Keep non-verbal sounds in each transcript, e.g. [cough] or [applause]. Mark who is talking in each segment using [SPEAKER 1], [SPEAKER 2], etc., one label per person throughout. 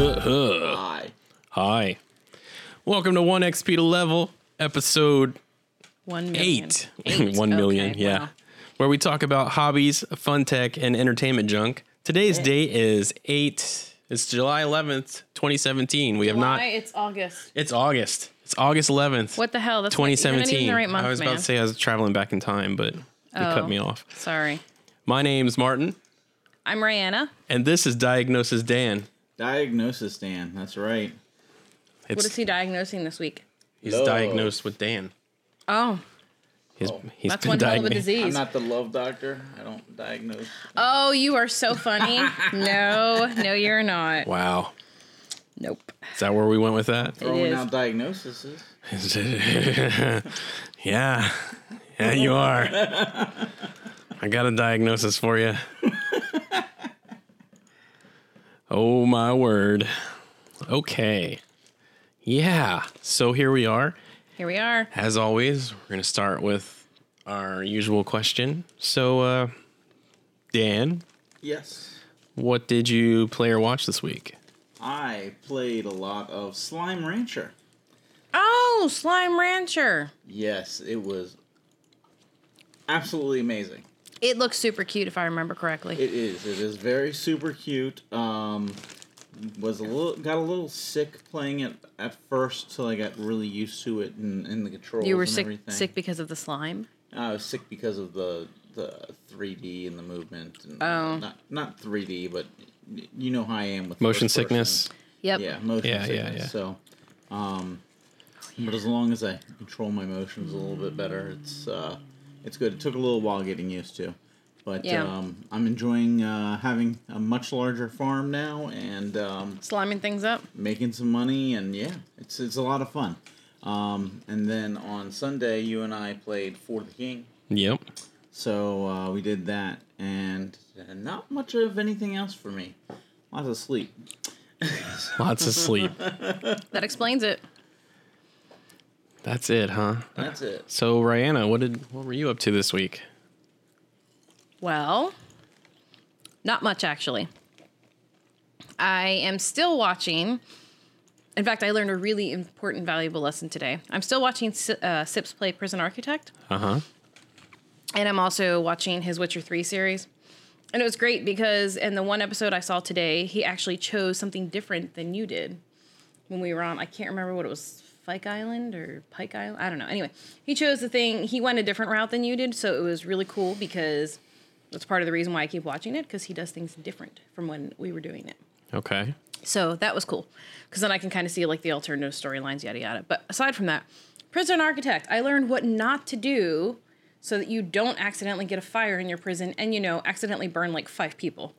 [SPEAKER 1] Hi. Hi. Welcome to 1XP to Level, episode
[SPEAKER 2] One million.
[SPEAKER 1] 8. [laughs] 1 million,
[SPEAKER 2] Okay,
[SPEAKER 1] yeah.
[SPEAKER 2] wow.
[SPEAKER 1] Where we talk about hobbies, fun tech, and entertainment junk. Today's date is 8. It's July 11th, 2017. We have
[SPEAKER 2] Why?
[SPEAKER 1] not.
[SPEAKER 2] It's August.
[SPEAKER 1] It's August. It's August 11th.
[SPEAKER 2] What the hell? That's not- you're not even in
[SPEAKER 1] 2017.
[SPEAKER 2] the right month,
[SPEAKER 1] I was
[SPEAKER 2] man.
[SPEAKER 1] about to say I was traveling back in time, but it
[SPEAKER 2] Oh.
[SPEAKER 1] cut me off.
[SPEAKER 2] Sorry.
[SPEAKER 1] My name's Martin,
[SPEAKER 2] I'm Rihanna.
[SPEAKER 1] and this is Diagnosis Dan.
[SPEAKER 3] Diagnosis, Dan. That's right.
[SPEAKER 1] It's,
[SPEAKER 2] What is he diagnosing this week?
[SPEAKER 1] He's
[SPEAKER 3] Love.
[SPEAKER 1] diagnosed with Dan.
[SPEAKER 2] Oh,
[SPEAKER 1] He's,
[SPEAKER 3] Oh.
[SPEAKER 1] he's
[SPEAKER 2] that's
[SPEAKER 1] been
[SPEAKER 2] one hell of a
[SPEAKER 1] diagnosed-
[SPEAKER 3] I'm
[SPEAKER 2] disease.
[SPEAKER 3] not the love doctor. I don't diagnose.
[SPEAKER 2] oh, you are so [laughs] funny. no, no, you're not.
[SPEAKER 1] Wow.
[SPEAKER 2] Nope.
[SPEAKER 1] Is that where we went with that?
[SPEAKER 3] Throwing
[SPEAKER 2] is.
[SPEAKER 3] out diagnoses.
[SPEAKER 1] [laughs] yeah. Yeah, you are. I got a diagnosis for you. Oh, my word. Okay. Yeah. So here we are.
[SPEAKER 2] Here we are.
[SPEAKER 1] As always, we're going to start with our usual question. So, uh, Dan,
[SPEAKER 3] Yes.
[SPEAKER 1] what did you play or watch this week?
[SPEAKER 3] I played a lot of Slime Rancher.
[SPEAKER 2] Oh, Slime Rancher.
[SPEAKER 3] Yes, it was absolutely amazing.
[SPEAKER 2] It looks super cute if I remember correctly.
[SPEAKER 3] It is. It is very super cute. Um, was a little got a little sick playing it at first till I got really used to it and, and the controls.
[SPEAKER 2] you were
[SPEAKER 3] and
[SPEAKER 2] sick
[SPEAKER 3] everything.
[SPEAKER 2] sick because of the slime?
[SPEAKER 3] I was sick because of the the 3D and the movement. And
[SPEAKER 2] Oh.
[SPEAKER 3] Not not 3D, but y- you know how I am with
[SPEAKER 1] Motion
[SPEAKER 3] first person.
[SPEAKER 1] sickness?
[SPEAKER 2] Yep.
[SPEAKER 3] Yeah, motion
[SPEAKER 1] Yeah, yeah,
[SPEAKER 3] sickness.
[SPEAKER 1] yeah.
[SPEAKER 3] So, um, but as long as I control my motions a little bit better, it's uh, it's good. It took a little while getting used to, but
[SPEAKER 2] Yeah.
[SPEAKER 3] um, I'm enjoying uh, having a much larger farm now and um,
[SPEAKER 2] Sliming things up.
[SPEAKER 3] making some money, and yeah, it's it's a lot of fun. Um, and then on Sunday, you and I played For the King.
[SPEAKER 1] Yep.
[SPEAKER 3] So uh, we did that, and not much of anything else for me. Lots of sleep.
[SPEAKER 1] Lots of sleep.
[SPEAKER 2] That explains it.
[SPEAKER 1] That's it, huh?
[SPEAKER 3] That's it.
[SPEAKER 1] So, Rihanna, what did what were you up to this week?
[SPEAKER 2] Well, not much actually. I am still watching. In fact, I learned a really important, valuable lesson today. I'm still watching Si- uh, Sips play Prison Architect,
[SPEAKER 1] Uh huh.
[SPEAKER 2] and I'm also watching his Witcher 3 series. And it was great because in the one episode I saw today, he actually chose something different than you did when we were on. I can't remember what it was, Pike Island or Pike Island. I don't know. Anyway, he chose the thing. He went a different route than you did, so it was really cool because that's part of the reason why I keep watching it because he does things different from when we were doing it.
[SPEAKER 1] Okay. [laughs]
[SPEAKER 2] So that was cool because then I can kind of see like the alternative storylines, yada yada. But aside from that, prison architect, I learned what not to do so that you don't accidentally get a fire in your prison and you know accidentally burn like five people.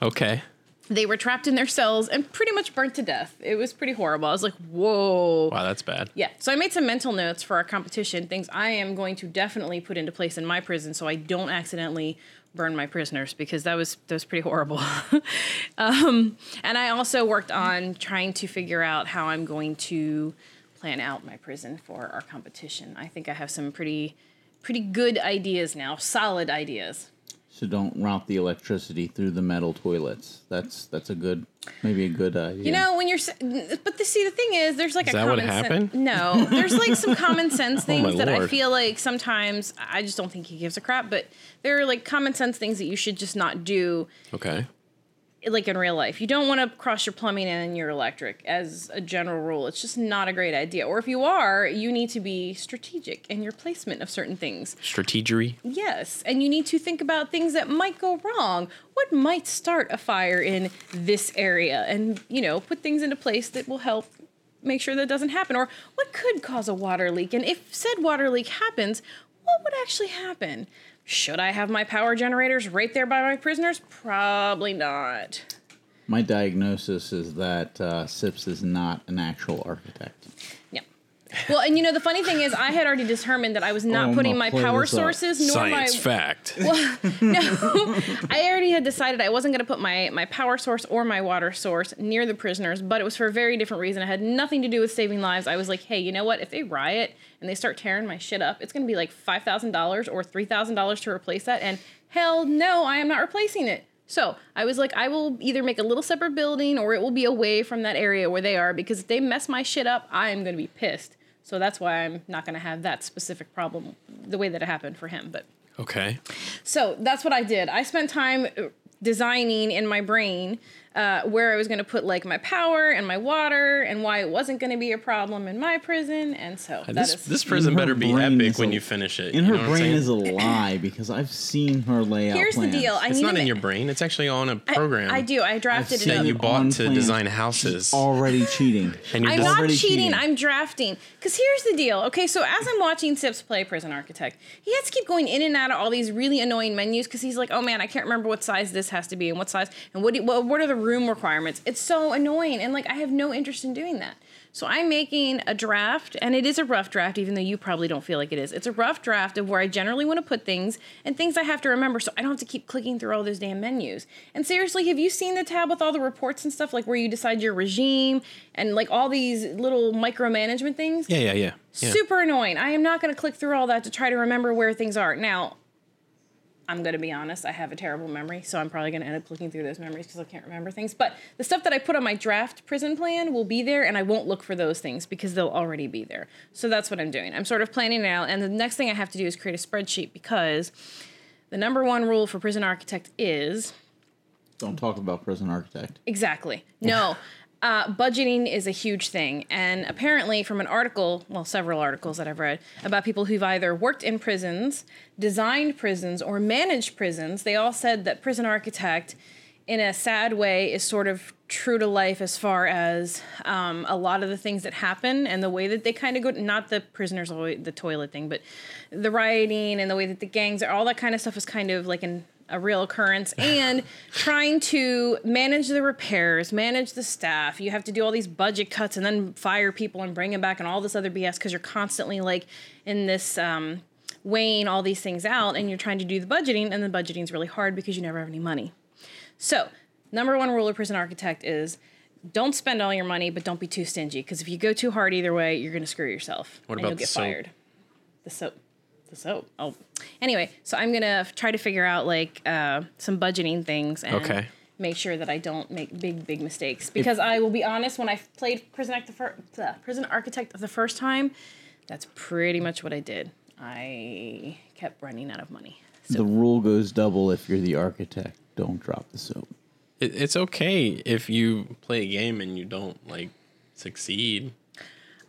[SPEAKER 1] Okay.
[SPEAKER 2] They were trapped in their cells and pretty much burnt to death. It was pretty horrible. I was like, whoa.
[SPEAKER 1] Wow, that's bad.
[SPEAKER 2] Yeah. So I made some mental notes for our competition, things I am going to definitely put into place in my prison so I don't accidentally burn my prisoners because that was that was pretty horrible. [laughs] um, and I also worked on trying to figure out how I'm going to plan out my prison for our competition. I think I have some pretty pretty good ideas now, solid ideas.
[SPEAKER 3] So don't route the electricity through the metal toilets. That's that's a good, maybe a good idea.
[SPEAKER 2] You know, when you're, s- but the, see, the thing is, there's like
[SPEAKER 1] Is
[SPEAKER 2] a
[SPEAKER 1] that what
[SPEAKER 2] common
[SPEAKER 1] happened? Oh
[SPEAKER 2] sense. No, there's like some
[SPEAKER 1] [laughs]
[SPEAKER 2] common sense things that I
[SPEAKER 1] lord.
[SPEAKER 2] feel like sometimes I just don't think he gives a crap. But there are like common sense things that you should just not do,
[SPEAKER 1] Okay.
[SPEAKER 2] like in real life. You don't want to cross your plumbing and your electric as a general rule. It's just not a great idea. Or if you are, you need to be strategic in your placement of certain things.
[SPEAKER 1] Strategery.
[SPEAKER 2] Yes, and you need to think about things that might go wrong. What might start a fire in this area? And, you know, put things into place that will help make sure that doesn't happen. Or what could cause a water leak? And if said water leak happens, what would actually happen? Should I have my power generators right there by my prisoners? Probably not.
[SPEAKER 3] my diagnosis is that uh, Sips is not an actual architect.
[SPEAKER 2] Yeah. Well, and you know, the funny thing is, I had already determined that I was not
[SPEAKER 3] Oh, I'm
[SPEAKER 2] putting
[SPEAKER 3] gonna
[SPEAKER 2] my
[SPEAKER 3] play
[SPEAKER 2] power
[SPEAKER 3] this up.
[SPEAKER 2] sources nor
[SPEAKER 1] Science
[SPEAKER 2] my.
[SPEAKER 1] fact.
[SPEAKER 2] [laughs] no, I already had decided I wasn't going to put my, my power source or my water source near the prisoners, but it was for a very different reason. It had nothing to do with saving lives. I was like, hey, you know what? If they riot and they start tearing my shit up, it's going to be like $5,000 or $3,000 to replace that. And hell no, I am not replacing it. So I was like, I will either make a little separate building or it will be away from that area where they are because if they mess my shit up, I am going to be pissed. So that's why I'm not going to have that specific problem the way that it happened for him. But
[SPEAKER 1] Okay.
[SPEAKER 2] so that's what I did. I spent time uh, designing in my brain uh, where I was going to put like my power and my water and why it wasn't going to be a problem in my prison. And so [laughs] that is
[SPEAKER 1] This, this prison
[SPEAKER 3] her
[SPEAKER 1] better be
[SPEAKER 3] brain
[SPEAKER 1] epic
[SPEAKER 3] is
[SPEAKER 1] when
[SPEAKER 3] a-
[SPEAKER 1] you finish it.
[SPEAKER 3] In
[SPEAKER 1] you know
[SPEAKER 3] her
[SPEAKER 1] what I'm
[SPEAKER 3] brain
[SPEAKER 1] saying?
[SPEAKER 3] is a lie because I've seen her lay out.
[SPEAKER 2] here's
[SPEAKER 3] plans.
[SPEAKER 2] the deal. I
[SPEAKER 1] It's
[SPEAKER 2] need
[SPEAKER 1] not
[SPEAKER 2] to
[SPEAKER 1] in
[SPEAKER 2] ma-
[SPEAKER 1] your brain. It's actually on a
[SPEAKER 2] I-
[SPEAKER 1] program.
[SPEAKER 2] I, do. I drafted
[SPEAKER 3] seen
[SPEAKER 2] it
[SPEAKER 1] that
[SPEAKER 2] up.
[SPEAKER 1] you
[SPEAKER 3] it
[SPEAKER 1] bought
[SPEAKER 3] on
[SPEAKER 1] to
[SPEAKER 3] plan.
[SPEAKER 1] design houses.
[SPEAKER 3] Already cheating.
[SPEAKER 1] [laughs] and you're
[SPEAKER 2] I'm
[SPEAKER 1] just-
[SPEAKER 2] not
[SPEAKER 3] already
[SPEAKER 2] cheating,
[SPEAKER 3] cheating.
[SPEAKER 2] I'm drafting. Because here's the deal. Okay, so as I'm watching Sips play Prison Architect, he has to keep going in and out of all these really annoying menus because he's like, oh man, I can't remember what size this has to be and what size and what, do, what what are the room requirements. It's so annoying. And like, I have no interest in doing that. So I'm making a draft, and it is a rough draft, even though you probably don't feel like it is. It's a rough draft of where I generally want to put things and things I have to remember so I don't have to keep clicking through all those damn menus. And seriously, have you seen the tab with all the reports and stuff, like where you decide your regime and like all these little micromanagement things?
[SPEAKER 1] yeah, yeah, yeah. yeah.
[SPEAKER 2] Super annoying. I am not going to click through all that to try to remember where things are. Now, I'm going to be honest, I have a terrible memory, so I'm probably going to end up clicking through those memories because I can't remember things. But the stuff that I put on my draft prison plan will be there, and I won't look for those things because they'll already be there. So that's what I'm doing. I'm sort of planning it out, and the next thing I have to do is create a spreadsheet because the number one rule for prison architect is
[SPEAKER 3] Don't talk about prison architect.
[SPEAKER 2] Exactly. No. Uh, budgeting is a huge thing. And apparently, from an article, well, several articles that I've read about people who've either worked in prisons, designed prisons, or managed prisons, they all said that prison architect, in a sad way, is sort of true to life as far as um, a lot of the things that happen and the way that they kind of go, not the prisoners, always, the toilet thing, but the rioting and the way that the gangs are, all that kind of stuff is kind of like an a
[SPEAKER 1] [laughs]
[SPEAKER 2] real occurrence and trying to manage the repairs, manage the staff. You have to do all these budget cuts and then fire people and bring them back and all this other BS because you're constantly like in this um, weighing all these things out and you're trying to do the budgeting and the budgeting's really hard because you never have any money. So, number one rule of prison architect is don't spend all your money, but don't be too stingy because if you go too hard either way, you're going to screw yourself
[SPEAKER 1] What
[SPEAKER 2] and
[SPEAKER 1] about
[SPEAKER 2] you'll
[SPEAKER 1] the
[SPEAKER 2] get
[SPEAKER 1] soap?
[SPEAKER 2] fired. The soap the soap. Oh, anyway, so I'm gonna f- try to figure out like uh, some budgeting things and
[SPEAKER 1] Okay.
[SPEAKER 2] make sure that I don't make big big mistakes because I will be honest. When I f- played Prison, Act the fir- uh, Prison Architect the first time, that's pretty much what I did. I kept running out of money.
[SPEAKER 3] The rule goes double if you're the architect. Don't drop the soap.
[SPEAKER 1] It, it's okay if you play a game and you don't like succeed.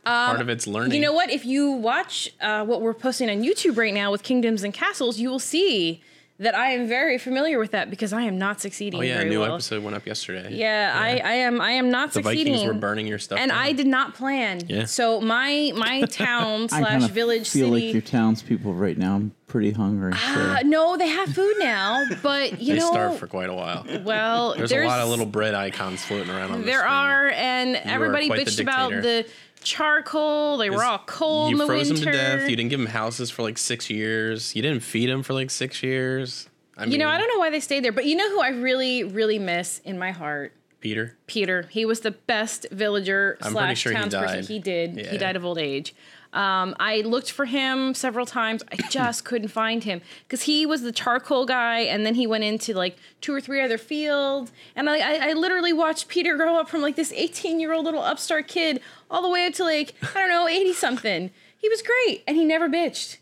[SPEAKER 1] Part of it's learning.
[SPEAKER 2] Um, You know what? If you watch uh, what we're posting on YouTube right now with Kingdoms and Castles, you will see that I am very familiar with that because I am not succeeding.
[SPEAKER 1] Oh yeah, a
[SPEAKER 2] very
[SPEAKER 1] new
[SPEAKER 2] well.
[SPEAKER 1] episode went up yesterday.
[SPEAKER 2] Yeah, I, I am. I am not
[SPEAKER 1] The
[SPEAKER 2] succeeding.
[SPEAKER 1] Vikings were burning your stuff.
[SPEAKER 2] and
[SPEAKER 1] down.
[SPEAKER 2] I did not plan.
[SPEAKER 1] Yeah.
[SPEAKER 2] So my
[SPEAKER 1] [laughs]
[SPEAKER 2] my town
[SPEAKER 3] I
[SPEAKER 2] slash
[SPEAKER 3] kinda
[SPEAKER 2] village
[SPEAKER 3] feel like your
[SPEAKER 2] city.
[SPEAKER 3] townspeople right now. I'm pretty hungry. so-
[SPEAKER 2] Uh, no, they have food now,
[SPEAKER 1] [laughs]
[SPEAKER 2] but you
[SPEAKER 1] They
[SPEAKER 2] know,
[SPEAKER 1] starved for quite a while.
[SPEAKER 2] well,
[SPEAKER 1] [laughs] There's, a lot of little bread icons floating around on this
[SPEAKER 2] There
[SPEAKER 1] thing.
[SPEAKER 2] are, and everybody
[SPEAKER 1] quite the
[SPEAKER 2] bitched about
[SPEAKER 1] dictator.
[SPEAKER 2] the charcoal. They were all cold in
[SPEAKER 1] You
[SPEAKER 2] the
[SPEAKER 1] froze them
[SPEAKER 2] winter.
[SPEAKER 1] to death. You didn't give them houses for like six years. You didn't feed them for like six years. I mean,
[SPEAKER 2] you know, I don't know why they stayed there, but you know who I really, really miss in my heart.
[SPEAKER 1] Peter.
[SPEAKER 2] Peter. He was the best villager
[SPEAKER 1] I'm pretty
[SPEAKER 2] slash
[SPEAKER 1] sure he
[SPEAKER 2] townsperson.
[SPEAKER 1] died.
[SPEAKER 2] He, did.
[SPEAKER 1] Yeah.
[SPEAKER 2] He died of old age. Um, I looked for him several times.
[SPEAKER 1] [clears throat]
[SPEAKER 2] I just couldn't find him because he was the charcoal guy, and then he went into like two or three other fields. And I, I, I literally watched Peter grow up from like this 18 year old little upstart kid all the way up to like I don't know 80 something. He was great, and he never bitched.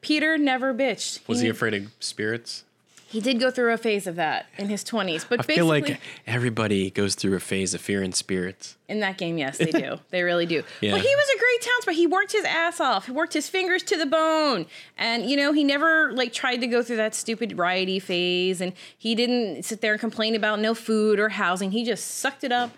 [SPEAKER 2] Peter never bitched.
[SPEAKER 1] Was he
[SPEAKER 2] he,
[SPEAKER 1] afraid of spirits?
[SPEAKER 2] he did go through a phase of that in his 20s, but
[SPEAKER 1] I
[SPEAKER 2] basically,
[SPEAKER 1] feel like everybody goes through a phase of fear and spirits.
[SPEAKER 2] In that game,
[SPEAKER 1] [laughs]
[SPEAKER 2] yes, they do. they really do.
[SPEAKER 1] Yeah.
[SPEAKER 2] But he was a great townsman. He worked his ass off. He worked his fingers to the bone. And you know, he never like tried to go through that stupid riety phase and he didn't sit there and complain about no food or housing. He just sucked it up,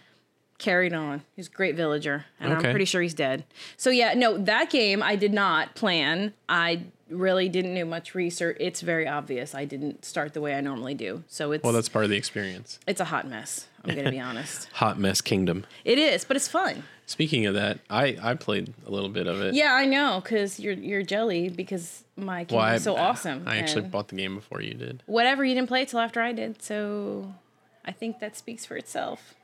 [SPEAKER 2] carried on. He's a great villager. And
[SPEAKER 1] Okay.
[SPEAKER 2] I'm pretty sure he's dead. So yeah, no, that game I did not plan. I really didn't do much research. It's very obvious. I didn't start the way I normally do. So it's
[SPEAKER 1] Well, that's part of the experience.
[SPEAKER 2] it's a hot mess. I'm
[SPEAKER 1] [laughs]
[SPEAKER 2] gonna be honest.
[SPEAKER 1] Hot mess kingdom.
[SPEAKER 2] It is, but it's fun.
[SPEAKER 1] Speaking of that, I I played a little bit of it.
[SPEAKER 2] Yeah, I know, because you're you're jelly because my game
[SPEAKER 1] Well, I-
[SPEAKER 2] is so awesome.
[SPEAKER 1] I actually
[SPEAKER 2] and
[SPEAKER 1] bought the game before you did. [laughs]
[SPEAKER 2] whatever you didn't play it till after I did, so I think that speaks for itself.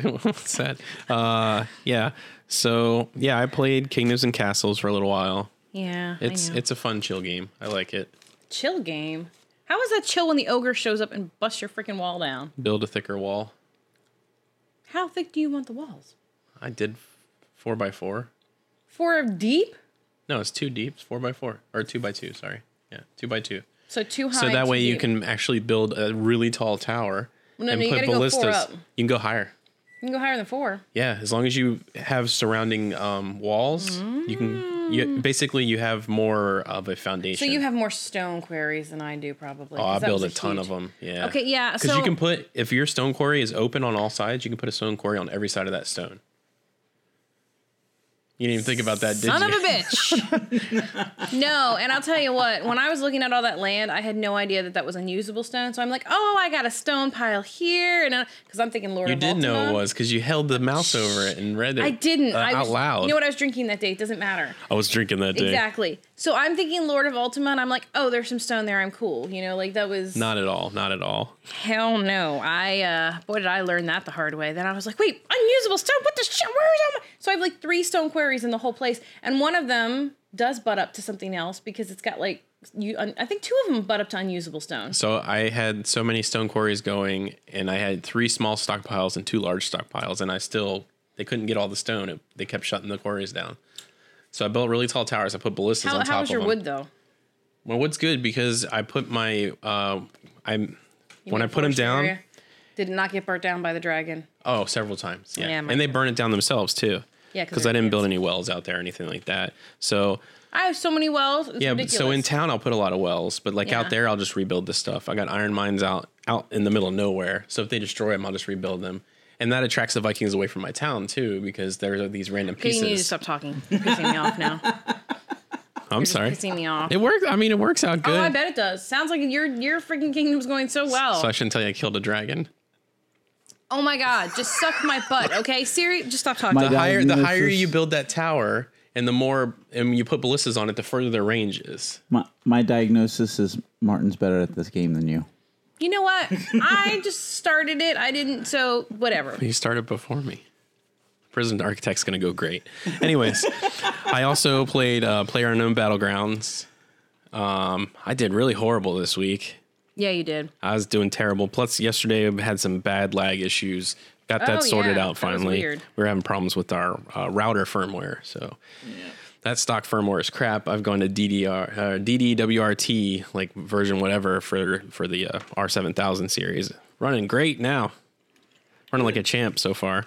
[SPEAKER 1] What's that? Uh, yeah. So yeah, I played Kingdoms and Castles for a little while.
[SPEAKER 2] Yeah,
[SPEAKER 1] It's
[SPEAKER 2] I know.
[SPEAKER 1] it's a fun chill game. I like it.
[SPEAKER 2] chill game. How is that chill when the ogre shows up and busts your freaking wall down?
[SPEAKER 1] Build a thicker wall.
[SPEAKER 2] How thick do you want the walls?
[SPEAKER 1] I did four by four.
[SPEAKER 2] Four deep,
[SPEAKER 1] No, it's two deep. It's four by four or two by two. Sorry. Yeah, two by two.
[SPEAKER 2] so two high.
[SPEAKER 1] So that
[SPEAKER 2] two
[SPEAKER 1] way you
[SPEAKER 2] deep.
[SPEAKER 1] can actually build a really tall tower
[SPEAKER 2] no,
[SPEAKER 1] and
[SPEAKER 2] you
[SPEAKER 1] put
[SPEAKER 2] gotta go four
[SPEAKER 1] ballistas.
[SPEAKER 2] up.
[SPEAKER 1] You can go higher.
[SPEAKER 2] you can go higher than four.
[SPEAKER 1] Yeah, as long as you have surrounding um, walls, you can. You, basically, you have more of a
[SPEAKER 2] Mm. So
[SPEAKER 1] foundation.
[SPEAKER 2] you have more stone quarries than I do, probably.
[SPEAKER 1] Oh, I
[SPEAKER 2] 'cause that
[SPEAKER 1] build a
[SPEAKER 2] was
[SPEAKER 1] ton
[SPEAKER 2] huge-
[SPEAKER 1] of them. Yeah.
[SPEAKER 2] Okay, yeah,
[SPEAKER 1] Because
[SPEAKER 2] so-
[SPEAKER 1] you can put if your stone quarry is open on all sides, you can put a stone quarry on every side of that stone. You didn't even think about that, Uh, did
[SPEAKER 2] Son
[SPEAKER 1] you?
[SPEAKER 2] of a
[SPEAKER 1] [laughs]
[SPEAKER 2] bitch. no, and I'll tell you what, when I was looking at all that land, I had no idea that that was unusable stone. So I'm like, oh, I got a stone pile here. and Because I'm thinking Lord
[SPEAKER 1] you
[SPEAKER 2] of
[SPEAKER 1] did know it
[SPEAKER 2] Baltimore.
[SPEAKER 1] was because you held the mouse over it and read it.
[SPEAKER 2] I didn't.
[SPEAKER 1] uh,
[SPEAKER 2] I
[SPEAKER 1] out
[SPEAKER 2] was,
[SPEAKER 1] loud.
[SPEAKER 2] You know what I was drinking that day? It doesn't matter.
[SPEAKER 1] I was drinking that day.
[SPEAKER 2] Exactly. So I'm thinking Lord of Ultima, and I'm like, oh, there's some stone there. I'm cool. You know, like that was
[SPEAKER 1] Not at all. Not at all.
[SPEAKER 2] hell no. I uh boy did I learn that the hard way. Then I was like, wait, unusable stone. What the shit? Where is all my? So I have like three stone quarries in the whole place, and one of them does butt up to something else because it's got like you. Un- I think two of them butt up to unusable stone.
[SPEAKER 1] So I had so many stone quarries going, and I had three small stockpiles and two large stockpiles, and I still they couldn't get all the stone. It, they kept shutting the quarries down. So I built really tall towers. I put ballistas
[SPEAKER 2] How,
[SPEAKER 1] on top
[SPEAKER 2] how was
[SPEAKER 1] of
[SPEAKER 2] your
[SPEAKER 1] them.
[SPEAKER 2] wood though?
[SPEAKER 1] My wood's good because I put my uh, I'm
[SPEAKER 2] You
[SPEAKER 1] when
[SPEAKER 2] made
[SPEAKER 1] I
[SPEAKER 2] a
[SPEAKER 1] put them
[SPEAKER 2] forest
[SPEAKER 1] down.
[SPEAKER 2] area? Did it not get burnt down by the dragon?
[SPEAKER 1] Oh, several times. Yeah,
[SPEAKER 2] Yeah, mine
[SPEAKER 1] and they
[SPEAKER 2] too.
[SPEAKER 1] burn it down themselves too.
[SPEAKER 2] Yeah, 'cause
[SPEAKER 1] because
[SPEAKER 2] they're
[SPEAKER 1] I didn't build
[SPEAKER 2] ants.
[SPEAKER 1] any wells out there or anything like that. So
[SPEAKER 2] I have so many wells. It's
[SPEAKER 1] yeah, but-
[SPEAKER 2] ridiculous.
[SPEAKER 1] so in town I'll put a lot of wells, but like out
[SPEAKER 2] Yeah.
[SPEAKER 1] there I'll just rebuild this stuff. I got iron mines out out in the middle of nowhere, so if they destroy them, I'll just rebuild them, and that attracts the Vikings away from my town too because there are these random
[SPEAKER 2] Okay, you need to
[SPEAKER 1] pieces.
[SPEAKER 2] stop talking. You're pissing me off now.
[SPEAKER 1] I'm [laughs]
[SPEAKER 2] You're
[SPEAKER 1] sorry.
[SPEAKER 2] just pissing me off.
[SPEAKER 1] It worked. I mean, it works out good.
[SPEAKER 2] Oh, I bet it does. Sounds like your your freaking kingdom's going so well.
[SPEAKER 1] So I shouldn't tell you I killed a dragon.
[SPEAKER 2] oh my god, just suck my butt, okay? Siri, just stop talking.
[SPEAKER 1] The
[SPEAKER 3] God,
[SPEAKER 1] higher the
[SPEAKER 3] this
[SPEAKER 1] higher
[SPEAKER 3] is-
[SPEAKER 1] you build that tower, and the more and you put ballistas on it, the further their range is.
[SPEAKER 3] My, my diagnosis is Martin's better at this game than you.
[SPEAKER 2] You know what? I just started it. I didn't. So whatever.
[SPEAKER 1] He started before me. Prison Architect's gonna go great. Anyways, I also played uh, Player Unknown Battlegrounds. Um, I did really horrible this week.
[SPEAKER 2] Yeah, you did.
[SPEAKER 1] I was doing terrible. Plus, yesterday I had some bad lag issues. Got that
[SPEAKER 2] Oh,
[SPEAKER 1] sorted
[SPEAKER 2] yeah.
[SPEAKER 1] out
[SPEAKER 2] That was
[SPEAKER 1] finally.
[SPEAKER 2] weird.
[SPEAKER 1] We were having problems with our uh, router firmware, so that stock firmware is crap. I've gone to DDR, uh, DDWRT, like version whatever for for the uh, R7000 series. Running great now. Running like a champ so far.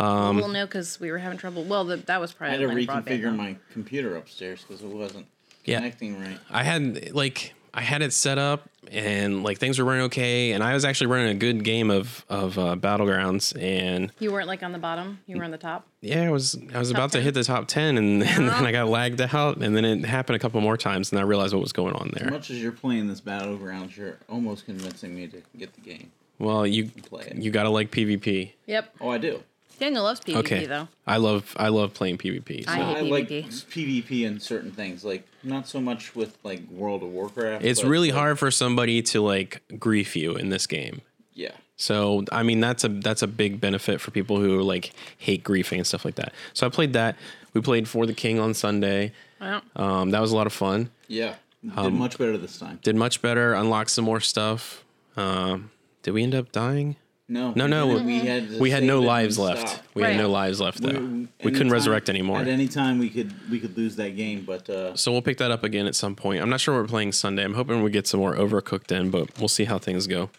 [SPEAKER 1] Um,
[SPEAKER 2] well, no, because we were having trouble. Well, the, that was
[SPEAKER 3] I
[SPEAKER 2] probably
[SPEAKER 3] had to
[SPEAKER 2] Atlanta broadband.
[SPEAKER 3] reconfigure my computer upstairs because it wasn't
[SPEAKER 1] Yeah.
[SPEAKER 3] connecting right.
[SPEAKER 1] I had like I had it set up and like things were running okay, and I was actually running a good game of of uh, battlegrounds, and
[SPEAKER 2] You weren't like on the bottom. You were on the top.
[SPEAKER 1] yeah, I was I was about to hit the top ten, Uh-huh. and, [laughs] and then I got lagged out, and then it happened a couple more times, and I realized what was going on
[SPEAKER 3] As
[SPEAKER 1] there.
[SPEAKER 3] much as you're playing this battleground, you're almost convincing me to get the game.
[SPEAKER 1] Well, you
[SPEAKER 3] Play it.
[SPEAKER 1] you gotta like PvP.
[SPEAKER 2] Yep.
[SPEAKER 3] Oh, I do.
[SPEAKER 2] Daniel loves PvP
[SPEAKER 1] Okay,
[SPEAKER 2] though.
[SPEAKER 1] I love I love playing PvP. So.
[SPEAKER 2] I hate
[SPEAKER 3] I like
[SPEAKER 2] PvP.
[SPEAKER 3] PvP in certain things, like not so much with like World of Warcraft.
[SPEAKER 1] it's
[SPEAKER 3] but,
[SPEAKER 1] really
[SPEAKER 3] like,
[SPEAKER 1] hard for somebody to like grief you in this game.
[SPEAKER 3] Yeah,
[SPEAKER 1] So I mean that's a that's a big benefit for people who like hate griefing and stuff like that. So I played that. We played For the King on Sunday.
[SPEAKER 2] Well,
[SPEAKER 1] Um, that was a lot of fun.
[SPEAKER 3] yeah. Did
[SPEAKER 1] Um,
[SPEAKER 3] much better this time.
[SPEAKER 1] Did much better. Unlocked some more stuff. Um, did we end up dying?
[SPEAKER 3] No,
[SPEAKER 1] No, no.
[SPEAKER 3] didn't. We had to
[SPEAKER 1] We had
[SPEAKER 3] save
[SPEAKER 1] no
[SPEAKER 3] it and
[SPEAKER 1] lives left.
[SPEAKER 3] stop.
[SPEAKER 1] We had no
[SPEAKER 2] Right.
[SPEAKER 1] lives left though. We, couldn't
[SPEAKER 3] anytime-
[SPEAKER 1] resurrect anymore.
[SPEAKER 3] At any time, we could we could lose that game, but uh,
[SPEAKER 1] So we'll pick that up again at some point. I'm not sure what we're playing Sunday. I'm hoping we get some more overcooked in, but we'll see how things go.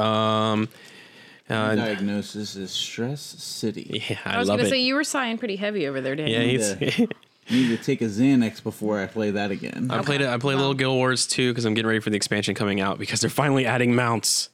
[SPEAKER 1] Um, uh,
[SPEAKER 3] diagnosis is stress city.
[SPEAKER 1] Yeah, I,
[SPEAKER 2] I was
[SPEAKER 1] love
[SPEAKER 2] gonna
[SPEAKER 1] it.
[SPEAKER 2] say you were sighing pretty heavy over there, Daniel.
[SPEAKER 1] yeah, he's-
[SPEAKER 3] Need to take a Xanax before I play that again.
[SPEAKER 1] I played it. I played Little Guild Wars 2 because I'm getting ready for the expansion coming out because they're finally adding mounts.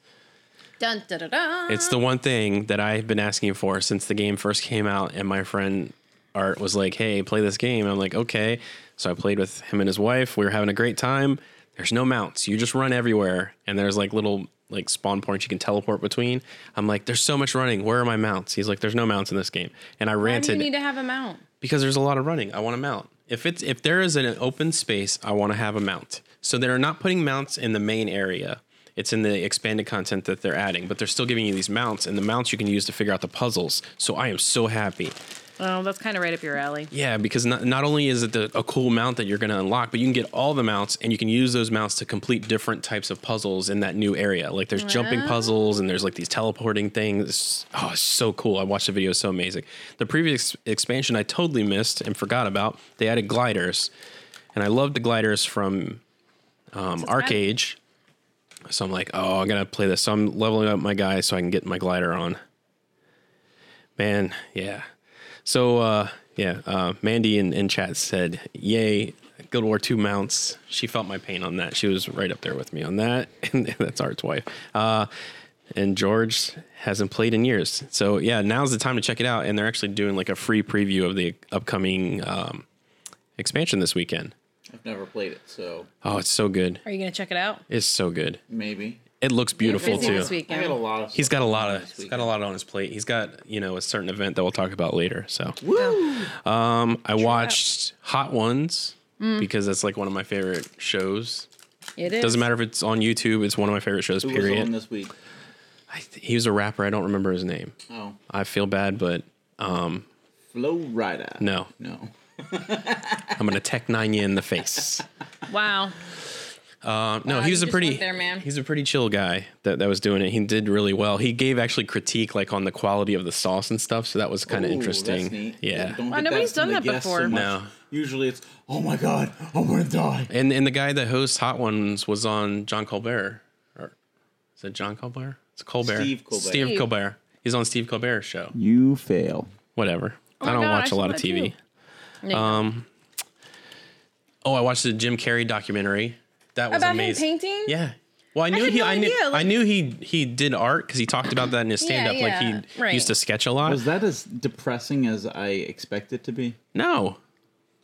[SPEAKER 2] Dun da da da.
[SPEAKER 1] It's the one thing that I've been asking for since the game first came out, and my friend Art was like, "Hey, play this game." I'm like, "Okay." So I played with him and his wife. We were having a great time. There's no mounts. You just run everywhere, and there's like little like spawn points you can teleport between. I'm like, "There's so much running. Where are my mounts?" He's like, "There's no mounts in this game," and I
[SPEAKER 2] Why do you
[SPEAKER 1] ranted
[SPEAKER 2] need to have a mount?
[SPEAKER 1] because there's a lot of running. I want a mount. If it's if there is an open space, I want to have a mount. So they're not putting mounts in the main area. It's in the expanded content that they're adding, but they're still giving you these mounts, and the mounts you can use to figure out the puzzles. So I am so happy.
[SPEAKER 2] Oh, that's kind of right up your alley.
[SPEAKER 1] Yeah, because not, not only is it the, a cool mount that you're going to unlock, but you can get all the mounts and you can use those mounts to complete different types of puzzles in that new area. Like there's jumping puzzles and there's like these teleporting things. Oh, it's so cool. I watched the video, it's so amazing. The previous expansion I totally missed and forgot about. They added gliders, and I loved the gliders from um,
[SPEAKER 2] fun.
[SPEAKER 1] Arcage. So I'm like, oh, I'm going to play this. So I'm leveling up my guy so I can get my glider on. Man, yeah. So uh, yeah, uh, Mandy in, in chat said, "Yay, Guild War Two mounts." She felt my pain on that. She was right up there with me on that, [laughs] and that's Art's wife. Uh, and George hasn't played in years, so yeah, now's the time to check it out. And they're actually doing like a free preview of the upcoming um, expansion this weekend.
[SPEAKER 3] I've never played it, so
[SPEAKER 1] Oh, it's so good!
[SPEAKER 2] Are you gonna check it out?
[SPEAKER 1] It's so good.
[SPEAKER 3] maybe.
[SPEAKER 1] It looks beautiful
[SPEAKER 2] busy
[SPEAKER 1] too.
[SPEAKER 2] this weekend.
[SPEAKER 3] I got a lot of.
[SPEAKER 1] He's
[SPEAKER 3] stuff
[SPEAKER 1] got a lot
[SPEAKER 3] on
[SPEAKER 1] of
[SPEAKER 3] this
[SPEAKER 1] he's got a lot on his plate. He's got you know a certain event that we'll talk about later. So
[SPEAKER 3] Woo!
[SPEAKER 1] Um, I watched Hot Ones
[SPEAKER 2] Mm.
[SPEAKER 1] because that's like one of my favorite shows.
[SPEAKER 2] It is.
[SPEAKER 1] Doesn't matter if it's on YouTube; it's one of my favorite shows.
[SPEAKER 3] Who was on
[SPEAKER 1] period.
[SPEAKER 3] this week?
[SPEAKER 1] I th- he was a rapper. I don't remember his name.
[SPEAKER 3] Oh,
[SPEAKER 1] I feel bad, but um,
[SPEAKER 3] Flow Rider.
[SPEAKER 1] no,
[SPEAKER 3] No.
[SPEAKER 1] I'm gonna tech nine you in the
[SPEAKER 2] [laughs]
[SPEAKER 1] face.
[SPEAKER 2] Wow.
[SPEAKER 1] Um, no,
[SPEAKER 2] Wow,
[SPEAKER 1] he was
[SPEAKER 2] you
[SPEAKER 1] a
[SPEAKER 2] just
[SPEAKER 1] pretty
[SPEAKER 2] went there, man.
[SPEAKER 1] he's a pretty chill guy that that was doing it. He did really well. He gave actually critique like on the quality of the sauce and stuff, so that was kind of
[SPEAKER 3] Ooh,
[SPEAKER 1] interesting.
[SPEAKER 3] That's neat.
[SPEAKER 1] Yeah.
[SPEAKER 3] Don't
[SPEAKER 2] Wow,
[SPEAKER 3] get
[SPEAKER 2] Oh, nobody's
[SPEAKER 3] from
[SPEAKER 2] done
[SPEAKER 3] the
[SPEAKER 2] that
[SPEAKER 3] guests so
[SPEAKER 2] before.
[SPEAKER 3] much.
[SPEAKER 1] No.
[SPEAKER 3] Usually it's, oh my god, I'm gonna die.
[SPEAKER 1] And and the guy that hosts Hot Ones was on John Colbert. Or is it John Colbert? It's Colbert.
[SPEAKER 3] Steve Colbert.
[SPEAKER 1] Steve,
[SPEAKER 2] Steve.
[SPEAKER 1] Colbert. He's on Steve Colbert's show.
[SPEAKER 3] You fail.
[SPEAKER 1] Whatever. I
[SPEAKER 2] Oh my
[SPEAKER 1] don't
[SPEAKER 2] God, I
[SPEAKER 1] watch a
[SPEAKER 2] saw
[SPEAKER 1] lot of
[SPEAKER 2] that
[SPEAKER 1] TV.
[SPEAKER 2] There you go.
[SPEAKER 1] Oh, I watched the Jim Carrey documentary. That was
[SPEAKER 2] About him
[SPEAKER 1] amazing.
[SPEAKER 2] painting?
[SPEAKER 1] Yeah. Well, I knew
[SPEAKER 2] had
[SPEAKER 1] he.
[SPEAKER 2] no
[SPEAKER 1] I knew.
[SPEAKER 2] idea, like-
[SPEAKER 1] I knew he. He did art because he talked about that in his stand up.
[SPEAKER 2] yeah,
[SPEAKER 1] like he
[SPEAKER 2] right.
[SPEAKER 1] used to sketch a lot.
[SPEAKER 3] Was that as depressing as I expect it to be?
[SPEAKER 1] no.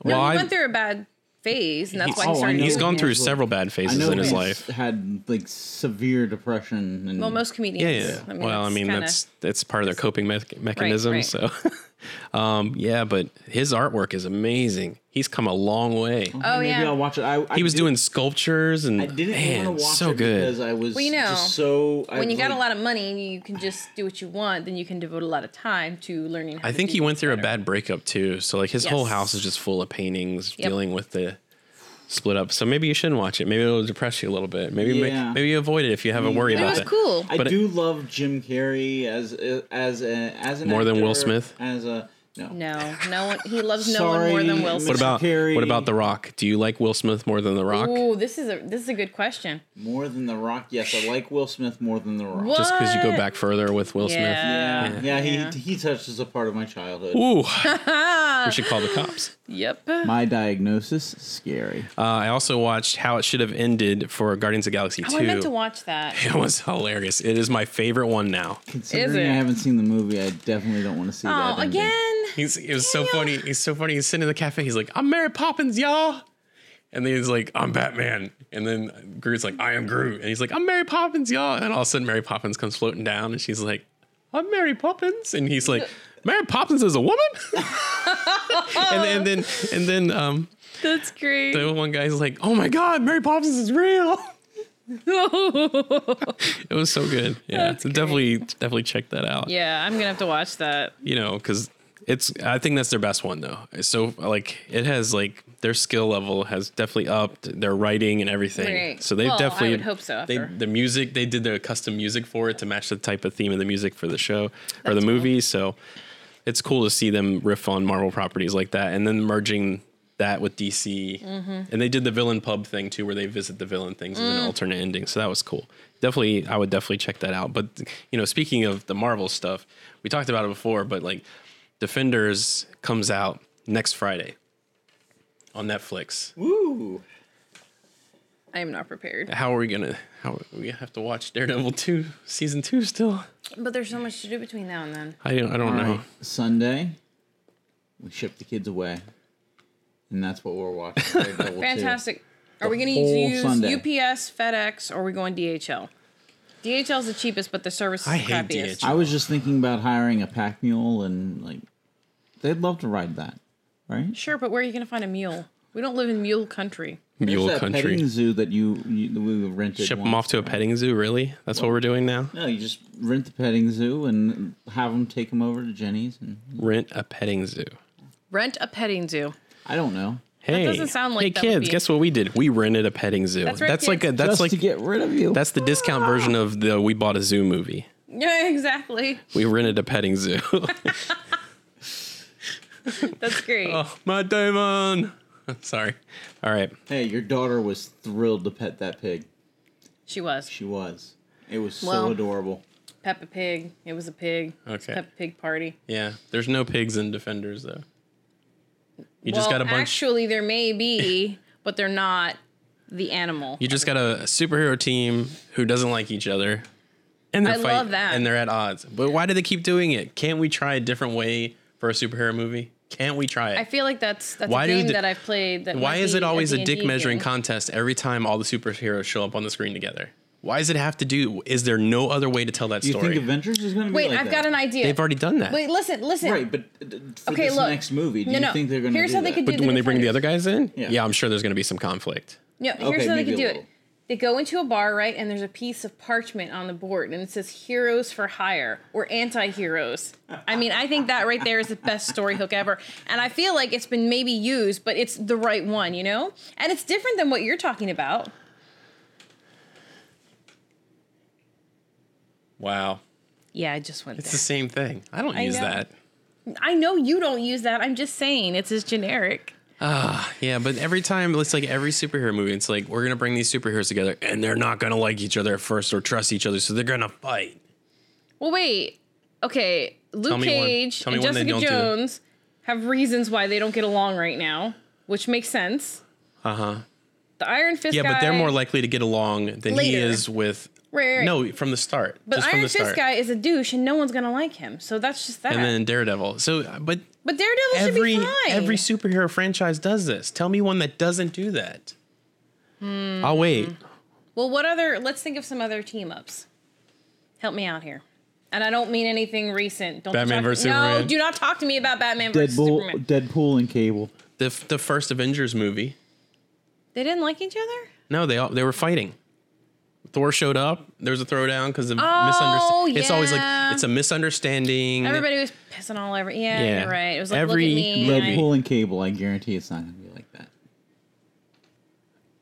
[SPEAKER 2] No,
[SPEAKER 1] well, I-
[SPEAKER 2] he went through a bad phase, and that's
[SPEAKER 1] He's-
[SPEAKER 2] why
[SPEAKER 1] oh,
[SPEAKER 2] he
[SPEAKER 1] I
[SPEAKER 2] started.
[SPEAKER 3] know.
[SPEAKER 1] he's
[SPEAKER 2] doing
[SPEAKER 1] gone
[SPEAKER 2] it.
[SPEAKER 1] through
[SPEAKER 3] Absolutely.
[SPEAKER 1] several bad
[SPEAKER 3] I
[SPEAKER 1] phases
[SPEAKER 3] know
[SPEAKER 1] in his
[SPEAKER 3] he's
[SPEAKER 1] life.
[SPEAKER 3] had like severe depression and
[SPEAKER 2] Well, most
[SPEAKER 1] Yeah,
[SPEAKER 2] comedians.
[SPEAKER 1] yeah. well, I
[SPEAKER 2] it's
[SPEAKER 1] mean,
[SPEAKER 2] kinda-
[SPEAKER 1] that's that's part of their coping mech mechanism.
[SPEAKER 2] right.
[SPEAKER 1] So, [laughs] um, yeah, but his artwork is amazing. He's come a long way.
[SPEAKER 2] Oh
[SPEAKER 3] maybe
[SPEAKER 2] yeah.
[SPEAKER 3] I'll watch it. I, Uh, I
[SPEAKER 1] he was
[SPEAKER 3] did-
[SPEAKER 1] doing sculptures and
[SPEAKER 3] I didn't
[SPEAKER 1] man,
[SPEAKER 3] want to watch
[SPEAKER 1] so
[SPEAKER 3] it
[SPEAKER 1] good.
[SPEAKER 3] because uh, I was
[SPEAKER 2] you know,
[SPEAKER 3] just so I
[SPEAKER 2] when you
[SPEAKER 3] was
[SPEAKER 2] got a
[SPEAKER 3] like,
[SPEAKER 2] lot of money and you can just do what you want, then you can devote a lot of time to learning. How
[SPEAKER 1] I
[SPEAKER 2] to
[SPEAKER 1] think
[SPEAKER 2] do
[SPEAKER 1] he went
[SPEAKER 2] things
[SPEAKER 1] through a
[SPEAKER 2] better.
[SPEAKER 1] bad breakup too. So like his whole
[SPEAKER 2] Yes.
[SPEAKER 1] house is just full of paintings
[SPEAKER 2] Yep.
[SPEAKER 1] dealing with the split up. So maybe you shouldn't watch it. Maybe it'll depress you a little bit. Maybe
[SPEAKER 3] Yeah.
[SPEAKER 1] maybe you avoid it if you have a worry
[SPEAKER 3] Yeah.
[SPEAKER 2] It
[SPEAKER 1] about
[SPEAKER 2] was
[SPEAKER 1] it.
[SPEAKER 2] cool.
[SPEAKER 3] I
[SPEAKER 1] but it-
[SPEAKER 3] do love Jim Carrey as as a, as an
[SPEAKER 1] More than Will
[SPEAKER 3] actor,
[SPEAKER 1] Smith?
[SPEAKER 3] as a no.
[SPEAKER 2] no, no one. He loves no one more than
[SPEAKER 3] Sorry,
[SPEAKER 2] Will
[SPEAKER 3] Mr.
[SPEAKER 1] What
[SPEAKER 2] Smith.
[SPEAKER 1] about
[SPEAKER 3] Carrey.
[SPEAKER 1] what about The Rock? Do you like Will Smith more than The Rock?
[SPEAKER 2] Ooh, this is a this is a good question.
[SPEAKER 3] More than The Rock. Yes, I like Will Smith more than The Rock.
[SPEAKER 2] What?
[SPEAKER 1] Just because you go
[SPEAKER 2] What?
[SPEAKER 1] back further with Will Smith.
[SPEAKER 2] Yeah.
[SPEAKER 3] Yeah, yeah, he he touches a part of my childhood.
[SPEAKER 2] [laughs]
[SPEAKER 1] Ooh. we should call the cops.
[SPEAKER 2] Yep. Oh,
[SPEAKER 3] My diagnosis scary.
[SPEAKER 1] Uh, I also watched How It Should Have Ended for Guardians of the Galaxy
[SPEAKER 2] Oh, I
[SPEAKER 1] 2.
[SPEAKER 2] meant to watch that.
[SPEAKER 1] [laughs] it was hilarious. It is my favorite one now.
[SPEAKER 3] Considering
[SPEAKER 2] it?
[SPEAKER 3] I haven't seen the movie, I definitely don't want to see that.
[SPEAKER 2] Oh,
[SPEAKER 3] ending.
[SPEAKER 2] again.
[SPEAKER 1] He's it was so
[SPEAKER 2] Daniel.
[SPEAKER 1] funny. He's so funny. He's sitting in the cafe. He's like, "I'm Mary Poppins, y'all," and then he's like, "I'm Batman," and then Groot's like, "I am Groot," and he's like, "I'm Mary Poppins, y'all," and all of a sudden Mary Poppins comes floating down, and she's like, "I'm Mary Poppins," and he's
[SPEAKER 2] [laughs]
[SPEAKER 1] like, "Mary Poppins is a woman," and, and then and then um,
[SPEAKER 2] That's great.
[SPEAKER 1] the one guy's like, "Oh my God, Mary Poppins is real." [laughs] It was so
[SPEAKER 2] [laughs]
[SPEAKER 1] good. Yeah,
[SPEAKER 2] That's
[SPEAKER 1] so definitely definitely check that out.
[SPEAKER 2] [laughs] yeah, I'm gonna have to watch that.
[SPEAKER 1] You know, because it's I think that's their best one though. So like it has like their skill level has definitely upped their writing and everything.
[SPEAKER 2] Right.
[SPEAKER 1] So they've
[SPEAKER 2] Well, I
[SPEAKER 1] definitely
[SPEAKER 2] would hope so
[SPEAKER 1] They,
[SPEAKER 2] after.
[SPEAKER 1] the music they did their custom music for it to match the type of theme of the music for the show or the movie. So it's cool to see them riff on Marvel properties like that and then merging that with DC.
[SPEAKER 3] Mm-hmm.
[SPEAKER 1] And they did the villain pub thing too, where they visit the villain things as an
[SPEAKER 3] Mm.
[SPEAKER 1] alternate ending. So that was cool. Definitely, I would definitely check that out. But, you know, speaking of the Marvel stuff, we talked about it before, but like Defenders comes out next Friday on Netflix.
[SPEAKER 3] Woo.
[SPEAKER 2] I am not prepared.
[SPEAKER 1] How are we going to, how we have to watch Daredevil 2, season 2 still?
[SPEAKER 2] But there's so much to do between now and then.
[SPEAKER 1] I don't, I don't
[SPEAKER 3] All
[SPEAKER 1] know.
[SPEAKER 2] Uh-huh.
[SPEAKER 3] right. Sunday, we ship the kids away, and that's what we're watching.
[SPEAKER 2] [laughs]
[SPEAKER 3] Daredevil 2.
[SPEAKER 2] Fantastic. Are we gonna
[SPEAKER 3] whole
[SPEAKER 2] use
[SPEAKER 3] Sunday.
[SPEAKER 2] UPS, FedEx, or are we going DHL? DHL is the cheapest, but the service is
[SPEAKER 1] I
[SPEAKER 2] the
[SPEAKER 1] hate
[SPEAKER 2] crappiest.
[SPEAKER 1] DHL.
[SPEAKER 3] I was just thinking about hiring a pack mule, and like, they'd love to ride that, right?
[SPEAKER 2] Sure, but where are you gonna find a mule? We don't live in mule country.
[SPEAKER 1] mule
[SPEAKER 3] There's that petting
[SPEAKER 1] country.
[SPEAKER 3] zoo that you, you we rented.
[SPEAKER 1] Ship them off
[SPEAKER 3] once.
[SPEAKER 1] to a petting zoo, really? That's what we're doing now?
[SPEAKER 3] No, you just rent the petting zoo and have them take them over to Jenny's, and
[SPEAKER 1] Rent a petting zoo.
[SPEAKER 2] Rent a petting zoo. [laughs]
[SPEAKER 3] I don't know.
[SPEAKER 1] Hey,
[SPEAKER 2] doesn't sound like
[SPEAKER 1] hey
[SPEAKER 2] that would
[SPEAKER 1] kids,
[SPEAKER 2] be-
[SPEAKER 1] guess what we did? We rented a petting zoo.
[SPEAKER 2] That's
[SPEAKER 1] That's,
[SPEAKER 2] right,
[SPEAKER 1] like a
[SPEAKER 2] kids. Ah.
[SPEAKER 1] that's
[SPEAKER 3] just
[SPEAKER 1] like
[SPEAKER 3] to get rid of you.
[SPEAKER 1] that's the discount version of the we bought a zoo movie.
[SPEAKER 2] Yeah, exactly.
[SPEAKER 1] We rented a petting
[SPEAKER 2] [laughs]
[SPEAKER 1] zoo. [laughs]
[SPEAKER 2] That's great.
[SPEAKER 1] oh, my Damon. Sorry. All right.
[SPEAKER 3] hey, your daughter was thrilled to pet that pig.
[SPEAKER 2] She was
[SPEAKER 3] She was. It was so
[SPEAKER 2] Well-
[SPEAKER 3] adorable.
[SPEAKER 2] Peppa Pig. It was a pig. It was
[SPEAKER 1] Okay.
[SPEAKER 2] Peppa Pig party.
[SPEAKER 1] Yeah. There's no pigs in Defenders though. You just
[SPEAKER 2] well,
[SPEAKER 1] got a bunch.
[SPEAKER 2] Actually, there
[SPEAKER 1] [laughs]
[SPEAKER 2] may be, but they're not the animal.
[SPEAKER 1] you just got a superhero team who doesn't like each other, and they're
[SPEAKER 2] I love that.
[SPEAKER 1] and they're at odds. But why do they keep doing it? Can't we try a different way for a superhero movie? Can't we try it?
[SPEAKER 2] I feel like that's that's
[SPEAKER 1] Why
[SPEAKER 2] a
[SPEAKER 1] do
[SPEAKER 2] game
[SPEAKER 1] the-
[SPEAKER 2] that I've played. That
[SPEAKER 1] Why
[SPEAKER 2] might
[SPEAKER 1] is
[SPEAKER 2] be
[SPEAKER 1] it always a
[SPEAKER 2] D&D
[SPEAKER 1] dick measuring
[SPEAKER 2] game.
[SPEAKER 1] contest every time all the superheroes show up on the screen together? Why does it have to do? Is there no other way to tell that
[SPEAKER 3] Do you
[SPEAKER 1] story?
[SPEAKER 3] think Avengers is going to be
[SPEAKER 2] Wait,
[SPEAKER 3] like
[SPEAKER 2] I've
[SPEAKER 3] that?
[SPEAKER 2] got an idea.
[SPEAKER 1] They've already done that.
[SPEAKER 2] Wait, listen, [laughs] listen.
[SPEAKER 3] Right, but uh, for
[SPEAKER 2] Okay,
[SPEAKER 3] this
[SPEAKER 2] look.
[SPEAKER 3] next movie, do
[SPEAKER 2] No,
[SPEAKER 3] you
[SPEAKER 2] no.
[SPEAKER 3] think they're going to
[SPEAKER 2] Here's
[SPEAKER 3] do
[SPEAKER 2] how
[SPEAKER 3] that?
[SPEAKER 2] they could
[SPEAKER 1] but
[SPEAKER 2] do the
[SPEAKER 1] when they bring the other guys in,
[SPEAKER 3] Yeah.
[SPEAKER 1] I'm sure there's going to be some conflict.
[SPEAKER 2] No, here's
[SPEAKER 3] Okay,
[SPEAKER 2] how they
[SPEAKER 3] maybe
[SPEAKER 2] could
[SPEAKER 3] a
[SPEAKER 2] do it.
[SPEAKER 3] little.
[SPEAKER 2] They go into a bar, right, and there's a piece of parchment on the board, and it says "Heroes for Hire" or "Anti-Heroes." I mean, I think that right there is the best story hook ever, and I feel like it's been maybe used, but it's the right one, you know. And it's different than what you're talking about.
[SPEAKER 1] Wow,
[SPEAKER 2] Yeah, I just went
[SPEAKER 1] it's the
[SPEAKER 2] there.
[SPEAKER 1] same thing. I don't use
[SPEAKER 2] know.
[SPEAKER 1] that.
[SPEAKER 2] I know you don't use that. I'm just saying it's as generic.
[SPEAKER 1] Yeah, but every time it's like every superhero movie, it's like we're going to bring these superheroes together, and they're not going to like each other at first or trust each other, so they're going to fight.
[SPEAKER 2] Well, wait. Okay,
[SPEAKER 1] me
[SPEAKER 2] Luke
[SPEAKER 1] one.
[SPEAKER 2] Cage
[SPEAKER 1] Tell me
[SPEAKER 2] and
[SPEAKER 1] one they
[SPEAKER 2] Jessica
[SPEAKER 1] don't do.
[SPEAKER 2] Jones have reasons why they don't get along right now, which makes sense.
[SPEAKER 1] Uh huh.
[SPEAKER 2] The Iron Fist.
[SPEAKER 1] Yeah, but they're
[SPEAKER 2] guy-
[SPEAKER 1] more likely to get along than he
[SPEAKER 2] Later.
[SPEAKER 1] is with.
[SPEAKER 2] Right, right, right.
[SPEAKER 1] No, from the start.
[SPEAKER 2] But
[SPEAKER 1] just from
[SPEAKER 2] Iron
[SPEAKER 1] the
[SPEAKER 2] Fist
[SPEAKER 1] start.
[SPEAKER 2] guy is a douche, and no one's gonna like him. So that's just that.
[SPEAKER 1] and then Daredevil. So, but
[SPEAKER 2] but Daredevil
[SPEAKER 1] every
[SPEAKER 2] should be fine.
[SPEAKER 1] every superhero franchise does this. Tell me one that doesn't do that. I'll wait.
[SPEAKER 2] well, what other? Let's think of some other team ups. Help me out here, and I don't mean anything recent. Don't
[SPEAKER 1] Batman
[SPEAKER 2] talk,
[SPEAKER 1] versus
[SPEAKER 2] no,
[SPEAKER 1] Superman.
[SPEAKER 2] do not talk to me about Batman versus
[SPEAKER 3] Deadpool,
[SPEAKER 2] Superman.
[SPEAKER 3] Deadpool and Cable.
[SPEAKER 1] The f- the first Avengers movie.
[SPEAKER 2] They didn't like each other.
[SPEAKER 1] No, they all, they were fighting. Thor showed up. There was a throwdown because of
[SPEAKER 2] Oh,
[SPEAKER 1] misunderstanding. It's always
[SPEAKER 2] yeah.
[SPEAKER 1] like it's a misunderstanding.
[SPEAKER 2] Everybody was pissing all over. Yeah,
[SPEAKER 1] Yeah.
[SPEAKER 2] you're right. It was like
[SPEAKER 1] Every
[SPEAKER 2] look at me.
[SPEAKER 1] movie-
[SPEAKER 2] and I-
[SPEAKER 3] Deadpool and Cable. I guarantee it's not going to be like that.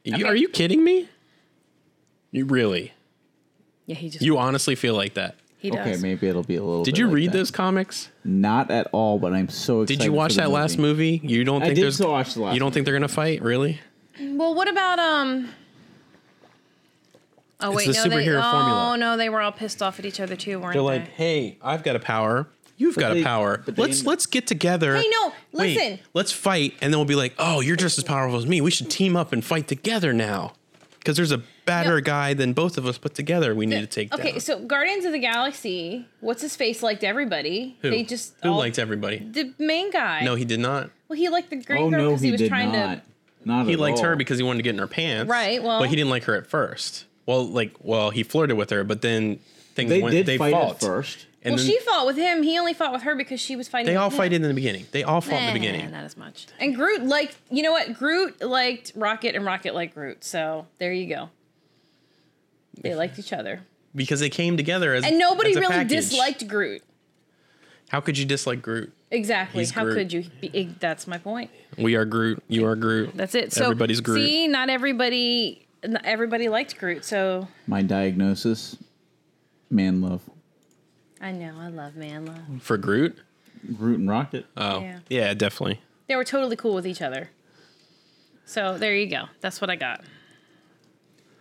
[SPEAKER 1] You-
[SPEAKER 2] Okay.
[SPEAKER 1] Are you kidding me? You really?
[SPEAKER 2] yeah, he just
[SPEAKER 1] You honestly feel like that?
[SPEAKER 2] he does.
[SPEAKER 3] Okay, maybe it'll be a little.
[SPEAKER 1] Did
[SPEAKER 3] bit
[SPEAKER 1] you
[SPEAKER 3] like
[SPEAKER 1] read
[SPEAKER 3] that.
[SPEAKER 1] those comics?
[SPEAKER 3] Not at all, but I'm so excited.
[SPEAKER 1] Did you watch
[SPEAKER 3] for the
[SPEAKER 1] that last
[SPEAKER 3] movie?
[SPEAKER 1] movie? You don't
[SPEAKER 3] I
[SPEAKER 1] think
[SPEAKER 3] did
[SPEAKER 1] there's
[SPEAKER 3] so watch the last
[SPEAKER 1] you don't think they're gonna fight? Really?
[SPEAKER 2] Well, what about um? Oh
[SPEAKER 1] It's
[SPEAKER 2] wait,
[SPEAKER 1] the
[SPEAKER 2] no, they,
[SPEAKER 1] superhero formula.
[SPEAKER 2] oh no, they were all pissed off at each other too, weren't
[SPEAKER 1] They're
[SPEAKER 2] they?
[SPEAKER 1] like, hey, I've got a power. You've got a
[SPEAKER 3] they-
[SPEAKER 1] power.
[SPEAKER 3] but they
[SPEAKER 1] Let's
[SPEAKER 3] end-
[SPEAKER 1] let's get together.
[SPEAKER 2] Hey, no,
[SPEAKER 1] Wait,
[SPEAKER 2] listen.
[SPEAKER 1] let's fight, and then we'll be like, oh, you're just as powerful as me. We should team up and fight together now, because there's a better
[SPEAKER 2] No.
[SPEAKER 1] guy than both of us put together. We need to take.
[SPEAKER 2] Okay,
[SPEAKER 1] down.
[SPEAKER 2] so Guardians of the Galaxy, what's his face liked everybody?
[SPEAKER 1] who?
[SPEAKER 2] They just
[SPEAKER 1] who
[SPEAKER 2] all-
[SPEAKER 1] liked everybody?
[SPEAKER 2] the main guy.
[SPEAKER 1] No, he did not.
[SPEAKER 2] well, he liked the green
[SPEAKER 3] Oh
[SPEAKER 2] girl
[SPEAKER 3] no,
[SPEAKER 2] because
[SPEAKER 3] he,
[SPEAKER 2] was
[SPEAKER 3] did
[SPEAKER 2] trying
[SPEAKER 3] not.
[SPEAKER 2] to.
[SPEAKER 3] Not
[SPEAKER 1] He
[SPEAKER 3] at
[SPEAKER 1] liked
[SPEAKER 3] all.
[SPEAKER 1] her because he wanted to get in her pants.
[SPEAKER 2] Right, well-
[SPEAKER 1] but he didn't like her at first. Well, like, well, he flirted with her, but then things
[SPEAKER 3] they
[SPEAKER 1] went.
[SPEAKER 3] did
[SPEAKER 1] they
[SPEAKER 3] fight
[SPEAKER 1] fought
[SPEAKER 3] at first.
[SPEAKER 1] and
[SPEAKER 2] well,
[SPEAKER 1] then
[SPEAKER 2] she fought with him. He only fought with her because she was fighting.
[SPEAKER 1] they
[SPEAKER 2] with
[SPEAKER 1] all
[SPEAKER 2] him.
[SPEAKER 1] fight in the beginning. They all fought in the
[SPEAKER 2] Nah,
[SPEAKER 1] beginning.
[SPEAKER 2] not as much. And Groot liked, you know what? Groot liked Rocket, and Rocket liked Groot. So there you go. They liked each other,
[SPEAKER 1] because they came together as
[SPEAKER 2] and nobody
[SPEAKER 1] as a
[SPEAKER 2] really
[SPEAKER 1] package.
[SPEAKER 2] disliked Groot.
[SPEAKER 1] How could you dislike Groot?
[SPEAKER 2] Exactly.
[SPEAKER 1] He's
[SPEAKER 2] How
[SPEAKER 1] Groot.
[SPEAKER 2] could you? Be, eh, that's my point.
[SPEAKER 1] We are Groot. You are Groot.
[SPEAKER 2] That's it. So
[SPEAKER 1] everybody's Groot.
[SPEAKER 2] See, not everybody. Not everybody liked Groot. So
[SPEAKER 3] My diagnosis: man love.
[SPEAKER 2] I know. I love man love.
[SPEAKER 1] for Groot.
[SPEAKER 3] Groot and Rocket.
[SPEAKER 1] Oh yeah,
[SPEAKER 2] Yeah.
[SPEAKER 1] definitely.
[SPEAKER 2] They were totally cool with each other. So there you go. That's what I got.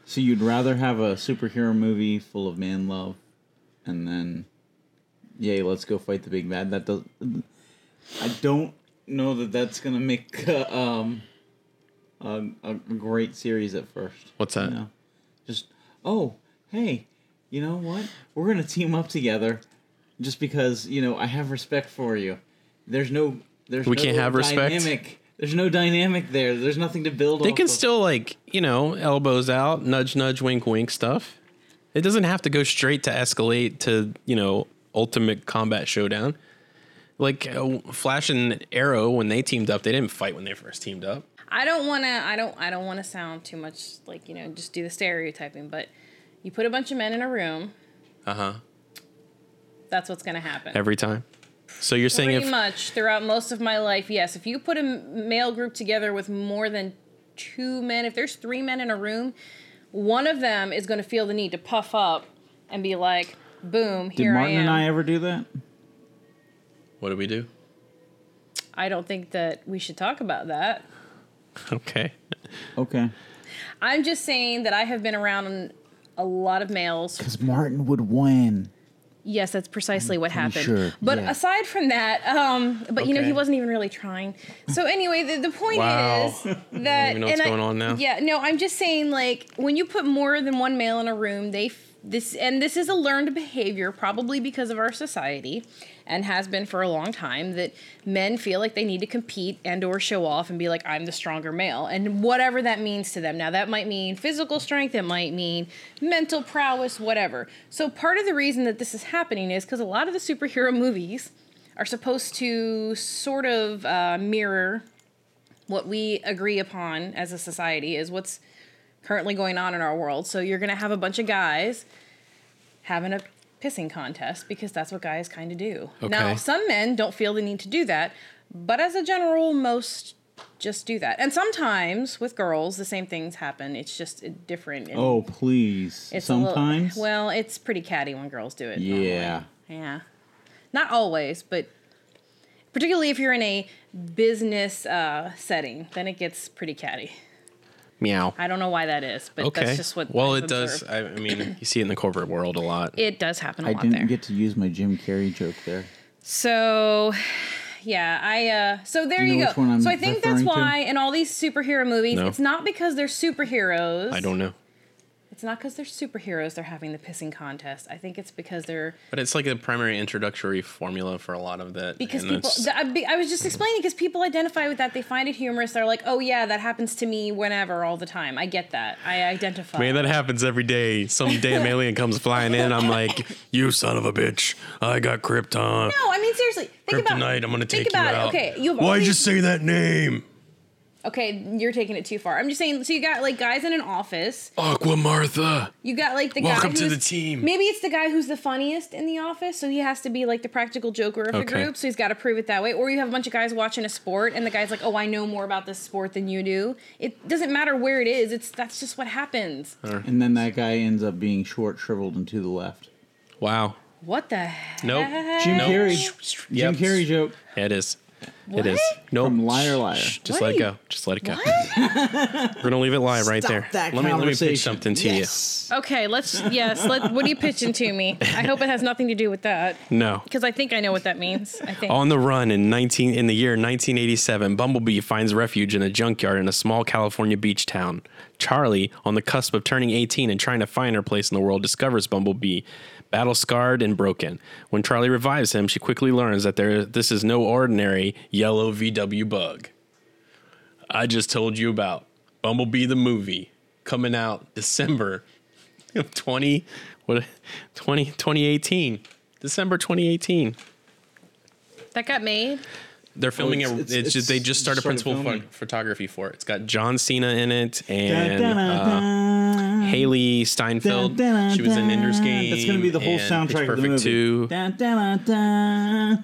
[SPEAKER 3] so you'd rather have a superhero movie full of man love, and then, yay, let's go fight the big bad. That does. I don't know that that's gonna make uh, um, a, a great series at first.
[SPEAKER 1] What's that?
[SPEAKER 3] No. Just oh, hey, you know what? We're gonna team up together, just because you know I have respect for you. There's no there's
[SPEAKER 1] We
[SPEAKER 3] no
[SPEAKER 1] can't have respect?
[SPEAKER 3] Dynamic. There's no dynamic there. There's nothing to build.
[SPEAKER 1] They
[SPEAKER 3] off
[SPEAKER 1] can
[SPEAKER 3] of.
[SPEAKER 1] still like you know elbows out, nudge, nudge, wink, wink stuff. It doesn't have to go straight to escalate to you know ultimate combat showdown. Like uh, Flash and Arrow when they teamed up, they didn't fight when they first teamed up.
[SPEAKER 2] I don't want to. I don't. I don't want to sound too much like you know, just do the stereotyping. But you put a bunch of men in a room.
[SPEAKER 1] Uh huh.
[SPEAKER 2] That's what's going to happen.
[SPEAKER 1] Every time. So you're saying
[SPEAKER 2] Pretty
[SPEAKER 1] if
[SPEAKER 2] much throughout most of my life, yes. If you put a m- male group together with more than two men, if there's three men in a room, one of them is going to feel the need to puff up and be like, "Boom,
[SPEAKER 3] Did
[SPEAKER 2] here
[SPEAKER 3] Martin
[SPEAKER 2] I am."
[SPEAKER 3] and I ever do that?
[SPEAKER 1] what do we do?
[SPEAKER 2] I don't think that we should talk about that.
[SPEAKER 1] Okay.
[SPEAKER 3] Okay.
[SPEAKER 2] I'm just saying that I have been around a lot of males.
[SPEAKER 3] Because Martin would win.
[SPEAKER 2] Yes, that's precisely what happened.
[SPEAKER 3] sure,
[SPEAKER 2] But
[SPEAKER 3] yeah.
[SPEAKER 2] aside from that, um, but you know,
[SPEAKER 1] Okay.
[SPEAKER 2] he wasn't even really trying. So anyway, the, the point
[SPEAKER 1] Wow.
[SPEAKER 2] is
[SPEAKER 1] I
[SPEAKER 2] that
[SPEAKER 1] even know what's
[SPEAKER 2] and
[SPEAKER 1] going on now.
[SPEAKER 2] Yeah, no, I'm just saying like when you put more than one male in a room, they f- this and this is a learned behavior probably because of our society and has been for a long time that men feel like they need to compete and or show off and be like I'm the stronger male and whatever that means to them. Now that might mean physical strength, it might mean mental prowess, whatever. So part of the reason that this is happening is cuz a lot of the superhero movies are supposed to sort of uh, mirror what we agree upon as a society is what's currently going on in our world. So you're going to have a bunch of guys having a pissing contest because that's what guys kind of do. Now,
[SPEAKER 1] Okay.
[SPEAKER 2] some men don't feel the need to do that, but as a general rule, most just do that. And sometimes with girls, the same things happen. It's just uh, different. and
[SPEAKER 3] Oh, please.
[SPEAKER 2] it's a little-
[SPEAKER 3] Sometimes?
[SPEAKER 2] well, it's pretty catty when girls do it. normally.
[SPEAKER 3] yeah.
[SPEAKER 2] Yeah. Not always, but particularly if you're in a business uh, setting, then it gets pretty catty.
[SPEAKER 1] Meow.
[SPEAKER 2] I don't know why that is, but
[SPEAKER 1] Okay.
[SPEAKER 2] that's just what.
[SPEAKER 1] well,
[SPEAKER 2] I've
[SPEAKER 1] it does. uh,
[SPEAKER 2] observed.
[SPEAKER 1] I, I mean, you see it in the corporate world a lot.
[SPEAKER 2] It does happen a
[SPEAKER 3] I
[SPEAKER 2] lot
[SPEAKER 3] didn't
[SPEAKER 2] there.
[SPEAKER 3] get to use my Jim Carrey joke there.
[SPEAKER 2] so, yeah, I. Uh, so there
[SPEAKER 3] you
[SPEAKER 2] you,
[SPEAKER 3] know which
[SPEAKER 2] go.
[SPEAKER 3] one I'm
[SPEAKER 2] so I think that's
[SPEAKER 3] referring to?
[SPEAKER 2] why in all these superhero movies,
[SPEAKER 1] No.
[SPEAKER 2] it's not because they're superheroes.
[SPEAKER 1] I don't know.
[SPEAKER 2] It's not because they're superheroes. They're having the pissing contest. I think it's because they're
[SPEAKER 1] But it's like the primary introductory formula for a lot of that.
[SPEAKER 2] because
[SPEAKER 1] and
[SPEAKER 2] people
[SPEAKER 1] it's-
[SPEAKER 2] th- I, be- I was just explaining because people identify with that they find it humorous they're like oh yeah that happens to me whenever all the time i get that i identify
[SPEAKER 1] Man, that happens every day. Some
[SPEAKER 2] [laughs]
[SPEAKER 1] damn alien comes flying in. I'm like, you son of a bitch. I got Krypton.
[SPEAKER 2] no i mean seriously think about
[SPEAKER 1] Kryptonite. I'm going to
[SPEAKER 2] think
[SPEAKER 1] take you
[SPEAKER 2] about it.
[SPEAKER 1] out.
[SPEAKER 2] okay you have all
[SPEAKER 1] Why'd you
[SPEAKER 2] these-
[SPEAKER 1] say that name?
[SPEAKER 2] okay you're taking it too far i'm just saying so you got like guys in an office
[SPEAKER 1] Aqua Martha.
[SPEAKER 2] you got like the
[SPEAKER 1] Welcome
[SPEAKER 2] guy
[SPEAKER 1] to
[SPEAKER 2] who's-
[SPEAKER 1] the team.
[SPEAKER 2] maybe it's the guy who's the funniest in the office so he has to be like the practical joker of the
[SPEAKER 1] Okay.
[SPEAKER 2] group so he's got to prove it that way or you have a bunch of guys watching a sport and the guy's like oh i know more about this sport than you do it doesn't matter where it is it's that's just what happens
[SPEAKER 3] And then that guy ends up being short, shriveled, and to the left.
[SPEAKER 1] Wow.
[SPEAKER 2] What the heck? [laughs]
[SPEAKER 1] Nope.
[SPEAKER 3] Jim
[SPEAKER 1] Nope.
[SPEAKER 3] Carrey.
[SPEAKER 1] Yep.
[SPEAKER 3] Jim Carrey joke.
[SPEAKER 1] Yeah, it is.
[SPEAKER 2] What?
[SPEAKER 1] It is. No.
[SPEAKER 3] From Liar Liar.
[SPEAKER 1] Just
[SPEAKER 2] What
[SPEAKER 1] let
[SPEAKER 2] are
[SPEAKER 1] it
[SPEAKER 2] you-
[SPEAKER 1] go. Just let it go. We're gonna leave it live right there. let me let me pitch something to
[SPEAKER 2] Okay, let's yes, let what are you pitching to me? I hope it has nothing to do with that.
[SPEAKER 1] you. No.
[SPEAKER 2] Because I think I know what that means. I think.
[SPEAKER 1] On the run in 19 in the year 1987, Bumblebee finds refuge in a junkyard in a small California beach town. Charlie, on the cusp of turning 18 and trying to find her place in the world, discovers Bumblebee, battle scarred and broken. When Charlie revives him, she quickly learns that there this is no ordinary yellow VW bug. I just told you about Bumblebee the movie coming out December [laughs] of 20 what 20 2018. December 2018.
[SPEAKER 2] that got made.
[SPEAKER 1] They're filming
[SPEAKER 3] Oh, it's-
[SPEAKER 1] it. It's,
[SPEAKER 3] it's-
[SPEAKER 1] just they just
[SPEAKER 3] it's
[SPEAKER 1] started
[SPEAKER 3] started
[SPEAKER 1] principal pho-
[SPEAKER 3] filming.
[SPEAKER 1] photography for it. It's got John Cena in it and uh,
[SPEAKER 3] And
[SPEAKER 1] Haley Steinfeld. she was in Ender's Game.
[SPEAKER 3] That's gonna be the whole
[SPEAKER 1] and Pitch
[SPEAKER 3] soundtrack of the
[SPEAKER 1] Perfect
[SPEAKER 3] movie.
[SPEAKER 1] 2.
[SPEAKER 3] Dun, dun, dun, dun.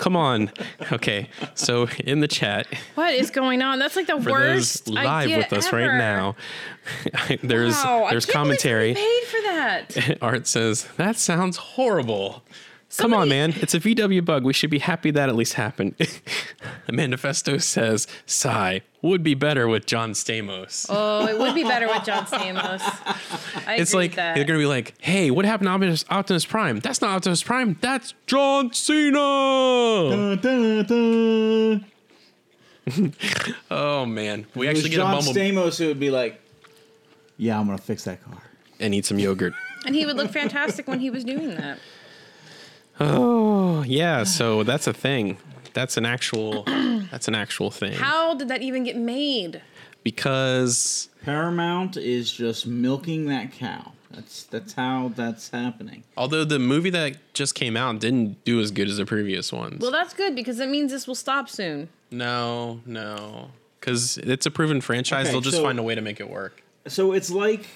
[SPEAKER 1] Come on. Okay, so in the chat
[SPEAKER 2] What is going on? That's like the
[SPEAKER 1] for
[SPEAKER 2] worst
[SPEAKER 1] those live
[SPEAKER 2] idea
[SPEAKER 1] with us right
[SPEAKER 2] ever.
[SPEAKER 1] now, [laughs] there's
[SPEAKER 2] Wow, I
[SPEAKER 1] there's
[SPEAKER 2] can't believe
[SPEAKER 1] commentary.
[SPEAKER 2] somebody Paid for that.
[SPEAKER 1] Art says that sounds horrible. Come on,
[SPEAKER 2] Somebody-
[SPEAKER 1] man. It's a VW bug. We should be happy that at least happened. [laughs] Manifesto says, sigh, would be better with John Stamos.
[SPEAKER 2] Oh, it would be better with John Stamos. I
[SPEAKER 1] it's
[SPEAKER 2] agree
[SPEAKER 1] like
[SPEAKER 2] with
[SPEAKER 1] they're
[SPEAKER 2] that.
[SPEAKER 1] gonna be like, "Hey, what happened to Optimus, Optimus Prime? That's not Optimus Prime. That's John Cena."
[SPEAKER 3] Dun, dun, dun.
[SPEAKER 1] Oh man, we
[SPEAKER 3] If it was
[SPEAKER 1] actually get a
[SPEAKER 3] John
[SPEAKER 1] bumble
[SPEAKER 3] Stamos who would be like, "Yeah, I'm gonna fix that car."
[SPEAKER 1] and eat some yogurt.
[SPEAKER 2] and he would look fantastic when he was doing that.
[SPEAKER 1] [laughs] oh yeah, so that's a thing. That's an [clears throat] actual. that's an actual thing
[SPEAKER 2] How did that even get made?
[SPEAKER 1] because
[SPEAKER 3] Paramount is just milking that cow. That's that's how that's happening.
[SPEAKER 1] although the movie that just came out didn't do as good as the previous ones.
[SPEAKER 2] Well, that's good because that means this will stop soon.
[SPEAKER 1] no, no. because it's a proven franchise.
[SPEAKER 3] Okay,
[SPEAKER 1] They'll just
[SPEAKER 3] so-
[SPEAKER 1] find a way to make it work.
[SPEAKER 3] So it's like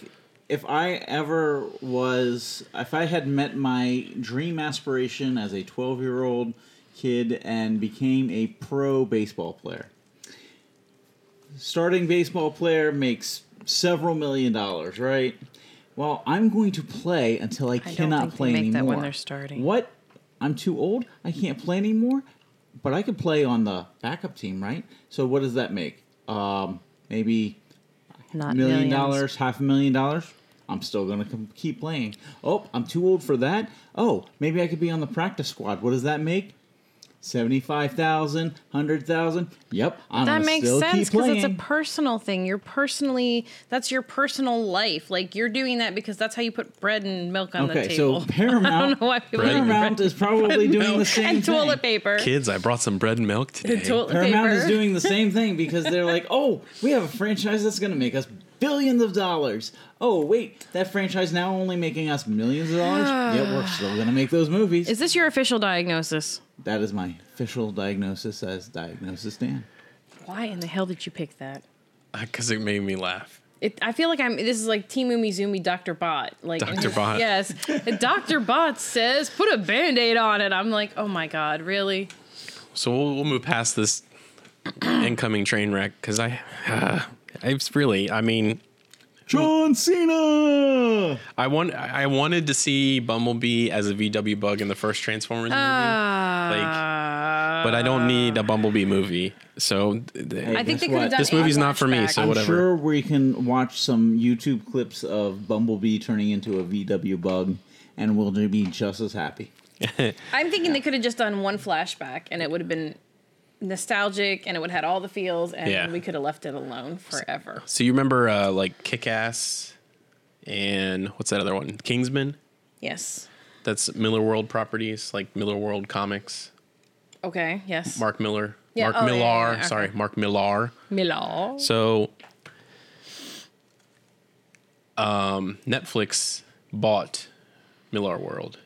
[SPEAKER 3] if I ever was, if I had met my dream aspiration as a 12 year old kid and became a pro baseball player. Starting baseball player makes several million dollars, right? Well, I'm going to play until I,
[SPEAKER 2] don't
[SPEAKER 3] cannot
[SPEAKER 2] think they
[SPEAKER 3] play
[SPEAKER 2] make
[SPEAKER 3] anymore.
[SPEAKER 2] that when they're starting.
[SPEAKER 3] What? I'm too old. I can't play anymore. But I could play on the backup team, right? So what does that make? Um, maybe
[SPEAKER 2] Not
[SPEAKER 3] million
[SPEAKER 2] Uh, millions.
[SPEAKER 3] dollars, half a million dollars, I'm still going to keep playing. Oh, I'm too old for that. Oh, maybe I could be on the practice squad. What does that make? 75,000, 100,000. Yep, I'm
[SPEAKER 2] That
[SPEAKER 3] gonna
[SPEAKER 2] makes
[SPEAKER 3] still
[SPEAKER 2] sense
[SPEAKER 3] keep
[SPEAKER 2] because
[SPEAKER 3] playing.
[SPEAKER 2] it's a personal thing. You're personally that's your personal life. Like you're doing that because that's how you put bread and milk on the
[SPEAKER 3] okay,
[SPEAKER 2] table. [laughs]
[SPEAKER 3] so Paramount
[SPEAKER 2] I don't know why people
[SPEAKER 1] Right.
[SPEAKER 3] Paramount
[SPEAKER 2] [laughs]
[SPEAKER 3] is probably doing the same
[SPEAKER 2] and
[SPEAKER 3] thing.
[SPEAKER 2] toilet paper.
[SPEAKER 1] Kids, I brought some bread and milk today.
[SPEAKER 2] Toilet
[SPEAKER 3] Paramount
[SPEAKER 2] paper.
[SPEAKER 3] is doing the same thing because they're like, [laughs] oh, we have a franchise that's going to make us billions of dollars. Oh, wait, that franchise now only making us millions
[SPEAKER 2] [sighs]
[SPEAKER 3] of dollars? yep, we're still going to make those movies.
[SPEAKER 2] is this your official diagnosis?
[SPEAKER 3] That is my official diagnosis as Diagnosis Dan.
[SPEAKER 2] Why in the hell did you pick that?
[SPEAKER 1] because Uh, it made me laugh.
[SPEAKER 2] It, I feel like I'm. This is like Team Umi Zoomy Doctor Bot. Like and [laughs]
[SPEAKER 1] Dr.
[SPEAKER 2] he-
[SPEAKER 1] Bot.
[SPEAKER 2] Yes, Doctor Bot says put a Band-Aid on it. I'm like, oh my god, really?
[SPEAKER 1] So we'll, we'll move past this [clears throat] incoming train wreck because I, [sighs] it's really, I mean,
[SPEAKER 3] John Cena!
[SPEAKER 1] I want, I wanted to see Bumblebee as a VW bug in the first Transformers movie, like,
[SPEAKER 2] Uh,
[SPEAKER 1] but I don't need a Bumblebee movie. So th- th-
[SPEAKER 2] I think
[SPEAKER 3] Guess
[SPEAKER 2] they could
[SPEAKER 3] what?
[SPEAKER 2] have done.
[SPEAKER 1] This
[SPEAKER 2] a
[SPEAKER 1] movie's not for me,
[SPEAKER 2] flashback.
[SPEAKER 1] so
[SPEAKER 3] I'm
[SPEAKER 1] whatever.
[SPEAKER 3] sure we can watch some YouTube clips of Bumblebee turning into a VW bug and we'll be just as happy.
[SPEAKER 2] I'm thinking they could have just done one flashback and it would have been nostalgic and it would have had all the feels and
[SPEAKER 1] Yeah.
[SPEAKER 2] we could have left it alone forever.
[SPEAKER 1] So you remember uh, like Kick Ass and what's that other one? Kingsman?
[SPEAKER 2] Yes.
[SPEAKER 1] That's Miller World Properties, like Miller World Comics.
[SPEAKER 2] Okay. Yes.
[SPEAKER 1] Mark Miller.
[SPEAKER 2] Yeah,
[SPEAKER 1] Mark
[SPEAKER 2] oh, yeah,
[SPEAKER 1] Millar.
[SPEAKER 2] yeah, yeah, okay.
[SPEAKER 1] Sorry, Mark Millar.
[SPEAKER 2] Millar.
[SPEAKER 1] So um, Netflix bought Millar World.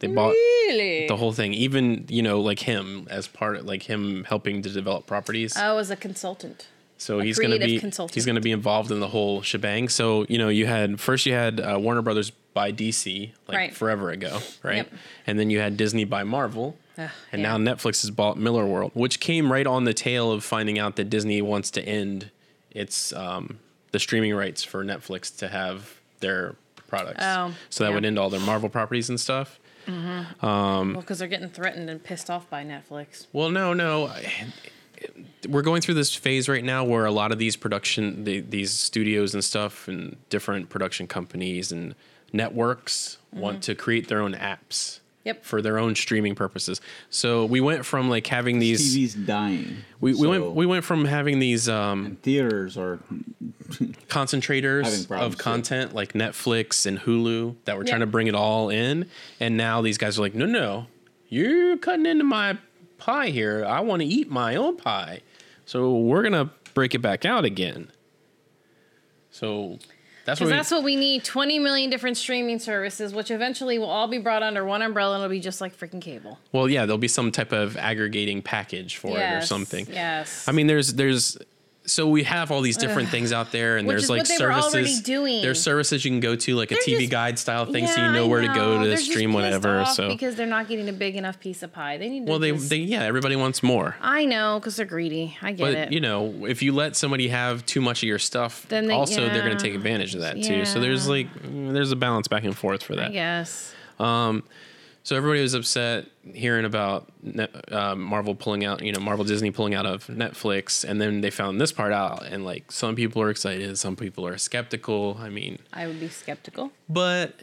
[SPEAKER 1] They bought
[SPEAKER 2] Really?
[SPEAKER 1] the whole thing, even, you know, like him as part of like him helping to develop properties.
[SPEAKER 2] I was a consultant.
[SPEAKER 1] So he's going to
[SPEAKER 2] creative
[SPEAKER 1] be
[SPEAKER 2] consultant.
[SPEAKER 1] he's going to be involved in the whole shebang. So you know, you had first you had uh, Warner Brothers by DC like
[SPEAKER 2] Right.
[SPEAKER 1] forever ago, right?
[SPEAKER 2] Yep.
[SPEAKER 1] And then you had Disney by Marvel, and
[SPEAKER 2] yeah.
[SPEAKER 1] now Netflix has bought Miller World, which came right on the tail of finding out that Disney wants to end its um, the streaming rights for Netflix to have their products.
[SPEAKER 2] Oh,
[SPEAKER 1] so that
[SPEAKER 2] yeah.
[SPEAKER 1] would end all their Marvel properties and stuff. Mm.
[SPEAKER 2] Well, because they're getting threatened and pissed off by Netflix.
[SPEAKER 1] Well, no, no. I- We're going through this phase right now where a lot of these production, the, these studios and stuff, and different production companies and networks want to create their own apps
[SPEAKER 2] Yep.
[SPEAKER 1] for their own streaming purposes. So we went from like having these,
[SPEAKER 3] TV's dying.
[SPEAKER 1] we, we
[SPEAKER 3] so
[SPEAKER 1] went we went from having these um,
[SPEAKER 3] Theaters are. Having
[SPEAKER 1] concentrators
[SPEAKER 3] problems,
[SPEAKER 1] of
[SPEAKER 3] too.
[SPEAKER 1] content like Netflix and Hulu that were trying
[SPEAKER 2] Yeah.
[SPEAKER 1] to bring it all in, and now these guys are like, no, no, you're cutting into my pie here. I want to eat my own pie, so we're gonna break it back out again. So that's what.
[SPEAKER 2] Because
[SPEAKER 1] we-
[SPEAKER 2] that's what we need 20 million different streaming services, which eventually will all be brought under one umbrella and it'll be just like freaking cable.
[SPEAKER 1] well, yeah, there'll be some type of aggregating package for it or
[SPEAKER 2] Yes,
[SPEAKER 1] something.
[SPEAKER 2] Yes.
[SPEAKER 1] I mean, there's there's so we have all these different things out there, and
[SPEAKER 2] Which
[SPEAKER 1] there's
[SPEAKER 2] is
[SPEAKER 1] like
[SPEAKER 2] what they were
[SPEAKER 1] services.
[SPEAKER 2] already doing.
[SPEAKER 1] There's services you can go to, like a
[SPEAKER 2] They're
[SPEAKER 1] TV
[SPEAKER 2] just-
[SPEAKER 1] guide style thing, so
[SPEAKER 2] Yeah,
[SPEAKER 1] you know
[SPEAKER 2] I
[SPEAKER 1] where to go
[SPEAKER 2] know.
[SPEAKER 1] to
[SPEAKER 2] They're just
[SPEAKER 1] stream
[SPEAKER 2] pissed
[SPEAKER 1] whatever.
[SPEAKER 2] off
[SPEAKER 1] So
[SPEAKER 2] because they're not getting a big enough piece of pie, they need. To
[SPEAKER 1] well, they,
[SPEAKER 2] just-
[SPEAKER 1] they yeah, everybody wants more.
[SPEAKER 2] I know because they're greedy. I get
[SPEAKER 1] But
[SPEAKER 2] it.
[SPEAKER 1] you know, if you let somebody have too much of your stuff,
[SPEAKER 2] Then they-
[SPEAKER 1] also they're going
[SPEAKER 2] yeah.
[SPEAKER 1] to take advantage of that too. So there's
[SPEAKER 2] Yeah.
[SPEAKER 1] like mm, there's a balance back and forth for that.
[SPEAKER 2] yes.
[SPEAKER 1] So everybody was upset hearing about Net, uh, Marvel pulling out, you know, Marvel Disney pulling out of Netflix, and then they found this part out, and like some people are excited, some people are skeptical. I mean,
[SPEAKER 2] I would be skeptical.
[SPEAKER 1] but
[SPEAKER 2] Are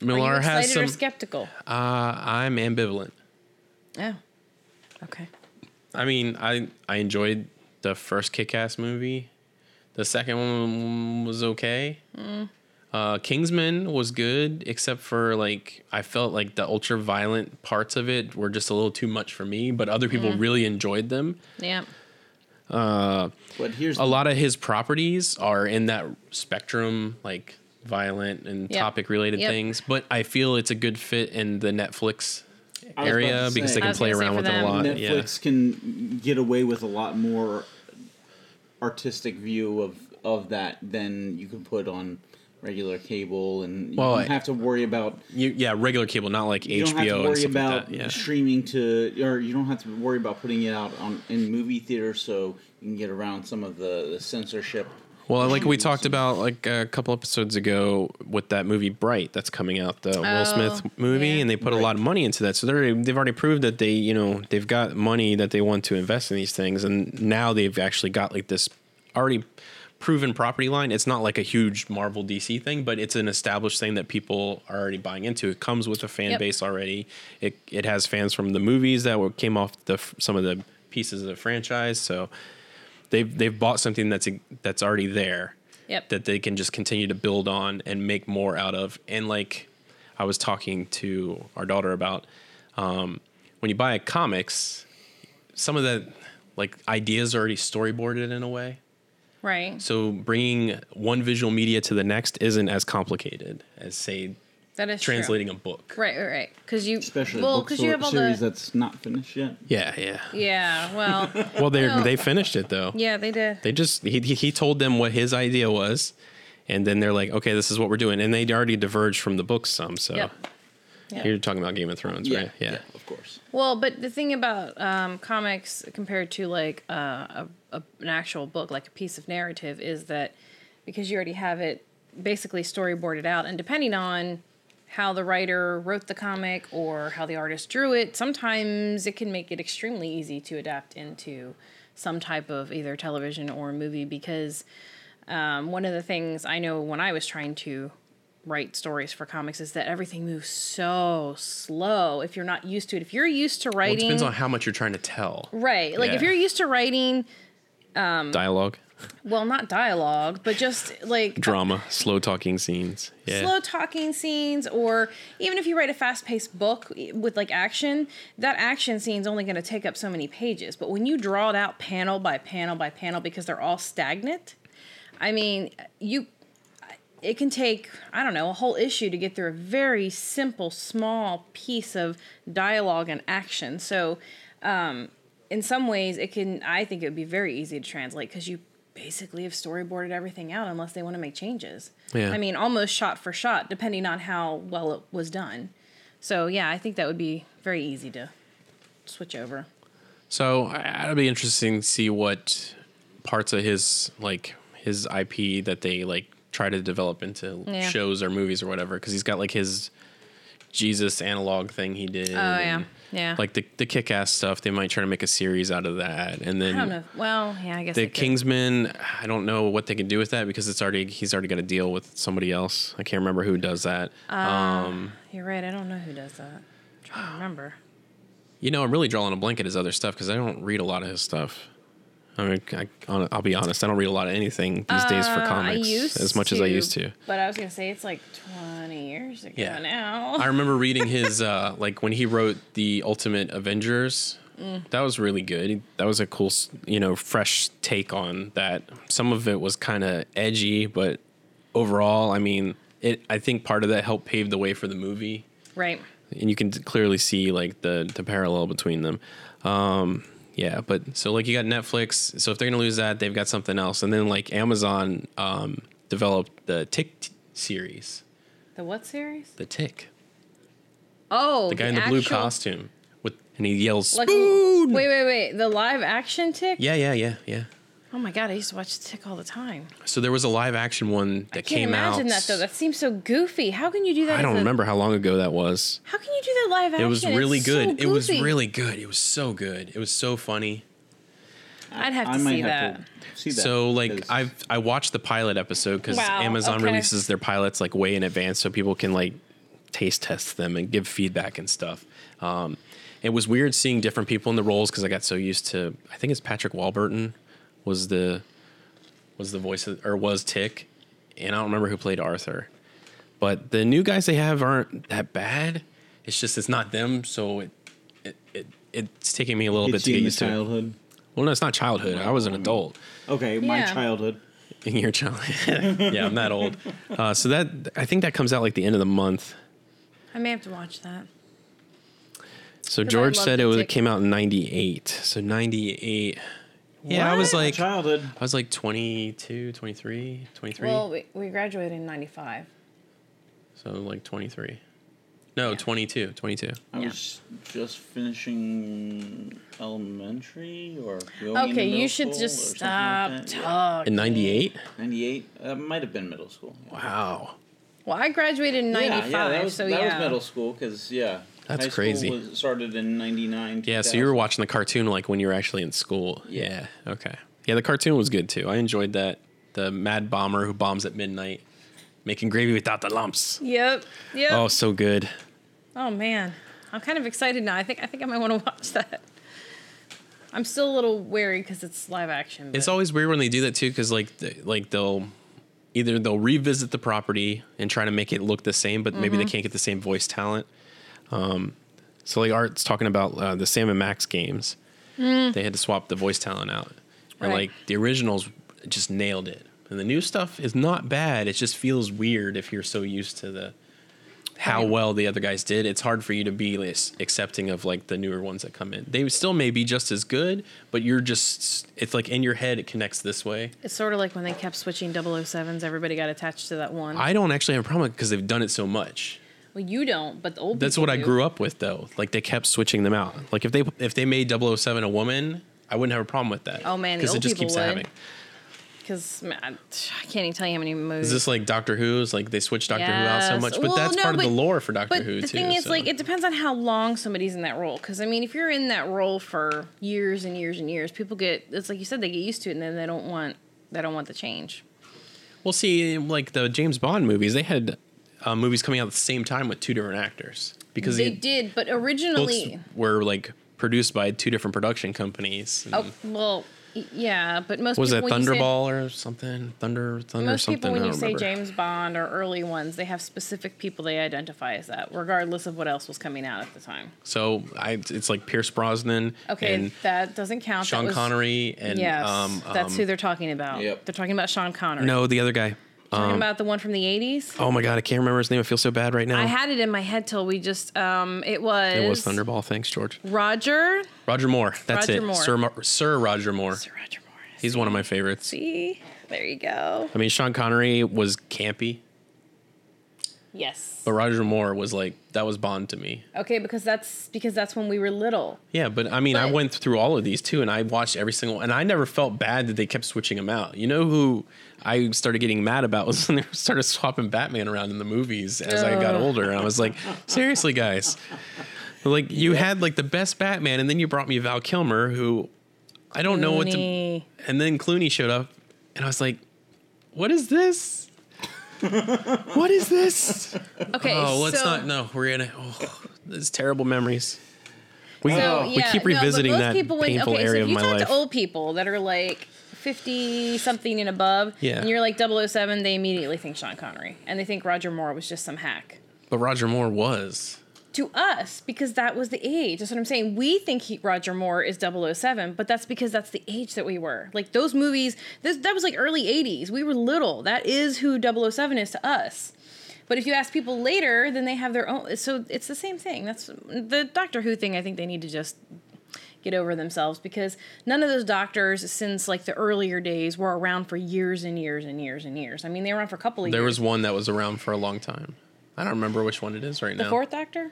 [SPEAKER 2] you
[SPEAKER 1] Millar
[SPEAKER 2] excited
[SPEAKER 1] has some.
[SPEAKER 2] or skeptical?
[SPEAKER 1] uh, I'm ambivalent.
[SPEAKER 2] Oh. Okay.
[SPEAKER 1] I mean, I I enjoyed the first Kick-Ass movie. The second one was okay.
[SPEAKER 2] Mm.
[SPEAKER 1] Uh, Kingsman was good, except for like I felt like the ultra violent parts of it were just a little too much for me. But other
[SPEAKER 2] Mm.
[SPEAKER 1] people really enjoyed them.
[SPEAKER 2] Yeah.
[SPEAKER 3] But here's
[SPEAKER 1] A lot of his properties are in that spectrum, like violent and
[SPEAKER 2] Yep.
[SPEAKER 1] topic related
[SPEAKER 2] Yep.
[SPEAKER 1] things. But I feel it's a good fit in the Netflix
[SPEAKER 3] was about
[SPEAKER 1] area
[SPEAKER 3] to
[SPEAKER 1] because
[SPEAKER 3] say.
[SPEAKER 1] they
[SPEAKER 3] I
[SPEAKER 1] can
[SPEAKER 2] was
[SPEAKER 1] play
[SPEAKER 2] gonna say
[SPEAKER 1] around
[SPEAKER 2] for
[SPEAKER 1] with it a
[SPEAKER 2] them.
[SPEAKER 1] lot. Yeah.
[SPEAKER 3] Netflix can get away with a lot more artistic view of of that than you can put on regular cable, and you
[SPEAKER 1] Well,
[SPEAKER 3] don't
[SPEAKER 1] I-
[SPEAKER 3] have to worry about
[SPEAKER 1] You, yeah, regular cable, not like
[SPEAKER 3] you don't have to
[SPEAKER 1] HBO and
[SPEAKER 3] worry
[SPEAKER 1] stuff
[SPEAKER 3] about
[SPEAKER 1] like that. Yeah.
[SPEAKER 3] streaming to or you don't have to worry about putting it out on in movie theaters, so you can get around some of the, the censorship.
[SPEAKER 1] Well, like we talked about like a couple episodes ago with that movie Bright that's coming out, the Will
[SPEAKER 2] Oh,
[SPEAKER 1] Smith movie,
[SPEAKER 2] yeah.
[SPEAKER 1] and they put a lot of money into that. So they're they've already proved that they you know they've got money that they want to invest in these things, and now they've actually got like this already proven property line. It's not like a huge Marvel DC thing, but it's an established thing that people are already buying into. It comes with a fan
[SPEAKER 2] Yep.
[SPEAKER 1] base already. It it has fans from the movies that were, came off the f- some of the pieces of the franchise. So they've they've bought something that's that's already there
[SPEAKER 2] Yep.
[SPEAKER 1] that they can just continue to build on and make more out of and like i was talking to our daughter about um, when you buy a comics some of the like ideas are already storyboarded in a way
[SPEAKER 2] right.
[SPEAKER 1] so bringing one visual media to the next isn't as complicated as say
[SPEAKER 2] That is true.
[SPEAKER 1] translating a book
[SPEAKER 2] Right, right, right. Because you
[SPEAKER 3] Especially a
[SPEAKER 2] well,
[SPEAKER 3] book
[SPEAKER 2] because you
[SPEAKER 3] sort-
[SPEAKER 2] have all
[SPEAKER 3] series
[SPEAKER 2] the
[SPEAKER 3] that's not finished yet.
[SPEAKER 1] yeah yeah
[SPEAKER 2] yeah. Well,
[SPEAKER 3] [laughs]
[SPEAKER 1] well they
[SPEAKER 2] Well-
[SPEAKER 1] they finished it though
[SPEAKER 2] yeah, they did.
[SPEAKER 1] They just he he- he told them what his idea was, and then they're like, okay, this is what we're doing, and they'd already diverged from the books some. So
[SPEAKER 2] Yep. Yep.
[SPEAKER 1] you're talking about Game of Thrones, right? Yeah.
[SPEAKER 3] of course.
[SPEAKER 2] Well, but the thing about um, comics compared to like uh, a, a, an actual book, like a piece of narrative, is that because you already have it basically storyboarded out, and depending on how the writer wrote the comic or how the artist drew it, sometimes it can make it extremely easy to adapt into some type of either television or movie because um, one of the things I know when I was trying to write stories for comics is that everything moves so slow if you're not used to it. If you're used to
[SPEAKER 1] Well, it
[SPEAKER 2] writing,
[SPEAKER 1] depends on how much you're trying to tell
[SPEAKER 2] right? Like if
[SPEAKER 1] Yeah.
[SPEAKER 2] you're used to writing,
[SPEAKER 1] dialogue,
[SPEAKER 2] well, not dialogue, but just like
[SPEAKER 1] drama, slow talking scenes. Yeah.
[SPEAKER 2] slow talking scenes, or even if you write a fast paced book with like action, that action scene's only going to take up so many pages. But when you draw it out panel by panel by panel because they're all stagnant, I mean, you it can take i don't know a whole issue to get through a very simple small piece of dialogue and action so um, in some ways it can i think it would be very easy to translate because you basically have storyboarded everything out unless they want to make changes
[SPEAKER 1] Yeah.
[SPEAKER 2] i mean almost shot for shot depending on how well it was done so yeah i think that would be very easy to switch over
[SPEAKER 1] So I- it'll be interesting to see what parts of his like his IP that they like try to develop into
[SPEAKER 2] Yeah.
[SPEAKER 1] shows or movies or whatever. Because he's got like his Jesus analog thing he did. Oh
[SPEAKER 2] yeah. Yeah.
[SPEAKER 1] Like the the kick ass stuff, they might try to make a series out of that, and then
[SPEAKER 2] i don't know if- well yeah i guess
[SPEAKER 1] the
[SPEAKER 2] they could.
[SPEAKER 1] Kingsman. I don't know what they can do with that because it's already he's already got a deal with somebody else. I can't remember who does that.
[SPEAKER 2] you're right i don't know who does that I'm trying to remember
[SPEAKER 1] You know, I'm really drawing a blank at his other stuff because I don't read a lot of his stuff. I mean, I, hon- I'll be honest, I don't read a lot of anything these days for comics as much as I Uh, used to.
[SPEAKER 2] But I was gonna say it's like twenty years ago
[SPEAKER 1] Yeah.
[SPEAKER 2] now.
[SPEAKER 1] [laughs] I remember reading his, uh, like when he wrote the Ultimate Avengers. That was really good. That was a cool, s- you know, fresh take on that. Some of it was kind of edgy, but overall, I mean, it. I think part of that helped pave the way for the movie.
[SPEAKER 2] right.
[SPEAKER 1] and you can t- clearly see like the the parallel between them. Um, yeah, but so like you got Netflix. So if they're gonna lose that, they've got something else. And then like Amazon um, developed the Tick t- series,
[SPEAKER 2] The what series?
[SPEAKER 1] the Tick,
[SPEAKER 2] Oh,
[SPEAKER 1] the guy in the blue
[SPEAKER 2] actual-
[SPEAKER 1] costume with and he yells
[SPEAKER 2] Like,
[SPEAKER 1] spoon.
[SPEAKER 2] Wait, wait, wait. The live action tick?
[SPEAKER 1] Yeah, yeah, yeah, yeah.
[SPEAKER 2] Oh my god, I used to watch tick all the time.
[SPEAKER 1] So there was a live action one that
[SPEAKER 2] Can't
[SPEAKER 1] came
[SPEAKER 2] imagine
[SPEAKER 1] out.
[SPEAKER 2] that though. That seems so goofy. How can you do that?
[SPEAKER 1] I
[SPEAKER 2] as
[SPEAKER 1] don't
[SPEAKER 2] a-
[SPEAKER 1] remember how long ago that was.
[SPEAKER 2] How can you do that live action?
[SPEAKER 1] It was
[SPEAKER 2] It's
[SPEAKER 1] really
[SPEAKER 2] so
[SPEAKER 1] good. it was
[SPEAKER 2] goofy.
[SPEAKER 1] really good. It was so good. It was so funny.
[SPEAKER 2] I'd have to
[SPEAKER 3] I might
[SPEAKER 2] see
[SPEAKER 3] have
[SPEAKER 2] that.
[SPEAKER 3] to see that.
[SPEAKER 1] So like
[SPEAKER 3] 'cause
[SPEAKER 1] I've I watched the pilot episode because
[SPEAKER 2] Wow,
[SPEAKER 1] Amazon
[SPEAKER 2] okay.
[SPEAKER 1] releases their pilots like way in advance, so people can like taste test them and give feedback and stuff. Um, it was weird seeing different people in the roles because I got so used to. I think it's Patrick Walburton was the was the voice of, or was Tick, and I don't remember who played Arthur. But the new guys they have aren't that bad. It's just it's not them, so it it, it it's taking me a little bit
[SPEAKER 3] it's
[SPEAKER 1] to
[SPEAKER 3] you
[SPEAKER 1] get
[SPEAKER 3] in the
[SPEAKER 1] used to. it.
[SPEAKER 3] childhood.
[SPEAKER 1] Well, no, it's not childhood. I was an adult
[SPEAKER 3] Okay, my
[SPEAKER 2] Yeah.
[SPEAKER 3] childhood.
[SPEAKER 1] in your child. [laughs] yeah, I'm that old. Uh, so that I think that comes out like the end of the month.
[SPEAKER 2] I may have to watch that.
[SPEAKER 1] So
[SPEAKER 2] 'Cause I
[SPEAKER 1] George
[SPEAKER 2] love
[SPEAKER 1] said
[SPEAKER 2] the
[SPEAKER 1] it was it
[SPEAKER 2] tick-
[SPEAKER 1] came out in '98. So '98. Yeah, I was
[SPEAKER 2] What?
[SPEAKER 1] like I
[SPEAKER 3] Childhood.
[SPEAKER 1] was like 22, 23, 23.
[SPEAKER 2] Well, we, we graduated in 95.
[SPEAKER 1] so like 23. No, 22, 22.
[SPEAKER 3] I
[SPEAKER 2] Yeah.
[SPEAKER 3] was just finishing elementary or going into
[SPEAKER 2] Okay, you
[SPEAKER 3] middle
[SPEAKER 2] should
[SPEAKER 3] school
[SPEAKER 2] just
[SPEAKER 3] or something like
[SPEAKER 2] stop
[SPEAKER 3] that. Yeah.
[SPEAKER 2] talking.
[SPEAKER 1] In '98.
[SPEAKER 3] 98. That might have been middle school. Yeah.
[SPEAKER 1] Wow.
[SPEAKER 2] Well, I graduated in 95,
[SPEAKER 3] Yeah, yeah, that was,
[SPEAKER 2] so
[SPEAKER 3] that
[SPEAKER 2] yeah.
[SPEAKER 3] was middle school because, yeah.
[SPEAKER 1] That's
[SPEAKER 3] high school
[SPEAKER 1] crazy.
[SPEAKER 3] Was, started in 99.
[SPEAKER 1] Yeah. So you were watching the cartoon like when you were actually in school. Yeah. Okay. Yeah, the cartoon was good too. I enjoyed that. The Mad Bomber who bombs at midnight, making gravy without the lumps.
[SPEAKER 2] Yep. Yep.
[SPEAKER 1] Oh,
[SPEAKER 2] Oh.
[SPEAKER 1] so good.
[SPEAKER 2] man, I'm kind of excited now. I think I think I might want to [laughs] watch that. I'm still a little wary because it's live action. But
[SPEAKER 1] It's always weird when they do that too, because like th- like they'll either they'll revisit the property and try to make it look the same, but maybe they can't get the same voice talent. Um, so like Art's talking about uh, the Sam and Max games, they had to swap the voice talent out, and
[SPEAKER 2] Right.
[SPEAKER 1] like the originals just nailed it, and the new stuff is not bad. It just feels weird if you're so used to the how well the other guys did. It's hard for you to be less accepting of like the newer ones that come in. They still may be just as good, but you're just it's like in your head it connects this way.
[SPEAKER 2] it's sort of like when they kept switching 007s. Everybody got attached to that one.
[SPEAKER 1] I don't actually have a problem because they've done it so much.
[SPEAKER 2] well, you don't, but the old.
[SPEAKER 1] That's what I grew up with though. Like they kept switching them out. Like if they if they made 007 a woman, I wouldn't have a problem with that.
[SPEAKER 2] Oh, man, the
[SPEAKER 1] because it
[SPEAKER 2] old
[SPEAKER 1] just
[SPEAKER 2] people
[SPEAKER 1] keeps
[SPEAKER 2] would.
[SPEAKER 1] happening.
[SPEAKER 2] Because I I can't even tell you how many movies.
[SPEAKER 1] Is this like Doctor Who's? Like they switch Doctor Who out so
[SPEAKER 2] Yes.
[SPEAKER 1] much, but
[SPEAKER 2] Well,
[SPEAKER 1] that's
[SPEAKER 2] no,
[SPEAKER 1] part
[SPEAKER 2] but-
[SPEAKER 1] of the lore for Doctor
[SPEAKER 2] But
[SPEAKER 1] Who
[SPEAKER 2] the
[SPEAKER 1] too.
[SPEAKER 2] thing is,
[SPEAKER 1] so-
[SPEAKER 2] like, it depends on how long somebody's in that role. Because I mean, if you're in that role for years and years and years, people get it's like you said, they get used to it, and then they don't want they don't want the change.
[SPEAKER 1] Well, see, like the James Bond movies, they had uh, movies coming out at the same time with two different actors because
[SPEAKER 2] They
[SPEAKER 1] the
[SPEAKER 2] did, but
[SPEAKER 1] books
[SPEAKER 2] originally,
[SPEAKER 1] were like produced by two different production companies. and-
[SPEAKER 2] oh well, y- yeah, but most
[SPEAKER 1] Mm. was it
[SPEAKER 2] people, when you say-
[SPEAKER 1] Thunderball or something? Thunder, Thunder,
[SPEAKER 2] Most
[SPEAKER 1] something.
[SPEAKER 2] people, when
[SPEAKER 1] I
[SPEAKER 2] you
[SPEAKER 1] don't
[SPEAKER 2] say
[SPEAKER 1] remember.
[SPEAKER 2] James Bond or early ones, they have specific people they identify as that, regardless of what else was coming out at the time.
[SPEAKER 1] so I, it's like Pierce Brosnan,
[SPEAKER 2] Okay,
[SPEAKER 1] and
[SPEAKER 2] that doesn't count.
[SPEAKER 1] Sean
[SPEAKER 2] that was,
[SPEAKER 1] Connery, and
[SPEAKER 2] Yes,
[SPEAKER 1] um,
[SPEAKER 2] that's
[SPEAKER 1] um,
[SPEAKER 2] who they're talking about.
[SPEAKER 3] Yep.
[SPEAKER 2] They're talking about Sean Connery.
[SPEAKER 1] no, the other guy.
[SPEAKER 2] Talking about the one from the 80s?
[SPEAKER 1] Oh my god, I can't remember his name. I feel so bad right now.
[SPEAKER 2] I had it in my head till we just um it was
[SPEAKER 1] it was Thunderball. Thanks, George.
[SPEAKER 2] Roger
[SPEAKER 1] Roger Moore. That's
[SPEAKER 2] Roger
[SPEAKER 1] it.
[SPEAKER 2] Moore.
[SPEAKER 1] Sir, Mar- Sir Roger Moore.
[SPEAKER 2] Sir Roger Morris.
[SPEAKER 1] He's one of my favorites.
[SPEAKER 2] See? There you go.
[SPEAKER 1] I mean, Sean Connery was campy.
[SPEAKER 2] Yes.
[SPEAKER 1] But Roger Moore was like that was Bond to me.
[SPEAKER 2] Okay, because that's because that's when we were little.
[SPEAKER 1] Yeah, but I mean, I
[SPEAKER 2] But-
[SPEAKER 1] went through all of these too, and I watched every single, and I never felt bad that they kept switching him out. You know who I started getting mad about [laughs] was when they started swapping Batman around in the movies as I got
[SPEAKER 2] Ugh.
[SPEAKER 1] older, and I was like, seriously, guys, like you had like the best Batman, and then you brought me Val Kilmer, who I don't know what to,
[SPEAKER 2] Clooney.
[SPEAKER 1] and then Clooney showed up, and I was like, what is this? what is this?
[SPEAKER 2] Okay.
[SPEAKER 1] [laughs] Oh, let's
[SPEAKER 2] so,
[SPEAKER 1] not. No, we're gonna. Oh, there's terrible memories. We,
[SPEAKER 2] So,
[SPEAKER 1] we
[SPEAKER 2] yeah,
[SPEAKER 1] keep
[SPEAKER 2] no, but
[SPEAKER 1] revisiting
[SPEAKER 2] most
[SPEAKER 1] that
[SPEAKER 2] people when-
[SPEAKER 1] painful
[SPEAKER 2] okay, so
[SPEAKER 1] area
[SPEAKER 2] if
[SPEAKER 1] of
[SPEAKER 2] you
[SPEAKER 1] my
[SPEAKER 2] talk
[SPEAKER 1] life.
[SPEAKER 2] to old people that are like 50 something and above,
[SPEAKER 1] Yeah.
[SPEAKER 2] and you're like 007, they immediately think Sean Connery and they think Roger Moore was just some hack.
[SPEAKER 1] but Roger Moore was.
[SPEAKER 2] to us because that was the age. That's what I'm saying. We think he, Roger Moore is 007, but that's because that's the age that we were. Like those movies, this, that was like early 80s. We were little. That is who 007 is to us. But if you ask people later, then they have their own. So it's the same thing. That's the Doctor Who thing. I think they need to just get over themselves because none of those doctors since like the earlier days were around for years and years and years and years. I mean, they were around for a couple of
[SPEAKER 1] There
[SPEAKER 2] years.
[SPEAKER 1] was one that was around for a long time. I don't remember which one it is right
[SPEAKER 2] the
[SPEAKER 1] now.
[SPEAKER 2] fourth doctor?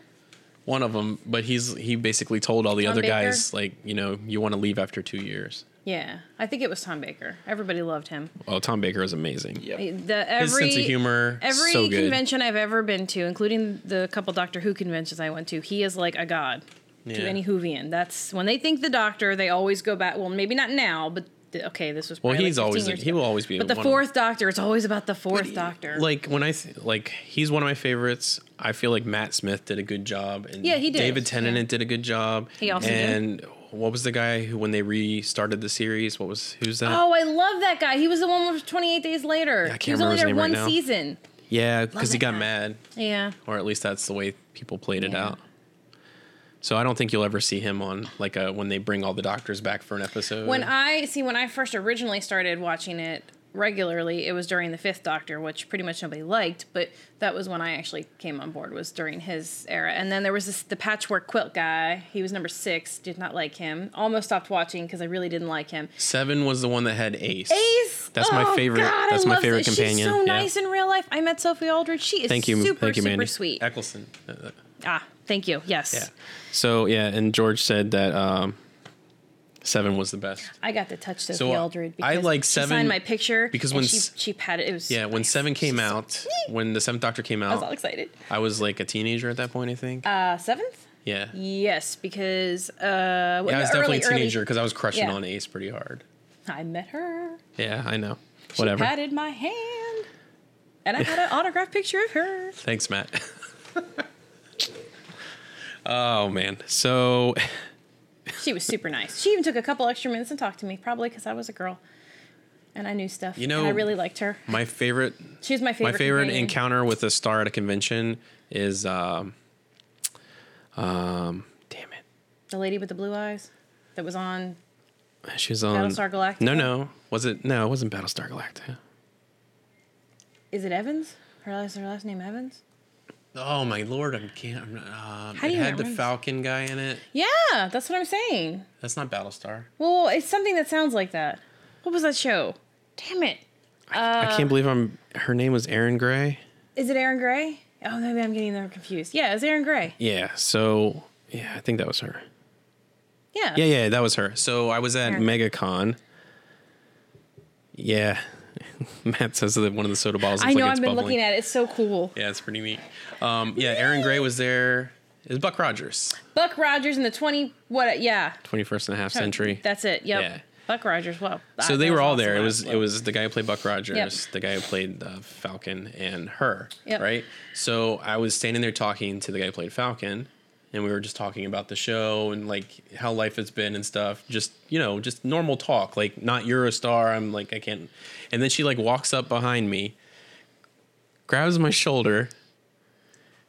[SPEAKER 1] One of them, but he's he basically told all the
[SPEAKER 2] Tom
[SPEAKER 1] other
[SPEAKER 2] Baker?
[SPEAKER 1] guys like you know you want to leave after two years.
[SPEAKER 2] Yeah. I think it was Tom Baker. Everybody loved him.
[SPEAKER 1] Oh, Tom Baker is amazing.
[SPEAKER 3] Yep.
[SPEAKER 2] Eh, the every
[SPEAKER 1] His sense of humor,
[SPEAKER 2] every
[SPEAKER 1] so good.
[SPEAKER 2] convention I've ever been to, including the couple Doctor Who conventions I went to, he is like a god
[SPEAKER 1] Yeah.
[SPEAKER 2] to any Whovian. That's when they think the Doctor, they always go back. Well, maybe not now, but th- okay, this was
[SPEAKER 1] Well,
[SPEAKER 2] probably like
[SPEAKER 1] he's
[SPEAKER 2] 15
[SPEAKER 1] always
[SPEAKER 2] years
[SPEAKER 1] he
[SPEAKER 2] ago.
[SPEAKER 1] will always be.
[SPEAKER 2] But the
[SPEAKER 1] one of-
[SPEAKER 2] fourth Doctor, it's always about the fourth Doctor.
[SPEAKER 1] like when I th- like he's one of my favorites. I feel like Matt Smith did a good job, and
[SPEAKER 2] Yeah, he did.
[SPEAKER 1] David Tennant
[SPEAKER 2] Yeah.
[SPEAKER 1] did a good job.
[SPEAKER 2] He also did.
[SPEAKER 1] and what was the guy who when they restarted the series? What was who's that?
[SPEAKER 2] oh, I love that guy. He was the one with Twenty Eight Days Later.
[SPEAKER 1] I can't
[SPEAKER 2] he was
[SPEAKER 1] remember
[SPEAKER 2] only
[SPEAKER 1] his
[SPEAKER 2] there
[SPEAKER 1] name right
[SPEAKER 2] one
[SPEAKER 1] now.
[SPEAKER 2] season.
[SPEAKER 1] yeah, because he
[SPEAKER 2] that
[SPEAKER 1] got
[SPEAKER 2] guy.
[SPEAKER 1] mad,
[SPEAKER 2] Yeah,
[SPEAKER 1] or at least that's the way people played it
[SPEAKER 2] Yeah.
[SPEAKER 1] out. So I don't think you'll ever see him on like a when they bring all the doctors back for an episode.
[SPEAKER 2] When I see when I first originally started watching it, regularly. It was during the Fifth Doctor, which pretty much nobody liked, but that was when I actually came on board. Was during his era, and then there was this the Patchwork Quilt guy. He was number six. Did not like him. Almost stopped watching because I really didn't like him.
[SPEAKER 1] Seven was the one that had Ace.
[SPEAKER 2] Ace.
[SPEAKER 1] That's my
[SPEAKER 2] Oh,
[SPEAKER 1] favorite-
[SPEAKER 2] God, I
[SPEAKER 1] that's my
[SPEAKER 2] love
[SPEAKER 1] favorite
[SPEAKER 2] She's
[SPEAKER 1] companion.
[SPEAKER 2] so
[SPEAKER 1] Yeah.
[SPEAKER 2] nice in real life. I met Sophie Aldred. She is
[SPEAKER 1] Thank you,
[SPEAKER 2] super,
[SPEAKER 1] thank you,
[SPEAKER 2] super
[SPEAKER 1] Mandy.
[SPEAKER 2] sweet.
[SPEAKER 1] Eccleston. Uh, uh,
[SPEAKER 2] Ah, thank you. Yes.
[SPEAKER 1] yeah. So yeah, and George said that um, Seven was the best.
[SPEAKER 2] I got to touch Sophie
[SPEAKER 1] So,
[SPEAKER 2] Aldred
[SPEAKER 1] I
[SPEAKER 2] because
[SPEAKER 1] like
[SPEAKER 2] she
[SPEAKER 1] Seven-
[SPEAKER 2] signed my picture
[SPEAKER 1] because
[SPEAKER 2] and
[SPEAKER 1] when
[SPEAKER 2] she,
[SPEAKER 1] s-
[SPEAKER 2] she patted it was
[SPEAKER 1] Yeah, when Seven came out, when the Seventh Doctor came
[SPEAKER 2] I was all
[SPEAKER 1] out,
[SPEAKER 2] excited.
[SPEAKER 1] I was like a teenager at that point. I think.
[SPEAKER 2] Uh, seventh?
[SPEAKER 1] yeah.
[SPEAKER 2] Yes, because uh,
[SPEAKER 1] Yeah, I was definitely
[SPEAKER 2] early,
[SPEAKER 1] a teenager because I was crushing
[SPEAKER 2] Yeah.
[SPEAKER 1] on Ace pretty hard.
[SPEAKER 2] Early, I met her.
[SPEAKER 1] Yeah, I know.
[SPEAKER 2] She
[SPEAKER 1] Whatever.
[SPEAKER 2] patted my hand, and I
[SPEAKER 1] [laughs]
[SPEAKER 2] had an autographed picture of her.
[SPEAKER 1] Thanks, Matt. [laughs] oh man. So
[SPEAKER 2] She was super nice. She even took a couple extra minutes and talked to me, probably because I was a girl, and I knew stuff.
[SPEAKER 1] You
[SPEAKER 2] and
[SPEAKER 1] know-
[SPEAKER 2] I really liked her.
[SPEAKER 1] my favorite
[SPEAKER 2] She was my favorite.
[SPEAKER 1] my favorite
[SPEAKER 2] companion.
[SPEAKER 1] encounter with a star at a convention is um um damn it.
[SPEAKER 2] The lady with the blue eyes that was on.
[SPEAKER 1] She was on
[SPEAKER 2] Battlestar Galactica?
[SPEAKER 1] No, no. Was it no, it wasn't Battlestar Galactica.
[SPEAKER 2] Is it Evans? Her last, her last name Evans.
[SPEAKER 1] Oh my lord, I can't I'm not- um,
[SPEAKER 2] How do
[SPEAKER 1] it
[SPEAKER 2] you
[SPEAKER 1] had
[SPEAKER 2] not
[SPEAKER 1] the
[SPEAKER 2] remember?
[SPEAKER 1] Falcon guy in it.
[SPEAKER 2] Yeah, that's what I'm saying.
[SPEAKER 1] That's not Battlestar.
[SPEAKER 2] Well, it's something that sounds like that. What was that show? Damn it.
[SPEAKER 1] I can't believe I'm her name was Erin Gray.
[SPEAKER 2] Is it Aaron Gray? Oh, maybe I'm getting them confused. Yeah, it's Aaron Gray.
[SPEAKER 1] Yeah, so yeah, I think that was her.
[SPEAKER 2] Yeah.
[SPEAKER 1] Yeah, yeah, that was her. So I was at
[SPEAKER 2] Her.
[SPEAKER 1] MegaCon. Yeah. [laughs] Matt says that one of the soda bottles
[SPEAKER 2] I
[SPEAKER 1] looks
[SPEAKER 2] know.
[SPEAKER 1] like
[SPEAKER 2] I've
[SPEAKER 1] it's
[SPEAKER 2] been
[SPEAKER 1] bubbling.
[SPEAKER 2] looking at it. It's so cool.
[SPEAKER 1] Yeah, it's pretty neat. Um, yeah, Aaron Gray was there. It was Buck Rogers,
[SPEAKER 2] Buck Rogers in the 20 what? Yeah.
[SPEAKER 1] 21st and a half century.
[SPEAKER 2] That's it. Yep.
[SPEAKER 1] Yeah.
[SPEAKER 2] Buck Rogers. Wow.
[SPEAKER 1] So
[SPEAKER 2] That-
[SPEAKER 1] they
[SPEAKER 2] that
[SPEAKER 1] were all
[SPEAKER 2] awesome.
[SPEAKER 1] there. It
[SPEAKER 2] I
[SPEAKER 1] was it
[SPEAKER 2] love-
[SPEAKER 1] was the guy who played Buck Rogers, the guy who played uh, Falcon, and her.
[SPEAKER 2] Yep.
[SPEAKER 1] Right. So I was standing there talking to the guy who played Falcon, and we were just talking about the show and like how life has been and stuff. Just you know, just normal talk. Like not Eurostar. I'm like I can't. And then she like walks up behind me, grabs my shoulder,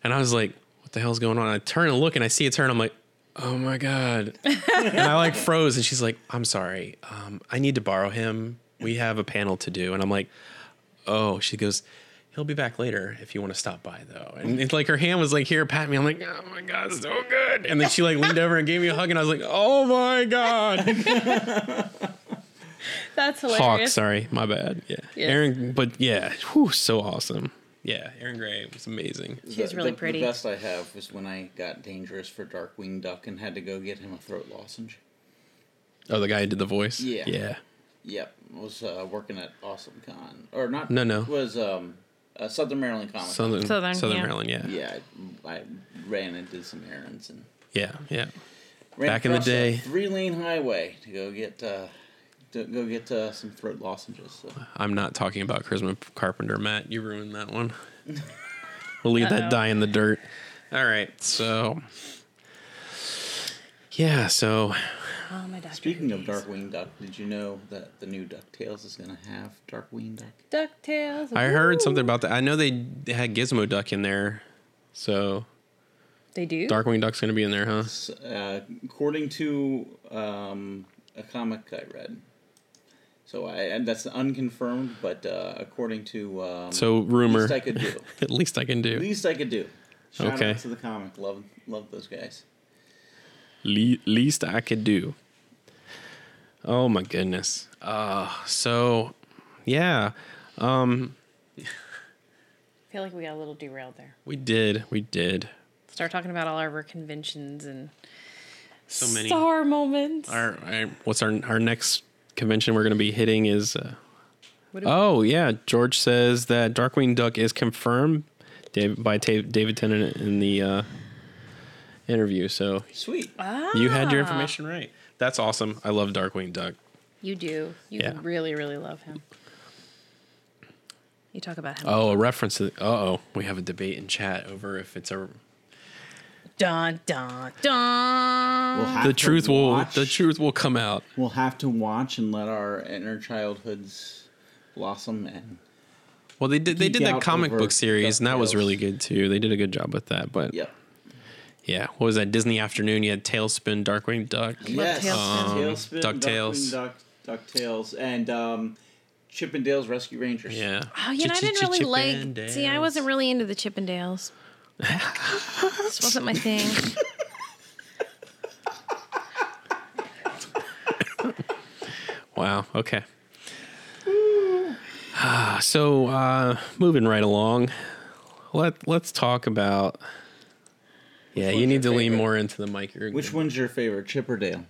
[SPEAKER 1] and I was like, "What the hell's going on?" I turn and look, and I see it's her, and I'm like. Oh my god! and I like froze, and she's like, "I'm sorry, um, I need to borrow him. We have a panel to do." And I'm like, "Oh," she goes, "He'll be back later if you want to stop by, though." And it's like her hand was like here, pat me. I'm like, "Oh my god, so good!" And then she like leaned over and gave me a hug, and I was like, "Oh my god!"
[SPEAKER 2] That's
[SPEAKER 1] Hawk,
[SPEAKER 2] hilarious.
[SPEAKER 1] sorry, my bad. Yeah,
[SPEAKER 2] Yes.
[SPEAKER 1] Aaron, but yeah, whew, so awesome. Yeah, Aaron Gray was amazing.
[SPEAKER 2] She was
[SPEAKER 3] The-
[SPEAKER 2] really
[SPEAKER 3] the,
[SPEAKER 2] pretty.
[SPEAKER 3] The best I have was when I got dangerous for Darkwing Duck and had to go get him a throat lozenge.
[SPEAKER 1] Oh, the guy who did the voice.
[SPEAKER 3] Yeah.
[SPEAKER 1] yeah.
[SPEAKER 3] Yep, was uh, working at Awesome Con or not?
[SPEAKER 1] No, no.
[SPEAKER 3] Was um, uh, Southern Maryland Comic. Con.
[SPEAKER 1] Southern Southern,
[SPEAKER 2] Southern, yeah.
[SPEAKER 1] Maryland. Yeah, yeah,
[SPEAKER 3] Yeah, I, I ran and did some errands and
[SPEAKER 1] yeah.
[SPEAKER 3] ran
[SPEAKER 1] Back in the
[SPEAKER 3] across a
[SPEAKER 1] day.
[SPEAKER 3] three-lane highway to go get uh, to go get uh, some throat lozenges. So.
[SPEAKER 1] I'm not talking about Charisma Carpenter, Matt. You ruined that one. we'll leave that
[SPEAKER 2] Uh-oh.
[SPEAKER 1] die in the dirt. All right, so yeah, so
[SPEAKER 2] oh, my Dr.
[SPEAKER 3] Speaking of
[SPEAKER 2] Who days.
[SPEAKER 3] Darkwing Duck, did you know that the new DuckTales is going to have Darkwing Duck?
[SPEAKER 2] DuckTales.
[SPEAKER 1] I heard
[SPEAKER 2] Woo.
[SPEAKER 1] something about that. I know they they had Gizmo Duck in there, so
[SPEAKER 2] They do?
[SPEAKER 1] Darkwing Duck's gonna be in there, huh? [laughs]
[SPEAKER 3] S- Uh, according to um, a comic I read. So I and that's unconfirmed, but uh, according to um,
[SPEAKER 1] So rumor.
[SPEAKER 3] least I
[SPEAKER 1] [laughs]
[SPEAKER 3] could do.
[SPEAKER 1] At least I can do.
[SPEAKER 3] least I could do. Shout
[SPEAKER 1] Okay.
[SPEAKER 3] out to the comic. Love love those guys.
[SPEAKER 1] Le- least I could do. Oh my goodness. Uh so yeah.
[SPEAKER 2] I feel like we got a little derailed there.
[SPEAKER 1] We did. We did.
[SPEAKER 2] Start talking about all of our conventions and
[SPEAKER 1] So many.
[SPEAKER 2] star moments.
[SPEAKER 1] Our, our what's our our next convention we're going to be hitting is. Uh,
[SPEAKER 2] What do we-
[SPEAKER 1] oh yeah, George says that Darkwing Duck is confirmed Dave, by Ta- David Tennant in the uh, interview. So
[SPEAKER 3] Sweet.
[SPEAKER 1] you had your information right. That's awesome. I love Darkwing Duck.
[SPEAKER 2] You do. You
[SPEAKER 1] Yeah.
[SPEAKER 2] really, really love him. You talk about him.
[SPEAKER 1] Oh, a reference to. Uh oh, we have a debate in chat over if it's a.
[SPEAKER 2] Dun dun dun.
[SPEAKER 3] We'll have
[SPEAKER 1] The
[SPEAKER 3] to
[SPEAKER 1] truth will.
[SPEAKER 3] watch-
[SPEAKER 1] The truth will come out.
[SPEAKER 3] We'll have to watch and let our inner childhoods blossom and
[SPEAKER 1] Well, they did. They
[SPEAKER 3] Geek
[SPEAKER 1] did that
[SPEAKER 3] out
[SPEAKER 1] comic
[SPEAKER 3] over
[SPEAKER 1] book series, and that was
[SPEAKER 3] DuckTales.
[SPEAKER 1] really good too. They did a good job with that. But
[SPEAKER 3] yep.
[SPEAKER 1] yeah, what was that? Disney Afternoon. You had Tailspin, Darkwing Duck.
[SPEAKER 2] Love Tailspin.
[SPEAKER 3] Tailspin,
[SPEAKER 1] Um, DuckTales.
[SPEAKER 3] Darkwing Duck, DuckTales, and um, Chippendales Rescue Rangers.
[SPEAKER 1] Yeah.
[SPEAKER 2] Oh, you know, I didn't really like. See, I
[SPEAKER 1] Chippendales.
[SPEAKER 2] wasn't really into
[SPEAKER 1] [laughs]
[SPEAKER 2] the Chippendales. this wasn't my thing.
[SPEAKER 1] Wow. Okay. Ah, so uh, moving right along, let let's talk about. Yeah, you
[SPEAKER 3] one's
[SPEAKER 1] need to
[SPEAKER 3] your
[SPEAKER 1] lean
[SPEAKER 3] favorite?
[SPEAKER 1] more into the mic. You're
[SPEAKER 3] Which one's your favorite, Chipperdale?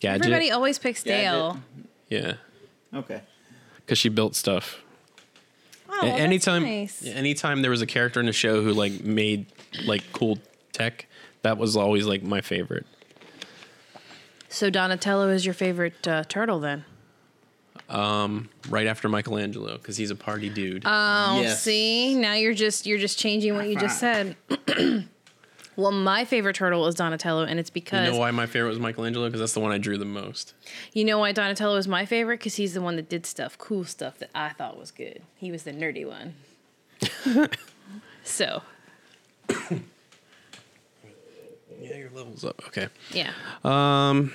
[SPEAKER 1] Gadget.
[SPEAKER 2] Everybody always picks
[SPEAKER 3] Gadget.
[SPEAKER 2] Dale.
[SPEAKER 1] yeah,
[SPEAKER 3] Okay.
[SPEAKER 1] because she built stuff.
[SPEAKER 2] Oh,
[SPEAKER 1] A-
[SPEAKER 2] that's
[SPEAKER 1] anytime,
[SPEAKER 2] nice.
[SPEAKER 1] anytime there was a character in the show who like made like cool tech, that was always like my favorite.
[SPEAKER 2] So Donatello is your favorite uh, turtle then?
[SPEAKER 1] Right after Michelangelo, because he's a party dude.
[SPEAKER 2] Oh,
[SPEAKER 3] Yes.
[SPEAKER 2] see, now you're just you're just changing what you just
[SPEAKER 3] five.
[SPEAKER 2] said. [clears throat] well, my favorite turtle is Donatello, and it's
[SPEAKER 1] you
[SPEAKER 2] because
[SPEAKER 1] know why my favorite was Michelangelo? Because that's the one I drew the most.
[SPEAKER 2] You know why Donatello is my favorite? Because he's the one that did stuff, cool stuff that I thought was good. He was the
[SPEAKER 1] [laughs]
[SPEAKER 2] nerdy one. so,
[SPEAKER 1] Yeah, your level's up. Okay.
[SPEAKER 2] yeah. Um.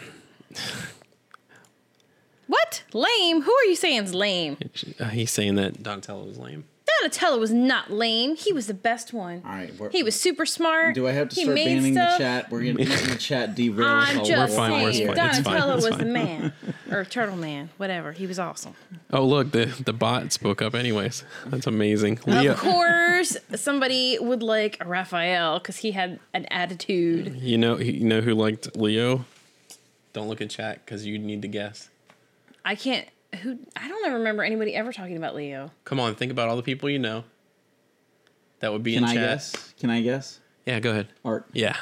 [SPEAKER 2] What? Lame? Who are you saying is lame?
[SPEAKER 1] Uh, he's saying that Donatello was lame.
[SPEAKER 2] Donatello was not lame. He was the best one.
[SPEAKER 3] All right, we're-
[SPEAKER 2] He was super smart.
[SPEAKER 3] Do I have to
[SPEAKER 2] He
[SPEAKER 3] start
[SPEAKER 2] made
[SPEAKER 3] banning
[SPEAKER 2] stuff.
[SPEAKER 3] the chat? We're gonna let the
[SPEAKER 2] [laughs]
[SPEAKER 3] chat derail us
[SPEAKER 2] I'm
[SPEAKER 3] all
[SPEAKER 2] just
[SPEAKER 1] We're fine, we're
[SPEAKER 2] saying,
[SPEAKER 1] fine. It's fine,
[SPEAKER 2] Donatello
[SPEAKER 1] it's
[SPEAKER 2] was the
[SPEAKER 1] fine.
[SPEAKER 2] man, or Turtle Man, whatever. He was awesome.
[SPEAKER 1] Oh, look, the, the bot spoke up anyways. That's amazing. Leo,
[SPEAKER 2] Of course, somebody would like Raphael because he had an attitude.
[SPEAKER 1] you know you know who liked Leo? Don't look at chat because you need to guess.
[SPEAKER 2] I can't. Who? I don't remember anybody ever talking about Leo.
[SPEAKER 1] Come on, think about all the people you know. That would be
[SPEAKER 3] Can
[SPEAKER 1] in
[SPEAKER 3] I
[SPEAKER 1] chat.
[SPEAKER 3] guess? Can I guess?
[SPEAKER 1] Yeah, go ahead.
[SPEAKER 3] Art.
[SPEAKER 1] Yeah.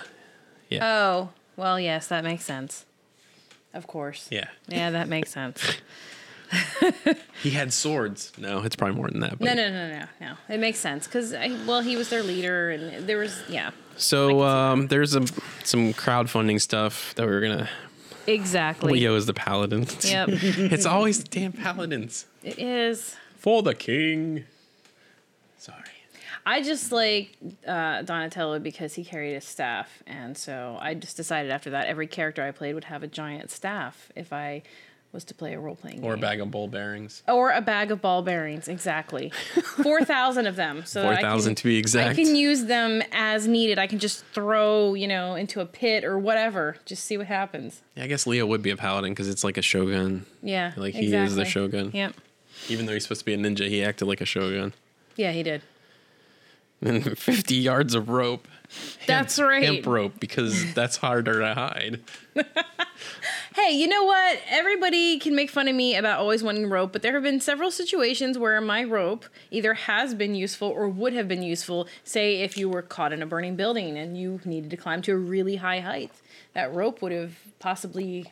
[SPEAKER 2] Oh, well, yes, that makes sense. Of course.
[SPEAKER 1] Yeah.
[SPEAKER 2] Yeah, that makes sense.
[SPEAKER 1] He had swords. No, it's probably more than that. But.
[SPEAKER 2] [laughs] No, no, no, no, no. It makes sense because well, he was their leader, and there was yeah,
[SPEAKER 1] So um, there's a, some crowdfunding stuff that we were going to.
[SPEAKER 2] exactly.
[SPEAKER 1] Leo is the paladin.
[SPEAKER 2] [laughs] Yep,
[SPEAKER 1] [laughs]
[SPEAKER 2] it
[SPEAKER 1] it's always damn paladins.
[SPEAKER 2] is.
[SPEAKER 1] For the king. Sorry.
[SPEAKER 2] I just like uh, Donatello because he carried a staff, and so I just decided after that every character I played would have a giant staff if I was to play a role playing
[SPEAKER 1] Or a
[SPEAKER 2] game.
[SPEAKER 1] bag of bowl bearings.
[SPEAKER 2] or a bag of ball bearings, [laughs] exactly, four thousand of them. So that I
[SPEAKER 1] Four
[SPEAKER 2] can-
[SPEAKER 1] thousand to be
[SPEAKER 2] I
[SPEAKER 1] exact.
[SPEAKER 2] can use them as needed. I can just throw, you know, into a pit or whatever. Just see what happens.
[SPEAKER 1] Yeah, I guess Leo would be a paladin because it's like a shogun.
[SPEAKER 2] Yeah,
[SPEAKER 1] Like, he is the shogun.
[SPEAKER 2] Yep.
[SPEAKER 1] Even though he's supposed to be a ninja, he acted like a shogun. [laughs]
[SPEAKER 2] Yeah, he did.
[SPEAKER 1] And fifty yards of rope.
[SPEAKER 2] That's
[SPEAKER 1] Hemp-
[SPEAKER 2] right.
[SPEAKER 1] Hemp rope because that's harder to hide.
[SPEAKER 2] Hey, you know what? Everybody can make fun of me about always wanting rope, but there have been several situations where my rope either has been useful or would have been useful. Say, if you were caught in a burning building and you needed to climb to a really high height, that rope would have possibly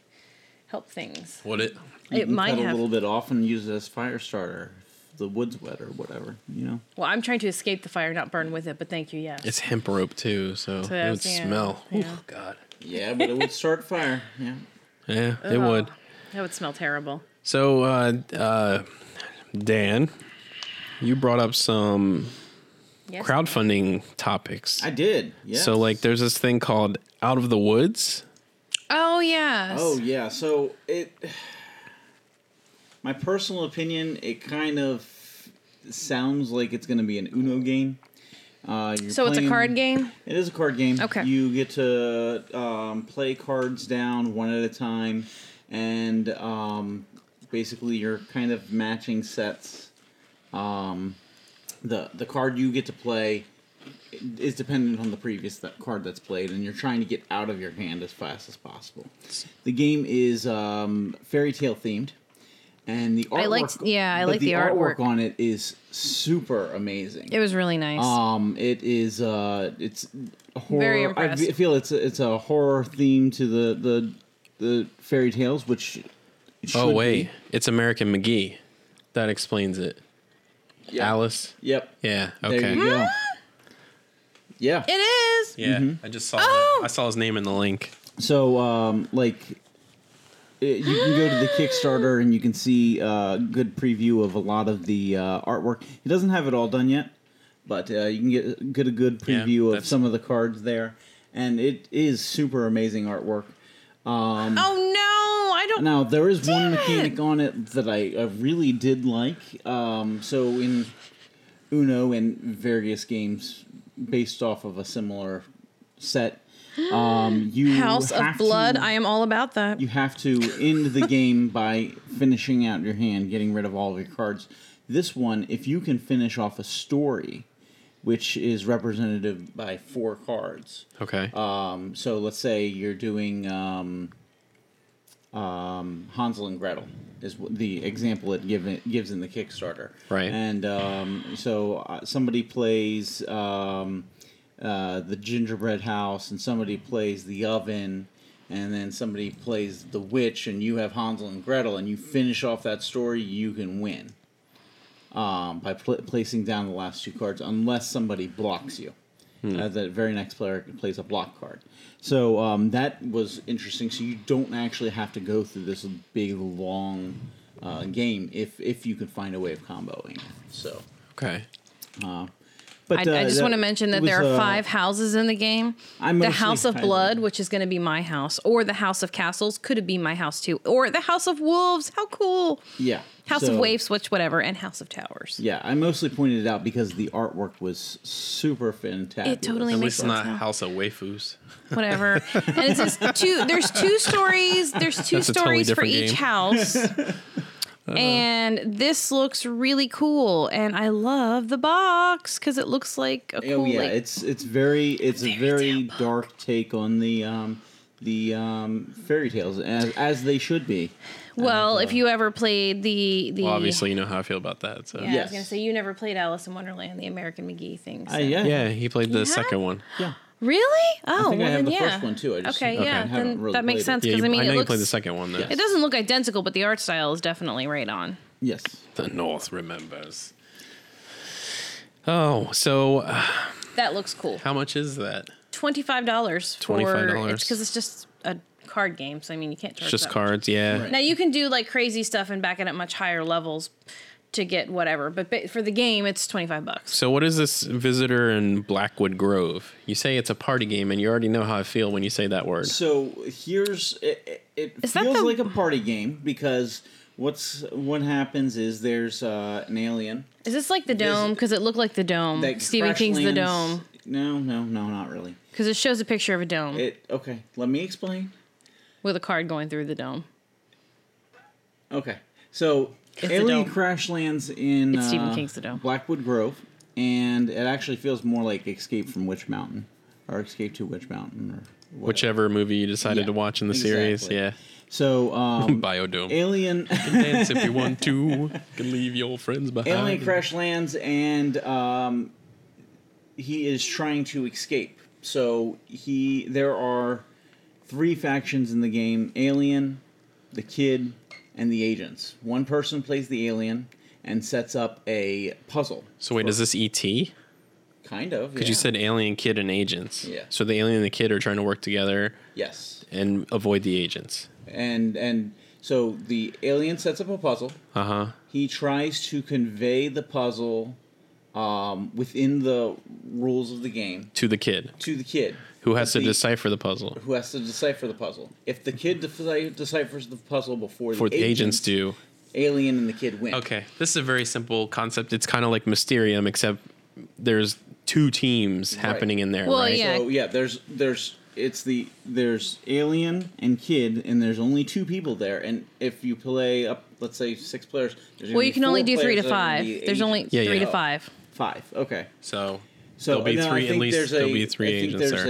[SPEAKER 2] helped things.
[SPEAKER 1] Would it?
[SPEAKER 3] You
[SPEAKER 2] it
[SPEAKER 3] can
[SPEAKER 2] might
[SPEAKER 3] cut
[SPEAKER 2] have.
[SPEAKER 3] a little bit off and use it as fire starter. if The wood's wet or whatever.
[SPEAKER 2] [laughs]
[SPEAKER 3] You know.
[SPEAKER 2] Well, I'm trying to escape the fire, not burn with it, but thank you, yes.
[SPEAKER 1] It's hemp rope too, so it would
[SPEAKER 2] that's- yeah,
[SPEAKER 1] smell.
[SPEAKER 2] yeah.
[SPEAKER 1] Oh god.
[SPEAKER 3] Yeah, but it would start fire. Yeah.
[SPEAKER 1] Yeah, it
[SPEAKER 2] Uh-huh.
[SPEAKER 1] would.
[SPEAKER 2] that would smell terrible.
[SPEAKER 1] So uh uh Dan, you brought up some
[SPEAKER 2] Yes.
[SPEAKER 1] crowdfunding topics.
[SPEAKER 3] I did. Yeah.
[SPEAKER 1] So like there's this thing called Out of the Woods.
[SPEAKER 2] Oh, yes.
[SPEAKER 3] Oh yeah. So it. My personal opinion, it kind of sounds like it's going to be an Uno game. Uh, you're
[SPEAKER 2] so it's a
[SPEAKER 3] playing-
[SPEAKER 2] card game?
[SPEAKER 3] It is a card game.
[SPEAKER 2] Okay.
[SPEAKER 3] You get to um, play cards down one at a time, and um, basically you're kind of matching sets. Um, the the card you get to play is dependent on the previous that card that's played, and you're trying to get out of your hand as fast as possible. The game is um, fairy tale themed, and the artwork.
[SPEAKER 2] I liked- yeah, I
[SPEAKER 3] but
[SPEAKER 2] like the artwork.
[SPEAKER 3] on it is super amazing.
[SPEAKER 2] It was really nice.
[SPEAKER 3] Um, it is uh, it's a horror.
[SPEAKER 2] Very
[SPEAKER 3] I
[SPEAKER 2] impressed.
[SPEAKER 3] fe- feel it's a, it's a horror theme to the the the fairy tales, which. it should
[SPEAKER 1] Oh
[SPEAKER 3] be.
[SPEAKER 1] wait, it's American McGee. That explains it.
[SPEAKER 3] Yeah.
[SPEAKER 1] Alice.
[SPEAKER 3] Yep.
[SPEAKER 1] Yeah.
[SPEAKER 3] There
[SPEAKER 1] Okay.
[SPEAKER 3] you go.
[SPEAKER 2] [laughs]
[SPEAKER 3] Yeah.
[SPEAKER 2] it is.
[SPEAKER 1] Yeah,
[SPEAKER 3] Mm-hmm.
[SPEAKER 1] I just saw.
[SPEAKER 2] Oh!
[SPEAKER 1] I saw his name in the link.
[SPEAKER 3] So, um, like, it, you can go to the Kickstarter and you can see a uh, good preview of a lot of the uh, artwork. It doesn't have it all done yet, but uh, you can get get a good
[SPEAKER 1] Yeah,
[SPEAKER 3] preview of
[SPEAKER 1] that's-
[SPEAKER 3] some of the cards there, and it is super amazing artwork.
[SPEAKER 2] oh no, I don't.
[SPEAKER 3] Now there is one
[SPEAKER 2] Damn it!
[SPEAKER 3] mechanic on it that I, I really did like. Um, so in Uno and various games based off of a similar set,
[SPEAKER 2] [gasps]
[SPEAKER 3] um, you
[SPEAKER 2] House of
[SPEAKER 3] have
[SPEAKER 2] Blood.
[SPEAKER 3] To,
[SPEAKER 2] I am all about that.
[SPEAKER 3] you have to end the game by finishing out your hand, getting rid of all of your cards. This one, if you can finish off a story, which is representative by four cards.
[SPEAKER 1] Okay.
[SPEAKER 3] Um, so let's say you're doing um, um, Hansel and Gretel is what the example it give gives in the Kickstarter.
[SPEAKER 1] Right.
[SPEAKER 3] And um, so uh, somebody plays um, uh, the gingerbread house, and somebody plays the oven. And then somebody plays the witch, and you have Hansel and Gretel, and you finish off that story, you can win um, by pl- placing down the last two cards, unless somebody blocks you. Uh, the very next player plays a block card. So um, that was interesting. So you don't actually have to go through this big long uh, game if if you can find a way of comboing. it. So,
[SPEAKER 1] okay.
[SPEAKER 3] but
[SPEAKER 2] I,
[SPEAKER 3] uh,
[SPEAKER 2] I just
[SPEAKER 3] that-
[SPEAKER 2] want to mention that
[SPEAKER 3] it
[SPEAKER 2] there
[SPEAKER 3] was,
[SPEAKER 2] are
[SPEAKER 3] uh,
[SPEAKER 2] five houses in the game.
[SPEAKER 3] I
[SPEAKER 2] the
[SPEAKER 3] mostly
[SPEAKER 2] House of
[SPEAKER 3] highlighted-
[SPEAKER 2] Blood, which is going to be my house, or the House of Castles, could it be my house too, or the House of Wolves. How cool!
[SPEAKER 3] Yeah.
[SPEAKER 2] House
[SPEAKER 3] so-
[SPEAKER 2] of Waves, which whatever, and House of Towers.
[SPEAKER 3] Yeah, I mostly pointed it out because the artwork was super Oh, fantastic.
[SPEAKER 2] totally
[SPEAKER 1] At
[SPEAKER 2] makes
[SPEAKER 1] least it's not
[SPEAKER 2] sense now.
[SPEAKER 1] House of Waifus.
[SPEAKER 3] [laughs]
[SPEAKER 2] Whatever. and it's just two. There's two stories. There's two
[SPEAKER 1] That's a totally
[SPEAKER 2] stories for
[SPEAKER 1] different
[SPEAKER 2] each
[SPEAKER 1] game.
[SPEAKER 3] [laughs]
[SPEAKER 2] house.
[SPEAKER 3] Uh-huh.
[SPEAKER 2] and this looks really cool, and I love the box because it looks like a cool.
[SPEAKER 3] Oh yeah,
[SPEAKER 2] like-
[SPEAKER 3] it's it's very it's a very dark take on the um the um fairy tales as as they should be.
[SPEAKER 2] well, if you ever played the the
[SPEAKER 1] Well, obviously, you know how I feel about that. So
[SPEAKER 2] Yeah, I was gonna
[SPEAKER 3] Yes.
[SPEAKER 2] say you never played Alice in Wonderland, the American McGee thing. so-
[SPEAKER 3] Uh, yeah,
[SPEAKER 1] Yeah, he played the
[SPEAKER 2] You
[SPEAKER 1] second
[SPEAKER 2] have?
[SPEAKER 1] one.
[SPEAKER 3] yeah.
[SPEAKER 2] Really? Oh,
[SPEAKER 3] I think
[SPEAKER 2] well,
[SPEAKER 3] I have
[SPEAKER 2] then,
[SPEAKER 3] the
[SPEAKER 2] yeah.
[SPEAKER 3] first one too. I just
[SPEAKER 2] okay, yeah,
[SPEAKER 3] haven't
[SPEAKER 2] then
[SPEAKER 3] really
[SPEAKER 2] that makes
[SPEAKER 3] played it.
[SPEAKER 2] sense
[SPEAKER 1] Yeah,
[SPEAKER 2] because
[SPEAKER 1] you,
[SPEAKER 2] I mean,
[SPEAKER 1] I
[SPEAKER 2] it
[SPEAKER 1] know you
[SPEAKER 2] looks,
[SPEAKER 1] played the second one. Though.
[SPEAKER 2] It doesn't look identical, but the art style is definitely right on.
[SPEAKER 3] Yes.
[SPEAKER 1] The North remembers. Oh, so uh,
[SPEAKER 2] That looks cool.
[SPEAKER 1] how much is that?
[SPEAKER 2] Twenty five dollars.
[SPEAKER 1] $25.
[SPEAKER 2] It's because it's just a card game, so I mean, you can't
[SPEAKER 1] It's
[SPEAKER 2] charge.
[SPEAKER 1] just
[SPEAKER 2] that much.
[SPEAKER 1] cards, yeah.
[SPEAKER 2] Now you can do like crazy stuff and back it at much higher levels to get whatever, but ba- for the game, it's twenty five bucks.
[SPEAKER 1] So what is this visitor in Blackwood Grove? You say it's a party game, and you already know how I feel when you say that word.
[SPEAKER 3] So here's it. it- It
[SPEAKER 2] Is that
[SPEAKER 3] feels
[SPEAKER 2] the-
[SPEAKER 3] like a party game because what's what happens is there's uh, an alien
[SPEAKER 2] Is this like the dome? Because it looked like the dome.
[SPEAKER 3] that
[SPEAKER 2] Stephen
[SPEAKER 3] crash
[SPEAKER 2] King's the
[SPEAKER 3] lands-
[SPEAKER 2] dome.
[SPEAKER 3] No, no, no, not really.
[SPEAKER 2] Because it shows a picture of a dome
[SPEAKER 3] It okay. Let me explain.
[SPEAKER 2] with a card going through the dome.
[SPEAKER 3] Okay. So
[SPEAKER 2] the
[SPEAKER 3] Alien
[SPEAKER 2] dome.
[SPEAKER 3] crash lands in
[SPEAKER 2] It's Stephen
[SPEAKER 3] uh,
[SPEAKER 2] King's The Dome.
[SPEAKER 3] Blackwood Grove, and it actually feels more like Escape from Witch Mountain or Escape to Witch Mountain or whatever.
[SPEAKER 1] Whichever movie you decided
[SPEAKER 3] Yeah,
[SPEAKER 1] to watch in the series,
[SPEAKER 3] exactly.
[SPEAKER 1] yeah. [laughs]
[SPEAKER 3] So um,
[SPEAKER 1] Biodome.
[SPEAKER 3] Alien [laughs]
[SPEAKER 1] Dance if you want to. You can leave your friends behind.
[SPEAKER 3] Alien crash lands and um, he is trying to escape. So he there are three factions in the game: Alien, the Kid, and the Agents. One person plays the Alien and sets up a puzzle.
[SPEAKER 1] So wait, is this ET? Because
[SPEAKER 3] Kind of.
[SPEAKER 1] you said alien kid and agents.
[SPEAKER 3] Yeah.
[SPEAKER 1] So the alien and the kid are trying to work together
[SPEAKER 3] yes,
[SPEAKER 1] and avoid the agents.
[SPEAKER 3] and and so the alien sets up a puzzle.
[SPEAKER 1] Uh huh.
[SPEAKER 3] He tries to convey the puzzle um, within the rules of the game
[SPEAKER 1] To the kid
[SPEAKER 3] to the kid,
[SPEAKER 1] who has to
[SPEAKER 3] But the-
[SPEAKER 1] decipher the puzzle.
[SPEAKER 3] who has to decipher the puzzle. If the kid defi- deciphers the puzzle before the,
[SPEAKER 1] For the agents
[SPEAKER 3] agents,
[SPEAKER 1] do.
[SPEAKER 3] alien and the kid win.
[SPEAKER 1] Okay, this is a very simple concept. It's kind of like Mysterium, except there's two teams happening in there.
[SPEAKER 2] Well,
[SPEAKER 1] right?
[SPEAKER 2] yeah.
[SPEAKER 3] So yeah, there's there's it's the there's alien and kid, and there's only two people there. And if you play up, let's say six players. There's gonna
[SPEAKER 2] Well,
[SPEAKER 3] be
[SPEAKER 2] you can only
[SPEAKER 3] four
[SPEAKER 2] do three to
[SPEAKER 3] players that are gonna
[SPEAKER 2] five.
[SPEAKER 3] be
[SPEAKER 2] There's only
[SPEAKER 3] agents.
[SPEAKER 1] Yeah,
[SPEAKER 2] three
[SPEAKER 1] yeah.
[SPEAKER 2] to five.
[SPEAKER 3] five. Okay.
[SPEAKER 1] So,
[SPEAKER 3] So
[SPEAKER 1] there'll be
[SPEAKER 3] no, I
[SPEAKER 1] three. At
[SPEAKER 3] think
[SPEAKER 1] least
[SPEAKER 3] there's
[SPEAKER 1] there'll
[SPEAKER 3] a-
[SPEAKER 1] be three
[SPEAKER 3] I think
[SPEAKER 1] agents
[SPEAKER 3] there's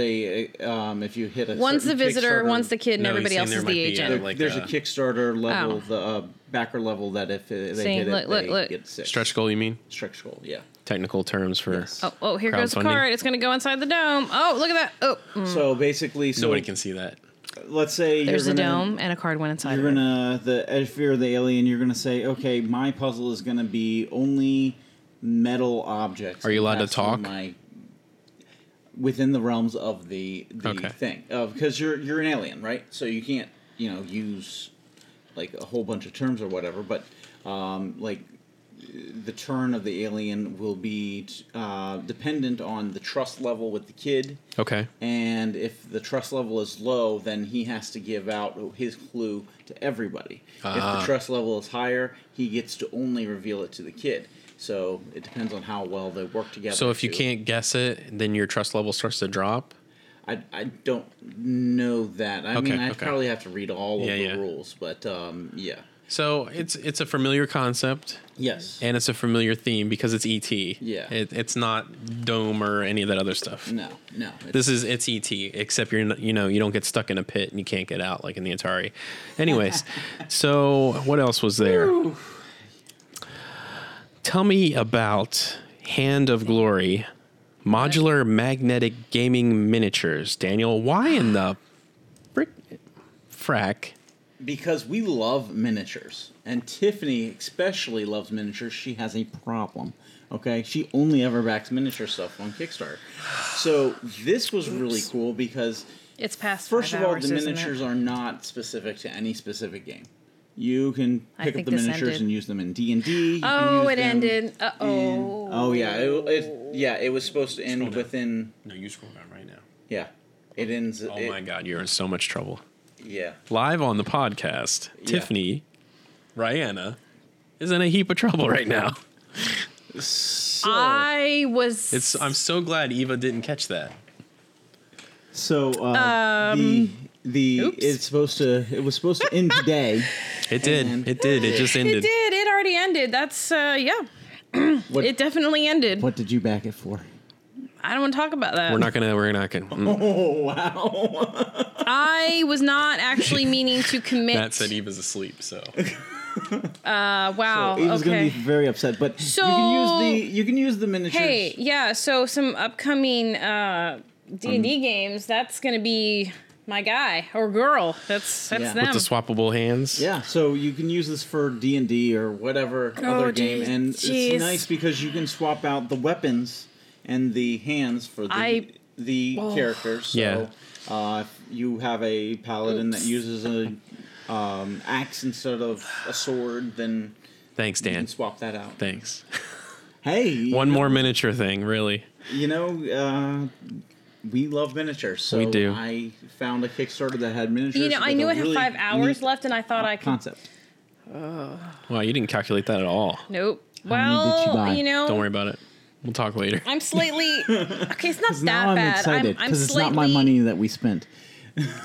[SPEAKER 1] there.
[SPEAKER 3] a um, if you hit a
[SPEAKER 2] One's the
[SPEAKER 3] certain
[SPEAKER 2] visitor,
[SPEAKER 3] Kickstarter-
[SPEAKER 2] one's the kid, and
[SPEAKER 1] No, he's
[SPEAKER 2] everybody
[SPEAKER 1] saying
[SPEAKER 2] else
[SPEAKER 1] there
[SPEAKER 2] is
[SPEAKER 1] might
[SPEAKER 2] the
[SPEAKER 1] be
[SPEAKER 2] agent.
[SPEAKER 1] a- like,
[SPEAKER 3] there's a
[SPEAKER 1] uh,
[SPEAKER 3] Kickstarter level,
[SPEAKER 2] Oh.
[SPEAKER 3] the uh, backer level that if uh, they
[SPEAKER 2] See,
[SPEAKER 3] hit it,
[SPEAKER 2] look, look,
[SPEAKER 3] they
[SPEAKER 2] look.
[SPEAKER 3] get six.
[SPEAKER 1] stretch goal, you mean?
[SPEAKER 3] stretch goal, yeah.
[SPEAKER 1] Technical terms for
[SPEAKER 3] Yes.
[SPEAKER 2] Oh, oh, here goes the
[SPEAKER 1] Crowdfunding.
[SPEAKER 2] card. It's gonna go inside the dome. Oh, look at that. Oh, mm.
[SPEAKER 3] So basically, so
[SPEAKER 1] nobody can see that.
[SPEAKER 3] let's say
[SPEAKER 2] there's
[SPEAKER 3] you're
[SPEAKER 2] a
[SPEAKER 3] gonna,
[SPEAKER 2] dome and a card went inside.
[SPEAKER 3] You're
[SPEAKER 2] of it.
[SPEAKER 3] gonna the if you're the alien, you're gonna say, okay, my puzzle is gonna be only metal objects.
[SPEAKER 1] Are you allowed to
[SPEAKER 3] passed through
[SPEAKER 1] talk?
[SPEAKER 3] My, within the realms of the the
[SPEAKER 1] Okay.
[SPEAKER 3] thing of because you're you're an alien, right? So you can't you know use like a whole bunch of terms or whatever, but um, like the turn of the alien will be t- uh, dependent on the trust level with the kid.
[SPEAKER 1] Okay.
[SPEAKER 3] And if the trust level is low, then he has to give out his clue to everybody.
[SPEAKER 1] Ah.
[SPEAKER 3] If the trust level is higher, he gets to only reveal it to the kid. So it depends on how well they work together.
[SPEAKER 1] So if you
[SPEAKER 3] to-
[SPEAKER 1] can't guess it, then your trust level starts to drop.
[SPEAKER 3] I, I don't know that. I
[SPEAKER 1] Okay,
[SPEAKER 3] mean, I
[SPEAKER 1] okay.
[SPEAKER 3] probably have to read all
[SPEAKER 1] Yeah,
[SPEAKER 3] of the
[SPEAKER 1] yeah.
[SPEAKER 3] rules, but um, yeah.
[SPEAKER 1] So it's it's a familiar concept
[SPEAKER 3] Yes.
[SPEAKER 1] and it's a familiar theme because it's ET. Yeah. It, it's not Dome or any of that other stuff.
[SPEAKER 3] no, no. It's,
[SPEAKER 1] This is it's ET, except you're not- you know you don't get stuck in a pit and you can't get out like in the Atari. Anyways, so what else was there? Tell me about Hand of Glory, modular magnetic gaming miniatures. Daniel, why in the frick, frack?
[SPEAKER 3] because we love miniatures, and Tiffany especially loves miniatures. She has a problem. Okay, she only ever backs miniature stuff on Kickstarter. So this was really cool because
[SPEAKER 2] It's past
[SPEAKER 3] First
[SPEAKER 2] five
[SPEAKER 3] of all,
[SPEAKER 2] hours,
[SPEAKER 3] the
[SPEAKER 2] isn't it?
[SPEAKER 3] miniatures are not specific to any specific game. You can
[SPEAKER 2] I
[SPEAKER 3] pick up
[SPEAKER 2] think
[SPEAKER 3] the
[SPEAKER 2] this
[SPEAKER 3] miniatures
[SPEAKER 2] ended.
[SPEAKER 3] and use them in D and D.
[SPEAKER 2] Oh, it ended. Uh oh.
[SPEAKER 3] Oh yeah, it, it yeah it was supposed to end
[SPEAKER 1] down.
[SPEAKER 3] within
[SPEAKER 1] No, you scroll down right now.
[SPEAKER 3] yeah. It ends.
[SPEAKER 1] Oh
[SPEAKER 3] it-
[SPEAKER 1] my God, you're in so much trouble.
[SPEAKER 3] Yeah.
[SPEAKER 1] Live on the podcast, Tiffany, Rihanna, is in a heap of trouble right now.
[SPEAKER 3] So,
[SPEAKER 2] I was.
[SPEAKER 1] It's. I'm so glad Eva didn't catch that.
[SPEAKER 3] so uh, the the
[SPEAKER 2] Um, oops.
[SPEAKER 3] it's supposed to it was supposed
[SPEAKER 2] [laughs]
[SPEAKER 3] to end today.
[SPEAKER 1] It did.
[SPEAKER 3] And-
[SPEAKER 1] it did. It just
[SPEAKER 2] it
[SPEAKER 1] ended.
[SPEAKER 2] did. It already ended. That's uh yeah.
[SPEAKER 3] [clears throat] What
[SPEAKER 2] It definitely ended.
[SPEAKER 3] what did you back it for?
[SPEAKER 2] I don't want to talk about that.
[SPEAKER 1] We're not gonna. We're not gonna. mm.
[SPEAKER 3] [laughs] Oh wow!
[SPEAKER 2] I was not actually meaning to
[SPEAKER 1] [laughs]
[SPEAKER 2] commit.
[SPEAKER 1] Matt said Eva's asleep. So
[SPEAKER 2] Uh, wow.
[SPEAKER 3] He was gonna
[SPEAKER 2] okay.
[SPEAKER 3] be very upset, but you
[SPEAKER 2] So-
[SPEAKER 3] can use the you can use the miniatures.
[SPEAKER 2] Hey, yeah. So some upcoming uh, D and
[SPEAKER 3] Um,
[SPEAKER 2] D games. That's gonna be my guy or girl. That's that's
[SPEAKER 3] Yeah.
[SPEAKER 2] them.
[SPEAKER 1] with the swappable hands.
[SPEAKER 3] Yeah, so you can use this for D and D or whatever other
[SPEAKER 2] Oh,
[SPEAKER 3] game,
[SPEAKER 2] geez,
[SPEAKER 3] and
[SPEAKER 2] geez.
[SPEAKER 3] it's nice because you can swap out the weapons and the hands for the
[SPEAKER 2] I-
[SPEAKER 3] the
[SPEAKER 2] Oh.
[SPEAKER 3] characters. So,
[SPEAKER 1] Yeah.
[SPEAKER 3] uh, if you have a paladin
[SPEAKER 2] Oops.
[SPEAKER 3] that uses a um, axe instead of a sword, then
[SPEAKER 1] Thanks,
[SPEAKER 3] you
[SPEAKER 1] Dan.
[SPEAKER 3] can swap that out.
[SPEAKER 1] Thanks.
[SPEAKER 3] Hey,
[SPEAKER 1] One more miniature thing, really.
[SPEAKER 3] you know. Uh, we love miniatures, so
[SPEAKER 1] We do.
[SPEAKER 3] I found a Kickstarter that had miniatures.
[SPEAKER 2] you know, I
[SPEAKER 3] with
[SPEAKER 2] knew
[SPEAKER 3] a
[SPEAKER 2] it had
[SPEAKER 3] really
[SPEAKER 2] five hours
[SPEAKER 3] neat
[SPEAKER 2] left, and I thought I could.
[SPEAKER 3] Concept.
[SPEAKER 1] Wow, you didn't calculate that at all.
[SPEAKER 2] Nope.
[SPEAKER 3] many did you
[SPEAKER 2] Well,
[SPEAKER 3] buy?
[SPEAKER 2] you know,
[SPEAKER 1] Don't worry about it. We'll talk later.
[SPEAKER 2] I'm
[SPEAKER 3] [laughs]
[SPEAKER 2] slightly okay. It's not that
[SPEAKER 3] Now I'm
[SPEAKER 2] bad.
[SPEAKER 3] excited
[SPEAKER 2] I'm, I'm
[SPEAKER 3] because it's
[SPEAKER 2] slightly,
[SPEAKER 3] not my money that we spent.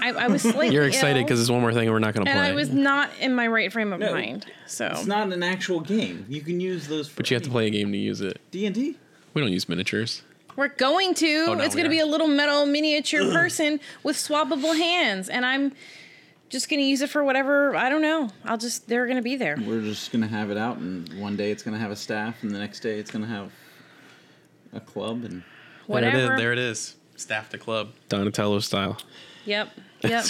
[SPEAKER 2] I, I was
[SPEAKER 3] [laughs]
[SPEAKER 2] slightly.
[SPEAKER 1] You're excited
[SPEAKER 2] ill,
[SPEAKER 1] because it's one more thing we're not gonna
[SPEAKER 2] and
[SPEAKER 1] play.
[SPEAKER 2] I was not in my right frame of
[SPEAKER 3] No,
[SPEAKER 2] mind. So
[SPEAKER 3] It's not an actual game. You can use those. For
[SPEAKER 1] but you have to play a game to use it.
[SPEAKER 3] D and D.
[SPEAKER 1] We don't use miniatures.
[SPEAKER 2] we're going to.
[SPEAKER 1] Oh, no,
[SPEAKER 2] it's
[SPEAKER 1] we
[SPEAKER 2] going to be
[SPEAKER 1] are.
[SPEAKER 2] a little metal miniature
[SPEAKER 1] [clears throat]
[SPEAKER 2] person with swappable hands, and I'm just going to use it for whatever. I don't know. I'll just they're going to be there.
[SPEAKER 3] We're just gonna have it out, and one day it's gonna have a staff, and the next day it's gonna have a club, and
[SPEAKER 2] Whatever.
[SPEAKER 1] There it is. There it is. Staff the club. Donatello style. [laughs]
[SPEAKER 2] Yep. Yep.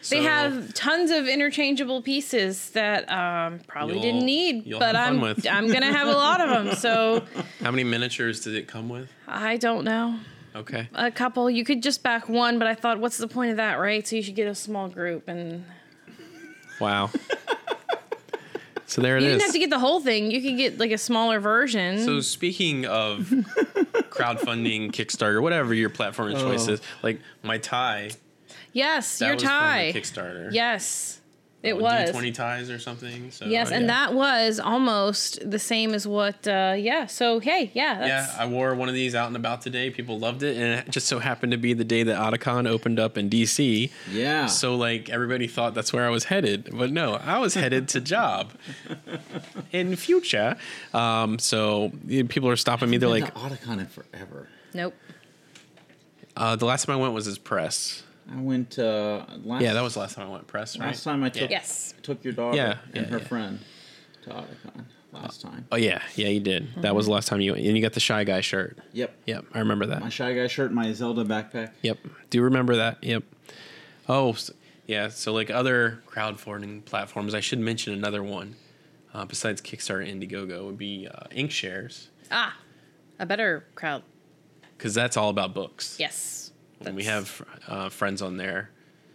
[SPEAKER 1] So
[SPEAKER 2] they have tons of interchangeable pieces that um, probably
[SPEAKER 1] You'll-
[SPEAKER 2] didn't need,
[SPEAKER 1] you'll
[SPEAKER 2] but
[SPEAKER 1] have fun
[SPEAKER 2] I'm
[SPEAKER 1] with.
[SPEAKER 2] [laughs] I'm gonna have a lot of
[SPEAKER 1] [laughs]
[SPEAKER 2] them. So
[SPEAKER 1] How many miniatures did it come with?
[SPEAKER 2] I don't know.
[SPEAKER 1] Okay.
[SPEAKER 2] a couple. You could just back one, but I thought, what's the point of that, right? So you should get a small group, and [laughs]
[SPEAKER 1] Wow. so there it is.
[SPEAKER 2] you didn't have to get the whole thing. You could get like a smaller version.
[SPEAKER 1] So speaking
[SPEAKER 2] [laughs]
[SPEAKER 1] of crowdfunding, Kickstarter, whatever your platform of choice is, like my tie,
[SPEAKER 2] yes,
[SPEAKER 1] that
[SPEAKER 2] Oh. your
[SPEAKER 1] was
[SPEAKER 2] tie.
[SPEAKER 1] from a Kickstarter.
[SPEAKER 2] Yes, it
[SPEAKER 1] Like,
[SPEAKER 2] was.
[SPEAKER 1] Oh, twenty ties or something. So oh,
[SPEAKER 2] Yes,
[SPEAKER 1] yeah.
[SPEAKER 2] and that was almost the same as what. Uh, yeah. So hey, yeah. That's,
[SPEAKER 1] Yeah, I wore one of these out and about today. People loved it, and it just so happened to be the day that Otacon opened up in DC.
[SPEAKER 2] Ah.
[SPEAKER 3] yeah.
[SPEAKER 1] So like everybody thought that's where I was headed, but no, I was headed to
[SPEAKER 2] [laughs]
[SPEAKER 1] job in future. Um, so you know, people are stopping me. They're
[SPEAKER 3] Been
[SPEAKER 1] like,
[SPEAKER 3] to Otacon in forever.
[SPEAKER 2] Nope.
[SPEAKER 1] uh, the last time I went was as press.
[SPEAKER 3] I went uh, last.
[SPEAKER 1] Yeah, that was the last time I went press. Right?
[SPEAKER 3] last time I took
[SPEAKER 2] Yes.
[SPEAKER 3] took your daughter
[SPEAKER 1] Yeah,
[SPEAKER 3] and
[SPEAKER 1] yeah,
[SPEAKER 3] her
[SPEAKER 1] yeah.
[SPEAKER 3] friend to Otacon last time.
[SPEAKER 1] Oh yeah, yeah, you did. That
[SPEAKER 2] Mm-hmm.
[SPEAKER 1] was the last time you and you got the shy guy shirt.
[SPEAKER 3] Yep.
[SPEAKER 1] Yep, I remember that.
[SPEAKER 3] My shy guy shirt, my Zelda backpack.
[SPEAKER 1] Yep, do remember that. Yep. Oh, s yeah. So like other crowdfunding platforms, I should mention another one uh, besides Kickstarter, and Indiegogo would be uh, Inkshares
[SPEAKER 2] Ah, a better crowd.
[SPEAKER 1] because that's all about books.
[SPEAKER 2] Yes.
[SPEAKER 1] And we
[SPEAKER 2] That's-
[SPEAKER 1] have uh, friends on there.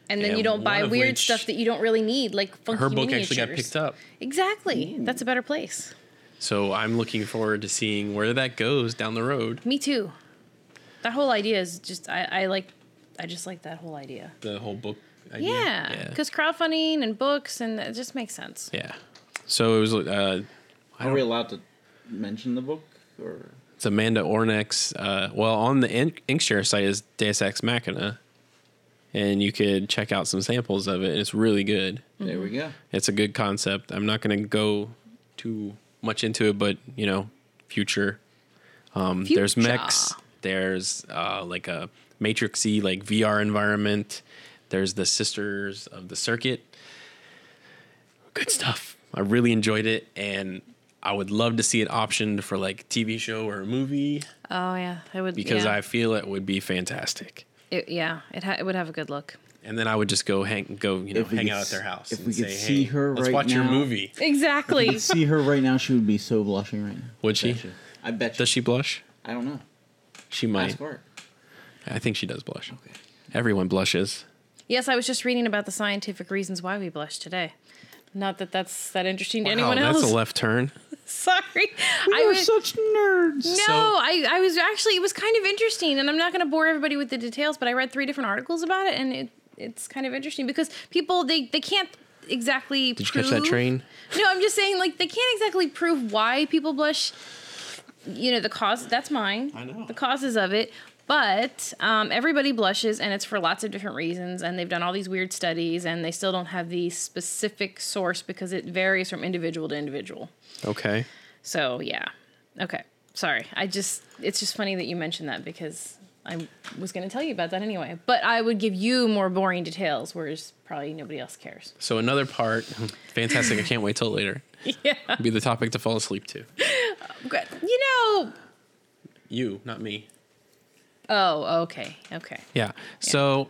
[SPEAKER 2] and then
[SPEAKER 1] and
[SPEAKER 2] you don't buy
[SPEAKER 1] one of
[SPEAKER 2] weird
[SPEAKER 1] which-
[SPEAKER 2] stuff that you don't really need, like funky
[SPEAKER 1] Her book
[SPEAKER 2] miniatures.
[SPEAKER 1] actually got picked up.
[SPEAKER 2] Exactly. That's a better place.
[SPEAKER 1] So I'm looking forward to seeing where that goes down the road.
[SPEAKER 2] Me too. That whole idea is just I, I like I just like that whole idea.
[SPEAKER 1] The whole book. Idea.
[SPEAKER 2] Yeah,
[SPEAKER 1] Yeah.
[SPEAKER 2] because crowdfunding and books and it just makes sense.
[SPEAKER 1] Yeah. So it was. Uh, I
[SPEAKER 3] Are we
[SPEAKER 1] don't,
[SPEAKER 3] allowed to mention the book or?
[SPEAKER 1] it's Amanda Ornex. Uh, well, on the in- Inkshare site is Deus Ex Machina, and you could check out some samples of it. It's really good.
[SPEAKER 3] There
[SPEAKER 1] Mm-hmm.
[SPEAKER 3] we go.
[SPEAKER 1] It's a good concept. I'm not going to go too much into it, but you know, future. Um, There's
[SPEAKER 2] Future.
[SPEAKER 1] mechs. There's uh, like a matrixy like VR environment. There's the Sisters of the Circuit. Good stuff. I really enjoyed it, and I would love to see it optioned for like TV show or a movie
[SPEAKER 2] Oh yeah, it would
[SPEAKER 1] because
[SPEAKER 2] yeah.
[SPEAKER 1] I feel it would be fantastic.
[SPEAKER 2] It, yeah, it ha- it would have a good look.
[SPEAKER 1] And then I would just go hang go you know
[SPEAKER 3] If we
[SPEAKER 1] hang
[SPEAKER 3] could
[SPEAKER 1] out at
[SPEAKER 3] s-
[SPEAKER 1] their house.
[SPEAKER 3] if
[SPEAKER 1] and
[SPEAKER 3] we could
[SPEAKER 1] say,
[SPEAKER 3] see
[SPEAKER 1] "Hey,
[SPEAKER 3] her
[SPEAKER 1] let's
[SPEAKER 3] right
[SPEAKER 1] watch your
[SPEAKER 3] now."
[SPEAKER 1] movie.
[SPEAKER 2] Exactly.
[SPEAKER 3] See her right now; she would be so blushing right now.
[SPEAKER 1] Would
[SPEAKER 3] I
[SPEAKER 1] she?
[SPEAKER 3] bet you. I bet you.
[SPEAKER 1] Does she blush?
[SPEAKER 3] I don't know.
[SPEAKER 1] She
[SPEAKER 3] Ask
[SPEAKER 1] might.
[SPEAKER 3] her.
[SPEAKER 1] I think she does blush.
[SPEAKER 3] Okay.
[SPEAKER 1] Everyone blushes.
[SPEAKER 2] yes, I was just reading about the scientific reasons why we blush today. Not that that's that interesting to
[SPEAKER 1] Wow,
[SPEAKER 2] anyone
[SPEAKER 1] that's
[SPEAKER 2] else.
[SPEAKER 1] a left turn.
[SPEAKER 2] [laughs] Sorry, I
[SPEAKER 3] You're
[SPEAKER 2] was
[SPEAKER 3] such nerds.
[SPEAKER 2] no,
[SPEAKER 1] so-
[SPEAKER 2] I I was actually it was kind of interesting, and I'm not going to bore everybody with the details, but I read three different articles about it, and it it's kind of interesting because people they they can't exactly
[SPEAKER 1] Did you catch that train?
[SPEAKER 2] No, I'm just saying, like, they can't exactly prove why people blush. You know, the cause, that's mine. I
[SPEAKER 1] know.
[SPEAKER 2] The causes of it. But um, everybody blushes, and it's for lots of different reasons. And they've done all these weird studies, and they still don't have the specific source because it varies from individual to individual.
[SPEAKER 1] Okay.
[SPEAKER 2] So, yeah. Okay. Sorry. I just, it's just funny that you mentioned that because I was going to tell you about that anyway. But I would give you more boring details, whereas probably nobody else cares.
[SPEAKER 1] So another part, fantastic. I can't wait till later.
[SPEAKER 2] [laughs] Yeah.
[SPEAKER 1] Be the topic to fall asleep to.
[SPEAKER 2] Good. You know,
[SPEAKER 1] You, not me.
[SPEAKER 2] Oh, okay, okay.
[SPEAKER 1] Yeah.
[SPEAKER 3] [coughs]
[SPEAKER 1] So,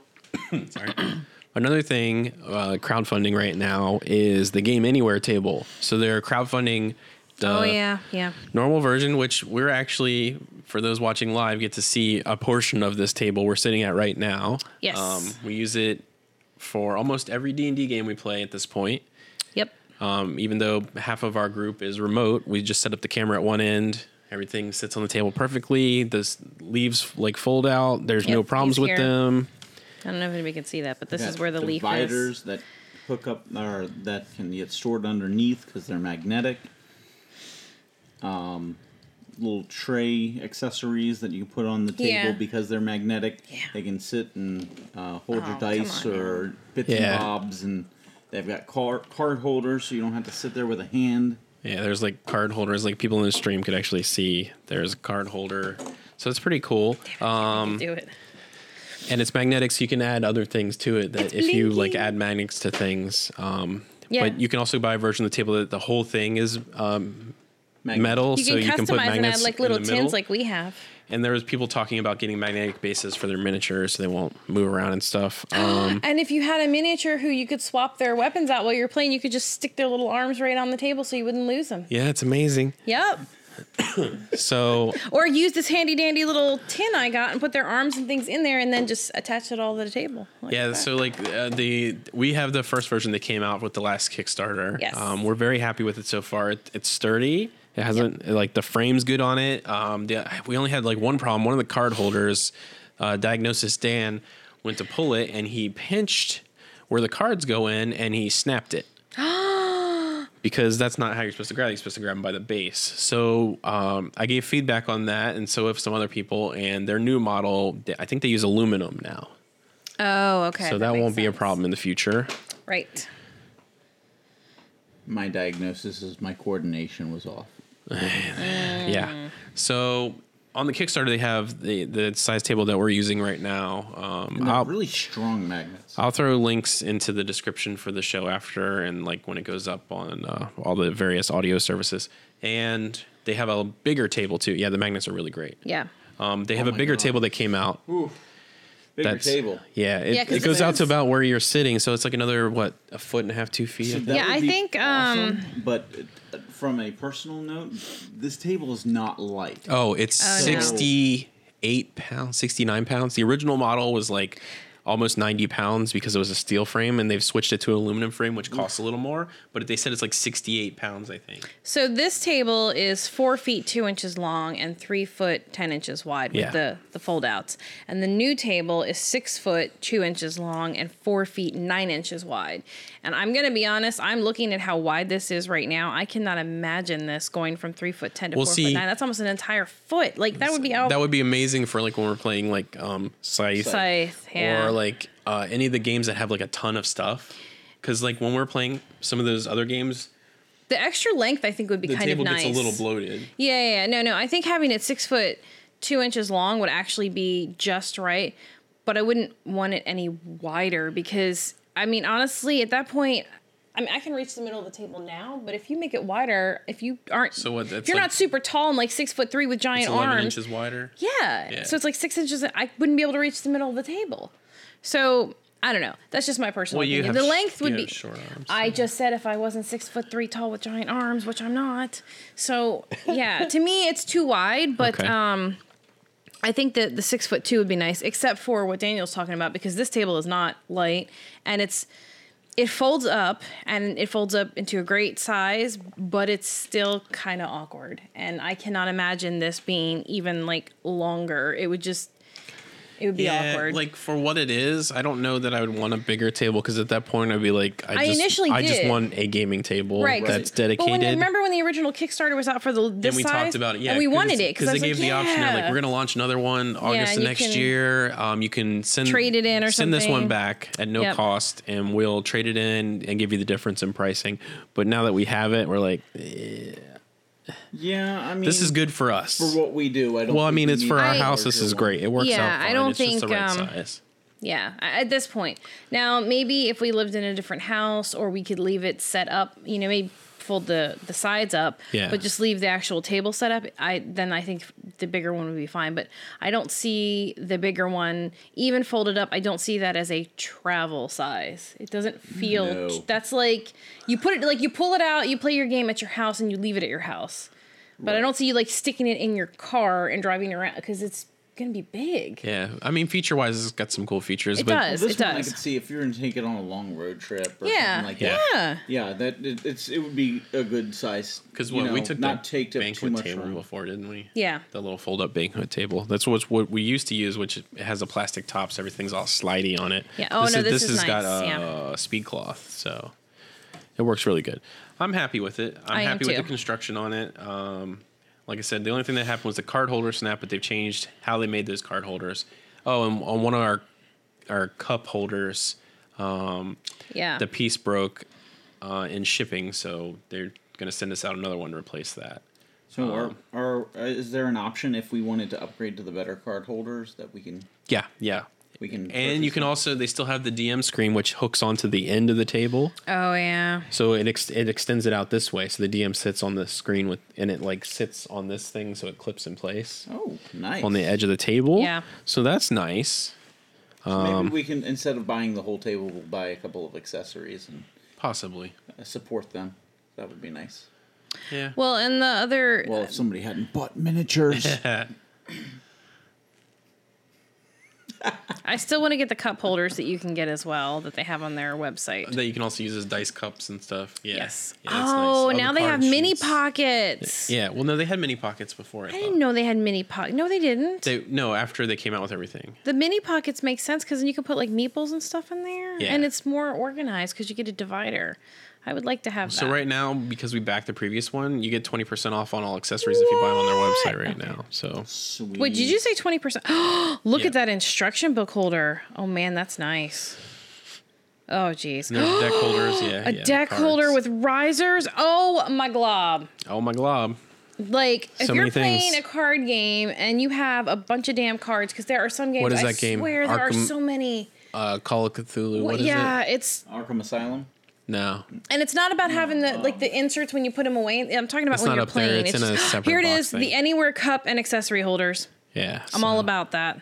[SPEAKER 1] sorry. [clears throat] Another thing, uh, crowdfunding right now is the Game Anywhere table. So they're crowdfunding the
[SPEAKER 2] oh yeah, yeah.
[SPEAKER 1] normal version, which we're actually, for those watching live, get to see a portion of this table we're sitting at right now. Um,
[SPEAKER 2] Yes.
[SPEAKER 1] we use it for almost every D and D game we play at this point.
[SPEAKER 2] Yep.
[SPEAKER 1] Um, even though half of our group is remote, we just set up the camera at one end. Everything sits on the table perfectly. The s- leaves like fold out. There's no
[SPEAKER 2] Yep,
[SPEAKER 1] problems
[SPEAKER 2] he's
[SPEAKER 1] with
[SPEAKER 2] here.
[SPEAKER 1] them.
[SPEAKER 2] I don't know if anybody can see that, but this
[SPEAKER 3] Got
[SPEAKER 2] is where the leaf is.
[SPEAKER 3] dividers that hook up or that can get stored underneath because they're magnetic. Um, little tray accessories that you put on the table
[SPEAKER 2] Yeah.
[SPEAKER 3] because they're magnetic.
[SPEAKER 2] Yeah.
[SPEAKER 3] They can sit and uh, hold
[SPEAKER 2] Oh,
[SPEAKER 3] your
[SPEAKER 2] come
[SPEAKER 3] dice
[SPEAKER 2] on.
[SPEAKER 3] or bits
[SPEAKER 1] Yeah.
[SPEAKER 3] and bobs, and they've got car- card holders so you don't have to sit there with a hand.
[SPEAKER 1] Yeah, there's like card holders. Like people in the stream could actually see there's a card holder. So it's pretty cool.
[SPEAKER 2] Um, do it.
[SPEAKER 1] and it's magnetic so you can add other things to it that
[SPEAKER 2] It's
[SPEAKER 1] if you like
[SPEAKER 2] blinking.
[SPEAKER 1] add magnets to things um
[SPEAKER 2] Yeah.
[SPEAKER 1] but you can also buy a version of the table that the whole thing is um
[SPEAKER 3] Magnet.
[SPEAKER 1] metal
[SPEAKER 2] You
[SPEAKER 1] so
[SPEAKER 2] can
[SPEAKER 1] you can
[SPEAKER 2] customize
[SPEAKER 1] put
[SPEAKER 2] and add
[SPEAKER 1] magnets
[SPEAKER 2] like little
[SPEAKER 1] in the
[SPEAKER 2] tins,
[SPEAKER 1] middle.
[SPEAKER 2] like we have.
[SPEAKER 1] and there was people talking about getting magnetic bases for their miniatures so they won't move around and
[SPEAKER 2] [gasps]
[SPEAKER 1] stuff um
[SPEAKER 2] And if you had a miniature who you could swap their weapons out while you're playing, you could just stick their little arms right on the table so you wouldn't lose them.
[SPEAKER 1] yeah it's amazing
[SPEAKER 2] Yep.
[SPEAKER 1] so
[SPEAKER 2] Or use this handy dandy little tin I got and put their arms and things in there, and then just attach it all to the table. Like
[SPEAKER 1] yeah
[SPEAKER 2] that.
[SPEAKER 1] so like uh, the we have the first version that came out with the last kickstarter
[SPEAKER 2] Yes.
[SPEAKER 1] um we're very happy with it so far it, it's sturdy it hasn't like the frame's good on it um the, we only had like one problem one of the card holders uh diagnosis dan went to pull it and he pinched where the cards go in and he snapped
[SPEAKER 2] [gasps]
[SPEAKER 1] it because that's not how you're supposed to grab. it. You're supposed to grab them by the base. So um, I gave feedback on that, and so have some other people. And their new model, I think they use aluminum now,
[SPEAKER 2] Oh, okay.
[SPEAKER 1] so that,
[SPEAKER 2] makes
[SPEAKER 1] won't be a
[SPEAKER 2] sense.
[SPEAKER 1] problem in the future.
[SPEAKER 2] Right.
[SPEAKER 3] My diagnosis is my coordination was off.
[SPEAKER 2] Mm.
[SPEAKER 1] Yeah. So on the Kickstarter, they have the the size table that we're using right now. Um,
[SPEAKER 3] And they're
[SPEAKER 1] I'll,
[SPEAKER 3] really strong magnets.
[SPEAKER 1] I'll throw links into the description for the show after, and like when it goes up on uh, all the various audio services. And they have a bigger table too. Yeah, the magnets are really great.
[SPEAKER 2] Yeah.
[SPEAKER 1] Um, they have a
[SPEAKER 3] Oh my
[SPEAKER 1] bigger
[SPEAKER 3] God.
[SPEAKER 1] table that came out.
[SPEAKER 3] Bigger
[SPEAKER 1] That's
[SPEAKER 3] table.
[SPEAKER 1] Yeah, it,
[SPEAKER 2] Yeah,
[SPEAKER 1] it
[SPEAKER 2] 'cause
[SPEAKER 1] goes out to
[SPEAKER 2] it's-
[SPEAKER 1] about where you're sitting, so it's like another what a foot and a half, two feet. I
[SPEAKER 3] So
[SPEAKER 1] think.
[SPEAKER 3] that
[SPEAKER 2] Yeah,
[SPEAKER 3] would
[SPEAKER 2] I
[SPEAKER 3] be
[SPEAKER 2] think, um,
[SPEAKER 3] awesome, but uh, from a personal note, this table is not light.
[SPEAKER 1] oh, it's
[SPEAKER 2] Oh, no.
[SPEAKER 1] sixty-eight pounds, sixty-nine pounds. The original model was like almost 90 pounds because it was a steel frame and they've switched it to an aluminum frame, which costs a little more. But they said it's like 68 pounds, I think.
[SPEAKER 2] So this table is four feet two inches long and three foot ten inches wide with
[SPEAKER 1] Yeah.
[SPEAKER 2] the the fold outs, and the new table is six foot two inches long and four feet nine inches wide. And I'm gonna be honest, I'm looking at how wide this is right now. I cannot imagine this going from three foot ten to
[SPEAKER 1] Well,
[SPEAKER 2] four
[SPEAKER 1] see-
[SPEAKER 2] foot nine. That's almost an entire foot. Like that would be out
[SPEAKER 1] That would be amazing for like when we're playing like um, Scythe.
[SPEAKER 2] scythe. Yeah.
[SPEAKER 1] or like uh, any of the games that have like a ton of stuff. Because like when we're playing some of those other games,
[SPEAKER 2] the extra length I think would be
[SPEAKER 1] the
[SPEAKER 2] kind
[SPEAKER 1] table
[SPEAKER 2] of nice.
[SPEAKER 1] gets a little bloated.
[SPEAKER 2] Yeah, yeah, yeah. no, no. I think having it six foot two inches long would actually be just right, but I wouldn't want it any wider because I mean, honestly, at that point, I mean, I can reach the middle of the table now, but if you make it wider, if you aren't,
[SPEAKER 1] So what,
[SPEAKER 2] if
[SPEAKER 1] that's
[SPEAKER 2] you're
[SPEAKER 1] like-
[SPEAKER 2] not super tall and like six foot three with giant
[SPEAKER 1] It's 11
[SPEAKER 2] arms,
[SPEAKER 1] inches wider.
[SPEAKER 2] yeah.
[SPEAKER 1] Yeah.
[SPEAKER 2] so it's like six inches. I wouldn't be able to reach the middle of the table. So I don't know. That's just my personal
[SPEAKER 1] Well, you
[SPEAKER 2] opinion.
[SPEAKER 1] have
[SPEAKER 2] the
[SPEAKER 1] sh-
[SPEAKER 2] length would
[SPEAKER 1] you
[SPEAKER 2] be
[SPEAKER 1] have short arms.
[SPEAKER 2] I just said if I wasn't six foot three tall with giant arms, which I'm not. So yeah, to me it's too wide, but
[SPEAKER 1] Okay.
[SPEAKER 2] um I think that the six foot two would be nice, except for what Daniel's talking about, because this table is not light and it's it folds up and it folds up into a great size, but it's still kind of awkward. And I cannot imagine this being even like longer. It would just it would be awkward.
[SPEAKER 1] like for what it is, I don't know that I would want a bigger table because at that point I'd be like, I,
[SPEAKER 2] I
[SPEAKER 1] just,
[SPEAKER 2] initially
[SPEAKER 1] I just
[SPEAKER 2] did.
[SPEAKER 1] want a gaming table
[SPEAKER 2] right 'cause-
[SPEAKER 1] that's
[SPEAKER 2] But when,
[SPEAKER 1] dedicated.
[SPEAKER 2] remember when the original Kickstarter was out for the this
[SPEAKER 1] and we
[SPEAKER 2] size?
[SPEAKER 1] talked about it, yeah,
[SPEAKER 2] and we wanted it
[SPEAKER 1] because
[SPEAKER 2] I
[SPEAKER 1] they
[SPEAKER 2] was
[SPEAKER 1] gave the option. They're like,
[SPEAKER 2] yeah.
[SPEAKER 1] we're going to launch another one August
[SPEAKER 2] and
[SPEAKER 1] of
[SPEAKER 2] you
[SPEAKER 1] next
[SPEAKER 2] can
[SPEAKER 1] year. Um, you can send
[SPEAKER 2] trade it in or
[SPEAKER 1] send this one
[SPEAKER 2] something."
[SPEAKER 1] back at no
[SPEAKER 2] Yep.
[SPEAKER 1] cost, and we'll trade it in and give you the difference in pricing. But now that we have it, we're like,
[SPEAKER 3] Yeah, I mean,
[SPEAKER 1] this is good for us.
[SPEAKER 3] for what we do. I don't
[SPEAKER 1] well, I
[SPEAKER 3] think
[SPEAKER 1] mean,
[SPEAKER 3] we
[SPEAKER 1] it's
[SPEAKER 3] need
[SPEAKER 1] for our
[SPEAKER 2] I-
[SPEAKER 3] a
[SPEAKER 1] house. This
[SPEAKER 3] larger
[SPEAKER 1] is
[SPEAKER 3] one.
[SPEAKER 1] great. It works
[SPEAKER 2] Yeah,
[SPEAKER 1] out. Fine.
[SPEAKER 2] I don't
[SPEAKER 1] it's just the
[SPEAKER 2] think,
[SPEAKER 1] right
[SPEAKER 2] um,
[SPEAKER 1] size.
[SPEAKER 2] Yeah, a- at this point. Now, maybe if we lived in a different house or we could leave it set up, you know, maybe fold the the sides up,
[SPEAKER 1] Yeah.
[SPEAKER 2] but just leave the actual table set up, I then I think the bigger one would be fine, but I don't see the bigger one even folded up. I don't see that as a travel size. It doesn't feel
[SPEAKER 3] No.
[SPEAKER 2] that's like you put it like you pull it out, you play your game at your house and you leave it at your house. But I don't see you like sticking it in your car and driving around cuz it's going to be big.
[SPEAKER 1] Yeah, I mean, feature wise, it's got some cool features.
[SPEAKER 2] It
[SPEAKER 1] but
[SPEAKER 2] does.
[SPEAKER 3] This
[SPEAKER 2] it
[SPEAKER 3] one
[SPEAKER 2] does.
[SPEAKER 3] I could see if you're going to take it on a long road trip or
[SPEAKER 2] Yeah.
[SPEAKER 3] something like
[SPEAKER 1] Yeah.
[SPEAKER 3] that.
[SPEAKER 2] Yeah.
[SPEAKER 3] Yeah, that it, it's it would be a good size
[SPEAKER 1] Because
[SPEAKER 3] you
[SPEAKER 1] what we
[SPEAKER 3] know,
[SPEAKER 1] took
[SPEAKER 3] not
[SPEAKER 1] the
[SPEAKER 3] take up too
[SPEAKER 1] banquet
[SPEAKER 3] much
[SPEAKER 1] table
[SPEAKER 3] room.
[SPEAKER 1] before, didn't we?
[SPEAKER 2] Yeah.
[SPEAKER 1] The little fold up banquet table. That's what's what we used to use, which has a plastic top, so everything's all slidey on it.
[SPEAKER 2] Yeah. Oh, no, this is
[SPEAKER 1] has got
[SPEAKER 2] nice.
[SPEAKER 1] a
[SPEAKER 2] Yeah.
[SPEAKER 1] speed cloth, so it works really good. I'm happy with it. I'm
[SPEAKER 2] I am
[SPEAKER 1] happy with the
[SPEAKER 2] too.
[SPEAKER 1] construction on it. Um, like I said, the only thing that happened was the card holder snapped, but they've changed how they made those card holders. Oh, and on one of our our cup holders,
[SPEAKER 2] Yeah.
[SPEAKER 1] the piece broke uh, in shipping, so they're going to send us out another one to replace that.
[SPEAKER 3] So,
[SPEAKER 1] um,
[SPEAKER 3] are, are uh, is there an option if we wanted to upgrade to the better card holders that we can
[SPEAKER 1] Yeah, yeah.
[SPEAKER 3] we can
[SPEAKER 1] And you
[SPEAKER 3] purchase?
[SPEAKER 1] can also they still have the DM screen which hooks onto the end of the table,
[SPEAKER 2] oh yeah.
[SPEAKER 1] so it ex- it extends it out this way. So the DM sits on the screen with and it like sits on this thing, so it clips in place
[SPEAKER 3] oh nice
[SPEAKER 1] on the edge of the table.
[SPEAKER 2] Yeah.
[SPEAKER 1] So that's nice,
[SPEAKER 3] So
[SPEAKER 1] um,
[SPEAKER 3] maybe we can instead of buying the whole table, we'll buy a couple of accessories and
[SPEAKER 1] [laughs] possibly.
[SPEAKER 3] uh, support them. That would be nice.
[SPEAKER 1] Yeah.
[SPEAKER 2] Well, and the other
[SPEAKER 3] Well, if somebody hadn't
[SPEAKER 1] [laughs]
[SPEAKER 3] bought miniatures,
[SPEAKER 2] I still want to get the cup holders that you can get as well that they have on their website.
[SPEAKER 1] that you can also use as dice cups and stuff. Yeah.
[SPEAKER 2] yes.
[SPEAKER 1] Yeah, that's nice.
[SPEAKER 2] oh,
[SPEAKER 1] the
[SPEAKER 2] now they
[SPEAKER 1] card
[SPEAKER 2] have mini
[SPEAKER 1] sheets.
[SPEAKER 2] pockets.
[SPEAKER 1] Yeah. Well, no, they had mini pockets before. I,
[SPEAKER 2] I
[SPEAKER 1] thought.
[SPEAKER 2] didn't know they had mini pockets. No, they didn't.
[SPEAKER 1] They no after they came out with everything.
[SPEAKER 2] the mini pockets make sense because you can put like meeples and stuff in there,
[SPEAKER 1] Yeah.
[SPEAKER 2] and it's more organized because you get a divider. I would like to have
[SPEAKER 1] So
[SPEAKER 2] that.
[SPEAKER 1] right now, because we backed the previous one, you get twenty percent off on all accessories if you buy them on their website right now. So
[SPEAKER 3] sweet.
[SPEAKER 2] Wait, did you say twenty percent? [gasps] Look
[SPEAKER 1] Yeah.
[SPEAKER 2] at that instruction book holder. Oh man, that's nice. Oh jeez.
[SPEAKER 1] there's
[SPEAKER 2] [gasps]
[SPEAKER 1] deck holders. Yeah,
[SPEAKER 2] a
[SPEAKER 1] Uh, yeah,
[SPEAKER 2] deck
[SPEAKER 1] cards.
[SPEAKER 2] holder with risers. Oh my glob.
[SPEAKER 1] oh my glob.
[SPEAKER 2] Like if
[SPEAKER 1] So
[SPEAKER 2] you're
[SPEAKER 1] many things.
[SPEAKER 2] playing a card game and you have a bunch of damn cards, because there are some games.
[SPEAKER 1] What is
[SPEAKER 2] I
[SPEAKER 1] that game?
[SPEAKER 2] swear there are
[SPEAKER 1] Arkham-
[SPEAKER 2] so many.
[SPEAKER 1] Uh, Call of Cthulhu. What is
[SPEAKER 2] yeah,
[SPEAKER 1] it?
[SPEAKER 2] it's
[SPEAKER 3] Arkham Asylum?
[SPEAKER 1] No,
[SPEAKER 2] and it's not about having the like the inserts when you put them away. I'm talking about
[SPEAKER 1] It's
[SPEAKER 2] when
[SPEAKER 1] not
[SPEAKER 2] you're
[SPEAKER 1] up there,
[SPEAKER 2] playing.
[SPEAKER 1] it's in a
[SPEAKER 2] just-
[SPEAKER 1] separate
[SPEAKER 2] here it
[SPEAKER 1] box
[SPEAKER 2] is,
[SPEAKER 1] thing.
[SPEAKER 2] the anywhere cup and accessory holders.
[SPEAKER 1] yeah.
[SPEAKER 2] I'm all about that.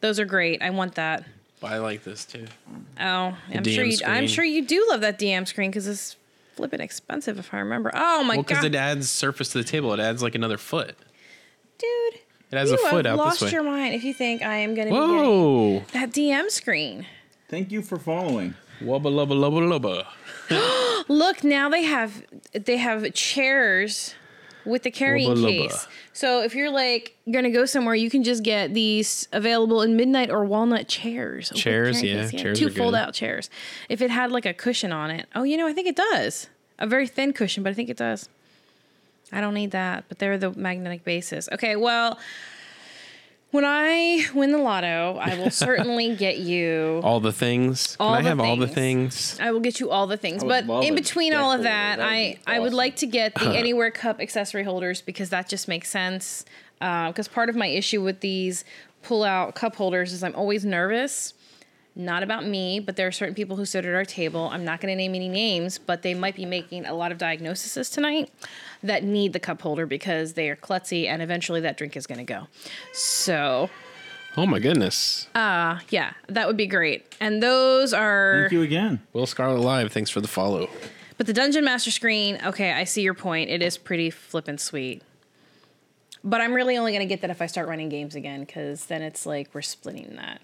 [SPEAKER 2] Those are great. I want that.
[SPEAKER 1] I like this too.
[SPEAKER 2] Oh, I'm sure
[SPEAKER 1] DM
[SPEAKER 2] you. I'm
[SPEAKER 1] screen.
[SPEAKER 2] sure you do love that DM screen because it's flipping expensive if I remember. Oh my
[SPEAKER 1] Well, because
[SPEAKER 2] god,
[SPEAKER 1] it adds surface to the table. It adds like another foot.
[SPEAKER 2] dude.
[SPEAKER 1] It has a
[SPEAKER 2] you
[SPEAKER 1] foot
[SPEAKER 2] have
[SPEAKER 1] out
[SPEAKER 2] lost
[SPEAKER 1] this way.
[SPEAKER 2] your mind if you think I am going to be getting
[SPEAKER 1] Whoa!
[SPEAKER 2] that DM screen.
[SPEAKER 3] Thank you for following.
[SPEAKER 1] Wubba lubba lubba lubba.
[SPEAKER 2] Look, now they have they have chairs with the carrying
[SPEAKER 1] Wubba lubba.
[SPEAKER 2] case. So if you're like gonna go somewhere, you can just get these available in midnight or walnut chairs. Oh, with
[SPEAKER 1] Chairs,
[SPEAKER 2] carrying
[SPEAKER 1] yeah, chairs
[SPEAKER 2] two
[SPEAKER 1] are good.
[SPEAKER 2] fold out chairs. If it had like a cushion on it, oh, you know, I think it does. A very thin cushion, but I think it does. I don't need that, but they're the magnetic bases. Okay, well, when I win the lotto, I
[SPEAKER 1] [laughs]
[SPEAKER 2] will certainly get you.
[SPEAKER 1] All the things.
[SPEAKER 2] All
[SPEAKER 1] Can
[SPEAKER 2] the
[SPEAKER 1] I have all the things?
[SPEAKER 2] I will get you all the things,
[SPEAKER 3] would
[SPEAKER 2] but
[SPEAKER 3] love
[SPEAKER 2] in
[SPEAKER 3] a
[SPEAKER 2] between all of that,
[SPEAKER 3] decorator. That would
[SPEAKER 2] I
[SPEAKER 3] be
[SPEAKER 2] I would
[SPEAKER 3] awesome.
[SPEAKER 2] like to get
[SPEAKER 3] [laughs]
[SPEAKER 2] the Anywhere Cup accessory holders because that just makes sense. Because part of my issue with these pull out cup holders is I'm always nervous. Not about me, but there are certain people who sit at our table. I'm not going to name any names, but they might be making a lot of diagnoses tonight that need the cup holder because they are klutzy and eventually that drink is going to go. So,
[SPEAKER 1] Oh my goodness.
[SPEAKER 2] Uh, yeah, that would be great. And those are.
[SPEAKER 3] Thank you again.
[SPEAKER 1] Will Scarlet Live, thanks for the follow.
[SPEAKER 2] But the Dungeon Master screen, okay, I see your point. It is pretty flippin' sweet. But I'm really only going to get that if I start running games again, because then it's like we're splitting that.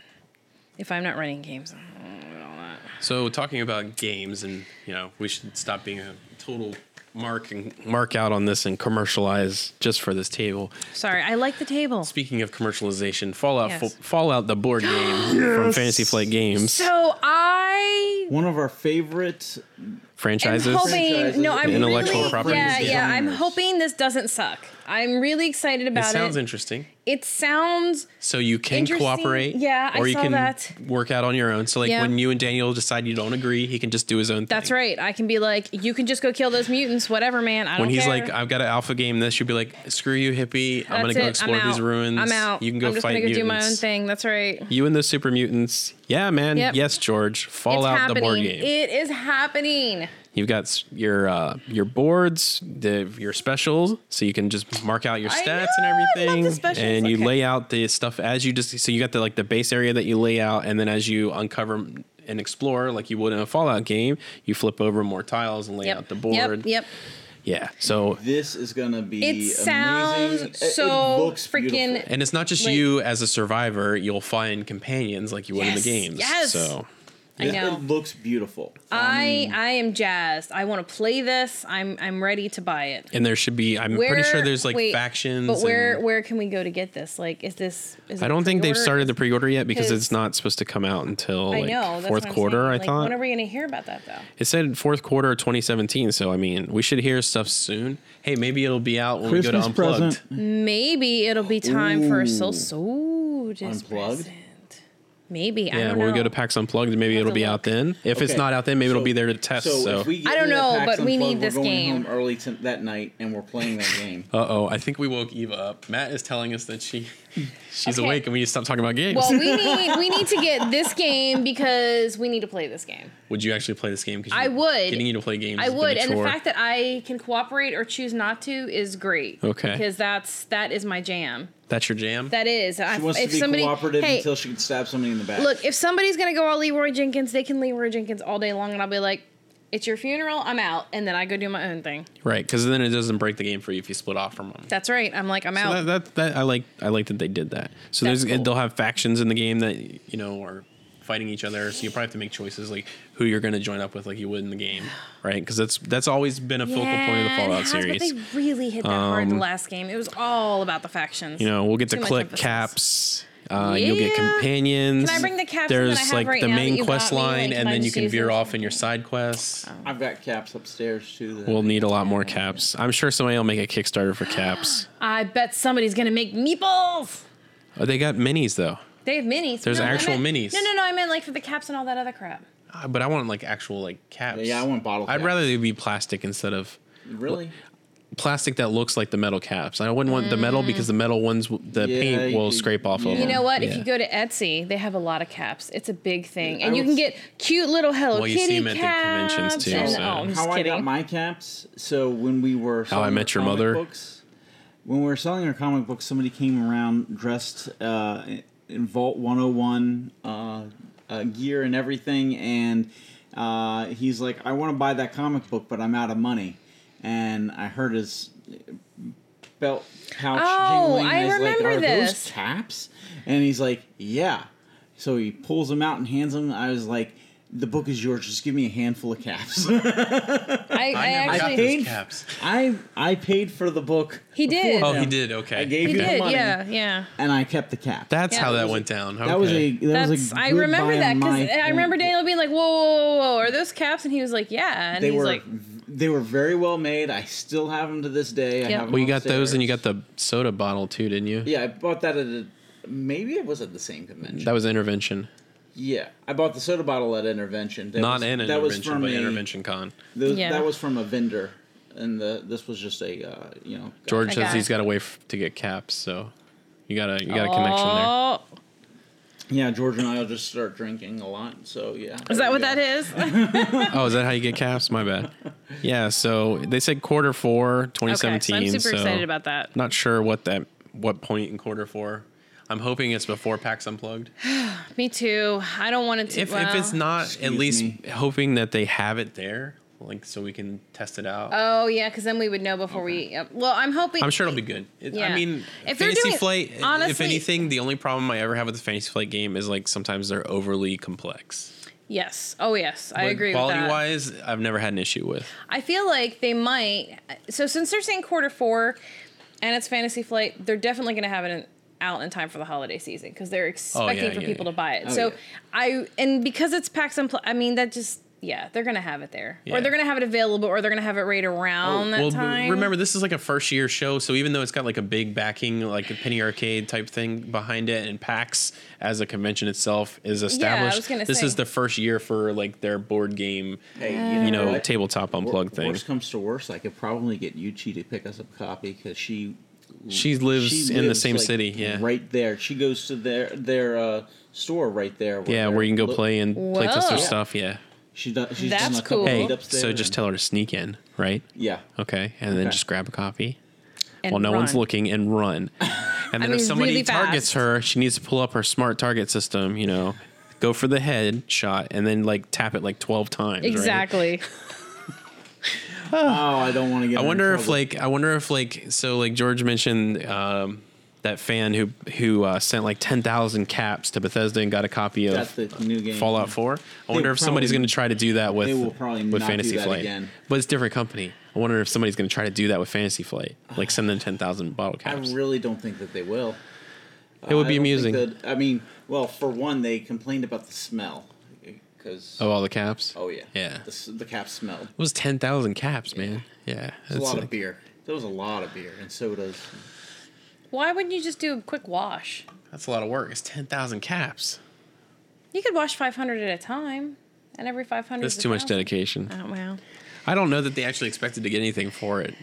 [SPEAKER 2] If I'm not running games, I don't want all that.
[SPEAKER 1] So talking about games, and you know, we should stop being a total mark and mark out on this and commercialize just for this table.
[SPEAKER 2] Sorry, I like the table.
[SPEAKER 1] Speaking of commercialization, Fallout,
[SPEAKER 2] Yes.
[SPEAKER 1] F- Fallout, the board game from Fantasy Flight Games
[SPEAKER 2] So I
[SPEAKER 3] One of our favorite.
[SPEAKER 2] am
[SPEAKER 1] franchises.
[SPEAKER 2] hoping. No, I'm
[SPEAKER 1] Intellectual
[SPEAKER 2] really.
[SPEAKER 1] property
[SPEAKER 2] Yeah,
[SPEAKER 1] is
[SPEAKER 2] yeah. I'm
[SPEAKER 3] ours.
[SPEAKER 2] hoping this doesn't suck. I'm really excited
[SPEAKER 1] it
[SPEAKER 2] about it.
[SPEAKER 1] sounds interesting.
[SPEAKER 2] it sounds
[SPEAKER 1] So you can
[SPEAKER 2] Interesting.
[SPEAKER 1] cooperate,
[SPEAKER 2] Yeah, I
[SPEAKER 1] or you
[SPEAKER 2] saw
[SPEAKER 1] can
[SPEAKER 2] that.
[SPEAKER 1] work out on your own. So like
[SPEAKER 2] Yeah.
[SPEAKER 1] when you and Daniel decide you don't agree, he can just do his own.
[SPEAKER 2] That's
[SPEAKER 1] thing.
[SPEAKER 2] right. I can be like, you can just go kill those mutants, whatever, man. I don't
[SPEAKER 1] When he's
[SPEAKER 2] care.
[SPEAKER 1] like, I've got an alpha game, this you'd be like, screw you, hippie. I'm gonna
[SPEAKER 2] That's
[SPEAKER 1] go
[SPEAKER 2] it.
[SPEAKER 1] explore
[SPEAKER 2] I'm
[SPEAKER 1] these
[SPEAKER 2] out.
[SPEAKER 1] ruins.
[SPEAKER 2] I'm out.
[SPEAKER 1] You can go
[SPEAKER 2] I'm just
[SPEAKER 1] fight
[SPEAKER 2] gonna go do
[SPEAKER 1] mutants.
[SPEAKER 2] my own thing. That's right. It's
[SPEAKER 1] You and the super mutants. Yeah, man.
[SPEAKER 2] Yep.
[SPEAKER 1] Yes, George. Fallout the
[SPEAKER 2] happening.
[SPEAKER 1] board game.
[SPEAKER 2] It is happening.
[SPEAKER 1] You've got s- your uh, your boards, the, your specials, so you can just mark out your
[SPEAKER 2] I
[SPEAKER 1] stats
[SPEAKER 2] know, I love the
[SPEAKER 1] and everything,
[SPEAKER 2] specials.
[SPEAKER 1] and you
[SPEAKER 2] Okay.
[SPEAKER 1] lay out the stuff as you just. So you got the like the base area that you lay out, and then as you uncover and explore, like you would in a Fallout game, you flip over more tiles and lay
[SPEAKER 2] Yep.
[SPEAKER 1] out the board.
[SPEAKER 2] Yep. Yep.
[SPEAKER 1] Yeah. So.
[SPEAKER 3] This is gonna be.
[SPEAKER 2] It
[SPEAKER 3] amazing.
[SPEAKER 2] sounds
[SPEAKER 3] It- it
[SPEAKER 2] so
[SPEAKER 3] looks
[SPEAKER 2] freaking-
[SPEAKER 3] beautiful.
[SPEAKER 1] And it's not just
[SPEAKER 2] Like-
[SPEAKER 1] you as a survivor; you'll find companions like you would in the
[SPEAKER 2] Yes,
[SPEAKER 1] games.
[SPEAKER 2] yes.
[SPEAKER 1] So
[SPEAKER 2] I know.
[SPEAKER 3] It looks beautiful.
[SPEAKER 1] Um,
[SPEAKER 2] I I am jazzed. I want to play this. I'm I'm ready to buy it.
[SPEAKER 1] and there should be. I'm
[SPEAKER 2] Where-
[SPEAKER 1] pretty sure there's like
[SPEAKER 2] wait,
[SPEAKER 1] factions.
[SPEAKER 2] But where
[SPEAKER 1] and-
[SPEAKER 2] where can we go to get this? Like, is this? Is
[SPEAKER 1] I
[SPEAKER 2] it
[SPEAKER 1] don't think they've
[SPEAKER 2] pre-order?
[SPEAKER 1] started the pre-order yet because
[SPEAKER 2] 'Cause-
[SPEAKER 1] it's not supposed to come out until
[SPEAKER 2] I
[SPEAKER 1] like
[SPEAKER 2] know. That's
[SPEAKER 1] fourth
[SPEAKER 2] what I'm
[SPEAKER 1] quarter.
[SPEAKER 2] saying.
[SPEAKER 1] I
[SPEAKER 2] Like,
[SPEAKER 1] thought
[SPEAKER 2] When are we going to hear about that though?
[SPEAKER 1] it said fourth quarter of 2017. So I mean, we should hear stuff soon. Hey, maybe it'll be out when we go to
[SPEAKER 3] Christmas
[SPEAKER 1] unplugged.
[SPEAKER 3] present.
[SPEAKER 2] Maybe it'll be time for a soul soul
[SPEAKER 3] Unplugged?
[SPEAKER 2] present. Maybe I
[SPEAKER 1] Yeah,
[SPEAKER 2] don't
[SPEAKER 1] when
[SPEAKER 2] know.
[SPEAKER 1] we go to PAX Unplugged, maybe it'll
[SPEAKER 2] to
[SPEAKER 1] be
[SPEAKER 2] look.
[SPEAKER 1] out then. If it's
[SPEAKER 3] Okay.
[SPEAKER 1] not out then, maybe it'll be there to test. So,
[SPEAKER 3] if we get
[SPEAKER 2] I don't
[SPEAKER 3] into that
[SPEAKER 2] know,
[SPEAKER 3] PAX
[SPEAKER 2] but we
[SPEAKER 3] Unplugged,
[SPEAKER 2] need
[SPEAKER 3] we're
[SPEAKER 2] this
[SPEAKER 3] going
[SPEAKER 2] game.
[SPEAKER 3] Home early to, that night, and we're playing that
[SPEAKER 1] [laughs]
[SPEAKER 3] game.
[SPEAKER 1] uh oh, I think we woke Eva up. Matt is telling us that she [laughs] she's
[SPEAKER 2] Okay.
[SPEAKER 1] awake, and we need to stop talking about games. [laughs]
[SPEAKER 2] Well, we need we need to get this game because we need to play this game.
[SPEAKER 1] would you actually play this game? 'Cause
[SPEAKER 2] I
[SPEAKER 1] you're
[SPEAKER 2] would.
[SPEAKER 1] Getting you to play games.
[SPEAKER 2] I
[SPEAKER 1] has been
[SPEAKER 2] would,
[SPEAKER 1] a
[SPEAKER 2] and the
[SPEAKER 1] chore.
[SPEAKER 2] fact that I can cooperate or choose not to is great.
[SPEAKER 1] Okay.
[SPEAKER 2] because that's that is my jam.
[SPEAKER 1] that's your jam.
[SPEAKER 2] That is. I,
[SPEAKER 3] She wants
[SPEAKER 2] if
[SPEAKER 3] to be
[SPEAKER 2] somebody,
[SPEAKER 3] cooperative
[SPEAKER 2] hey,
[SPEAKER 3] until she can stab somebody in the back.
[SPEAKER 2] look, if somebody's gonna go all Leroy Jenkins, they can Leroy Jenkins all day long, and I'll be like, "It's your funeral. I'm out," and then I go do my own thing.
[SPEAKER 1] right, because then it doesn't break the game for you if you split off from them.
[SPEAKER 2] That's right. I'm like, I'm out.
[SPEAKER 1] So that, that, that I like I like that they did that. So
[SPEAKER 2] Oh. That's
[SPEAKER 1] there's
[SPEAKER 2] cool.
[SPEAKER 1] they'll have factions in the game that you know are fighting each other. So you probably have to make choices like who you're going to join up with, like you would in the game, right? Because that's that's always been a focal point of the
[SPEAKER 2] Yeah, it
[SPEAKER 1] Fallout
[SPEAKER 2] has,
[SPEAKER 1] series. Um,
[SPEAKER 2] But they really hit that hard in the last game. It was all about the factions.
[SPEAKER 1] you know, we'll get
[SPEAKER 2] Too
[SPEAKER 1] to
[SPEAKER 2] much
[SPEAKER 1] click
[SPEAKER 2] emphasis.
[SPEAKER 1] caps. Uh, You'll get
[SPEAKER 2] Yeah.
[SPEAKER 1] companions.
[SPEAKER 2] Can I bring the caps that I
[SPEAKER 1] There's
[SPEAKER 2] have
[SPEAKER 1] like
[SPEAKER 2] right
[SPEAKER 1] the
[SPEAKER 2] now that
[SPEAKER 1] main
[SPEAKER 2] you
[SPEAKER 1] quest
[SPEAKER 2] got me?
[SPEAKER 1] line,
[SPEAKER 2] Like, Oh, can
[SPEAKER 1] and
[SPEAKER 2] I
[SPEAKER 1] then you
[SPEAKER 2] just
[SPEAKER 1] can
[SPEAKER 2] use
[SPEAKER 1] veer
[SPEAKER 2] those?
[SPEAKER 1] off in your side quests.
[SPEAKER 3] I've got caps upstairs too. that-
[SPEAKER 1] We'll need a lot more caps. I'm sure somebody will make a Kickstarter for
[SPEAKER 2] [gasps]
[SPEAKER 1] caps.
[SPEAKER 2] I bet somebody's gonna make meatballs.
[SPEAKER 1] Oh, they got minis though,
[SPEAKER 2] They have minis.
[SPEAKER 1] There's
[SPEAKER 2] I
[SPEAKER 1] actual
[SPEAKER 2] meant-
[SPEAKER 1] minis.
[SPEAKER 2] No, no, no. I meant like for the caps and all that other crap.
[SPEAKER 1] Uh, but I want like actual like caps.
[SPEAKER 3] yeah, I want bottle.
[SPEAKER 1] I'd
[SPEAKER 3] caps.
[SPEAKER 1] rather they be plastic instead of
[SPEAKER 3] really.
[SPEAKER 1] plastic that looks like the metal caps. I wouldn't want the metal because the metal ones, w- the
[SPEAKER 3] Yeah,
[SPEAKER 1] paint
[SPEAKER 3] you
[SPEAKER 1] will
[SPEAKER 3] could-
[SPEAKER 1] scrape off of
[SPEAKER 3] yeah.
[SPEAKER 2] You
[SPEAKER 1] them.
[SPEAKER 2] know what? If
[SPEAKER 1] Yeah.
[SPEAKER 2] you go to Etsy, they have a lot of caps. It's a big thing,
[SPEAKER 3] I
[SPEAKER 2] and you
[SPEAKER 3] would
[SPEAKER 2] can
[SPEAKER 3] s-
[SPEAKER 2] get cute little Hello
[SPEAKER 1] Well, you see
[SPEAKER 2] Kitty
[SPEAKER 1] 'em at the conventions,
[SPEAKER 2] caps
[SPEAKER 1] too,
[SPEAKER 2] and-
[SPEAKER 1] so-
[SPEAKER 2] oh, I'm just
[SPEAKER 3] How I
[SPEAKER 2] kidding.
[SPEAKER 3] got my caps. So when we were how
[SPEAKER 1] I Met Your Mother.
[SPEAKER 3] books, when we were selling our comic books, somebody came around dressed uh, in Vault 101 uh, uh, gear and everything, and uh, he's like, "I want to buy that comic book, but I'm out of money." And I heard his belt pouch
[SPEAKER 2] Oh,
[SPEAKER 3] jingling. and
[SPEAKER 2] I
[SPEAKER 3] was like,
[SPEAKER 2] remember
[SPEAKER 3] Are
[SPEAKER 2] this."
[SPEAKER 3] those caps? And he's like, "Yeah." So he pulls them out and hands them. I was like, the book is yours. Just give me a handful of caps. [laughs]
[SPEAKER 2] I, I
[SPEAKER 4] never got those
[SPEAKER 2] actually
[SPEAKER 3] paid-
[SPEAKER 4] caps.
[SPEAKER 3] I I paid for the book.
[SPEAKER 2] he did.
[SPEAKER 4] Oh,
[SPEAKER 3] Yeah.
[SPEAKER 4] he did. Okay.
[SPEAKER 3] I gave
[SPEAKER 2] he
[SPEAKER 3] you the
[SPEAKER 2] did.
[SPEAKER 3] money,
[SPEAKER 2] Yeah, yeah.
[SPEAKER 3] and I kept the cap.
[SPEAKER 1] That's
[SPEAKER 2] Yeah,
[SPEAKER 1] how
[SPEAKER 2] it
[SPEAKER 1] that
[SPEAKER 2] was-
[SPEAKER 1] went down.
[SPEAKER 3] that was
[SPEAKER 1] Okay.
[SPEAKER 3] a that was
[SPEAKER 2] That's
[SPEAKER 3] a
[SPEAKER 2] I
[SPEAKER 3] good
[SPEAKER 2] remember
[SPEAKER 3] buy
[SPEAKER 2] that
[SPEAKER 3] on my
[SPEAKER 2] because I
[SPEAKER 3] point.
[SPEAKER 2] remember Daniel being like, "Whoa, whoa, whoa, whoa, are those caps?" And he was like, "Yeah." And
[SPEAKER 3] They
[SPEAKER 2] he's
[SPEAKER 3] were
[SPEAKER 2] like,
[SPEAKER 3] they were very well made. I still have them to this day. I
[SPEAKER 2] Yep.
[SPEAKER 3] have 'em
[SPEAKER 2] Well,
[SPEAKER 1] Well, you got those, and you
[SPEAKER 3] upstairs.
[SPEAKER 1] got the soda bottle too, didn't you?
[SPEAKER 3] Yeah, I bought that at a maybe it was at the same convention.
[SPEAKER 1] That was intervention,
[SPEAKER 3] yeah, I bought the soda bottle at intervention. That
[SPEAKER 1] not
[SPEAKER 3] was,
[SPEAKER 1] an
[SPEAKER 3] that was
[SPEAKER 1] intervention,
[SPEAKER 3] from
[SPEAKER 1] but
[SPEAKER 3] a-
[SPEAKER 1] intervention con.
[SPEAKER 3] tho-
[SPEAKER 2] Yeah.
[SPEAKER 3] That was from a vendor, and the this was just a uh, you know guy.
[SPEAKER 1] George says
[SPEAKER 2] Okay.
[SPEAKER 1] he's got a way f- to get caps, so you got a you got a connection there.
[SPEAKER 2] "Oh,
[SPEAKER 3] Yeah, George and I will just start drinking a lot. So yeah,
[SPEAKER 2] is that what that [laughs] is?"
[SPEAKER 1] Oh, is that how you get caps? My bad. Yeah, so they said quarter four,
[SPEAKER 2] okay,
[SPEAKER 1] 2017.
[SPEAKER 2] so I'm super
[SPEAKER 1] so
[SPEAKER 2] excited about that.
[SPEAKER 1] Not sure what that what point in quarter four. I'm hoping it's before PAX
[SPEAKER 2] [laughs]
[SPEAKER 1] Unplugged.
[SPEAKER 2] Me too. I don't want it to.
[SPEAKER 1] If if
[SPEAKER 2] well-
[SPEAKER 1] it's not, at
[SPEAKER 3] excuse
[SPEAKER 1] least
[SPEAKER 3] me.
[SPEAKER 1] hoping that they have it there, like so we can test it out.
[SPEAKER 2] Oh yeah, because then we would know before we. Yep. Well, I'm hoping.
[SPEAKER 1] I'm sure it'll be good. It, I
[SPEAKER 2] Yeah.
[SPEAKER 1] mean,
[SPEAKER 2] If they're
[SPEAKER 1] Fantasy
[SPEAKER 2] doing-
[SPEAKER 1] Flight. if
[SPEAKER 2] honestly-
[SPEAKER 1] anything, the only problem I ever have with the Fantasy Flight game is like sometimes they're overly complex.
[SPEAKER 2] Yes. Oh yes, I
[SPEAKER 1] But
[SPEAKER 2] agree.
[SPEAKER 1] Quality
[SPEAKER 2] with that.
[SPEAKER 1] wise, I've never had an issue with.
[SPEAKER 2] I feel like they might. So since they're saying quarter four, and it's Fantasy Flight, they're definitely going to have it in, out in time for the holiday season because they're expecting
[SPEAKER 1] Oh, yeah,
[SPEAKER 2] for
[SPEAKER 1] yeah,
[SPEAKER 2] people
[SPEAKER 1] yeah.
[SPEAKER 2] to buy it.
[SPEAKER 3] Oh,
[SPEAKER 2] so
[SPEAKER 3] yeah.
[SPEAKER 2] I and because it's PAX and I mean that just yeah they're going to have it there
[SPEAKER 1] Yeah. Oh,
[SPEAKER 2] or they're going to have it available or they're going to have it right around that
[SPEAKER 1] well, b-
[SPEAKER 2] time.
[SPEAKER 1] remember this is like a first year show, so even though it's got like a big backing, like a penny arcade type thing behind it, and PAX as a convention itself is established.
[SPEAKER 2] gonna
[SPEAKER 1] this
[SPEAKER 2] say.
[SPEAKER 1] is the first year for like their board game,
[SPEAKER 3] Hey,
[SPEAKER 1] you know,
[SPEAKER 3] what?
[SPEAKER 1] tabletop
[SPEAKER 3] Wor-
[SPEAKER 1] unplug thing.
[SPEAKER 3] Worst comes to worst, I could probably get Yuchi to pick us up a copy because she
[SPEAKER 1] She lives
[SPEAKER 3] she
[SPEAKER 1] in the
[SPEAKER 3] lives,
[SPEAKER 1] same
[SPEAKER 3] like,
[SPEAKER 1] city, yeah,
[SPEAKER 3] right there. She goes to their their uh, store right there.
[SPEAKER 1] yeah,
[SPEAKER 3] they're
[SPEAKER 1] where you can go
[SPEAKER 3] lo-
[SPEAKER 1] play and play test
[SPEAKER 2] Whoa.
[SPEAKER 1] their stuff, yeah.
[SPEAKER 3] She does. She's done
[SPEAKER 2] That's
[SPEAKER 3] a couple
[SPEAKER 2] cool.
[SPEAKER 1] Hey,
[SPEAKER 2] Meet
[SPEAKER 3] meetups
[SPEAKER 1] so
[SPEAKER 3] there
[SPEAKER 1] just
[SPEAKER 3] and-
[SPEAKER 1] tell her to sneak in, right?
[SPEAKER 3] Yeah.
[SPEAKER 1] Okay, and then
[SPEAKER 3] Okay.
[SPEAKER 1] just grab a copy.
[SPEAKER 2] And
[SPEAKER 1] while no one's
[SPEAKER 2] run.
[SPEAKER 1] looking and
[SPEAKER 2] [laughs]
[SPEAKER 1] run. And then
[SPEAKER 2] mean,
[SPEAKER 1] if somebody
[SPEAKER 2] really
[SPEAKER 1] targets
[SPEAKER 2] fast.
[SPEAKER 1] her, she needs to pull up her smart target system, you know, go for the head shot and then like tap it like 12 times. right?
[SPEAKER 2] Exactly.
[SPEAKER 3] Oh, I don't want to get.
[SPEAKER 1] I wonder if like I wonder if like so like George mentioned um that fan who who uh, sent like 10,000 caps to Bethesda and got a copy
[SPEAKER 3] that's
[SPEAKER 1] of
[SPEAKER 3] the new game
[SPEAKER 1] Fallout 4. I wonder if somebody's
[SPEAKER 3] probably-
[SPEAKER 1] going to try to do that with
[SPEAKER 3] they will probably
[SPEAKER 1] with
[SPEAKER 3] not do
[SPEAKER 1] Fantasy
[SPEAKER 3] that
[SPEAKER 1] Flight.
[SPEAKER 3] again.
[SPEAKER 1] But it's a different company. I wonder if somebody's going to try to do that with Fantasy Flight. Like send them 10,000 bottle
[SPEAKER 3] I
[SPEAKER 1] caps.
[SPEAKER 3] really don't think that they will.
[SPEAKER 1] it would
[SPEAKER 3] I
[SPEAKER 1] be
[SPEAKER 3] don't
[SPEAKER 1] amusing.
[SPEAKER 3] think that- I mean, well, for one, they complained about the smell because.
[SPEAKER 1] Of all the caps?
[SPEAKER 3] Oh yeah.
[SPEAKER 1] Yeah.
[SPEAKER 3] The, s- the cap smelled.
[SPEAKER 1] It was ten thousand caps, man. Yeah,
[SPEAKER 3] It's a
[SPEAKER 1] that's
[SPEAKER 3] lot
[SPEAKER 1] like-
[SPEAKER 3] of beer. There was a lot of beer and sodas.
[SPEAKER 2] Why wouldn't you just do a quick wash?
[SPEAKER 1] That's a lot of work. It's ten thousand caps.
[SPEAKER 2] You could wash 500 at a time, and every 500.
[SPEAKER 1] That's
[SPEAKER 2] is a
[SPEAKER 1] too much
[SPEAKER 2] thousand.
[SPEAKER 1] dedication.
[SPEAKER 2] Oh wow.
[SPEAKER 1] I don't know that they actually expected to get anything for it.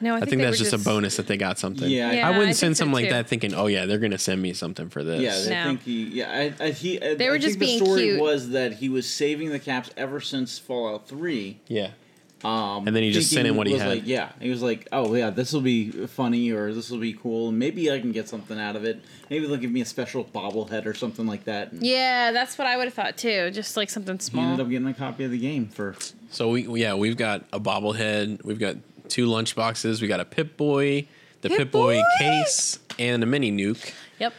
[SPEAKER 2] No, I,
[SPEAKER 1] I
[SPEAKER 2] think,
[SPEAKER 1] think
[SPEAKER 2] they
[SPEAKER 1] that's
[SPEAKER 2] were
[SPEAKER 1] just, a bonus that they got something.
[SPEAKER 3] Yeah, I- Yeah,
[SPEAKER 1] I
[SPEAKER 2] I
[SPEAKER 1] wouldn't
[SPEAKER 2] think
[SPEAKER 1] send
[SPEAKER 2] so,
[SPEAKER 1] something like
[SPEAKER 2] too.
[SPEAKER 1] that thinking, oh yeah, they're gonna send me something for this.
[SPEAKER 3] Yeah, I
[SPEAKER 2] No.
[SPEAKER 3] think he. Yeah, I, I, he. I,
[SPEAKER 2] They were
[SPEAKER 3] I
[SPEAKER 2] just
[SPEAKER 3] think
[SPEAKER 2] being
[SPEAKER 3] The story
[SPEAKER 2] cute.
[SPEAKER 3] was that he was saving the caps ever since Fallout Three.
[SPEAKER 1] yeah.
[SPEAKER 3] Um,
[SPEAKER 1] And then he just sent
[SPEAKER 3] thinking
[SPEAKER 1] in what he
[SPEAKER 3] was
[SPEAKER 1] had.
[SPEAKER 3] Like, yeah, he was like, "Oh yeah, this will be funny, or this will be cool. Maybe I can get something out of it. Maybe they'll give me a special bobblehead or something like that." And
[SPEAKER 2] Yeah, that's what I would have thought too. Just like something
[SPEAKER 3] he ended
[SPEAKER 2] small.
[SPEAKER 3] up getting a copy of the game for.
[SPEAKER 1] So we yeah we've got a bobblehead, we've got two lunch boxes, we got a Pip Boy, the Pip Boy
[SPEAKER 2] Pip-Boy!
[SPEAKER 1] case, and a mini nuke.
[SPEAKER 2] Yep.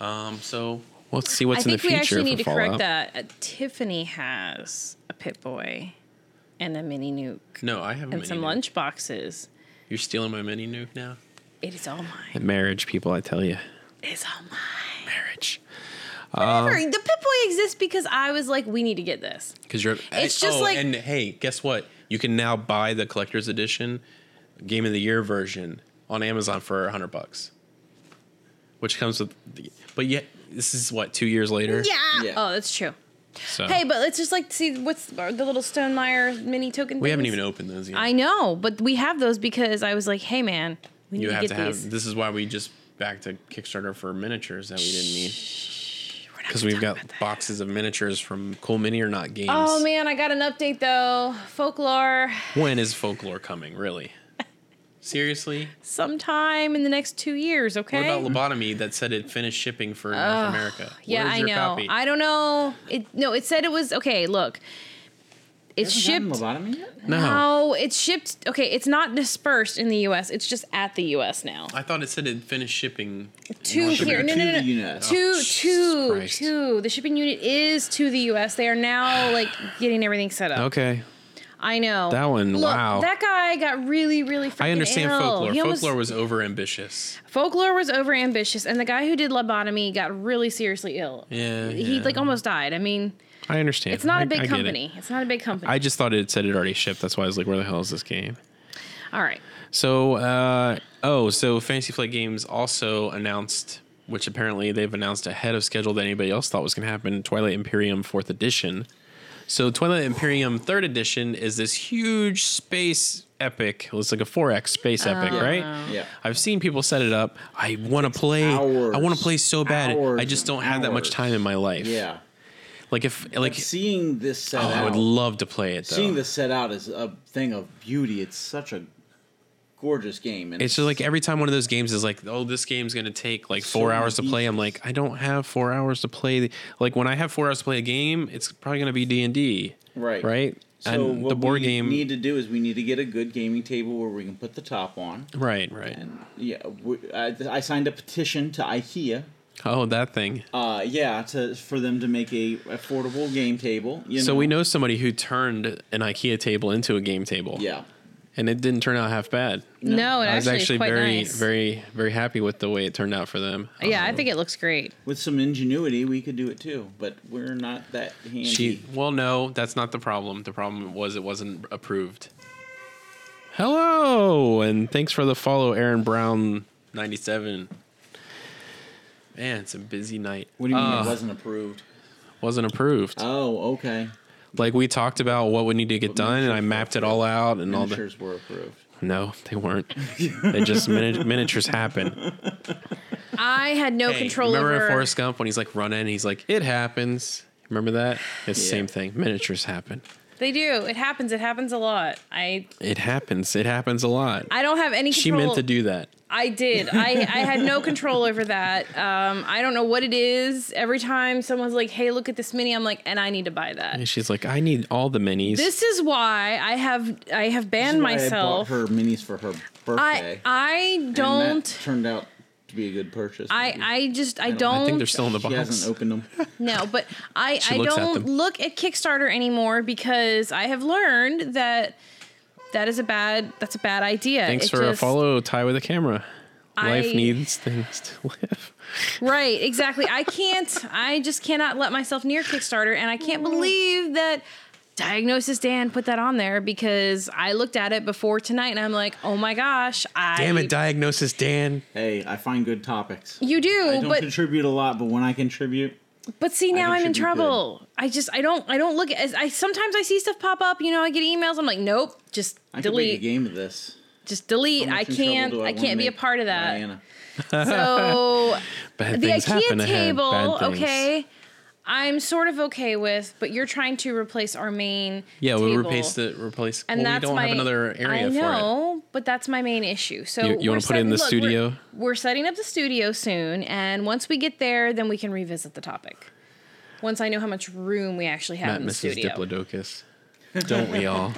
[SPEAKER 1] Um, so we'll see what's in
[SPEAKER 2] I
[SPEAKER 1] the
[SPEAKER 2] think we
[SPEAKER 1] future
[SPEAKER 2] actually
[SPEAKER 1] for
[SPEAKER 2] need to
[SPEAKER 1] Fallout.
[SPEAKER 2] correct that. Uh, Tiffany has a pit boy and a mini nuke
[SPEAKER 1] No, I have a
[SPEAKER 2] and
[SPEAKER 1] mini
[SPEAKER 2] some
[SPEAKER 1] nuke.
[SPEAKER 2] lunch boxes.
[SPEAKER 1] You're stealing my mini nuke now.
[SPEAKER 2] It is all mine.
[SPEAKER 1] Marriage, people, I tell you,
[SPEAKER 2] It's all mine.
[SPEAKER 1] marriage. Um,
[SPEAKER 2] Remember, the pit boy exists because I was like, we need to get this.
[SPEAKER 1] Because you're.
[SPEAKER 2] It's just
[SPEAKER 1] oh,
[SPEAKER 2] like-
[SPEAKER 1] And hey, guess what? You can now buy the collector's edition, game of the year version on Amazon for a hundred bucks, which comes with. The, but yet, this is what two years later.
[SPEAKER 2] Yeah.
[SPEAKER 3] Yeah.
[SPEAKER 2] Oh, that's true.
[SPEAKER 1] So
[SPEAKER 2] Hey, but let's just like see what's the little Stone Meyer mini token.
[SPEAKER 1] we haven't
[SPEAKER 2] things.
[SPEAKER 1] even opened those yet.
[SPEAKER 2] I know, but we have those because I was like, hey man, we need
[SPEAKER 1] you
[SPEAKER 2] to
[SPEAKER 1] have
[SPEAKER 2] get
[SPEAKER 1] to have.
[SPEAKER 2] these.
[SPEAKER 1] This is why we just back to Kickstarter for miniatures that we didn't need.
[SPEAKER 2] We're not
[SPEAKER 1] Because
[SPEAKER 2] gonna
[SPEAKER 1] we've
[SPEAKER 2] talk
[SPEAKER 1] got
[SPEAKER 2] about that.
[SPEAKER 1] boxes of miniatures from Cool Mini or Not games.
[SPEAKER 2] Oh man, I got an update though. Folklore
[SPEAKER 1] When is folklore coming?
[SPEAKER 2] [laughs]
[SPEAKER 1] Really? Seriously?
[SPEAKER 2] sometime in the next two years, okay?
[SPEAKER 1] What about lobotomy that said it finished shipping for North America?
[SPEAKER 2] yeah,
[SPEAKER 1] Where's
[SPEAKER 2] I
[SPEAKER 1] your
[SPEAKER 2] know.
[SPEAKER 1] copy?
[SPEAKER 2] I don't know. It no, it said it was okay, look. It's
[SPEAKER 3] Haven't
[SPEAKER 2] shipped.
[SPEAKER 3] gotten lobotomy yet?
[SPEAKER 1] No.
[SPEAKER 2] No, it's shipped. Okay, it's not dispersed in the U.S. It's just at the U.S. now.
[SPEAKER 1] I thought it said it finished shipping.
[SPEAKER 2] Two here. No,
[SPEAKER 3] To
[SPEAKER 2] no, no.
[SPEAKER 3] the unit.
[SPEAKER 2] Two,
[SPEAKER 1] Oh, Jesus
[SPEAKER 2] two,
[SPEAKER 1] Christ.
[SPEAKER 2] two. The shipping unit is to the U.S. They are now like getting everything set up.
[SPEAKER 1] Okay.
[SPEAKER 2] I know
[SPEAKER 1] That one,
[SPEAKER 2] Look,
[SPEAKER 1] wow.
[SPEAKER 2] That guy got really, really. Freaking
[SPEAKER 1] I understand
[SPEAKER 2] ill.
[SPEAKER 1] folklore.
[SPEAKER 2] He almost-
[SPEAKER 1] folklore was over ambitious.
[SPEAKER 2] folklore was overambitious, and the guy who did lobotomy got really seriously ill.
[SPEAKER 1] Yeah.
[SPEAKER 2] He like almost died. I mean,
[SPEAKER 1] I understand.
[SPEAKER 2] it's not
[SPEAKER 1] a
[SPEAKER 2] a big company. It's not a big company.
[SPEAKER 1] I just thought it said it already shipped. That's why I was like, where the hell is this game?
[SPEAKER 2] All right.
[SPEAKER 1] So, uh, oh, so Fantasy Flight Games also announced, which apparently they've announced ahead of schedule that anybody else thought was going to happen, Twilight Imperium 4th Edition. So, Twilight Imperium 3rd Edition is this huge space epic. It's like a 4X space epic,
[SPEAKER 2] Uh-huh.
[SPEAKER 1] right?
[SPEAKER 3] Yeah.
[SPEAKER 1] I've seen people set it up. I want to play.
[SPEAKER 3] hours.
[SPEAKER 1] I want to play so bad.
[SPEAKER 3] Hours
[SPEAKER 1] I just
[SPEAKER 3] and
[SPEAKER 1] don't have that much
[SPEAKER 3] hours.
[SPEAKER 1] time in my life.
[SPEAKER 3] Yeah.
[SPEAKER 1] Like if like
[SPEAKER 3] Seeing this set
[SPEAKER 1] oh,
[SPEAKER 3] out.
[SPEAKER 1] I would love to play it though.
[SPEAKER 3] seeing this set out is a thing of beauty. It's such a gorgeous game. And
[SPEAKER 1] It's just like every time one of those games is like, oh, this game's gonna take like
[SPEAKER 3] So
[SPEAKER 1] four
[SPEAKER 3] many
[SPEAKER 1] hours to play. I'm like, I don't have four hours to play. the- Like when I have four hours to play a game, it's probably gonna be D and D,
[SPEAKER 3] right,
[SPEAKER 1] right?
[SPEAKER 3] So
[SPEAKER 1] and
[SPEAKER 3] what
[SPEAKER 1] the board
[SPEAKER 3] we
[SPEAKER 1] game,
[SPEAKER 3] need to do is we need to get a good gaming table where we can put the top on.
[SPEAKER 1] right, right.
[SPEAKER 3] And yeah, we, I, I signed a petition to IKEA.
[SPEAKER 1] Oh, that thing.
[SPEAKER 3] Uh, yeah, to for them to make a affordable game table. You
[SPEAKER 1] so we know somebody who turned an IKEA table into a game table.
[SPEAKER 3] Yeah.
[SPEAKER 1] and it didn't turn out half bad.
[SPEAKER 2] No, it
[SPEAKER 1] I was
[SPEAKER 2] actually,
[SPEAKER 1] actually
[SPEAKER 2] is quite
[SPEAKER 1] very, um,
[SPEAKER 2] nice.
[SPEAKER 1] very, very happy with the way it turned out for them.
[SPEAKER 2] Yeah, I think it looks great.
[SPEAKER 3] With some ingenuity, we could do it too, but we're not that handy.
[SPEAKER 1] She well, no, that's not the problem. The problem was it wasn't approved. Hello, and thanks for the follow, Aaron Brown ninety seven. Man, it's a busy night.
[SPEAKER 3] what do you mean
[SPEAKER 1] Uh,
[SPEAKER 3] it wasn't approved?
[SPEAKER 1] wasn't approved?
[SPEAKER 3] Oh, okay.
[SPEAKER 1] like we talked about what would need to get done, and I mapped it all out and all the.
[SPEAKER 3] Miniatures were approved.
[SPEAKER 1] No, they weren't. they just [laughs] mini- miniatures happen.
[SPEAKER 2] I had no
[SPEAKER 1] Hey,
[SPEAKER 2] control
[SPEAKER 1] remember
[SPEAKER 2] over.
[SPEAKER 1] Forrest Gump when he's like running, he's like, "It happens." Remember that? It's the
[SPEAKER 3] Yeah.
[SPEAKER 1] same thing. Miniatures happen.
[SPEAKER 2] They do. It happens. It happens a lot. I
[SPEAKER 1] It happens. It happens a lot.
[SPEAKER 2] I don't have any.
[SPEAKER 1] she
[SPEAKER 2] control.
[SPEAKER 1] meant to do that.
[SPEAKER 2] I did. I, I had no control over that. Um, I don't know what it is. Every time someone's like, "Hey, look at this mini," I'm like, "And I need to buy that."
[SPEAKER 1] And she's like, I need all the minis.
[SPEAKER 2] This is why I have I have banned
[SPEAKER 3] That's why
[SPEAKER 2] myself.
[SPEAKER 3] I bought her minis for her
[SPEAKER 2] I
[SPEAKER 3] birthday.
[SPEAKER 2] I
[SPEAKER 3] And that
[SPEAKER 2] don't.
[SPEAKER 3] turned out to be a good purchase.
[SPEAKER 2] I,
[SPEAKER 3] maybe.
[SPEAKER 2] I just I
[SPEAKER 1] I
[SPEAKER 2] don't.
[SPEAKER 1] think they're still in the
[SPEAKER 3] she
[SPEAKER 1] box.
[SPEAKER 3] hasn't opened them.
[SPEAKER 2] No, but
[SPEAKER 1] [laughs]
[SPEAKER 2] I I
[SPEAKER 1] looks at them.
[SPEAKER 2] don't look at Kickstarter anymore because I have learned that that is a bad that's a bad idea.
[SPEAKER 1] Thanks
[SPEAKER 2] It
[SPEAKER 1] for a
[SPEAKER 2] just-
[SPEAKER 1] follow, Ty with a camera.
[SPEAKER 2] I-
[SPEAKER 1] Life needs things to [laughs] live.
[SPEAKER 2] Right, exactly. I can't. I just cannot let myself near Kickstarter, and I can't
[SPEAKER 1] Mm.
[SPEAKER 2] believe that Diagnosis Dan put that on there because I looked at it before tonight, and I'm like, oh my gosh, I
[SPEAKER 1] Damn it, diagnosis, Dan.
[SPEAKER 3] Hey, I find good topics.
[SPEAKER 2] You
[SPEAKER 3] I
[SPEAKER 2] do,
[SPEAKER 3] don't
[SPEAKER 2] but
[SPEAKER 3] contribute a lot, but when I contribute,
[SPEAKER 2] but see now I'm in
[SPEAKER 3] should be good.
[SPEAKER 2] trouble. I just I don't I don't look at. I sometimes I see stuff pop up. You know, I get emails. I'm like, nope, just
[SPEAKER 3] I could make a
[SPEAKER 2] delete.
[SPEAKER 3] game of this.
[SPEAKER 2] just delete.
[SPEAKER 3] How
[SPEAKER 2] I
[SPEAKER 3] much in trouble
[SPEAKER 2] can't.
[SPEAKER 3] do
[SPEAKER 2] I,
[SPEAKER 3] wanna
[SPEAKER 2] can't be a
[SPEAKER 3] make
[SPEAKER 2] part of that.
[SPEAKER 3] Diana? [laughs]
[SPEAKER 2] So
[SPEAKER 1] Bad
[SPEAKER 2] the
[SPEAKER 1] things happen
[SPEAKER 2] IKEA
[SPEAKER 1] ahead.
[SPEAKER 2] table,
[SPEAKER 1] Bad things.
[SPEAKER 2] okay. I'm sort of okay with, but you're trying to replace our main.
[SPEAKER 1] Yeah, we
[SPEAKER 2] table.
[SPEAKER 1] replace the replace.
[SPEAKER 2] And
[SPEAKER 1] well,
[SPEAKER 2] that's
[SPEAKER 1] we don't
[SPEAKER 2] my,
[SPEAKER 1] have another area
[SPEAKER 2] I
[SPEAKER 1] for it.
[SPEAKER 2] know, but that's my main issue. So
[SPEAKER 1] You- you wanna
[SPEAKER 2] we're
[SPEAKER 1] put it in the
[SPEAKER 2] setting- look, we're-
[SPEAKER 1] studio?
[SPEAKER 2] We're, setting up the studio soon, and once we get there, then we can revisit the topic. Once I know how much room we actually have
[SPEAKER 1] Matt
[SPEAKER 2] in the
[SPEAKER 1] misses
[SPEAKER 2] studio. [laughs]
[SPEAKER 1] Diplodocus. Don't we all?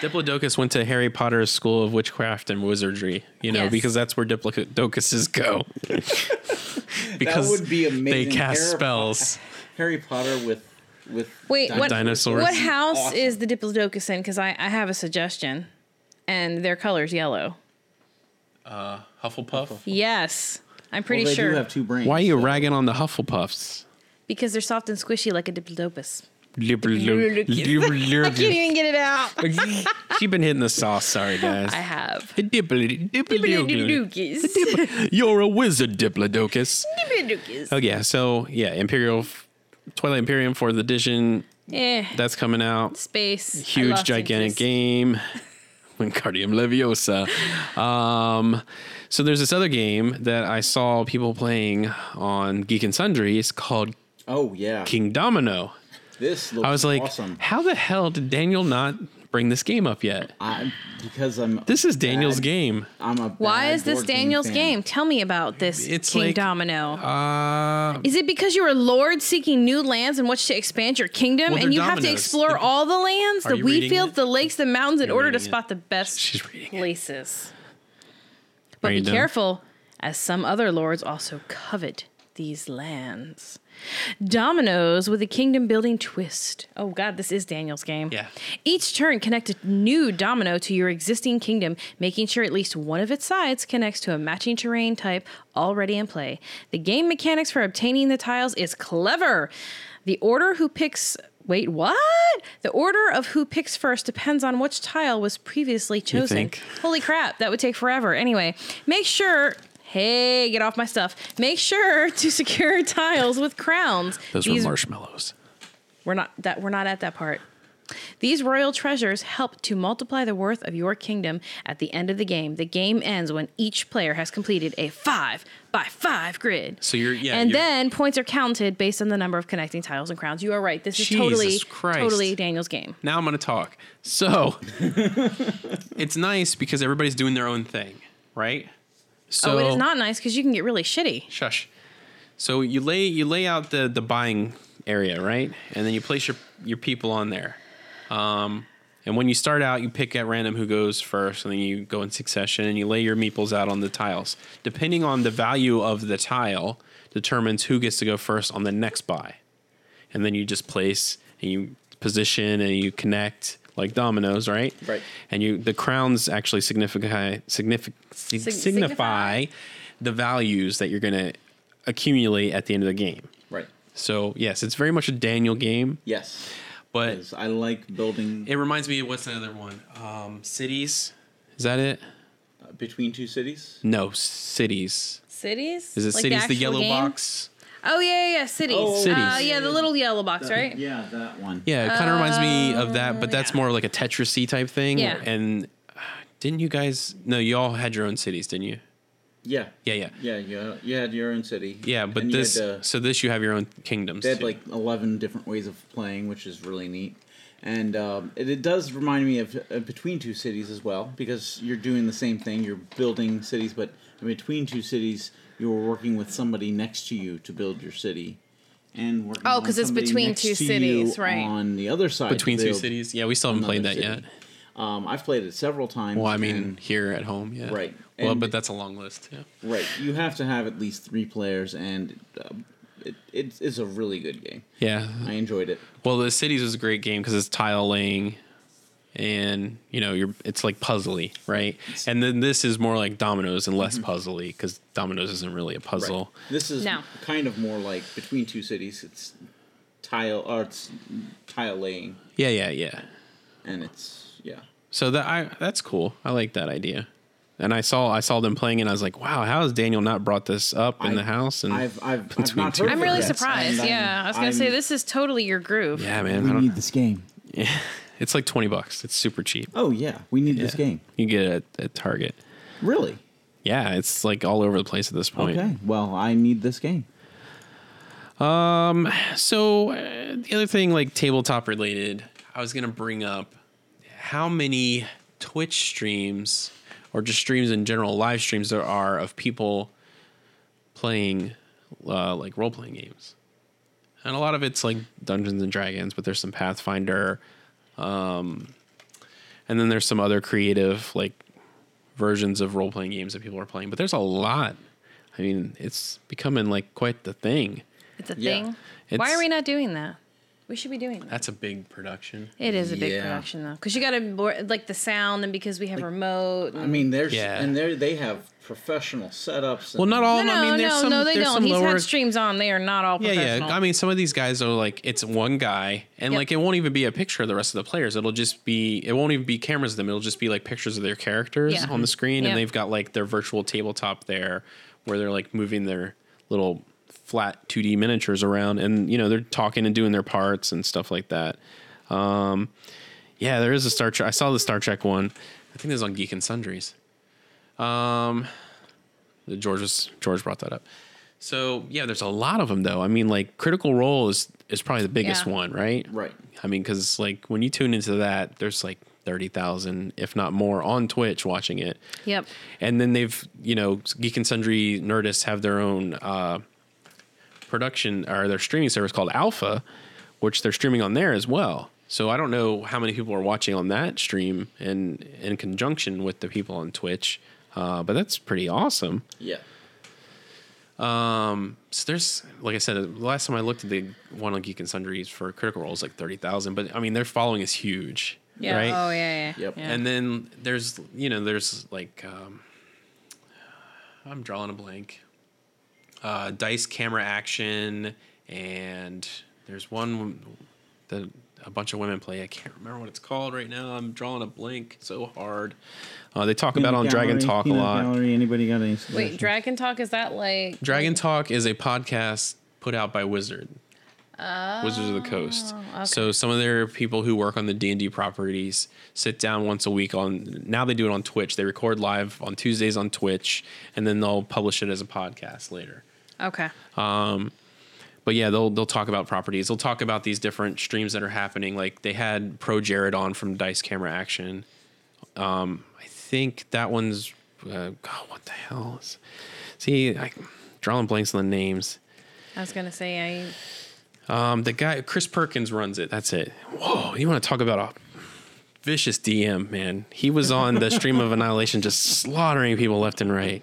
[SPEAKER 1] Diplodocus went to Harry Potter's School of Witchcraft and Wizardry, you know,
[SPEAKER 2] Yes.
[SPEAKER 1] because that's where Diplodocuses go.
[SPEAKER 3] [laughs]
[SPEAKER 1] because
[SPEAKER 3] would be
[SPEAKER 1] they
[SPEAKER 3] amazing.
[SPEAKER 1] cast
[SPEAKER 3] Harry-
[SPEAKER 1] spells.
[SPEAKER 3] Harry Potter with with
[SPEAKER 2] Wait, what,
[SPEAKER 1] Dinosaurs.
[SPEAKER 2] what house
[SPEAKER 3] Awesome.
[SPEAKER 2] is the Diplodocus in? Because I, I have a suggestion, and their color's yellow.
[SPEAKER 1] Hufflepuff.
[SPEAKER 2] Yes, I'm pretty
[SPEAKER 3] Well, they
[SPEAKER 2] sure.
[SPEAKER 3] do have two brains.
[SPEAKER 1] Why are you
[SPEAKER 3] so-
[SPEAKER 1] ragging on the
[SPEAKER 2] [laughs]
[SPEAKER 1] Hufflepuffs?
[SPEAKER 2] Because they're soft and squishy like a diplodocus.
[SPEAKER 1] Diplodocus.
[SPEAKER 2] Can't even get it out.
[SPEAKER 1] She's been hitting the sauce. Sorry, guys.
[SPEAKER 2] I
[SPEAKER 1] [laughs]
[SPEAKER 2] have.
[SPEAKER 1] Diplodocus.
[SPEAKER 2] Diplodocus.
[SPEAKER 1] You're a wizard, Diplodocus.
[SPEAKER 2] Diplodocus.
[SPEAKER 1] Oh yeah. So yeah, Imperial Twilight Imperium for the edition
[SPEAKER 2] Eh.
[SPEAKER 1] that's coming out.
[SPEAKER 2] Space. I
[SPEAKER 1] Huge,
[SPEAKER 2] lost
[SPEAKER 1] gigantic
[SPEAKER 2] interest.
[SPEAKER 1] game. Wingardium Leviosa. Um, so there's this other game that I saw people playing on Geek and Sundry. It's called
[SPEAKER 3] Oh yeah,
[SPEAKER 1] King Domino.
[SPEAKER 3] this looks
[SPEAKER 1] I was like,
[SPEAKER 3] awesome.
[SPEAKER 1] how the hell did Daniel not bring this game up yet.
[SPEAKER 3] I, because I'm
[SPEAKER 1] This is Daniel's
[SPEAKER 3] bad-
[SPEAKER 1] game.
[SPEAKER 3] I'm a
[SPEAKER 2] Why
[SPEAKER 3] bad
[SPEAKER 2] is this
[SPEAKER 3] board game
[SPEAKER 2] Daniel's
[SPEAKER 3] fan.
[SPEAKER 2] game? Tell me about this
[SPEAKER 1] It's
[SPEAKER 2] King
[SPEAKER 1] like-
[SPEAKER 2] Domino.
[SPEAKER 1] Uh,
[SPEAKER 2] Is it because you are lord seeking new lands in which to expand your kingdom
[SPEAKER 1] Well,
[SPEAKER 2] and you
[SPEAKER 1] they're
[SPEAKER 2] have to
[SPEAKER 1] dominoes. [laughs]
[SPEAKER 2] explore all the lands,
[SPEAKER 1] Are
[SPEAKER 2] the
[SPEAKER 1] you
[SPEAKER 2] wheat
[SPEAKER 1] reading
[SPEAKER 2] fields,
[SPEAKER 1] it?
[SPEAKER 2] the lakes, the mountains in order to
[SPEAKER 1] reading it.
[SPEAKER 2] spot the best
[SPEAKER 1] she's reading. It.
[SPEAKER 2] places? But
[SPEAKER 1] Are
[SPEAKER 2] be
[SPEAKER 1] you done?
[SPEAKER 2] careful, as some other lords also covet these lands. Dominoes with a kingdom building twist. Oh, God, this is Daniel's game.
[SPEAKER 1] Yeah.
[SPEAKER 2] Each turn connect a new domino to your existing kingdom, making sure at least one of its sides connects to a matching terrain type already in play. The game mechanics for obtaining the tiles is clever. The order who picks. Wait, what? The order of who picks first depends on which tile was previously chosen.
[SPEAKER 1] think?
[SPEAKER 2] Holy crap, that would take forever. Anyway, make sure. Hey, get off my stuff. Make sure to [laughs] secure tiles with crowns.
[SPEAKER 1] Those were
[SPEAKER 2] These-
[SPEAKER 1] marshmallows.
[SPEAKER 2] we're not that we're not at that part. These royal treasures help to multiply the worth of your kingdom at the end of the game. The game ends when each player has completed a five by five grid.
[SPEAKER 1] So you're- yeah,
[SPEAKER 2] and
[SPEAKER 1] you're-
[SPEAKER 2] then points are counted based on the number of connecting tiles and crowns. You are right. This is
[SPEAKER 1] Jesus
[SPEAKER 2] totally,
[SPEAKER 1] Christ.
[SPEAKER 2] totally Daniel's game.
[SPEAKER 1] Now I'm going to talk. So it's nice because everybody's doing their own thing, right? So
[SPEAKER 2] oh, it is not nice because you can get really shitty.
[SPEAKER 1] Shush. So you lay you lay out the the buying area, right? And then you place your your people on there. Um, and when you start out, you pick at random who goes first, and then you go in succession, and you lay your meeples out on the tiles. Depending on the value of the tile, determines who gets to go first on the next buy. And then you just place and you position and you connect like dominoes, right?
[SPEAKER 3] Right.
[SPEAKER 1] And you the crowns actually signify significant
[SPEAKER 2] Sig-
[SPEAKER 1] signify the values that you're going to accumulate at the end of the game.
[SPEAKER 3] Right.
[SPEAKER 1] So, yes, it's very much a Daniel game,
[SPEAKER 3] Yes.
[SPEAKER 1] but
[SPEAKER 3] 'Cause I like building
[SPEAKER 1] it reminds me of what's another one? Um, cities. Is that it?
[SPEAKER 3] uh, between two cities.
[SPEAKER 1] No, cities.
[SPEAKER 2] Cities?
[SPEAKER 1] Is it
[SPEAKER 2] Like
[SPEAKER 1] cities the,
[SPEAKER 2] actual
[SPEAKER 1] yellow
[SPEAKER 2] game?
[SPEAKER 1] box?
[SPEAKER 2] Oh yeah, yeah, yeah. cities.
[SPEAKER 3] Oh,
[SPEAKER 2] Uh,
[SPEAKER 1] Cities.
[SPEAKER 2] yeah, the little yellow box, right?
[SPEAKER 3] Yeah, that one.
[SPEAKER 1] Yeah, it kind of reminds me of that, but that's
[SPEAKER 2] yeah.
[SPEAKER 1] more like a Tetrisy type thing.
[SPEAKER 2] Um, Yeah.
[SPEAKER 1] And uh, didn't you guys? No, you all had your own cities, didn't you?
[SPEAKER 3] Yeah.
[SPEAKER 1] Yeah, yeah,
[SPEAKER 3] Yeah, you, you had your own city.
[SPEAKER 1] yeah. But
[SPEAKER 3] And you had
[SPEAKER 1] this,
[SPEAKER 3] to-
[SPEAKER 1] so this, you uh, have your own kingdoms.
[SPEAKER 3] they had
[SPEAKER 1] too.
[SPEAKER 3] like 11 different ways of playing which is really neat and um, it, it does remind me of uh, between two cities as well because you're doing the same thing you're building cities but in between two cities you were working with somebody next to you to build your city and working
[SPEAKER 2] Oh,
[SPEAKER 3] on
[SPEAKER 2] 'cause it's
[SPEAKER 3] somebody
[SPEAKER 2] between
[SPEAKER 3] next
[SPEAKER 2] two
[SPEAKER 3] to you
[SPEAKER 2] cities, right.
[SPEAKER 3] on the other side to
[SPEAKER 1] between two
[SPEAKER 3] build
[SPEAKER 1] cities. Yeah, we still haven't
[SPEAKER 3] another
[SPEAKER 1] played that
[SPEAKER 3] city.
[SPEAKER 1] yet.
[SPEAKER 3] um, i've played it several times
[SPEAKER 1] Well, I mean,
[SPEAKER 3] and-
[SPEAKER 1] here at home, yeah.
[SPEAKER 3] Right.
[SPEAKER 1] Well,
[SPEAKER 3] And-
[SPEAKER 1] but that's a long list. Yeah.
[SPEAKER 3] right you have to have at least three players and um, it, it's, it's a really good game
[SPEAKER 1] Yeah.
[SPEAKER 3] i enjoyed it
[SPEAKER 1] Well, the cities was a great game because it's tile laying, and you know, you're it's like puzzly, right? And then this is more like dominoes and
[SPEAKER 3] Mm-hmm.
[SPEAKER 1] less puzzly because dominoes isn't really a puzzle.
[SPEAKER 3] This is
[SPEAKER 2] No.
[SPEAKER 3] kind of more like between two cities. It's tile, or it's tile laying,
[SPEAKER 1] Yeah, yeah, yeah.
[SPEAKER 3] and it's yeah.
[SPEAKER 1] So that I that's cool. I like that idea. And I saw I saw them playing, and I was like, wow, how has Daniel not brought this up in
[SPEAKER 3] I-
[SPEAKER 1] the house? And
[SPEAKER 3] I've
[SPEAKER 1] [laughs]
[SPEAKER 3] I've, I've
[SPEAKER 1] Between
[SPEAKER 3] not
[SPEAKER 1] two
[SPEAKER 3] heard
[SPEAKER 1] cities.
[SPEAKER 2] I'm
[SPEAKER 3] of
[SPEAKER 2] really
[SPEAKER 3] this,
[SPEAKER 2] surprised.
[SPEAKER 3] and I'm-
[SPEAKER 2] Yeah, I was gonna say
[SPEAKER 3] I'm-
[SPEAKER 2] this is totally your groove.
[SPEAKER 1] yeah, man, I don't,
[SPEAKER 3] this game.
[SPEAKER 1] it's like twenty bucks. It's super cheap.
[SPEAKER 3] Oh yeah, we need this
[SPEAKER 1] Yeah.
[SPEAKER 3] game.
[SPEAKER 1] You get it at, at Target.
[SPEAKER 3] Really?
[SPEAKER 1] Yeah, it's like all over the place at this point.
[SPEAKER 3] Okay. Well, I need this game.
[SPEAKER 1] So uh, the other thing, like tabletop related, I was gonna bring up how many Twitch streams or just streams in general, live streams there are of people playing uh, like role playing games, and a lot of it's like Dungeons and Dragons, but there's some Pathfinder, um, and then there's some other creative like versions of role playing games that people are playing. But there's a lot. I mean, it's becoming like quite the thing.
[SPEAKER 2] It's a
[SPEAKER 3] Yeah.
[SPEAKER 2] thing. Why
[SPEAKER 1] It's-
[SPEAKER 2] are we not doing that? We should be doing that.
[SPEAKER 1] That's a big production.
[SPEAKER 2] It is a big
[SPEAKER 3] Yeah.
[SPEAKER 2] production though, because you got to like the sound, and because we have remote.
[SPEAKER 3] I mean, there's
[SPEAKER 1] Yeah.
[SPEAKER 3] and they they have professional setups.
[SPEAKER 1] Well,
[SPEAKER 3] and-
[SPEAKER 1] not all.
[SPEAKER 2] no,
[SPEAKER 1] of them.
[SPEAKER 2] no,
[SPEAKER 1] I mean, there's
[SPEAKER 2] no,
[SPEAKER 1] some,
[SPEAKER 2] no, they
[SPEAKER 1] there's
[SPEAKER 2] don't.
[SPEAKER 1] Some
[SPEAKER 2] He's
[SPEAKER 1] lower,
[SPEAKER 2] had streams on. They are not all
[SPEAKER 1] yeah,
[SPEAKER 2] professional.
[SPEAKER 1] yeah. I mean, some of these guys are like, it's one guy, and
[SPEAKER 2] Yep.
[SPEAKER 1] like it won't even be a picture of the rest of the players. It'll just be, it won't even be cameras of them. It'll just be like pictures of their characters
[SPEAKER 2] Yeah.
[SPEAKER 1] on the screen,
[SPEAKER 2] Yeah.
[SPEAKER 1] and they've got like their virtual tabletop there, where they're like moving their little flat 2D miniatures around, and you know they're talking and doing their parts and stuff like that. Um, yeah, there is a Star Trek. I saw the Star Trek one. I think it was on Geek and Sundries. Um, George was, George brought that up. So yeah, there's a lot of them though. I mean, like Critical Role is is probably the biggest
[SPEAKER 2] Yeah.
[SPEAKER 1] one, right?
[SPEAKER 3] Right.
[SPEAKER 1] I mean, because like when you tune into that, there's like 30,000, if not more, on Twitch watching it.
[SPEAKER 2] Yep.
[SPEAKER 1] And then they've, you know, Geek and Sundry Nerdist have their own uh, production or their streaming service called Alpha, which they're streaming on there as well. So I don't know how many people are watching on that stream and in conjunction with the people on Twitch, uh, but that's pretty awesome.
[SPEAKER 3] Yeah.
[SPEAKER 1] So there's, like I said, the last time I looked at the one on Geek and Sundries for Critical Role is like thirty thousand, but I mean their following is huge,
[SPEAKER 2] Yeah.
[SPEAKER 1] right?
[SPEAKER 2] Oh yeah. Yeah.
[SPEAKER 3] Yep.
[SPEAKER 2] Yeah.
[SPEAKER 1] And then there's, you know, there's like, um, I'm drawing a blank. Uh, dice camera action, and there's one that a bunch of women play. I can't remember what it's called right now. I'm drawing a blank so hard. Uh, they talk about it on Dragon Talk a lot.
[SPEAKER 3] Gallery, anybody got any suggestions?
[SPEAKER 2] Wait, Dragon Talk is that like?
[SPEAKER 1] Dragon Talk is a podcast put out by Wizard. Wizards of the Coast. So some of their people who work on the D and D properties sit down once a week on. Now they do it on Twitch. They record live on Tuesdays on Twitch, and then they'll publish it as a podcast later.
[SPEAKER 2] Okay.
[SPEAKER 1] But yeah, they'll they'll talk about properties. They'll talk about these different streams that are happening. Like they had Pro Jared on from Dice Camera Action. Um, I think that one's uh, God. What the hell is? See, I drawing blanks on the names.
[SPEAKER 2] I was gonna say I.
[SPEAKER 1] Um, the guy Chris Perkins runs it. That's it. Whoa, you want to talk about a vicious DM, man? He was on the stream of annihilation, just slaughtering people left and right.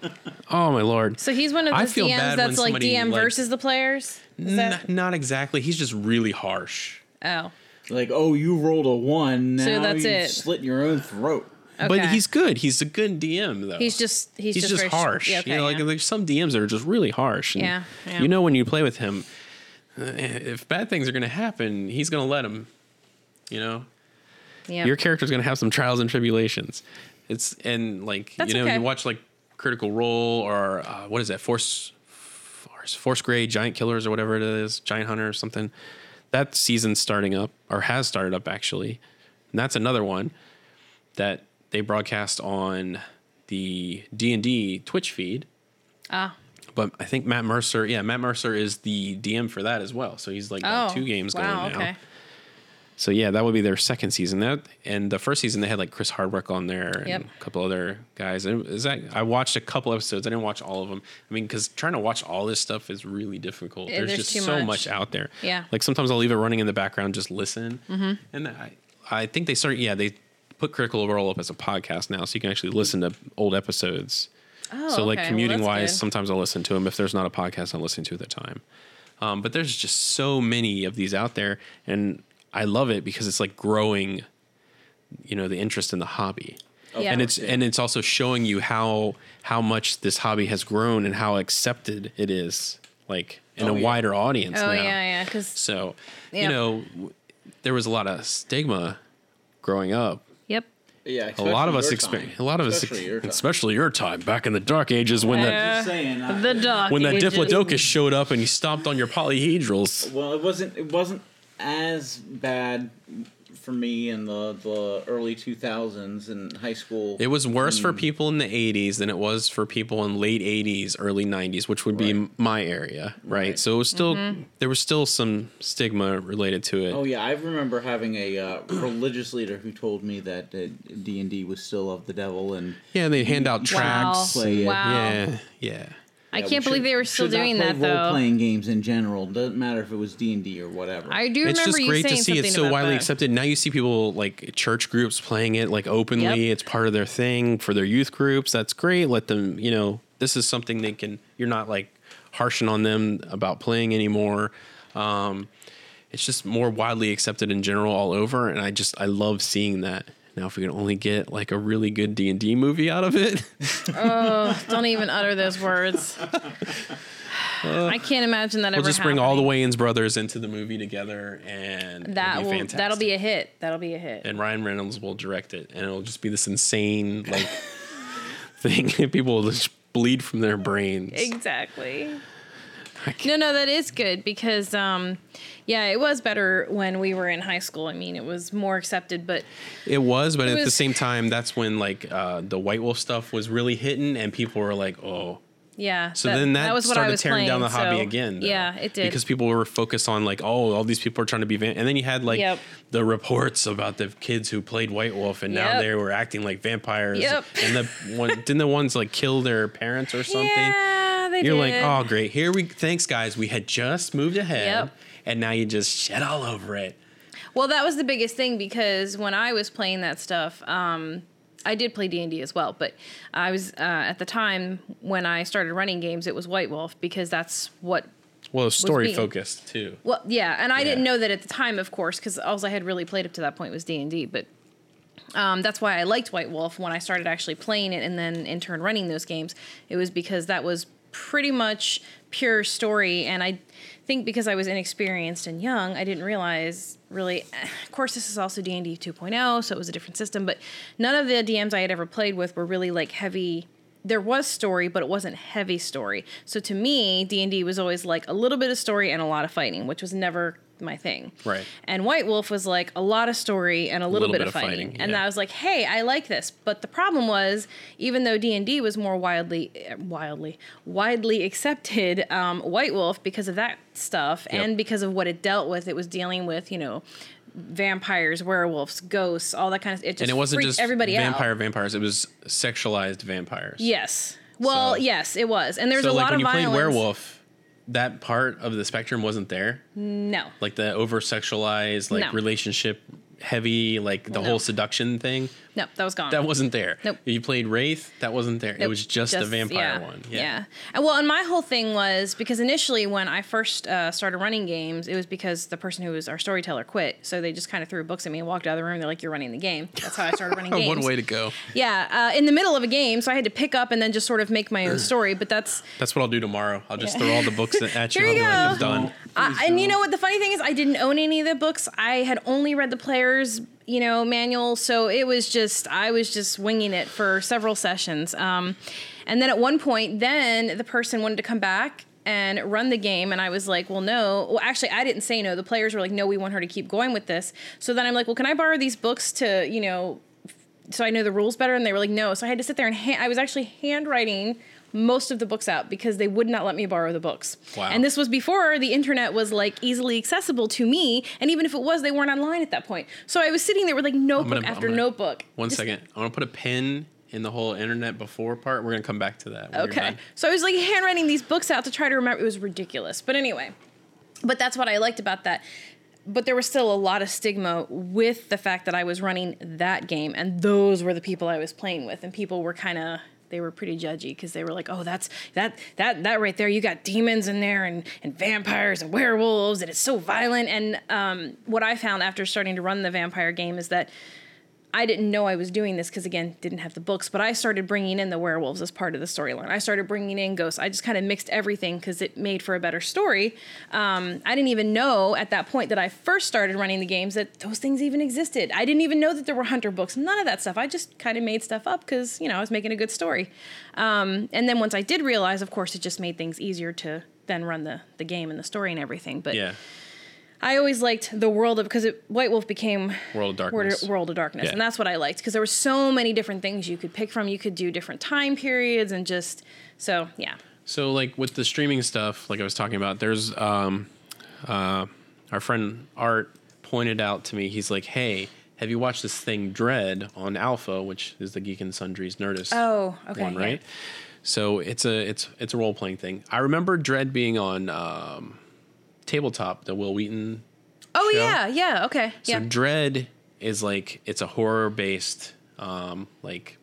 [SPEAKER 1] Oh my lord!
[SPEAKER 2] So he's one of
[SPEAKER 1] I
[SPEAKER 2] those
[SPEAKER 1] feel
[SPEAKER 2] DMs
[SPEAKER 1] bad when
[SPEAKER 2] that's like
[SPEAKER 1] somebody,
[SPEAKER 2] DM
[SPEAKER 1] like-
[SPEAKER 2] versus the players. Is
[SPEAKER 1] N-
[SPEAKER 2] that?
[SPEAKER 1] not exactly. He's just really harsh.
[SPEAKER 2] Oh.
[SPEAKER 3] Like, oh, you rolled a one. Now
[SPEAKER 2] So that's
[SPEAKER 3] you
[SPEAKER 2] it.
[SPEAKER 3] Slit your own throat.
[SPEAKER 1] But
[SPEAKER 2] Okay.
[SPEAKER 1] he's good. He's a good DM though.
[SPEAKER 2] He's just he's,
[SPEAKER 1] he's, just,
[SPEAKER 2] very sh-
[SPEAKER 1] harsh.
[SPEAKER 2] Yeah, okay,
[SPEAKER 1] you know, like
[SPEAKER 2] yeah.
[SPEAKER 1] there's some DMs that are just really harsh. and
[SPEAKER 2] Yeah, yeah.
[SPEAKER 1] You know when you play with him, uh, if bad things are going to happen, he's going to let them. You know,
[SPEAKER 2] Yeah.
[SPEAKER 1] your character's going to have some trials and tribulations. It's and like
[SPEAKER 2] That's
[SPEAKER 1] you know
[SPEAKER 2] okay.
[SPEAKER 1] you watch like Critical Role or uh, what is that Force Force Force Grade Giant Killers or whatever it is Giant Hunter or something. That season's starting up or has started up actually, and that's another one that they broadcast on the D and D Twitch feed.
[SPEAKER 2] Ah.
[SPEAKER 1] But I think Matt Mercer, yeah, Matt Mercer is the DM for that as well. So he's like got
[SPEAKER 2] Oh,
[SPEAKER 1] two games
[SPEAKER 2] wow,
[SPEAKER 1] going now.
[SPEAKER 2] okay.
[SPEAKER 1] So yeah, that would be their second season. That and the first season they had like Chris Hardwick on there and
[SPEAKER 2] Yep.
[SPEAKER 1] a couple other guys. And is that I watched a couple episodes. I didn't watch all of them. I mean, because trying to watch all this stuff is really difficult.
[SPEAKER 2] Yeah,
[SPEAKER 1] there's,
[SPEAKER 2] there's
[SPEAKER 1] just
[SPEAKER 2] too
[SPEAKER 1] so
[SPEAKER 2] much.
[SPEAKER 1] much. out there.
[SPEAKER 2] Yeah. Mm-hmm.
[SPEAKER 1] Like sometimes I'll leave it running in the background, just listen. And I, I think they started. Yeah, they put Critical Role up as a podcast now, so you can actually listen to old episodes.
[SPEAKER 2] Oh,
[SPEAKER 1] so like
[SPEAKER 2] okay, well,
[SPEAKER 1] commuting
[SPEAKER 2] that's
[SPEAKER 1] wise,
[SPEAKER 2] good.
[SPEAKER 1] sometimes I'll listen to them if there's not a podcast I'm listening to at the time. Um, but there's just so many of these out there, and I love it because it's like growing, you know, the interest in the hobby,
[SPEAKER 2] Yeah.
[SPEAKER 3] Oh,
[SPEAKER 1] and it's and it's also showing you how how much this hobby has grown and how accepted it is, like in
[SPEAKER 3] Oh,
[SPEAKER 1] a
[SPEAKER 3] yeah.
[SPEAKER 1] wider audience.
[SPEAKER 2] Oh
[SPEAKER 1] now.
[SPEAKER 2] yeah, yeah. Because
[SPEAKER 1] So
[SPEAKER 2] Yeah.
[SPEAKER 1] you know, w- there was a lot of stigma growing up
[SPEAKER 2] yep.
[SPEAKER 3] Yeah,
[SPEAKER 1] a lot of us experience a lot of us
[SPEAKER 3] Especially
[SPEAKER 1] ex-
[SPEAKER 3] your time.
[SPEAKER 1] especially your time back in the dark ages when that
[SPEAKER 2] Uh,
[SPEAKER 3] Just saying, I-
[SPEAKER 2] The dog.
[SPEAKER 1] when that
[SPEAKER 2] it just-
[SPEAKER 1] diplodocus showed up and you stomped on your polyhedrals
[SPEAKER 3] Well, it wasn't. It wasn't as bad for me in the the early two thousands in high school.
[SPEAKER 1] it was worse for people in the 80s than it was for people in late 80s early 90s which would be
[SPEAKER 3] Right.
[SPEAKER 1] m- my area right, so it was still there was still some stigma related to it
[SPEAKER 3] Oh yeah, I remember having a uh, religious leader who told me that uh, D and D was still of the devil, and
[SPEAKER 1] yeah they'd hand out
[SPEAKER 2] Wow.
[SPEAKER 1] tracts
[SPEAKER 3] Play it.
[SPEAKER 2] Wow.
[SPEAKER 1] yeah yeah
[SPEAKER 2] I
[SPEAKER 3] Yeah, we
[SPEAKER 2] can't believe
[SPEAKER 3] should-
[SPEAKER 2] they were still
[SPEAKER 3] should not
[SPEAKER 2] doing
[SPEAKER 3] play
[SPEAKER 2] that though.
[SPEAKER 3] Role-playing games in general doesn't matter if it was D and D or whatever.
[SPEAKER 2] I do
[SPEAKER 1] it's
[SPEAKER 2] remember
[SPEAKER 1] just
[SPEAKER 2] you
[SPEAKER 1] great to
[SPEAKER 2] saying
[SPEAKER 1] see
[SPEAKER 2] something
[SPEAKER 1] it's so
[SPEAKER 2] about
[SPEAKER 1] widely
[SPEAKER 2] that.
[SPEAKER 1] accepted now you see people like church groups playing it like openly
[SPEAKER 2] Yep.
[SPEAKER 1] it's part of their thing for their youth groups that's great let them you know this is something they can you're not like harshing on them about playing anymore um, it's just more widely accepted in general all over and i just i love seeing that now if we could only get like a really good d&d movie out of it [laughs]
[SPEAKER 2] Don't even utter those words. I can't imagine that
[SPEAKER 1] we'll
[SPEAKER 2] ever.
[SPEAKER 1] just bring all the Wayans brothers into the movie together and it'll
[SPEAKER 2] That will. That'll
[SPEAKER 1] fantastic.
[SPEAKER 2] be a hit. That'll be a hit.
[SPEAKER 1] and Ryan Reynolds will direct it, and it'll just be this insane like [laughs] thing. [laughs] People will just bleed from their brains.
[SPEAKER 2] Exactly. No, no, that is good because, um, yeah, it was better when we were in high school. I mean, it was more accepted, but
[SPEAKER 1] It was, but at the
[SPEAKER 2] was-
[SPEAKER 1] same time, that's when like uh, the White Wolf stuff was really hitting, and people were like, "Oh,
[SPEAKER 2] Yeah.
[SPEAKER 1] So then that, started tearing down the hobby
[SPEAKER 2] so-
[SPEAKER 1] again. though,
[SPEAKER 2] yeah, it did.
[SPEAKER 1] Because people were focused on like, oh, all these people are trying to be van and then you had like
[SPEAKER 2] Yep.
[SPEAKER 1] the reports about the kids who played White Wolf and now
[SPEAKER 2] Yep.
[SPEAKER 1] they were acting like vampires.
[SPEAKER 2] Yep.
[SPEAKER 1] And the one didn't the ones like kill their parents
[SPEAKER 2] [laughs]
[SPEAKER 1] or something?
[SPEAKER 2] Yeah, they
[SPEAKER 1] You're
[SPEAKER 2] did.
[SPEAKER 1] like, oh great, here we thanks guys. We had just moved ahead
[SPEAKER 2] Yep.
[SPEAKER 1] and now you just shit all over it.
[SPEAKER 2] Well, that was the biggest thing because when I was playing that stuff, um, I did play D and D as well. But I was uh, at the time when I started running games, it was White Wolf because that's what.
[SPEAKER 1] Well, it's story
[SPEAKER 2] me.
[SPEAKER 1] focused too.
[SPEAKER 2] Well, yeah, and I didn't
[SPEAKER 1] Yeah.
[SPEAKER 2] know that at the time, of course, because all I had really played up to that point was D and D. But um, that's why I liked White Wolf when I started actually playing it, and then in turn running those games. It was because that was pretty much pure story, and I think because I was inexperienced and young, I didn't realize really. [sighs] Of course, this is also D and D 2.0, so it was a different system. But none of the DMs I had ever played with were really like heavy. There was story, but it wasn't heavy story. So to me, D and D was always like a little bit of story and a lot of fighting, which was never my thing.
[SPEAKER 1] Right.
[SPEAKER 2] And White Wolf was like a lot of story and a little, bit, of fighting. And
[SPEAKER 1] yeah.
[SPEAKER 2] I was like, "Hey, I like this." But the problem was, even though D and D was more wildly, eh, wildly, widely accepted, um, White Wolf because of that stuff
[SPEAKER 1] Yep.
[SPEAKER 2] and because of what it dealt with, it was dealing with you know vampires, werewolves, ghosts, all that kind of. It just
[SPEAKER 1] And it wasn't
[SPEAKER 2] freaked
[SPEAKER 1] just
[SPEAKER 2] everybody
[SPEAKER 1] vampire
[SPEAKER 2] out.
[SPEAKER 1] vampires, it was sexualized vampires.
[SPEAKER 2] Yes. Well,
[SPEAKER 1] So-
[SPEAKER 2] yes, it was, and there was
[SPEAKER 1] so
[SPEAKER 2] a
[SPEAKER 1] like
[SPEAKER 2] lot
[SPEAKER 1] when
[SPEAKER 2] of
[SPEAKER 1] you
[SPEAKER 2] violence.
[SPEAKER 1] played werewolf that part of the spectrum wasn't there
[SPEAKER 2] no.
[SPEAKER 1] like the over sexualized like
[SPEAKER 2] No.
[SPEAKER 1] relationship heavy like the
[SPEAKER 2] No.
[SPEAKER 1] whole seduction thing
[SPEAKER 2] No, that was gone.
[SPEAKER 1] that wasn't there
[SPEAKER 2] Nope.
[SPEAKER 1] you played wraith that wasn't there it
[SPEAKER 2] Nope,
[SPEAKER 1] was just, the vampire
[SPEAKER 2] yeah,
[SPEAKER 1] one
[SPEAKER 2] Yeah. And well, and my whole thing was because initially when I first uh, started running games, it was because the person who was our storyteller quit, so they just kind of threw books at me and walked out of the room. They're like, "You're running the game." That's how I started
[SPEAKER 1] [laughs]
[SPEAKER 2] running games.
[SPEAKER 1] One way to go.
[SPEAKER 2] Yeah, uh, in the middle of a game, so I had to pick up and then just sort of
[SPEAKER 1] [clears throat]
[SPEAKER 2] make my own story. But that's
[SPEAKER 1] That's what I'll do tomorrow. I'll just throw all the books
[SPEAKER 2] [laughs]
[SPEAKER 1] at you.
[SPEAKER 2] There
[SPEAKER 1] I'll
[SPEAKER 2] you
[SPEAKER 1] be like, I'm
[SPEAKER 2] go.
[SPEAKER 1] done.
[SPEAKER 2] I, and you know what? The funny thing is, I didn't own any of the books. I had only read the player's, you know, manual. So it was just, I was just winging it for several sessions. Um, and then at one point, then the person wanted to come back and run the game. And I was like, well, no. Well, actually, I didn't say no. The players were like, no, we want her to keep going with this. So then I'm like, well, can I borrow these books to, you know, so I know the rules better. And they were like, no. So I had to sit there and ha- I was actually handwriting most of the books out because they would not let me borrow the books.
[SPEAKER 1] Wow.
[SPEAKER 2] And this was before the internet was like easily accessible to me. And even if it was, they weren't online at that point. So I was sitting there with like notebook
[SPEAKER 1] gonna- I'm
[SPEAKER 2] after
[SPEAKER 1] gonna-
[SPEAKER 2] notebook.
[SPEAKER 1] One second. I want to put a pin in the whole internet before part. We're going to come back to that. when you're
[SPEAKER 2] Okay.
[SPEAKER 1] done.
[SPEAKER 2] So I was like handwriting these books out to try to remember. It was ridiculous. But anyway, but that's what I liked about that. But there was still a lot of stigma with the fact that I was running that game, and those were the people I was playing with, and people were kind of they were pretty judgy because they were like, "Oh, that's that that that right there. You got demons in there, and and vampires and werewolves, and it's so violent." And um, what I found after starting to run the vampire game is that I didn't know I was doing this because again, didn't have the books, but I started bringing in the werewolves as part of the storyline. I started bringing in ghosts. I just kind of mixed everything because it made for a better story. Um, I didn't even know at that point that I first started running the games that those things even existed. I didn't even know that there were hunter books. None of that stuff. I just kind of made stuff up because you know I was making a good story. Um, and then once I did realize, of course, it just made things easier to then run the the game and the story and everything. But
[SPEAKER 1] Yeah.
[SPEAKER 2] I always liked the world of because White Wolf became
[SPEAKER 1] World of
[SPEAKER 2] World,
[SPEAKER 1] Darkness.
[SPEAKER 2] World of Darkness,
[SPEAKER 1] Yeah.
[SPEAKER 2] and that's what I liked because there were so many different things you could pick from. You could do different time periods and just so yeah.
[SPEAKER 1] So like with the streaming stuff, like I was talking about, there's um, uh, our friend Art pointed out to me. He's like, "Hey, have you watched this thing Dread on Alpha, which is the Geek and Sundry's Nerdist
[SPEAKER 2] Oh, okay,
[SPEAKER 1] one,
[SPEAKER 2] yeah.
[SPEAKER 1] right?" So it's a it's it's a role playing thing. I remember Dread being on um, tabletop, the Will Wheaton
[SPEAKER 2] Oh
[SPEAKER 1] Show?
[SPEAKER 2] yeah, yeah, okay,
[SPEAKER 1] so
[SPEAKER 2] yeah.
[SPEAKER 1] Dread is like it's a horror based um like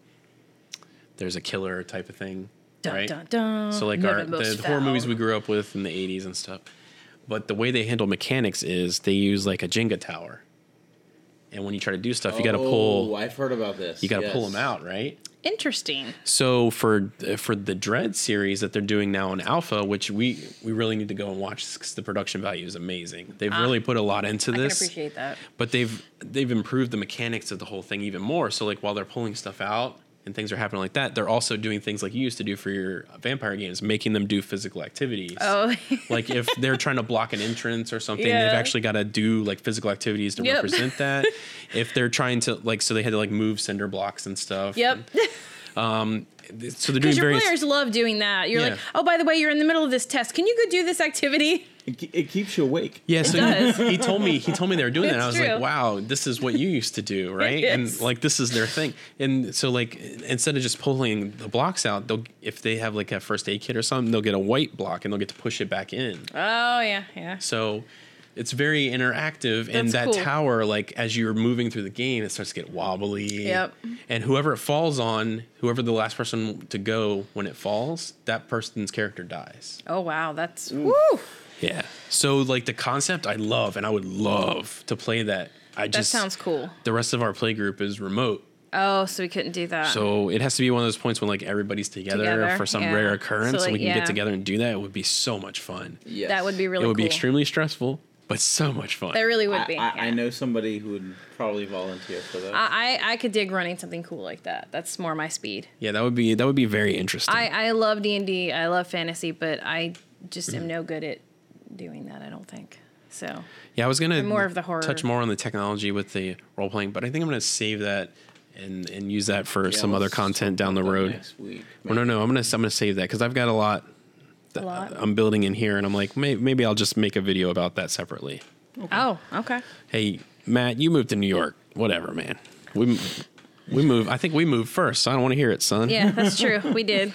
[SPEAKER 1] there's a killer type of thing.
[SPEAKER 2] Dun,
[SPEAKER 1] right?
[SPEAKER 2] dun, dun.
[SPEAKER 1] So like our the,
[SPEAKER 2] Nevermost
[SPEAKER 1] horror movies
[SPEAKER 2] fell.
[SPEAKER 1] we grew up with in the eighties and stuff. But the way they handle mechanics is they use like a Jenga tower. And when you try to do stuff, you gotta
[SPEAKER 3] Oh,
[SPEAKER 1] pull
[SPEAKER 3] I've heard about this.
[SPEAKER 1] you gotta pull
[SPEAKER 3] yes.
[SPEAKER 1] them out, right?
[SPEAKER 2] Interesting.
[SPEAKER 1] So for for the Dread series that they're doing now in Alpha, which we we really need to go and watch because the production value is amazing. They've really put a lot into
[SPEAKER 2] Ah. I can
[SPEAKER 1] this
[SPEAKER 2] appreciate that.
[SPEAKER 1] [laughs] but they've they've improved the mechanics of the whole thing even more. So like while they're pulling stuff out and things are happening like that, they're also doing things like you used to do for your vampire games, making them do physical activities.
[SPEAKER 2] Oh.
[SPEAKER 1] [laughs]
[SPEAKER 2] [laughs]
[SPEAKER 1] like if they're trying to block an entrance or something,
[SPEAKER 2] Yeah.
[SPEAKER 1] they've actually got to do like physical activities to
[SPEAKER 2] Yep. [laughs] [laughs]
[SPEAKER 1] represent that. if they're trying to like, so they had to like move cinder blocks and stuff.
[SPEAKER 2] Yep.
[SPEAKER 1] Um, th- so they're doing
[SPEAKER 2] Because your
[SPEAKER 1] various.
[SPEAKER 2] players love doing that. You're
[SPEAKER 1] Yeah.
[SPEAKER 2] like, oh, by the way, you're in the middle of this test. Can you go do this activity? [laughs]
[SPEAKER 3] It, ke- it keeps you awake.
[SPEAKER 1] Yeah, so
[SPEAKER 2] does.
[SPEAKER 1] he told me he told me they were doing that.
[SPEAKER 2] It's
[SPEAKER 1] I was
[SPEAKER 2] true.
[SPEAKER 1] like, wow, this is what you used to
[SPEAKER 2] [laughs]
[SPEAKER 1] do, right? And
[SPEAKER 2] is.
[SPEAKER 1] like this is their thing. And so like instead of just pulling the blocks out, they'll if they have like a first aid kit or something, they'll get a white block and they'll get to push it back in.
[SPEAKER 2] Oh yeah, yeah.
[SPEAKER 1] So it's very interactive, and
[SPEAKER 2] That's
[SPEAKER 1] that
[SPEAKER 2] cool.
[SPEAKER 1] tower, like as you're moving through the game, it starts to get wobbly.
[SPEAKER 2] Yep.
[SPEAKER 1] And whoever it falls on, whoever the last person to go when it falls, that person's character dies.
[SPEAKER 2] Oh wow, that's woo.
[SPEAKER 1] Yeah. So like the concept, I love, and I would love to play that. I
[SPEAKER 2] That
[SPEAKER 1] just
[SPEAKER 2] sounds cool.
[SPEAKER 1] The rest of our play group is remote,
[SPEAKER 2] Oh, so we couldn't do that.
[SPEAKER 1] so it has to be one of those points when like everybody's together,
[SPEAKER 2] Together,
[SPEAKER 1] for some
[SPEAKER 2] yeah.
[SPEAKER 1] rare
[SPEAKER 2] So,
[SPEAKER 1] occurrence, and
[SPEAKER 2] like,
[SPEAKER 1] we can
[SPEAKER 2] yeah.
[SPEAKER 1] get together and do that. It would be so much fun.
[SPEAKER 3] Yes.
[SPEAKER 2] that would be really.
[SPEAKER 1] it would
[SPEAKER 2] cool.
[SPEAKER 1] be extremely stressful, but so much fun.
[SPEAKER 2] That really would
[SPEAKER 3] I,
[SPEAKER 2] be.
[SPEAKER 3] I, I
[SPEAKER 2] yeah.
[SPEAKER 3] know somebody who would probably volunteer for that.
[SPEAKER 2] I, I I could dig running something cool like that. That's more my speed.
[SPEAKER 1] Yeah, that would be that would be very interesting.
[SPEAKER 2] I, I love D and D. I love fantasy, but I just
[SPEAKER 1] Mm-hmm.
[SPEAKER 2] am no good at doing that. I don't think so.
[SPEAKER 1] yeah, I was gonna
[SPEAKER 2] more of the horror.
[SPEAKER 1] touch more on the technology with the role playing, but I think I'm gonna save that and and use that for
[SPEAKER 3] Yeah,
[SPEAKER 1] some other
[SPEAKER 3] let's
[SPEAKER 1] content
[SPEAKER 3] talk
[SPEAKER 1] down the
[SPEAKER 3] about that
[SPEAKER 1] road.
[SPEAKER 3] Next week.
[SPEAKER 1] Well, no, no, I'm gonna I'm gonna save that because I've got a lot that
[SPEAKER 2] lot?
[SPEAKER 1] I'm building in here, and I'm like, maybe, maybe I'll just make a video about that separately.
[SPEAKER 2] Oh, okay.
[SPEAKER 1] Hey, Matt, you moved to New York. Whatever, man. We m- we move. I think we moved first. So I don't want to hear it, son.
[SPEAKER 2] Yeah, that's true.
[SPEAKER 1] [laughs]
[SPEAKER 2] We did.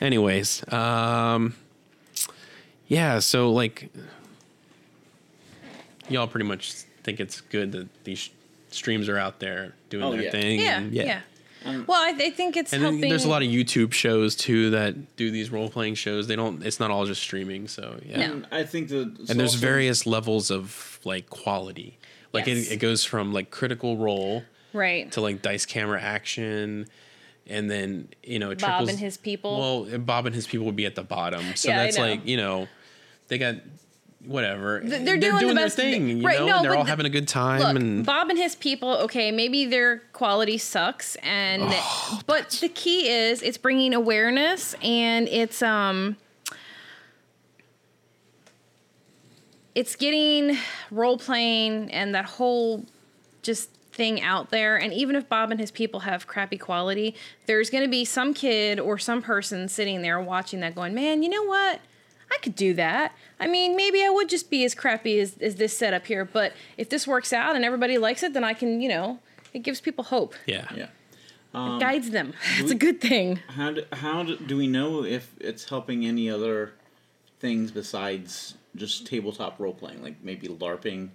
[SPEAKER 1] Anyways, um, yeah. So like, y'all pretty much think it's good that these sh- streams are out there doing
[SPEAKER 3] Oh,
[SPEAKER 1] their
[SPEAKER 3] yeah.
[SPEAKER 1] thing.
[SPEAKER 2] Yeah,
[SPEAKER 1] and-
[SPEAKER 2] yeah. well, I, I think it's
[SPEAKER 1] And then
[SPEAKER 2] helping.
[SPEAKER 1] there's a lot of YouTube shows too that do these role playing shows. They don't. It's not all just streaming. So yeah.
[SPEAKER 2] No.
[SPEAKER 3] And I think the
[SPEAKER 1] And there's various levels of like quality. Like
[SPEAKER 2] Yes.
[SPEAKER 1] it, it goes from like critical role
[SPEAKER 2] right.
[SPEAKER 1] to like dice camera action, and then you know it
[SPEAKER 2] Bob
[SPEAKER 1] triples-
[SPEAKER 2] and his people.
[SPEAKER 1] Well, and Bob and his people would be at the bottom, so
[SPEAKER 2] Yeah, I
[SPEAKER 1] that's
[SPEAKER 2] know.
[SPEAKER 1] like you know, they got whatever.
[SPEAKER 2] they're doing the best-
[SPEAKER 1] their thing, you
[SPEAKER 2] right,
[SPEAKER 1] know.
[SPEAKER 2] no,
[SPEAKER 1] and they're
[SPEAKER 2] but
[SPEAKER 1] all
[SPEAKER 2] the-
[SPEAKER 1] having a good time,
[SPEAKER 2] Look,
[SPEAKER 1] and
[SPEAKER 2] Bob and his people. Okay, maybe their quality sucks, and but the key is it's bringing awareness and it's um, it's getting role playing and that whole just thing out there. And even if Bob and his people have crappy quality, there's going to be some kid or some person sitting there watching that going, man, you know what? I could do that. I mean, maybe I would just be as crappy as, as this setup here, but if this works out and everybody likes it, then I can, you know, it gives people hope,
[SPEAKER 1] yeah.
[SPEAKER 3] Yeah.
[SPEAKER 1] Um,
[SPEAKER 2] it guides them. [laughs] it's
[SPEAKER 3] we-
[SPEAKER 2] a good thing.
[SPEAKER 3] How do, how do, do we know if it's helping any other things besides just tabletop role playing, like maybe LARPing?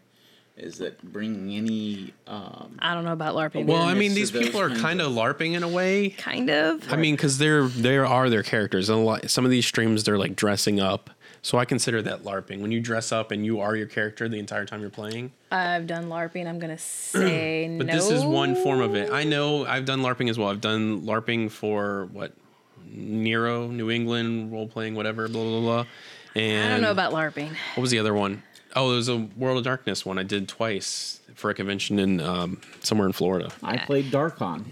[SPEAKER 3] Is that bringing any? Um,
[SPEAKER 2] I don't know about LARPing.
[SPEAKER 1] Well, I
[SPEAKER 3] Awareness
[SPEAKER 1] mean,
[SPEAKER 3] to
[SPEAKER 1] these
[SPEAKER 3] those
[SPEAKER 1] people are
[SPEAKER 3] kinds
[SPEAKER 1] kind of
[SPEAKER 3] of-
[SPEAKER 1] larping in a way.
[SPEAKER 2] kind of.
[SPEAKER 1] I mean, because they're they are their characters, and a lot, some of these streams they're like dressing up. So I consider that larping when you dress up and you are your character the entire time you're playing.
[SPEAKER 2] I've done LARPing. I'm going to say
[SPEAKER 1] [clears throat]
[SPEAKER 2] no.
[SPEAKER 1] But this is one form of it. I know I've done LARPing as well. I've done LARPing for what Nero, New England, role playing, whatever, blah blah blah. And
[SPEAKER 2] I don't know about LARPing.
[SPEAKER 1] what was the other one? Oh, there was a World of Darkness one I did twice for a convention in um, somewhere in Florida.
[SPEAKER 3] I played Darkon.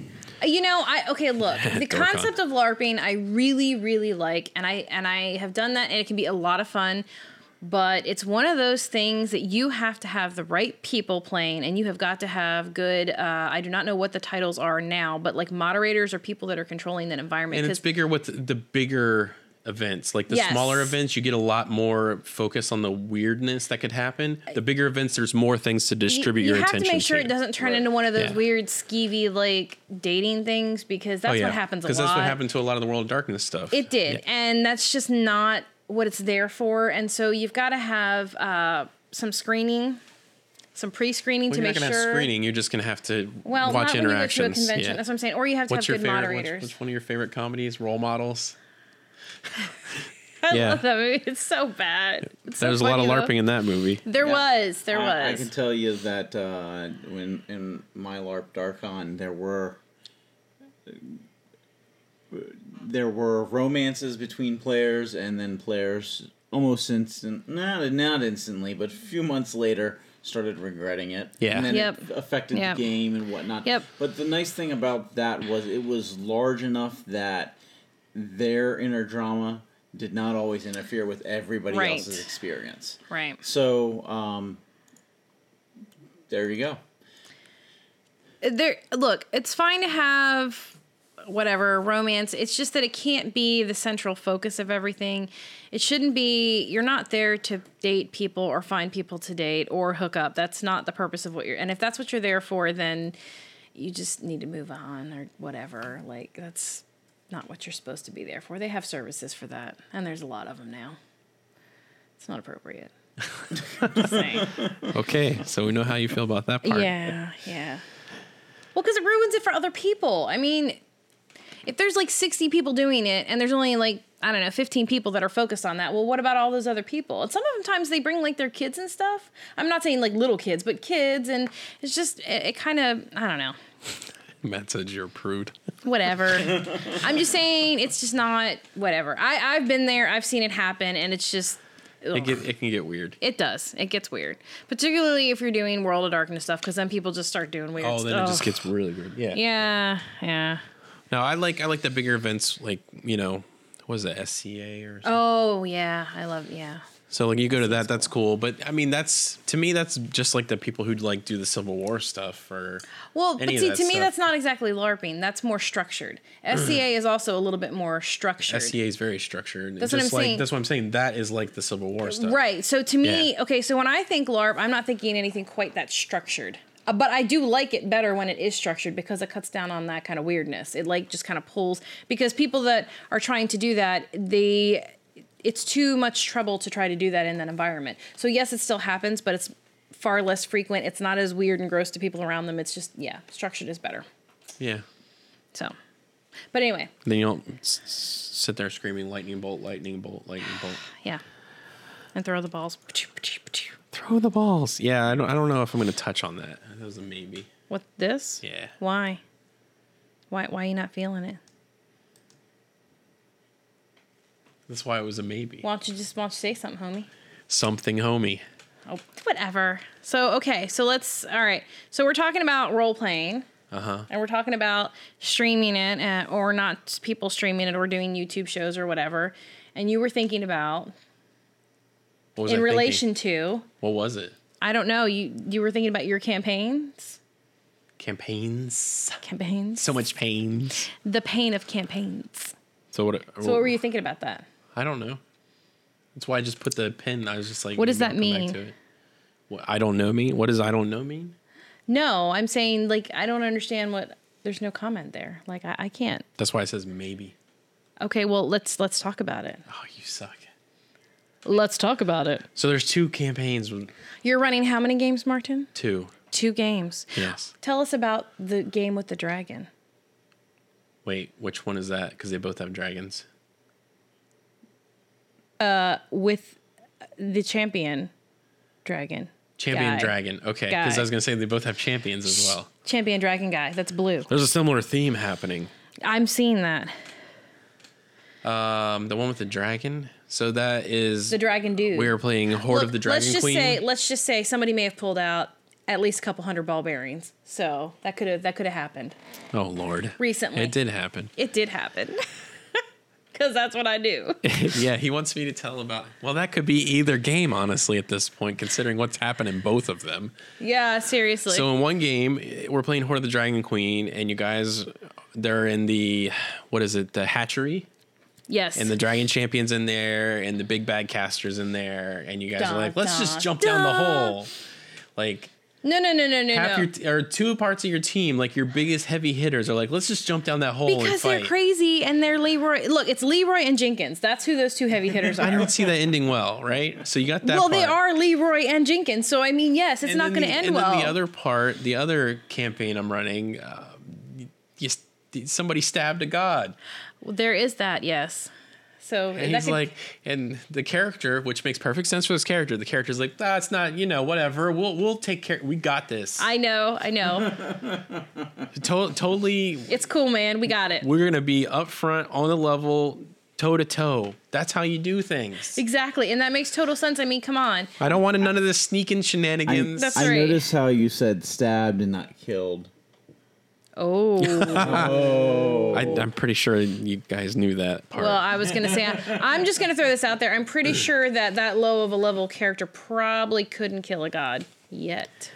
[SPEAKER 2] You know, I
[SPEAKER 1] [laughs]
[SPEAKER 2] okay. Look, the
[SPEAKER 1] Dork on.
[SPEAKER 2] concept of LARPing, I really, really like, and I and I have done that, and it can be a lot of fun. But it's one of those things that you have to have the right people playing, and you have got to have good. Uh, I do not know what the titles are now, but like moderators or people that are controlling that environment.
[SPEAKER 1] And it's
[SPEAKER 2] 'cause-
[SPEAKER 1] bigger with the bigger events. Like the
[SPEAKER 2] Yes.
[SPEAKER 1] smaller events, you get a lot more focus on the weirdness that could happen. The bigger events, there's more things to
[SPEAKER 2] you-
[SPEAKER 1] distribute
[SPEAKER 2] you
[SPEAKER 1] your
[SPEAKER 2] have
[SPEAKER 1] attention
[SPEAKER 2] to make sure it doesn't turn into one of those
[SPEAKER 1] Yeah.
[SPEAKER 2] weird skeevy like dating things because that's what happens a lot.
[SPEAKER 1] Because Oh, that's what happened to a lot of the World of Darkness stuff.
[SPEAKER 2] It did, and that's just not what it's there for. And so you've got to have uh, some screening, some pre-screening to
[SPEAKER 1] Well, you're
[SPEAKER 2] make
[SPEAKER 1] not gonna
[SPEAKER 2] sure.
[SPEAKER 1] have screening. You're just gonna have to
[SPEAKER 2] Well,
[SPEAKER 1] watch
[SPEAKER 2] not when you go to a
[SPEAKER 1] interactions.
[SPEAKER 2] convention.
[SPEAKER 1] Yeah.
[SPEAKER 2] That's what I'm saying. Or you have to
[SPEAKER 1] What's your
[SPEAKER 2] have good
[SPEAKER 1] favorite?
[SPEAKER 2] moderators.
[SPEAKER 1] What's, what's one of your favorite comedies? Role models.
[SPEAKER 2] [laughs] I
[SPEAKER 1] Yeah.
[SPEAKER 2] love that movie. It's so bad. It's so
[SPEAKER 1] There's a lot of
[SPEAKER 2] funny, though.
[SPEAKER 1] larping in that
[SPEAKER 2] [laughs]
[SPEAKER 1] movie.
[SPEAKER 2] There was. There
[SPEAKER 3] I, I
[SPEAKER 2] was.
[SPEAKER 3] can tell you that uh, when in my LARP Darkon, there were there were romances between players, and then players almost instant not not instantly, but a few months later started regretting it.
[SPEAKER 1] Yeah.
[SPEAKER 3] and then
[SPEAKER 2] Yep.
[SPEAKER 3] it affected
[SPEAKER 2] Yep.
[SPEAKER 3] the game and whatnot.
[SPEAKER 2] Yep.
[SPEAKER 3] But the nice thing about that was it was large enough that their inner drama did not always interfere with everybody
[SPEAKER 2] Right.
[SPEAKER 3] else's experience.
[SPEAKER 2] right.
[SPEAKER 3] So, um, there you go.
[SPEAKER 2] There. Look, it's fine to have whatever romance it's just that it can't be the central focus of everything it shouldn't be you're not there to date people or find people to date or hook up that's not the purpose of what you're and if that's what you're there for then you just need to move on or whatever like that's not what you're supposed to be there for they have services for that and there's a lot of them now it's not appropriate [laughs] just saying
[SPEAKER 1] Okay, so we know how you feel about that part.
[SPEAKER 2] yeah, yeah. Well, because it ruins it for other people. I mean, if there's like 60 people doing it and there's only like, I don't know, 15 people that are focused on that, well, what about all those other people? And some of them times they bring like their kids and stuff. I'm not saying like little kids, but kids. And it's just, it, it kind of, I don't know,
[SPEAKER 1] Matt said you're a prude. [laughs]
[SPEAKER 2] whatever. I'm just saying it's just not whatever. I, I've been there, I've seen it happen, and it's just.
[SPEAKER 1] It,
[SPEAKER 2] ugh.
[SPEAKER 1] get, it can get weird.
[SPEAKER 2] It does. It gets weird, particularly if you're doing World of Darkness stuff, because then people just start doing weird
[SPEAKER 1] Oh,
[SPEAKER 2] stuff.
[SPEAKER 1] then it just gets really weird. Yeah.
[SPEAKER 2] Yeah, yeah.
[SPEAKER 1] No, I like I like the bigger events, like you know, what is it SCA or something.
[SPEAKER 2] Oh, yeah. I love. Yeah.
[SPEAKER 1] so? Like you go to that, that's cool. But I mean, that's to me, that's just like the people who like do the Civil War stuff or
[SPEAKER 2] Well,
[SPEAKER 1] Any
[SPEAKER 2] but
[SPEAKER 1] of
[SPEAKER 2] see, to
[SPEAKER 1] that
[SPEAKER 2] me,
[SPEAKER 1] stuff.
[SPEAKER 2] that's not exactly LARPing. That's more
[SPEAKER 1] [clears throat]
[SPEAKER 2] structured. SCA is also a little bit more structured.
[SPEAKER 1] SCA is very structured. It's
[SPEAKER 2] That's what
[SPEAKER 1] just
[SPEAKER 2] I'm
[SPEAKER 1] like,
[SPEAKER 2] saying.
[SPEAKER 1] That's what I'm saying. That is like the Civil War stuff.
[SPEAKER 2] Right. So to me,
[SPEAKER 1] Yeah.
[SPEAKER 2] okay, so when I think LARP, I'm not thinking anything quite that structured. Uh, But I do like it better when it is structured because it cuts down on that kind of weirdness. It like just kind of pulls because people that are trying to do that, they it's too much trouble to try to do that in that environment. So yes, it still happens, but it's far less frequent. It's not as weird and gross to people around them. It's just yeah, structured is better.
[SPEAKER 1] Yeah.
[SPEAKER 2] So but anyway,
[SPEAKER 1] Then you don't s- s- sit there screaming lightning bolt, lightning bolt, lightning bolt.
[SPEAKER 2] yeah. And throw the balls.
[SPEAKER 1] Throw the balls. Yeah, I don't. I don't know if I'm going to touch on that. That was a maybe.
[SPEAKER 2] What this?
[SPEAKER 1] Yeah.
[SPEAKER 2] Why? Why why you not feeling it?
[SPEAKER 1] That's why it was a maybe.
[SPEAKER 2] Why don't you just why don't you say something, homie?
[SPEAKER 1] Something, homie.
[SPEAKER 2] Oh, whatever. So okay, so let's all right. So we're talking about role playing.
[SPEAKER 1] Uh-huh.
[SPEAKER 2] And we're talking about streaming it uh, or not people streaming it or doing YouTube shows or whatever. And you were thinking about
[SPEAKER 1] What was I
[SPEAKER 2] in
[SPEAKER 1] thinking?
[SPEAKER 2] relation to
[SPEAKER 1] What was it?
[SPEAKER 2] I don't know, you you were thinking about your campaigns?
[SPEAKER 1] Campaigns.
[SPEAKER 2] Campaigns?
[SPEAKER 1] So much pains.
[SPEAKER 2] the pain of campaigns.
[SPEAKER 1] So what?
[SPEAKER 2] So what were you thinking about that?
[SPEAKER 1] I don't know. That's why I just put the pin. I was just like,
[SPEAKER 2] What does
[SPEAKER 1] maybe
[SPEAKER 2] that
[SPEAKER 1] I'll come back
[SPEAKER 2] mean?
[SPEAKER 1] to it. What I don't know mean? What does I don't know mean?
[SPEAKER 2] No, I'm saying like I don't understand what there's no comment there. Like I, I can't.
[SPEAKER 1] That's why it says maybe.
[SPEAKER 2] Okay, well let's let's talk about it.
[SPEAKER 1] Oh, you suck.
[SPEAKER 2] Let's talk about it.
[SPEAKER 1] So there's two campaigns. with-
[SPEAKER 2] You're running how many games, Martin?
[SPEAKER 1] Two.
[SPEAKER 2] Two games.
[SPEAKER 1] Yes.
[SPEAKER 2] Tell us about the game with the dragon.
[SPEAKER 1] Wait, which one is that? Because they both have dragons.
[SPEAKER 2] With the champion dragon.
[SPEAKER 1] Champion
[SPEAKER 2] Guy.
[SPEAKER 1] dragon. Okay. Because I
[SPEAKER 2] Guy.
[SPEAKER 1] was gonna say they both have champions as well.
[SPEAKER 2] Champion dragon guy. That's blue.
[SPEAKER 1] There's a similar theme happening.
[SPEAKER 2] I'm seeing that.
[SPEAKER 1] Um, the one with the dragon. So that is
[SPEAKER 2] The dragon dude.
[SPEAKER 1] we are playing Horde of
[SPEAKER 2] Look,
[SPEAKER 1] the Dragon
[SPEAKER 2] let's just
[SPEAKER 1] Queen.
[SPEAKER 2] say let's just say somebody may have pulled out at least a couple hundred ball bearings. So that could have that could have happened.
[SPEAKER 1] oh lord.
[SPEAKER 2] Recently.
[SPEAKER 1] It did happen.
[SPEAKER 2] It did happen. [laughs] Cause that's what
[SPEAKER 1] [laughs]
[SPEAKER 2] I do.
[SPEAKER 1] yeah, he wants me to tell about. Well, that could be either game, honestly, at this point, considering what's happened in both of them.
[SPEAKER 2] Yeah, seriously.
[SPEAKER 1] So, in one game, eh, we're playing Horde of the Dragon Queen, and you guys, they're in the, what is it, the hatchery?
[SPEAKER 2] yes.
[SPEAKER 1] And the Dragon Champion's in there, and the Big Bad Caster's in there, and you guys
[SPEAKER 2] Duh,
[SPEAKER 1] are like, let's
[SPEAKER 2] duh,
[SPEAKER 1] just jump down the
[SPEAKER 2] duh."
[SPEAKER 1] hole. Like,
[SPEAKER 2] no, no, no, no, no,
[SPEAKER 1] half
[SPEAKER 2] no.
[SPEAKER 1] your, t- or two parts of your team, like your biggest heavy hitters, are like, let's just jump down that hole and
[SPEAKER 2] because
[SPEAKER 1] fight.
[SPEAKER 2] they're crazy and they're Leroy. Look, it's Leroy and Jenkins. That's who those two heavy
[SPEAKER 1] [laughs]
[SPEAKER 2] hitters
[SPEAKER 1] I
[SPEAKER 2] are.
[SPEAKER 1] don't see that ending well, right? So, you got that.
[SPEAKER 2] Well, they
[SPEAKER 1] part.
[SPEAKER 2] are Leroy and Jenkins. So I mean, yes, it's
[SPEAKER 1] And
[SPEAKER 2] not
[SPEAKER 1] then
[SPEAKER 2] going to
[SPEAKER 1] the-
[SPEAKER 2] end
[SPEAKER 1] and
[SPEAKER 2] well.
[SPEAKER 1] Then the other part, the other campaign I'm running, uh, you, you, somebody stabbed a god,
[SPEAKER 2] there is that. Yes. So
[SPEAKER 1] and
[SPEAKER 2] that
[SPEAKER 1] he's
[SPEAKER 2] could-
[SPEAKER 1] like, and the character, which makes perfect sense for this character, the character's like, that's not, you know, whatever. We'll we'll take care. We got this.
[SPEAKER 2] I know,
[SPEAKER 1] [laughs]
[SPEAKER 2] I know.
[SPEAKER 1] To- totally,
[SPEAKER 2] It's cool, man. We got it.
[SPEAKER 1] we're gonna be up front on the level, toe to toe. That's how you do things.
[SPEAKER 2] Exactly, and that makes total sense. I mean, come on.
[SPEAKER 1] I don't want none of this sneaking shenanigans.
[SPEAKER 2] That's
[SPEAKER 3] I
[SPEAKER 2] right.
[SPEAKER 3] noticed how you said stabbed and not killed.
[SPEAKER 1] [laughs]
[SPEAKER 2] Oh.
[SPEAKER 1] I, I'm pretty sure you guys knew that part.
[SPEAKER 2] Well, I was gonna say I, I'm just gonna throw this out there.
[SPEAKER 1] [clears throat]
[SPEAKER 2] I'm
[SPEAKER 1] [laughs]
[SPEAKER 2] pretty sure that that low of a level character probably couldn't kill a god yet.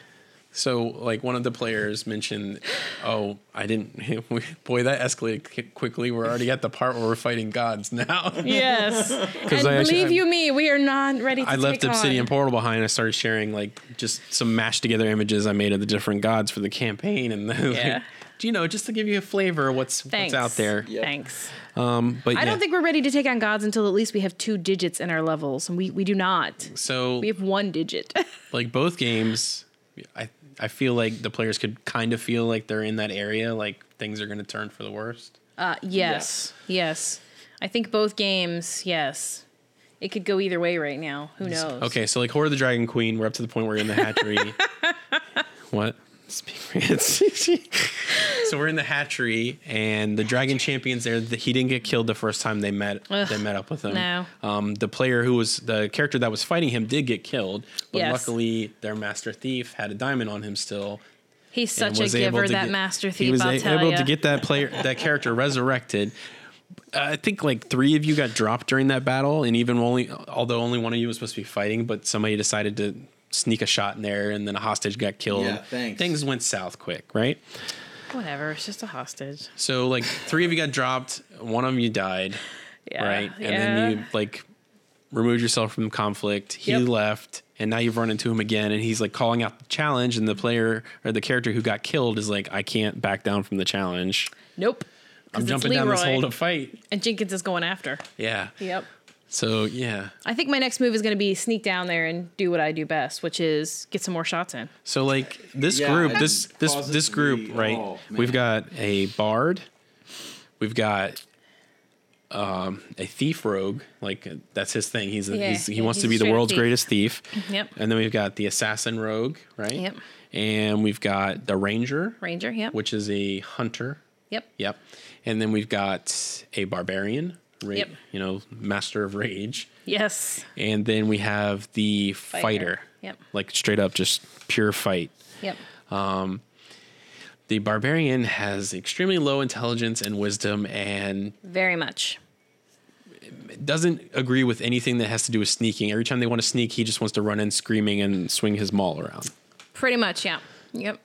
[SPEAKER 1] So like one of the players mentioned, "Oh, I didn't." [laughs] Boy, that escalated qui- quickly. We're already at the part where we're fighting gods
[SPEAKER 2] [laughs]
[SPEAKER 1] now. [laughs]
[SPEAKER 2] Yes. and
[SPEAKER 1] I actually-
[SPEAKER 2] believe you me, we are not ready to
[SPEAKER 1] I left
[SPEAKER 2] take
[SPEAKER 1] Obsidian
[SPEAKER 2] on.
[SPEAKER 1] Portal behind. I started sharing like just some mashed together images I made of the different gods for the campaign, and then, [laughs]
[SPEAKER 2] Yeah.
[SPEAKER 1] like, you know, just to give you a flavor of what's
[SPEAKER 2] Thanks.
[SPEAKER 1] what's out there.
[SPEAKER 2] Thanks.
[SPEAKER 1] But
[SPEAKER 2] I
[SPEAKER 1] yeah.
[SPEAKER 2] don't think we're ready to take on gods until at least we have two digits in our levels, and we, we do not.
[SPEAKER 1] so.
[SPEAKER 2] We have one digit. [laughs]
[SPEAKER 1] like both games, I I feel like the players could kind of feel like they're in that area, like things are going to turn for the worst.
[SPEAKER 2] Uh, yes, yes. I think both games, yes. It could go either way right now. Who knows?
[SPEAKER 1] Okay, so like Horror of the Dragon Queen, we're up to the point where we're in the hatchery.
[SPEAKER 2] [laughs]
[SPEAKER 1] what? Speak for it. [laughs] so we're in the hatchery, and the dragon champions there. The, he didn't get killed the first time they met.
[SPEAKER 2] Ugh,
[SPEAKER 1] they met up with him.
[SPEAKER 2] no.
[SPEAKER 1] Um, the player who was the character that was fighting him did get killed, but
[SPEAKER 2] Yes.
[SPEAKER 1] luckily their master thief had a diamond on him still,
[SPEAKER 2] He's
[SPEAKER 1] and
[SPEAKER 2] such a
[SPEAKER 1] was able
[SPEAKER 2] giver,
[SPEAKER 1] to
[SPEAKER 2] that
[SPEAKER 1] get-
[SPEAKER 2] master
[SPEAKER 1] He
[SPEAKER 2] thief.
[SPEAKER 1] was
[SPEAKER 2] I'll
[SPEAKER 1] a-
[SPEAKER 2] tell
[SPEAKER 1] able
[SPEAKER 2] ya.
[SPEAKER 1] to get that player, that character resurrected. I think like three of you got dropped during that battle, and even only, although only one of you was supposed to be fighting, but somebody decided to sneak a shot in there, and then a hostage got killed.
[SPEAKER 3] Yeah, thanks.
[SPEAKER 1] Things went south quick, right?
[SPEAKER 2] Whatever. It's just a hostage.
[SPEAKER 1] So like three of you got dropped, one of you died,
[SPEAKER 2] Yeah.
[SPEAKER 1] right?
[SPEAKER 2] Yeah.
[SPEAKER 1] And then you like removed yourself from conflict. He
[SPEAKER 2] Yep.
[SPEAKER 1] left, and now you've run into him again, and he's like calling out the challenge, and the player or the character who got killed is like, I can't back down from the challenge.
[SPEAKER 2] nope. 'Cause
[SPEAKER 1] I'm
[SPEAKER 2] it's
[SPEAKER 1] jumping down this
[SPEAKER 2] Leroy,
[SPEAKER 1] hole to fight.
[SPEAKER 2] And Jenkins is going after.
[SPEAKER 1] Yeah.
[SPEAKER 2] Yep.
[SPEAKER 1] So yeah.
[SPEAKER 2] I think my next move is going to be sneak down there and do what I do best, which is get some more shots in.
[SPEAKER 1] So like this
[SPEAKER 3] Yeah,
[SPEAKER 1] group,
[SPEAKER 3] and
[SPEAKER 1] this this
[SPEAKER 3] causes
[SPEAKER 1] this group,
[SPEAKER 3] the-
[SPEAKER 1] right?
[SPEAKER 3] oh,
[SPEAKER 1] we've
[SPEAKER 3] man.
[SPEAKER 1] got a bard, we've got um, a thief rogue. Like uh, that's his thing. He's, a,
[SPEAKER 2] Yeah,
[SPEAKER 1] he's he
[SPEAKER 2] yeah,
[SPEAKER 1] wants
[SPEAKER 2] he's
[SPEAKER 1] to
[SPEAKER 2] a
[SPEAKER 1] be the
[SPEAKER 2] straight up
[SPEAKER 1] world's
[SPEAKER 2] thief.
[SPEAKER 1] greatest thief.
[SPEAKER 2] Yep.
[SPEAKER 1] And then we've got the assassin rogue, right?
[SPEAKER 2] Yep.
[SPEAKER 1] And we've got the ranger,
[SPEAKER 2] Ranger. Yep.
[SPEAKER 1] which is a hunter.
[SPEAKER 2] Yep.
[SPEAKER 1] Yep. And then we've got a barbarian, ra-
[SPEAKER 2] Yep.
[SPEAKER 1] you know, master of rage.
[SPEAKER 2] Yes.
[SPEAKER 1] And then we have the fighter.
[SPEAKER 2] Yep.
[SPEAKER 1] Like straight up just pure fight.
[SPEAKER 2] Yep.
[SPEAKER 1] The barbarian has extremely low intelligence and wisdom and
[SPEAKER 2] Very much.
[SPEAKER 1] doesn't agree with anything that has to do with sneaking. Every time they want to sneak, he just wants to run in screaming and swing his maul around.
[SPEAKER 2] Pretty much, yeah.
[SPEAKER 1] [laughs]
[SPEAKER 2] Yep.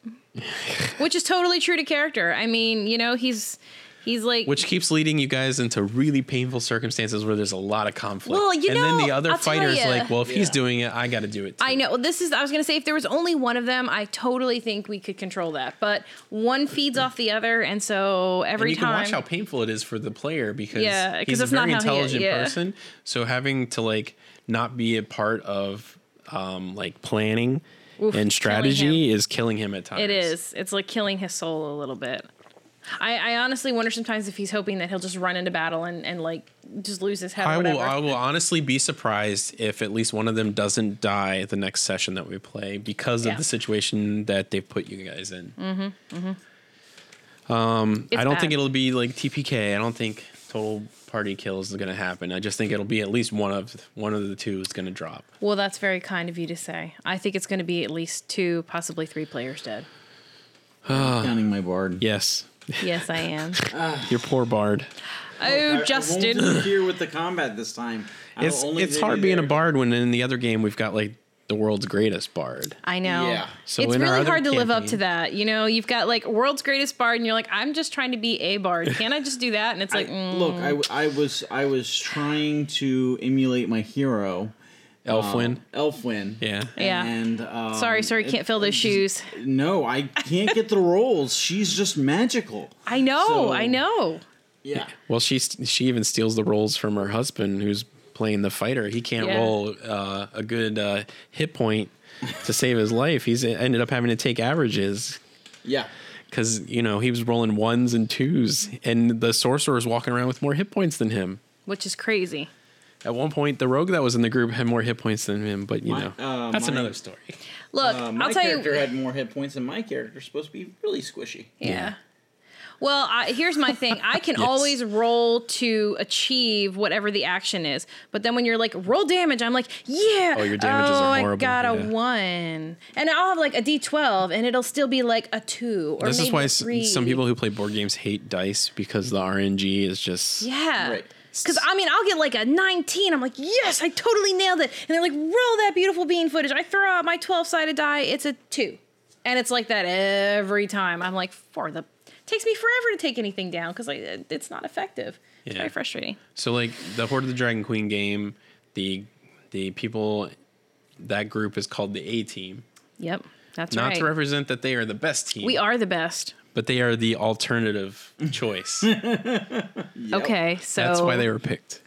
[SPEAKER 2] Which is totally true to character. I mean, you know, he's he's like
[SPEAKER 1] Which keeps leading you guys into really painful circumstances where there's a lot of conflict.
[SPEAKER 2] Well, you
[SPEAKER 1] and then
[SPEAKER 2] know,
[SPEAKER 1] the other
[SPEAKER 2] I'll tell
[SPEAKER 1] fighter's
[SPEAKER 2] ya.
[SPEAKER 1] like, well, if he's
[SPEAKER 3] Yeah.
[SPEAKER 1] doing it, I got to do it. Too.
[SPEAKER 2] I know this is I was going to say if there was only one of them, I totally think we could control that. But one feeds off the other and so every
[SPEAKER 1] and you
[SPEAKER 2] time
[SPEAKER 1] can watch how painful it is for the player because
[SPEAKER 2] Yeah, 'cause
[SPEAKER 1] he's a
[SPEAKER 2] that's not
[SPEAKER 1] very
[SPEAKER 2] how he-
[SPEAKER 1] intelligent
[SPEAKER 2] yeah.
[SPEAKER 1] person. So having to like not be a part of um, like planning and strategy is killing him at times.
[SPEAKER 2] it is. It's like killing his soul a little bit. I, I honestly wonder sometimes if he's hoping that he'll just run into battle and, and like just lose his head. Or
[SPEAKER 1] I
[SPEAKER 2] whatever.
[SPEAKER 1] will. I will honestly be surprised if at least one of them doesn't die the next session that we play because
[SPEAKER 2] Yeah. Mm,
[SPEAKER 1] of the situation that they've put you guys in.
[SPEAKER 2] It's
[SPEAKER 1] I don't
[SPEAKER 2] bad.
[SPEAKER 1] think it'll be like TPK. I don't think total party kills is going to happen. I just think it'll be at least one of one of the two is going to drop.
[SPEAKER 2] Well, that's very kind of you to say. I think it's going to be at least two, possibly three players dead.
[SPEAKER 1] Uh.
[SPEAKER 3] Counting my bard.
[SPEAKER 1] Yes,
[SPEAKER 2] Yes, I
[SPEAKER 3] [laughs]
[SPEAKER 2] am.
[SPEAKER 1] your poor bard.
[SPEAKER 2] oh, Justin.
[SPEAKER 3] I won't interfere with the combat this time. I will
[SPEAKER 1] It's
[SPEAKER 3] only
[SPEAKER 1] it's
[SPEAKER 3] do
[SPEAKER 1] hard being a
[SPEAKER 3] their-
[SPEAKER 1] bard when in the other game we've got like the world's greatest bard.
[SPEAKER 2] I know.
[SPEAKER 3] Yeah.
[SPEAKER 1] So
[SPEAKER 2] it's
[SPEAKER 1] in our
[SPEAKER 2] really
[SPEAKER 1] other
[SPEAKER 2] hard to live up
[SPEAKER 1] campaign-
[SPEAKER 2] to that. You know, you've got like world's greatest bard, and you're like, I'm just trying to be a bard. Can't I just do that? And it's
[SPEAKER 3] I-
[SPEAKER 2] like, mm,
[SPEAKER 3] look, I, w- I was I was trying to emulate my hero,
[SPEAKER 1] Elfwin.
[SPEAKER 3] Elfwin.
[SPEAKER 1] yeah.
[SPEAKER 2] Yeah.
[SPEAKER 3] And um,
[SPEAKER 2] sorry, sorry,
[SPEAKER 3] it-
[SPEAKER 2] can't fill those shoes.
[SPEAKER 3] No, I can't get the roles. She's just magical.
[SPEAKER 2] I know,
[SPEAKER 3] So-
[SPEAKER 2] I know.
[SPEAKER 3] Yeah.
[SPEAKER 1] Well, she she even steals the roles from her husband, who's playing the fighter. He can't
[SPEAKER 2] Yeah.
[SPEAKER 1] roll uh, a good uh, hit point to save his life. He's uh, ended up having to take averages
[SPEAKER 3] Yeah.
[SPEAKER 1] because you know he was rolling ones and twos, and the sorcerer's walking around with more hit points than him.
[SPEAKER 2] Which is crazy.
[SPEAKER 1] At one point, the rogue that was in the group had more hit points than him, but you
[SPEAKER 3] My-
[SPEAKER 1] know
[SPEAKER 3] uh,
[SPEAKER 1] that's
[SPEAKER 3] my-
[SPEAKER 1] another story.
[SPEAKER 2] Look,
[SPEAKER 3] Uh, my
[SPEAKER 2] I'll tell you.
[SPEAKER 3] character had more hit points, and my character's supposed to be really squishy.
[SPEAKER 2] Yeah. Well, I, here's my thing. I
[SPEAKER 1] [laughs]
[SPEAKER 2] can always roll to achieve whatever the action is, but then when you're like roll damage, I'm like, yeah,
[SPEAKER 1] Oh, your damages
[SPEAKER 2] oh,
[SPEAKER 1] are
[SPEAKER 2] I
[SPEAKER 1] horrible,
[SPEAKER 2] got a
[SPEAKER 1] yeah.
[SPEAKER 2] one, and I'll have like a D12, and it'll still be like a two or
[SPEAKER 1] This
[SPEAKER 2] maybe
[SPEAKER 1] is why
[SPEAKER 2] a
[SPEAKER 1] s-
[SPEAKER 2] three.
[SPEAKER 1] some people who play board games hate dice because the RNG is just
[SPEAKER 2] Yeah.
[SPEAKER 3] Right.
[SPEAKER 2] Because I mean, I'll get like a 19. I'm like, yes, I totally nailed it. And they're like, roll that beautiful bean footage. I throw out my 12 sided die. It's a two. And it's like that every time. I'm like, for the takes me forever to take anything down because like it- it's not effective. It's
[SPEAKER 1] Yeah.
[SPEAKER 2] very frustrating.
[SPEAKER 1] So like the Horde of the Dragon Queen game, the the people that group is called the A team.
[SPEAKER 2] Yep, that's
[SPEAKER 1] Not
[SPEAKER 2] right.
[SPEAKER 1] to represent that they are the best team,
[SPEAKER 2] we are the best.
[SPEAKER 1] but they are the
[SPEAKER 2] [laughs]
[SPEAKER 1] alternative choice.
[SPEAKER 2] Okay, so
[SPEAKER 1] That's why they were picked.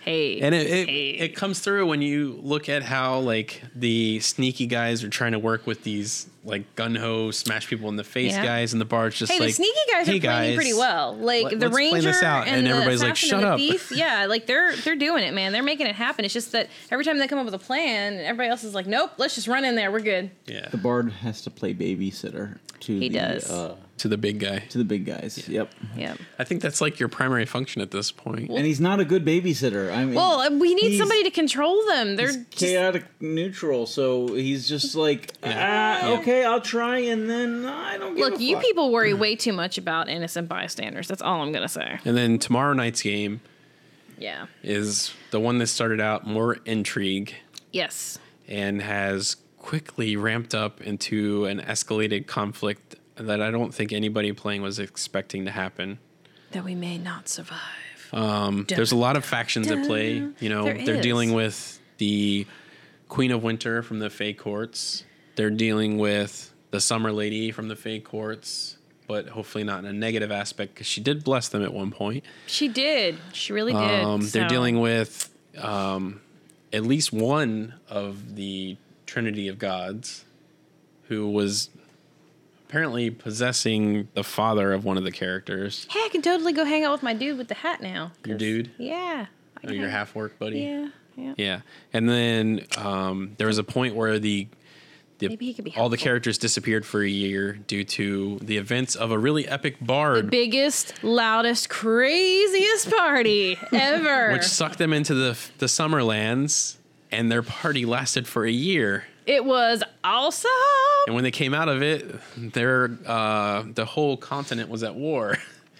[SPEAKER 2] hey
[SPEAKER 1] And it, it,
[SPEAKER 2] hey.
[SPEAKER 1] it comes through when you look at how like the sneaky guys are trying to work with these like gun ho smash people in the face
[SPEAKER 2] Yeah.
[SPEAKER 1] guys in the bar. It's just
[SPEAKER 2] Hey,
[SPEAKER 1] like
[SPEAKER 2] the sneaky guys
[SPEAKER 1] "Hey,
[SPEAKER 2] are playing pretty
[SPEAKER 1] guys."
[SPEAKER 2] well. Like
[SPEAKER 1] let-
[SPEAKER 2] the
[SPEAKER 1] let's plan
[SPEAKER 2] ranger
[SPEAKER 1] this out.
[SPEAKER 2] and,
[SPEAKER 1] And
[SPEAKER 2] the
[SPEAKER 1] everybody's like,
[SPEAKER 2] assassin
[SPEAKER 1] "Shut
[SPEAKER 2] and
[SPEAKER 1] up."
[SPEAKER 2] the thief. Yeah, like they're they're doing it, man. They're making it happen. It's just that every time they come up with a plan, everybody else is like, "Nope, let's just run in there. We're good."
[SPEAKER 1] Yeah,
[SPEAKER 3] The bard has to play babysitter to
[SPEAKER 2] He
[SPEAKER 3] the
[SPEAKER 2] does.
[SPEAKER 3] Uh,
[SPEAKER 1] to the big guy.
[SPEAKER 3] to the big guys. Yep.
[SPEAKER 2] Yeah.
[SPEAKER 1] I think that's like your primary function at this point.
[SPEAKER 3] And he's not a good babysitter. I mean,
[SPEAKER 2] Well, uh, we need
[SPEAKER 3] he's-
[SPEAKER 2] somebody to control them. They're
[SPEAKER 3] he's
[SPEAKER 2] just
[SPEAKER 3] chaotic neutral, so he's just like, ah, okay, I'll try, and then I don't give
[SPEAKER 2] look.
[SPEAKER 3] a
[SPEAKER 2] You
[SPEAKER 3] fuck."
[SPEAKER 2] people worry
[SPEAKER 1] Mm.
[SPEAKER 2] way too much about innocent bystanders. That's all I'm gonna say.
[SPEAKER 1] And then tomorrow night's game
[SPEAKER 2] Yeah.
[SPEAKER 1] is the one that started out more intrigue
[SPEAKER 2] Yes.
[SPEAKER 1] and has quickly ramped up into an escalated conflict that I don't think anybody playing was expecting to happen.
[SPEAKER 2] That we may not survive.
[SPEAKER 1] Um, There's a lot of factions at play. You know,
[SPEAKER 2] There
[SPEAKER 1] they're
[SPEAKER 2] is.
[SPEAKER 1] dealing with the Queen of Winter from the Fey Courts. They're dealing with the Summer Lady from the Fey Courts, but hopefully not in a negative aspect because she did bless them at one point.
[SPEAKER 2] She did. She really did.
[SPEAKER 1] Um, They're
[SPEAKER 2] so-
[SPEAKER 1] dealing with um, at least one of the Trinity of Gods who was apparently possessing the father of one of the characters.
[SPEAKER 2] Hey, I can totally go hang out with my dude with the hat now.
[SPEAKER 1] Your
[SPEAKER 2] 'cause-
[SPEAKER 1] dude?
[SPEAKER 2] Yeah. I
[SPEAKER 1] Oh,
[SPEAKER 2] can
[SPEAKER 1] your
[SPEAKER 2] hang-
[SPEAKER 1] half work buddy?
[SPEAKER 2] Yeah. Yeah.
[SPEAKER 1] Yeah, and then um, there was a point where the the
[SPEAKER 2] Maybe he could be
[SPEAKER 1] all the
[SPEAKER 2] helpful.
[SPEAKER 1] characters disappeared for a year due to the events of a really epic bard,
[SPEAKER 2] biggest, loudest, craziest party
[SPEAKER 1] [laughs]
[SPEAKER 2] ever.
[SPEAKER 1] which sucked them into the the Summerlands, and their party lasted for a year.
[SPEAKER 2] it was awesome.
[SPEAKER 1] And when they came out of it, their uh, the whole continent was at war. [laughs]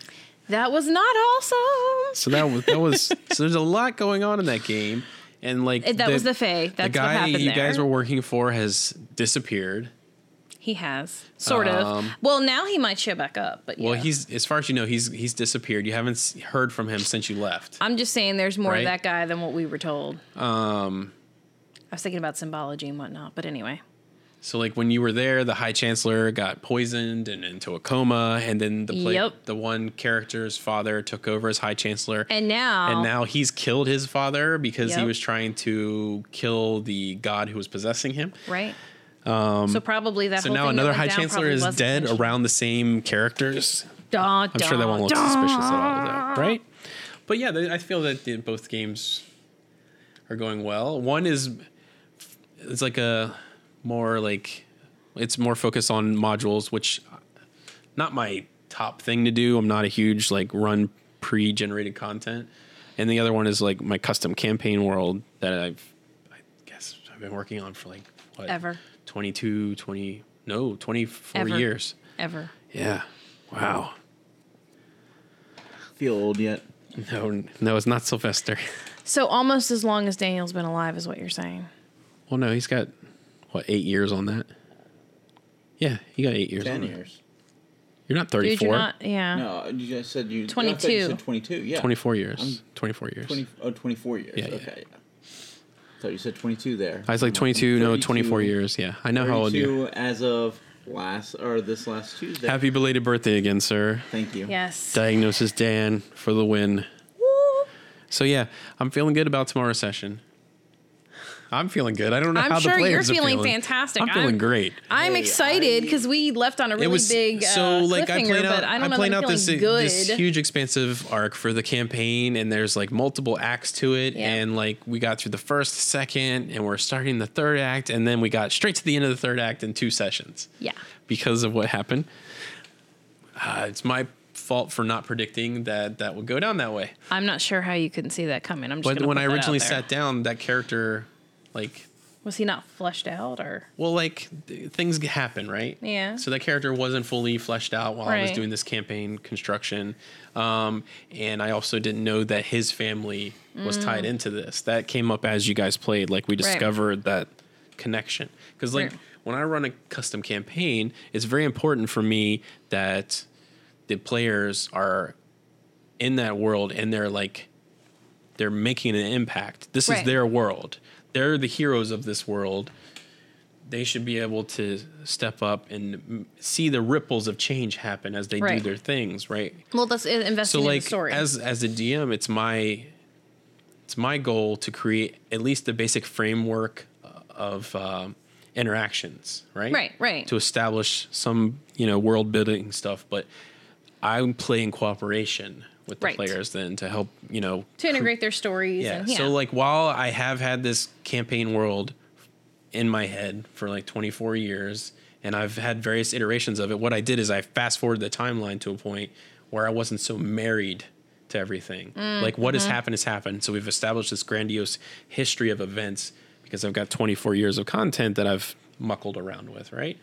[SPEAKER 2] That was not awesome.
[SPEAKER 1] So that was that was so there's a lot going on in that game, and like
[SPEAKER 2] It- that was the Fae. That's
[SPEAKER 1] the
[SPEAKER 2] what
[SPEAKER 1] guy
[SPEAKER 2] happened
[SPEAKER 1] you guys
[SPEAKER 2] there.
[SPEAKER 1] were working for has disappeared.
[SPEAKER 2] He has sort of.
[SPEAKER 1] Um,
[SPEAKER 2] Well, now he might show back up, but
[SPEAKER 1] Well,
[SPEAKER 2] yeah.
[SPEAKER 1] he's as far as you know, he's he's disappeared. You haven't s- heard from him since you left.
[SPEAKER 2] I'm just saying, there's more
[SPEAKER 1] Right?
[SPEAKER 2] of that guy than what we were told. Um, I was thinking about symbology and whatnot, but anyway.
[SPEAKER 1] So like when you were there, the High Chancellor got poisoned and into a coma, and then the pla-
[SPEAKER 2] Yep.
[SPEAKER 1] the one character's father took over as High Chancellor,
[SPEAKER 2] And now,
[SPEAKER 1] and now he's killed his father because he
[SPEAKER 2] Yep.
[SPEAKER 1] was trying to kill the god who was possessing him.
[SPEAKER 2] right? Um, so probably that.
[SPEAKER 1] So
[SPEAKER 2] whole
[SPEAKER 1] now
[SPEAKER 2] thing
[SPEAKER 1] another
[SPEAKER 2] that
[SPEAKER 1] High
[SPEAKER 2] went down
[SPEAKER 1] Chancellor
[SPEAKER 2] probably
[SPEAKER 1] is
[SPEAKER 2] wasn't
[SPEAKER 1] dead
[SPEAKER 2] intentional.
[SPEAKER 1] around the same characters.
[SPEAKER 2] Dun,
[SPEAKER 1] I'm sure that
[SPEAKER 2] dun,
[SPEAKER 1] won't look
[SPEAKER 2] dun.
[SPEAKER 1] suspicious at all, though, right? But yeah, th- I feel that the, both games are going well. One is it's like a more like it's more focused on modules, which not my top thing to do. I'm not a huge like run pre-generated content, and the other one is like my custom campaign world that I've I guess I've been working on for like what
[SPEAKER 2] Ever.
[SPEAKER 1] 22, 20 no 24
[SPEAKER 2] Ever.
[SPEAKER 1] years.
[SPEAKER 2] Ever.
[SPEAKER 1] Yeah, wow.
[SPEAKER 3] feel old yet?
[SPEAKER 1] No, no, it's not Sylvester.
[SPEAKER 2] So almost as long as Daniel's been alive is what you're saying.
[SPEAKER 1] Well, no, he's got what eight years on that. Yeah, he got eight years. on
[SPEAKER 3] Ten
[SPEAKER 1] it.
[SPEAKER 3] years.
[SPEAKER 1] You're not
[SPEAKER 2] Dude,
[SPEAKER 1] 34.
[SPEAKER 2] you're not. Yeah.
[SPEAKER 3] No, you just said you. I thought You
[SPEAKER 2] 22.
[SPEAKER 3] said twenty-two. Yeah.
[SPEAKER 1] 24 years. 24 years.
[SPEAKER 3] 20, oh, 24 years.
[SPEAKER 1] Yeah, yeah.
[SPEAKER 3] okay. Yeah. So you said 22 there.
[SPEAKER 1] I was like 22, no, 24 years. Yeah, I know how old you. are.
[SPEAKER 3] 32 as of last or this last Tuesday.
[SPEAKER 1] Happy belated birthday again, sir.
[SPEAKER 3] Thank you.
[SPEAKER 2] Yes.
[SPEAKER 1] Diagnosis Dan for the win.
[SPEAKER 2] Woo.
[SPEAKER 1] So yeah, I'm feeling good about tomorrow's session. I'm feeling good. I don't know
[SPEAKER 2] I'm
[SPEAKER 1] how
[SPEAKER 2] sure
[SPEAKER 1] the
[SPEAKER 2] you're
[SPEAKER 1] players are
[SPEAKER 2] feeling
[SPEAKER 1] feeling
[SPEAKER 2] fantastic.
[SPEAKER 1] I'm feeling
[SPEAKER 2] I'm-
[SPEAKER 1] great.
[SPEAKER 2] I'm
[SPEAKER 3] Hey,
[SPEAKER 2] excited
[SPEAKER 3] I-
[SPEAKER 2] because we left on a really big uh, cliffhanger, but I don't know
[SPEAKER 1] played
[SPEAKER 2] that I'm
[SPEAKER 1] this
[SPEAKER 2] feeling
[SPEAKER 1] this
[SPEAKER 2] good.
[SPEAKER 1] huge expansive arc for the campaign, and there's like multiple acts to it,
[SPEAKER 2] Yeah.
[SPEAKER 1] and like we got through the first, second, and we're starting the third act, and then we got straight to the end of the third act in two sessions
[SPEAKER 2] Yeah.
[SPEAKER 1] because of what happened. Uh, it's my fault for not predicting that that would go down that way.
[SPEAKER 2] I'm not sure how you couldn't see that coming. I'm just
[SPEAKER 1] But
[SPEAKER 2] gonna
[SPEAKER 1] when
[SPEAKER 2] put
[SPEAKER 1] I
[SPEAKER 2] that out
[SPEAKER 1] originally
[SPEAKER 2] there.
[SPEAKER 1] sat down, that character, like
[SPEAKER 2] was he not fleshed out or
[SPEAKER 1] well, like th- things g- happen, right?
[SPEAKER 2] Yeah.
[SPEAKER 1] So that character wasn't fully fleshed out while I was
[SPEAKER 2] Right.
[SPEAKER 1] doing this campaign construction, um, and I also didn't know that his family was
[SPEAKER 2] Mm.
[SPEAKER 1] tied into this. That came up as you guys played. Like we discovered that connection because, like,
[SPEAKER 2] Right.
[SPEAKER 1] when I run a custom campaign, it's very important for me that the players are in that world and they're like they're making an impact. This
[SPEAKER 2] Right.
[SPEAKER 1] is their world. They're the heroes of this world. They should be able to step up and m- see the ripples of change happen as they do
[SPEAKER 2] Right.
[SPEAKER 1] their things, right?
[SPEAKER 2] Well, that's it- investing
[SPEAKER 1] so
[SPEAKER 2] in
[SPEAKER 1] like
[SPEAKER 2] the story.
[SPEAKER 1] as as a dm it's my it's my goal to create at least the basic framework uh, of um interactions right
[SPEAKER 2] Right, right.
[SPEAKER 1] to establish some you know world building stuff but i'm playing cooperation with the
[SPEAKER 2] Right.
[SPEAKER 1] players then to help you know
[SPEAKER 2] to integrate their stories.
[SPEAKER 1] yeah.
[SPEAKER 2] And, yeah.
[SPEAKER 1] So like while I have had this campaign world in my head for like 24 years and I've had various iterations of it, what I did is I fast forwarded the timeline to a point where I wasn't so married to everything. Like what has happened has happened. So we've established this grandiose history of events because I've got 24 years of content that I've muckled around with, right?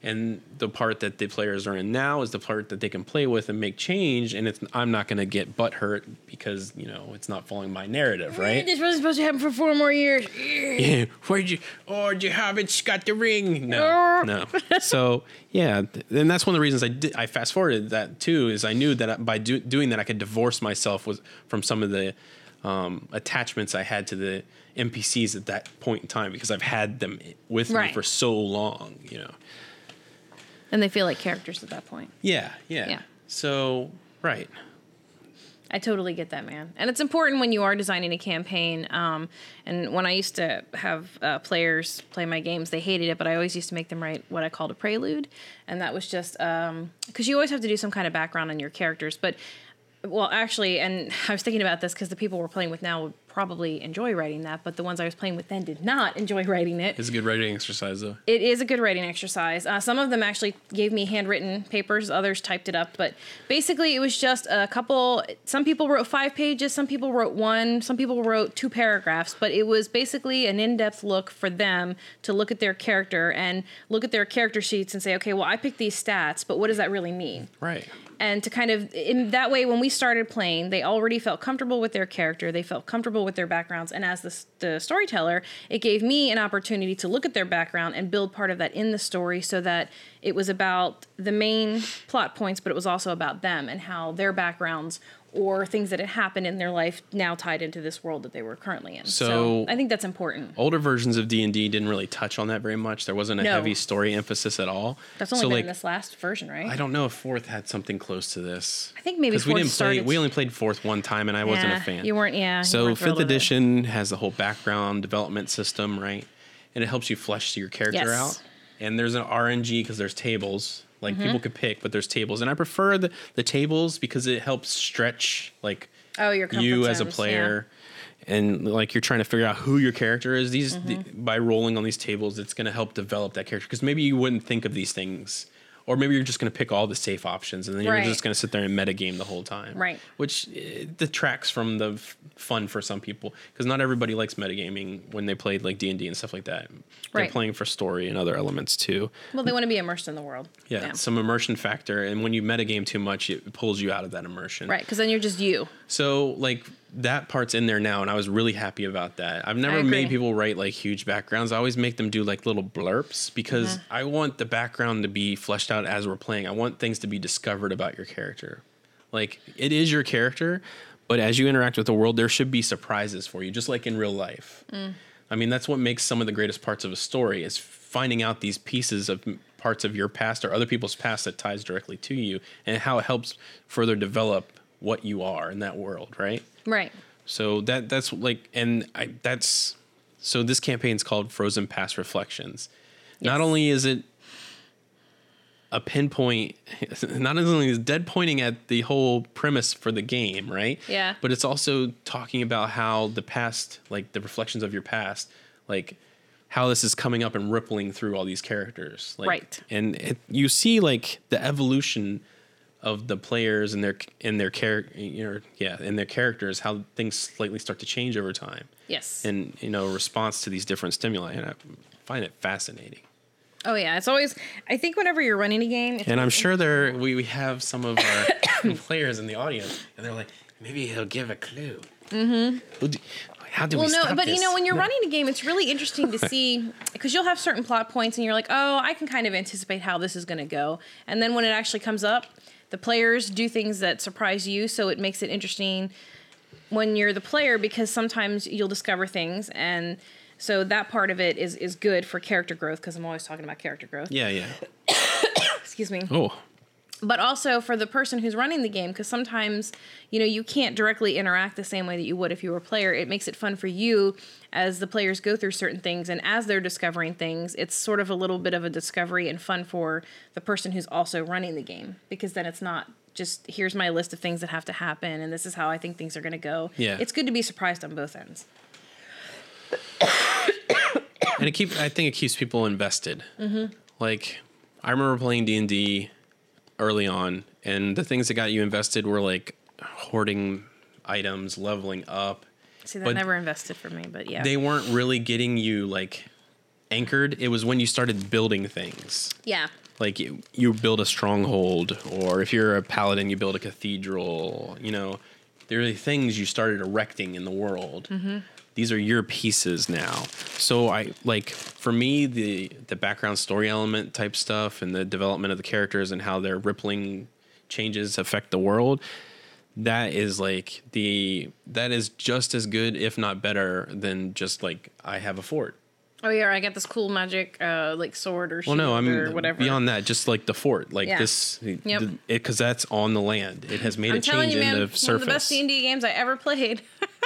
[SPEAKER 1] And the part that the players are in now is the part that they can play with and make change. And it's I'm not going to get butt hurt because you know it's not following my narrative, right?
[SPEAKER 2] This wasn't supposed to happen for four more years.
[SPEAKER 1] Yeah. Where'd you? Oh, you haven't got the ring. No, no. So yeah, th- and that's one of the reasons I did. I fast forwarded that too. Is I knew that by do, doing that I could divorce myself with from some of the um, attachments I had to the NPCs at that point in time because I've had them i- with me
[SPEAKER 2] Right.
[SPEAKER 1] for so long. You know.
[SPEAKER 2] And they feel like characters at that point.
[SPEAKER 1] Yeah. Yeah.
[SPEAKER 2] Yeah.
[SPEAKER 1] So right.
[SPEAKER 2] I totally get that, man. And it's important when you are designing a campaign. Um, and when I used to have uh, players play my games, they hated it, but I always used to make them write what I called a prelude. And that was just because you always have to do some kind of background on your characters. But, well, actually, and [laughs] I was thinking about this because the people we're playing with now would probably enjoy writing that, but the ones I was playing with then did not [laughs] enjoy writing it.
[SPEAKER 1] It's a good writing exercise though.
[SPEAKER 2] It is a good writing exercise. Uh, some of them actually gave me handwritten papers, others typed it up. But basically, it was just a couple. Some people wrote five pages, some people wrote one, some people wrote two paragraphs. But it was basically an in depth look for them to look at their character and look at their character sheets and say, okay, well, I picked these stats, but what does that really mean?
[SPEAKER 1] Right.
[SPEAKER 2] and to kind of in that way when we started playing they already felt comfortable with their character they felt comfortable with their backgrounds and as the, s- the storyteller it gave me an opportunity to look at their background and build part of that in the story so that it was about the main plot points but it was also about them and how their backgrounds or things that had happened in their life now tied into this world that they were currently in
[SPEAKER 1] So-
[SPEAKER 2] i think that's important
[SPEAKER 1] older versions of D&D didn't really touch on that very much. There wasn't a
[SPEAKER 2] No.
[SPEAKER 1] heavy story emphasis at all.
[SPEAKER 2] that's only
[SPEAKER 1] so
[SPEAKER 2] been
[SPEAKER 1] like
[SPEAKER 2] in this last version right
[SPEAKER 1] I don't know if 4th had something close to this. I
[SPEAKER 2] think maybe
[SPEAKER 1] we
[SPEAKER 2] fourth
[SPEAKER 1] didn't play
[SPEAKER 2] started-
[SPEAKER 1] we only played 4th one time and I wasn't a
[SPEAKER 2] Yeah,
[SPEAKER 1] fan.
[SPEAKER 2] you weren't- yeah, you
[SPEAKER 1] So
[SPEAKER 2] weren't
[SPEAKER 1] 5th
[SPEAKER 2] thrilled with it.
[SPEAKER 1] edition has the whole background development system, right? And it helps you flesh your character
[SPEAKER 2] Yes.
[SPEAKER 1] out. And there's an RNG cuz there's tables. Like
[SPEAKER 2] Mm-hmm.
[SPEAKER 1] people could pick, but there's tables. And I prefer the, the tables because it helps stretch like
[SPEAKER 2] oh your comfort
[SPEAKER 1] you as a
[SPEAKER 2] zones, yeah.
[SPEAKER 1] player and like you're trying to figure out who your character is these the-
[SPEAKER 2] Mm-hmm.
[SPEAKER 1] by rolling on these tables it's going to help develop that character because maybe you wouldn't think of these things or maybe you're just going to pick all the safe options and then you're
[SPEAKER 2] Right.
[SPEAKER 1] just going to sit there and metagame the whole time
[SPEAKER 2] Right.
[SPEAKER 1] which eh, detracts from the f- fun for some people because not everybody likes metagaming when they played like d&d and stuff like that they're
[SPEAKER 2] Right.
[SPEAKER 1] playing for story and other elements too
[SPEAKER 2] well they want to be immersed in the world
[SPEAKER 1] yeah, some immersion factor and when you metagame too much it pulls you out of that immersion
[SPEAKER 2] Right, because then you're just you.
[SPEAKER 1] So like that part's in there now, and I was really happy about that. I've never
[SPEAKER 2] agree.
[SPEAKER 1] made people write like huge backgrounds. I always make them do like little blurps because I want the background to be fleshed out as we're playing. I want things to be discovered about your character. Like it is your character, but as you interact with the world, there should be surprises for you, just like in real life. I mean, that's what makes some of the greatest parts of a story is finding out these pieces of m- parts of your past or other people's past that ties directly to you and how it helps further develop what you are in that world, right?
[SPEAKER 2] Right.
[SPEAKER 1] So that that's like and I that's so this campaign's called Frozen Past Reflections. Not only is it a pinpoint [laughs] not only is dead pointing at the whole premise for the game, right?
[SPEAKER 2] Yeah.
[SPEAKER 1] But it's also talking about how the past, like the reflections of your past, like how this is coming up and rippling through all these characters. Like,
[SPEAKER 2] Right.
[SPEAKER 1] And it, you see like the evolution of the players and their and their character, you know, yeah, and their characters, how things slightly start to change over time,
[SPEAKER 2] Yes.
[SPEAKER 1] and you know, response to these different stimuli, and I find it fascinating.
[SPEAKER 2] oh yeah, it's always. I think whenever you're running a game, it's
[SPEAKER 1] And I'm sure there we, we have some of [coughs] our players in the audience, and they're like, maybe he'll give a clue. Mm-hmm. How do
[SPEAKER 2] Well,
[SPEAKER 1] we
[SPEAKER 2] no,
[SPEAKER 1] stop
[SPEAKER 2] but
[SPEAKER 1] this?
[SPEAKER 2] you know, when you're running a game, it's really interesting
[SPEAKER 1] [laughs]
[SPEAKER 2] to see because you'll have certain plot points and you're like, oh, I can kind of anticipate how this is going to go. And then when it actually comes up, the players do things that surprise you, so it makes it interesting when you're the player because sometimes you'll discover things and. So that part of it is is good for character growth because I'm always talking about character growth.
[SPEAKER 1] yeah, yeah.
[SPEAKER 2] Excuse me
[SPEAKER 1] Oh,
[SPEAKER 2] but also for the person who's running the game because sometimes you know you can't directly interact the same way that you would if you were a player it makes it fun for you as the players go through certain things and as they're discovering things it's sort of a little bit of a discovery and fun for the person who's also running the game because then it's not just here's my list of things that have to happen and this is how i think things are going to go
[SPEAKER 1] Yeah.
[SPEAKER 2] it's good to be surprised on both ends
[SPEAKER 1] and it keep I think it keeps people invested. Like I remember playing D and D early on, and the things that got you invested were like hoarding items, leveling up.
[SPEAKER 2] see that
[SPEAKER 1] But-
[SPEAKER 2] never invested for me but yeah
[SPEAKER 1] They weren't really getting you like anchored. It was when you started building things.
[SPEAKER 2] yeah
[SPEAKER 1] Like you, you build a stronghold, or if you're a paladin, you build a cathedral. You know, there are things you started erecting in the world. These are your pieces now. So I like for me the the background story element type stuff and the development of the characters and how their rippling changes affect the world. That is like the that is just as good, if not better, than just like I have a fort.
[SPEAKER 2] oh yeah i got this cool magic uh like sword or
[SPEAKER 1] Well,
[SPEAKER 2] shield
[SPEAKER 1] no, I mean
[SPEAKER 2] or whatever
[SPEAKER 1] beyond that, just like the fort, like
[SPEAKER 2] Yeah.
[SPEAKER 1] this,
[SPEAKER 2] Yep.
[SPEAKER 1] because that's on the land. It has made
[SPEAKER 2] I'm
[SPEAKER 1] a
[SPEAKER 2] telling
[SPEAKER 1] change
[SPEAKER 2] you, man,
[SPEAKER 1] in the
[SPEAKER 2] one of the best
[SPEAKER 1] surface.
[SPEAKER 2] D and D games I ever played.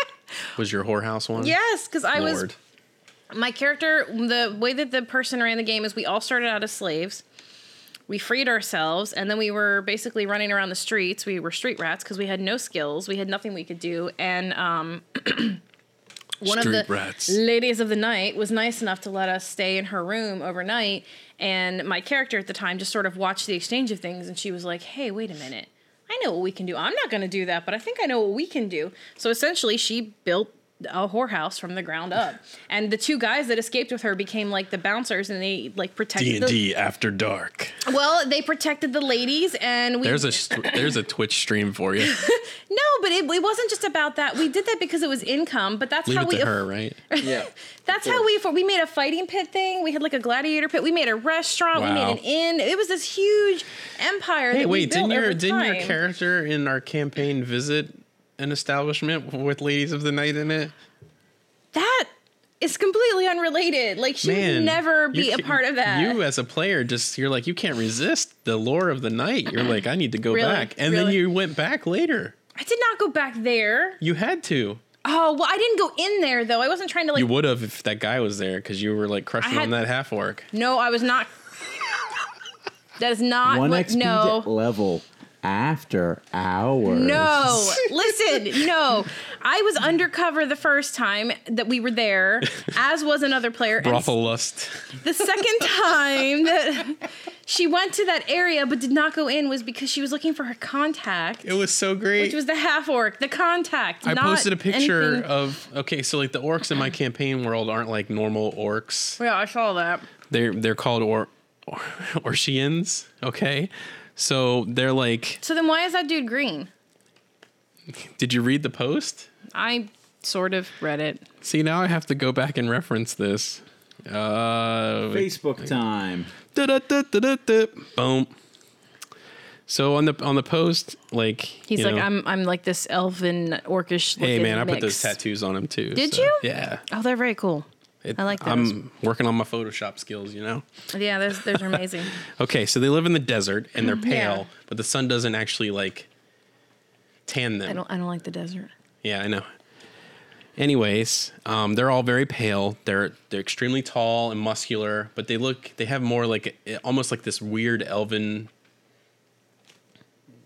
[SPEAKER 2] [laughs]
[SPEAKER 1] was your whorehouse one?
[SPEAKER 2] yes, because I
[SPEAKER 1] Lord.
[SPEAKER 2] was my character. The way that the person ran the game is we all started out as slaves. We freed ourselves, and then we were basically running around the streets. We were street rats because we had no skills. We had nothing we could do, and um, [clears throat] one
[SPEAKER 1] Street
[SPEAKER 2] of the
[SPEAKER 1] rats.
[SPEAKER 2] ladies of the night was nice enough to let us stay in her room overnight. And my character at the time just sort of watched the exchange of things, and she was like, "Hey, wait a minute." I know what we can do. I'm not going to do that, but I think I know what we can do. So essentially, she built a whorehouse from the
[SPEAKER 1] [laughs]
[SPEAKER 2] ground up, and the two guys that escaped with her became like the bouncers, and they like protected the.
[SPEAKER 1] D&D After Dark.
[SPEAKER 2] Well, they protected the ladies, and we
[SPEAKER 1] There's a st- there's a Twitch stream for
[SPEAKER 2] [laughs]
[SPEAKER 1] you.
[SPEAKER 2] no, but it, it wasn't just about that. We did that because it was income, but that's
[SPEAKER 1] Leave
[SPEAKER 2] how
[SPEAKER 1] it
[SPEAKER 2] we
[SPEAKER 1] to her,
[SPEAKER 2] [laughs]
[SPEAKER 1] right?
[SPEAKER 3] Yeah.
[SPEAKER 2] That's how we we made a fighting pit thing. We had like a gladiator pit. We made a restaurant. We made
[SPEAKER 1] Wow.
[SPEAKER 2] an inn. It was this huge empire.
[SPEAKER 1] Hey,
[SPEAKER 2] that we
[SPEAKER 1] wait, didn't
[SPEAKER 2] built over
[SPEAKER 1] your didn't your
[SPEAKER 2] time.
[SPEAKER 1] character in our campaign visit an establishment with ladies of the night in it?
[SPEAKER 2] that is completely unrelated. Like she would never
[SPEAKER 1] you
[SPEAKER 2] be a
[SPEAKER 1] ca-
[SPEAKER 2] part of that.
[SPEAKER 1] You as a player, just you're like you can't resist the lore of the night. You're like, I need to go
[SPEAKER 2] Really?
[SPEAKER 1] back, and then
[SPEAKER 2] Really?
[SPEAKER 1] you went back later.
[SPEAKER 2] I did not go back there.
[SPEAKER 1] You had to.
[SPEAKER 2] Oh well, I didn't go in there though. I wasn't trying to like.
[SPEAKER 1] You would have if that guy was there because you were like crushing
[SPEAKER 2] I
[SPEAKER 1] on
[SPEAKER 2] had-
[SPEAKER 1] that half orc.
[SPEAKER 2] no, I was not. that is not
[SPEAKER 3] One
[SPEAKER 2] what.
[SPEAKER 3] XP
[SPEAKER 2] No.
[SPEAKER 3] level after hours.
[SPEAKER 2] No, listen, no. I was undercover the first time that we were there,
[SPEAKER 1] [laughs]
[SPEAKER 2] as was another player. and
[SPEAKER 1] Brothel lust.
[SPEAKER 2] the second time that she went to that area but did not go in was because she was looking for her contact,
[SPEAKER 1] It was so great.
[SPEAKER 2] which was the half orc, the contact.
[SPEAKER 1] I
[SPEAKER 2] not
[SPEAKER 1] posted a picture
[SPEAKER 2] anything-
[SPEAKER 1] of okay, so like the orcs in my campaign world aren't like normal orcs.
[SPEAKER 2] yeah, I saw that.
[SPEAKER 1] They're they're called or, [laughs] or Orshians. Okay, so they're like.
[SPEAKER 2] So then, why is that dude green?
[SPEAKER 1] Did you read the post?
[SPEAKER 2] I sort of read it.
[SPEAKER 1] See, now I have to go back and reference this. Uh,
[SPEAKER 3] Facebook time.
[SPEAKER 1] da-da-da-da-da-da. Boom. So on the on the post, like
[SPEAKER 2] He's
[SPEAKER 1] you
[SPEAKER 2] like,
[SPEAKER 1] know,
[SPEAKER 2] I'm, I'm like this elven orcish.
[SPEAKER 1] Hey
[SPEAKER 2] looking
[SPEAKER 1] man, I put those
[SPEAKER 2] mix."
[SPEAKER 1] tattoos on him too.
[SPEAKER 2] Did you?
[SPEAKER 1] Yeah.
[SPEAKER 2] Oh, they're very cool.
[SPEAKER 1] It-
[SPEAKER 2] I like those.
[SPEAKER 1] I'm working on my Photoshop skills, you know.
[SPEAKER 2] Yeah, those, those are amazing.
[SPEAKER 1] Okay, so they live in the desert and they're
[SPEAKER 2] [laughs] Yeah.
[SPEAKER 1] pale, but the sun doesn't actually like tan them.
[SPEAKER 2] [laughs] I don't, I don't like the desert.
[SPEAKER 1] Yeah, I know. Anyways, um, they're all very pale. They're they're extremely tall and muscular, but they look they have more like a- almost like this weird elven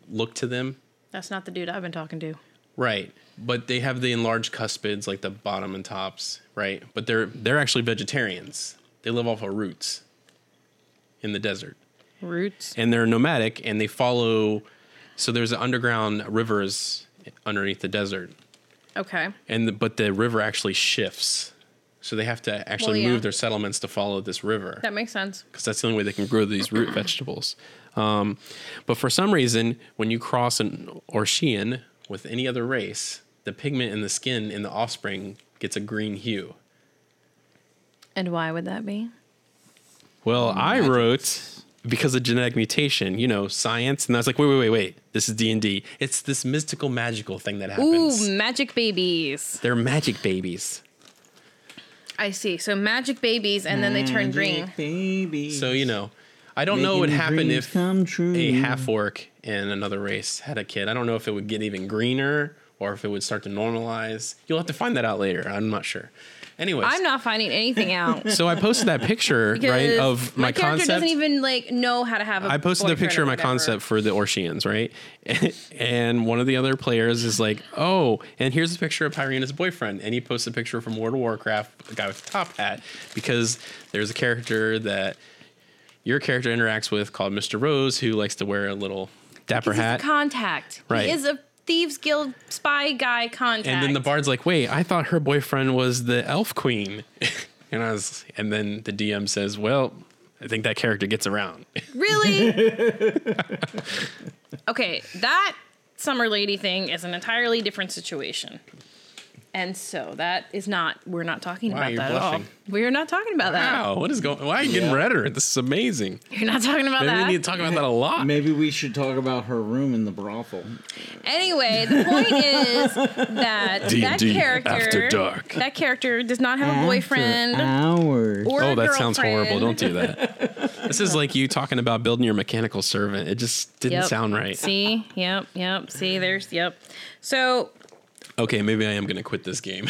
[SPEAKER 1] look to them,
[SPEAKER 2] That's not the dude I've been talking to.
[SPEAKER 1] right? But they have the enlarged cuspids, like the bottom and tops, right? But they're they're actually vegetarians. They live off of roots in the desert
[SPEAKER 2] Roots.
[SPEAKER 1] and they're nomadic and they follow so there's underground rivers underneath the desert
[SPEAKER 2] Okay.
[SPEAKER 1] and the, but the river actually shifts so they have to actually
[SPEAKER 2] Well, yeah.
[SPEAKER 1] move their settlements to follow this river
[SPEAKER 2] That makes sense.
[SPEAKER 1] because that's the only way they can grow these
[SPEAKER 3] [clears throat]
[SPEAKER 1] root vegetables um, but for some reason when you cross an Orshean with any other race the pigment in the skin in the offspring gets a green hue.
[SPEAKER 2] And why would that be?
[SPEAKER 1] Well,
[SPEAKER 3] Mm,
[SPEAKER 1] I wrote because of genetic mutation, you know, science, and I was like, wait, wait, wait, wait. This is D and D. It's this mystical, magical thing that happens.
[SPEAKER 2] Ooh, magic babies.
[SPEAKER 1] They're magic babies.
[SPEAKER 2] I see. So magic babies, and then they turn green.
[SPEAKER 3] Baby.
[SPEAKER 1] So you know, I don't know what would
[SPEAKER 3] Making
[SPEAKER 1] happen
[SPEAKER 3] dreams
[SPEAKER 1] if
[SPEAKER 3] come true.
[SPEAKER 1] a half orc in another race had a kid. I don't know if it would get even greener or if it would start to normalize. You'll have to find that out later. I'm not sure. Anyways,
[SPEAKER 2] I'm not finding anything out.
[SPEAKER 1] so I posted that picture [laughs] right
[SPEAKER 2] [laughs] Because
[SPEAKER 1] of my,
[SPEAKER 2] character
[SPEAKER 1] concept.
[SPEAKER 2] doesn't even like know how to have a
[SPEAKER 1] I posted the
[SPEAKER 2] boyfriend
[SPEAKER 1] picture
[SPEAKER 2] or
[SPEAKER 1] of my
[SPEAKER 2] whatever.
[SPEAKER 1] concept for the Orshians, right? [laughs] and one of the other players is like, "Oh, and here's a picture of Pyrena's boyfriend." And he posted a picture from World of Warcraft, the guy with the top hat, because there's a character that your character interacts with called Mister Rose, who likes to wear a little dapper
[SPEAKER 2] He's
[SPEAKER 1] hat.
[SPEAKER 2] a contact.
[SPEAKER 1] Right.
[SPEAKER 2] He is a thieves guild spy guy contact.
[SPEAKER 1] and then the bard's like, "Wait, I thought her boyfriend was the elf queen," [laughs] and I was, and then the DM says, "Well." I think that character gets around. [laughs]
[SPEAKER 2] Really? [laughs] okay, that summer lady thing is an entirely different situation. And so that is not we're not talking
[SPEAKER 1] Wow,
[SPEAKER 2] about
[SPEAKER 1] you're
[SPEAKER 2] that at all.
[SPEAKER 1] blushing.
[SPEAKER 2] We're not talking about that.
[SPEAKER 1] Wow, what is going? Why are you getting redder? This is amazing.
[SPEAKER 2] You're not talking about
[SPEAKER 1] Maybe
[SPEAKER 2] that.
[SPEAKER 1] we need to talk about that a lot.
[SPEAKER 3] Maybe we should talk about her room in the brothel.
[SPEAKER 2] Anyway, the point
[SPEAKER 1] [laughs]
[SPEAKER 2] is that that
[SPEAKER 1] D&D
[SPEAKER 2] character
[SPEAKER 1] After Dark.
[SPEAKER 2] that character does not have a boyfriend
[SPEAKER 3] Hours.
[SPEAKER 2] or
[SPEAKER 1] Oh,
[SPEAKER 2] a
[SPEAKER 1] that sounds horrible. Don't
[SPEAKER 2] girlfriend.
[SPEAKER 1] do that. this is like you talking about building your mechanical servant. It just didn't
[SPEAKER 2] Yep.
[SPEAKER 1] sound right.
[SPEAKER 2] See, yep, yep. See, there's yep. So
[SPEAKER 1] Okay, maybe I am going to quit this game.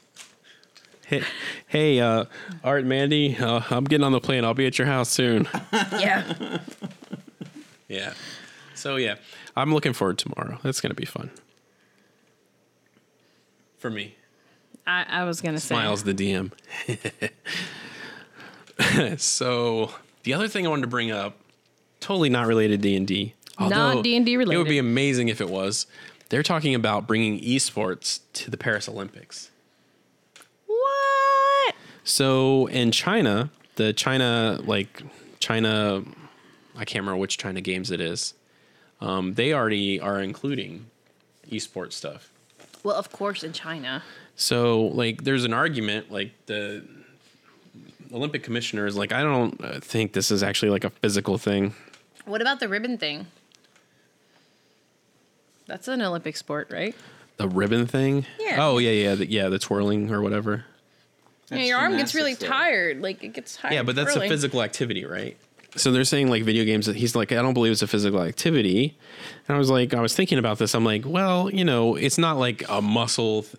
[SPEAKER 1] [laughs] hey, hey uh, Art, Mandy, uh, I'm getting on the plane. I'll be at your house soon. [laughs]
[SPEAKER 2] yeah.
[SPEAKER 1] yeah. So, yeah, I'm looking forward to tomorrow. That's going to be fun. For me.
[SPEAKER 2] I, I was gonna say
[SPEAKER 1] Miles the DM. [laughs] so the other thing I wanted to bring up, totally not related to D and D. although
[SPEAKER 2] D&D
[SPEAKER 1] It would
[SPEAKER 2] related.
[SPEAKER 1] be amazing if it was. They're talking about bringing esports to the Paris Olympics.
[SPEAKER 2] What?
[SPEAKER 1] So in China, the China like China, I can't remember which China games it is. Um, they already are including esports stuff.
[SPEAKER 2] Well, of course, in China.
[SPEAKER 1] So like there's an argument like the Olympic commissioner is like I don't uh, think this is actually like a physical thing.
[SPEAKER 2] What about the ribbon thing? That's an Olympic sport, right?
[SPEAKER 1] The ribbon thing?
[SPEAKER 2] Yeah.
[SPEAKER 1] Oh yeah, yeah, the, yeah, the twirling or whatever.
[SPEAKER 2] yeah,
[SPEAKER 3] That's
[SPEAKER 2] your arm gets really
[SPEAKER 3] gymnastics, though.
[SPEAKER 2] tired. Like it gets tired.
[SPEAKER 1] Yeah, but that's
[SPEAKER 2] twirling.
[SPEAKER 1] a physical activity, right? So they're saying like video games that he's like I don't believe it's a physical activity. And I was like I was thinking about this. I'm like, well, you know, it's not like a muscle th-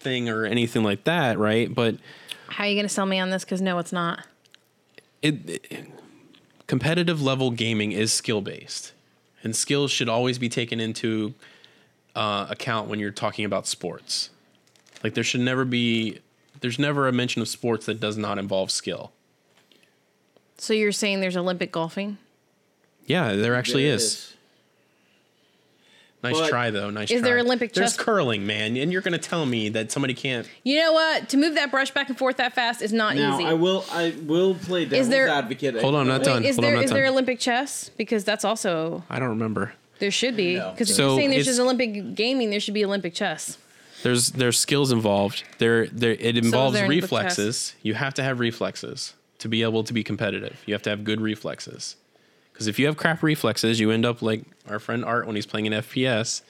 [SPEAKER 1] thing or anything like that, right? But
[SPEAKER 2] How are you gonna sell me on this? Because no, it's not.
[SPEAKER 1] it, it- competitive level gaming is skill based, and skills should always be taken into uh, account when you're talking about sports. Like there should never be, there's never a mention of sports that does not involve skill.
[SPEAKER 2] So you're saying there's Olympic golfing?
[SPEAKER 1] Yeah, there actually
[SPEAKER 3] There it
[SPEAKER 1] is. Nice
[SPEAKER 3] But-
[SPEAKER 1] try though. Nice.
[SPEAKER 2] Is there
[SPEAKER 1] try.
[SPEAKER 2] Olympic
[SPEAKER 1] There's
[SPEAKER 2] chess-
[SPEAKER 1] curling, man, and you're gonna tell me that somebody can't.
[SPEAKER 2] You know what? To move that brush back and forth that fast is not
[SPEAKER 3] Now
[SPEAKER 2] easy.
[SPEAKER 3] I will. I will play devil's
[SPEAKER 2] there-
[SPEAKER 3] advocate.
[SPEAKER 1] Hold on, I'm not
[SPEAKER 2] Wait,
[SPEAKER 1] done.
[SPEAKER 2] is
[SPEAKER 1] Hold on,
[SPEAKER 2] there
[SPEAKER 1] I'm not
[SPEAKER 2] is there
[SPEAKER 1] done.
[SPEAKER 2] Olympic chess? Because that's also
[SPEAKER 1] I don't remember.
[SPEAKER 2] there should be.
[SPEAKER 3] No.
[SPEAKER 2] Because if
[SPEAKER 1] So
[SPEAKER 2] you're saying there's
[SPEAKER 1] it's-
[SPEAKER 2] just Olympic gaming, there should be Olympic chess.
[SPEAKER 1] There's there's skills involved. There there it involves
[SPEAKER 2] there any book
[SPEAKER 1] reflexes. You have to have reflexes to be able to be competitive. You have to have good reflexes. Because if you have crap reflexes, you end up like our friend Art when he's playing an FPS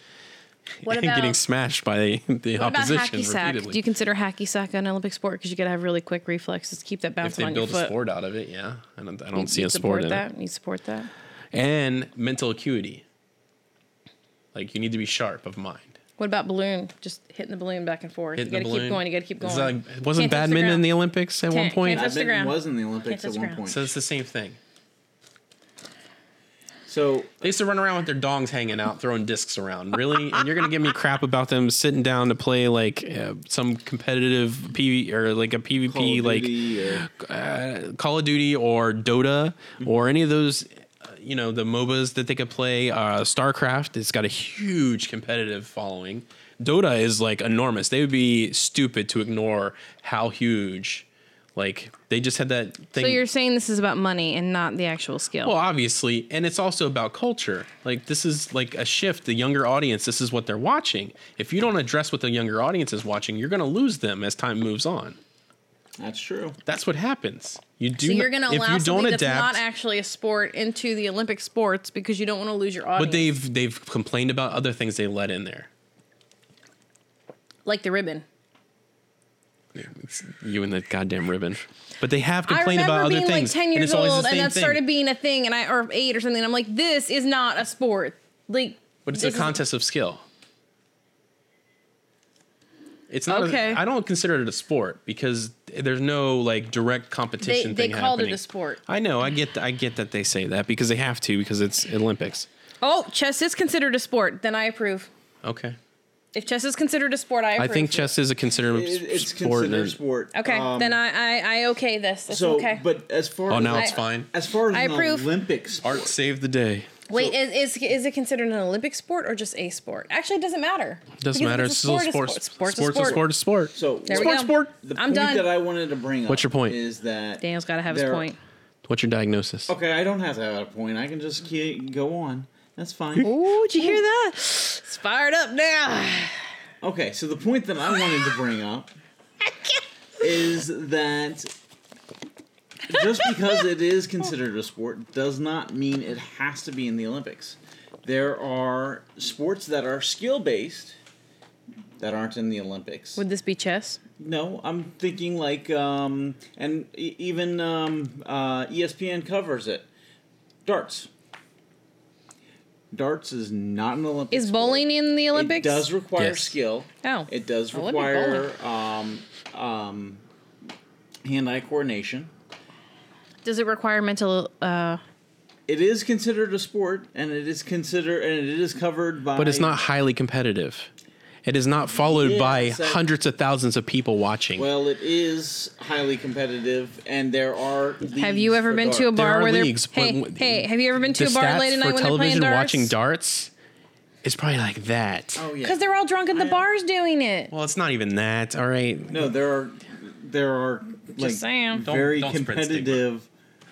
[SPEAKER 2] What
[SPEAKER 1] and [laughs]
[SPEAKER 2] about
[SPEAKER 1] getting smashed by [laughs] the
[SPEAKER 2] What about
[SPEAKER 1] opposition
[SPEAKER 2] hacky sack?
[SPEAKER 1] repeatedly.
[SPEAKER 2] Do you consider hacky sack an Olympic sport? Because you got to have really quick reflexes to keep that
[SPEAKER 1] if
[SPEAKER 2] bounce
[SPEAKER 1] they
[SPEAKER 2] on your
[SPEAKER 1] build a
[SPEAKER 2] foot.
[SPEAKER 1] sport out of it, yeah, I don't, I don't
[SPEAKER 2] You-
[SPEAKER 1] see
[SPEAKER 2] you
[SPEAKER 1] a sport
[SPEAKER 2] support
[SPEAKER 1] in
[SPEAKER 2] that.
[SPEAKER 1] it.
[SPEAKER 2] You support that.
[SPEAKER 1] And mental acuity. Like you need to be sharp of mind.
[SPEAKER 2] What about balloon? Just hitting the balloon back and forth.
[SPEAKER 1] Hitting
[SPEAKER 2] you
[SPEAKER 1] the
[SPEAKER 2] got to keep
[SPEAKER 1] balloon.
[SPEAKER 2] going. You got to keep
[SPEAKER 1] Is
[SPEAKER 2] going.
[SPEAKER 1] that like- wasn't
[SPEAKER 2] Can't touch the
[SPEAKER 1] badminton in
[SPEAKER 2] ground.
[SPEAKER 1] the Olympics at one
[SPEAKER 2] Can't-
[SPEAKER 1] point?
[SPEAKER 2] can't touch- Instagram.
[SPEAKER 3] Badminton was in the Olympics
[SPEAKER 2] Can't
[SPEAKER 3] at
[SPEAKER 2] touch
[SPEAKER 3] one
[SPEAKER 2] ground.
[SPEAKER 3] point.
[SPEAKER 1] so it's the same thing.
[SPEAKER 3] So
[SPEAKER 1] They used to run around with their dongs hanging out, throwing discs around. Really? and you're gonna give me crap about them sitting down to play like uh, some competitive PV or like a PvP
[SPEAKER 3] Call of
[SPEAKER 1] like
[SPEAKER 3] Duty or-
[SPEAKER 1] Call of Duty or Dota or any of those, uh, you know, the MOBAs that they could play. Uh, StarCraft, it's got a huge competitive following. Dota is like enormous. They would be stupid to ignore how huge Like they just had that thing.
[SPEAKER 2] So you're saying this is about money and not the actual skill.
[SPEAKER 1] well, obviously, and it's also about culture. Like this is like a shift. The younger audience, this is what they're watching. If you don't address what the younger audience is watching, you're going to lose them as time moves on.
[SPEAKER 3] That's true.
[SPEAKER 1] That's what happens. You do.
[SPEAKER 2] so you're
[SPEAKER 1] not-
[SPEAKER 2] going to
[SPEAKER 1] if
[SPEAKER 2] allow
[SPEAKER 1] you
[SPEAKER 2] something
[SPEAKER 1] don't adapt,
[SPEAKER 2] that's not actually a sport into the Olympic sports because you don't want to lose your audience.
[SPEAKER 1] but they've they've complained about other things they let in there.
[SPEAKER 2] like the ribbon.
[SPEAKER 1] It's you and the goddamn ribbon. But they have
[SPEAKER 2] I
[SPEAKER 1] complained
[SPEAKER 2] remember
[SPEAKER 1] about
[SPEAKER 2] being
[SPEAKER 1] other
[SPEAKER 2] like
[SPEAKER 1] things.
[SPEAKER 2] ten
[SPEAKER 1] and
[SPEAKER 2] years
[SPEAKER 1] it's always the
[SPEAKER 2] old, and
[SPEAKER 1] same
[SPEAKER 2] that
[SPEAKER 1] thing.
[SPEAKER 2] started being a thing, and I or eight or something. I'm like, this is not a sport. Like,
[SPEAKER 1] But it's a
[SPEAKER 2] this is-
[SPEAKER 1] contest of skill. It's not.
[SPEAKER 2] Okay.
[SPEAKER 1] I I don't consider it a sport because there's no like direct
[SPEAKER 2] They,
[SPEAKER 1] competition.
[SPEAKER 2] they
[SPEAKER 1] thing
[SPEAKER 2] called
[SPEAKER 1] happening.
[SPEAKER 2] it a sport.
[SPEAKER 1] I know. I get. th- I get that they say that because they have to because it's Olympics.
[SPEAKER 2] Oh, chess is considered a sport. Then I approve.
[SPEAKER 1] Okay.
[SPEAKER 2] If chess is considered a sport, I
[SPEAKER 1] I
[SPEAKER 2] approve.
[SPEAKER 1] think chess is a considered
[SPEAKER 3] It, it's
[SPEAKER 1] sport. and-
[SPEAKER 3] considered a sport.
[SPEAKER 2] Okay,
[SPEAKER 3] Um,
[SPEAKER 2] then I, I I okay this. It's
[SPEAKER 3] So,
[SPEAKER 2] okay.
[SPEAKER 3] but as far
[SPEAKER 1] oh,
[SPEAKER 3] as
[SPEAKER 1] now it's
[SPEAKER 2] I-
[SPEAKER 1] fine.
[SPEAKER 3] as far as
[SPEAKER 2] I
[SPEAKER 3] an
[SPEAKER 2] approve.
[SPEAKER 3] Olympic sport,
[SPEAKER 1] Art saved the day.
[SPEAKER 2] Wait, is, is is it considered an Olympic sport or just a sport? Actually, it doesn't matter.
[SPEAKER 1] Doesn't matter. It's still a sport.
[SPEAKER 2] Sports,
[SPEAKER 1] Sports a sport. is Sport.
[SPEAKER 3] so
[SPEAKER 2] There we
[SPEAKER 1] Sport,
[SPEAKER 2] go.
[SPEAKER 1] sport.
[SPEAKER 3] the
[SPEAKER 2] I'm
[SPEAKER 3] point
[SPEAKER 2] done.
[SPEAKER 3] that I wanted to bring up.
[SPEAKER 1] What's your point?
[SPEAKER 3] Is that
[SPEAKER 2] Daniel's got to have his
[SPEAKER 3] there-
[SPEAKER 2] point.
[SPEAKER 1] What's your diagnosis?
[SPEAKER 3] Okay, I don't have to have a point. I can just keep, go on. That's fine.
[SPEAKER 2] Ooh, did you hear that? It's fired up now. [laughs]
[SPEAKER 3] Okay, so the point that I wanted to bring up is that just because it is considered a sport does not mean it has to be in the Olympics. There are sports that are skill based that aren't in the Olympics.
[SPEAKER 2] Would this be chess?
[SPEAKER 3] No, I'm thinking like, um, and e- even um, uh, ESPN covers it. Darts. Darts is not an Olympic.
[SPEAKER 2] Is
[SPEAKER 3] sport.
[SPEAKER 2] bowling in the Olympics?
[SPEAKER 3] It does require
[SPEAKER 1] Yes.
[SPEAKER 3] skill.
[SPEAKER 2] Oh.
[SPEAKER 3] It does
[SPEAKER 2] Olympic bowling.
[SPEAKER 3] require um, um, hand-eye coordination.
[SPEAKER 2] Does it require mental? Uh,
[SPEAKER 3] It is considered a sport, and it is considered, and it is covered by.
[SPEAKER 1] but it's not highly competitive. It is not followed by
[SPEAKER 3] Yes, I-
[SPEAKER 1] hundreds of thousands of people watching.
[SPEAKER 3] Well, it is highly competitive, and there are.
[SPEAKER 2] have
[SPEAKER 3] leagues
[SPEAKER 2] you ever
[SPEAKER 3] for
[SPEAKER 2] been to a
[SPEAKER 3] darts.
[SPEAKER 2] bar
[SPEAKER 1] are
[SPEAKER 2] where they're
[SPEAKER 1] leagues, but
[SPEAKER 2] hey,
[SPEAKER 1] w-
[SPEAKER 2] hey have you ever been to
[SPEAKER 1] the
[SPEAKER 2] a bar
[SPEAKER 1] stats
[SPEAKER 2] late at
[SPEAKER 1] for
[SPEAKER 2] night when they're playing
[SPEAKER 1] television
[SPEAKER 2] darts?
[SPEAKER 1] watching darts is probably like that.
[SPEAKER 3] Oh yeah.
[SPEAKER 2] Because they're all drunk at the
[SPEAKER 3] I-
[SPEAKER 2] bars doing it.
[SPEAKER 1] Well, it's not even that. All right.
[SPEAKER 3] No, there are there are like
[SPEAKER 2] saying. Don't-
[SPEAKER 3] very
[SPEAKER 1] don't spread
[SPEAKER 3] competitive.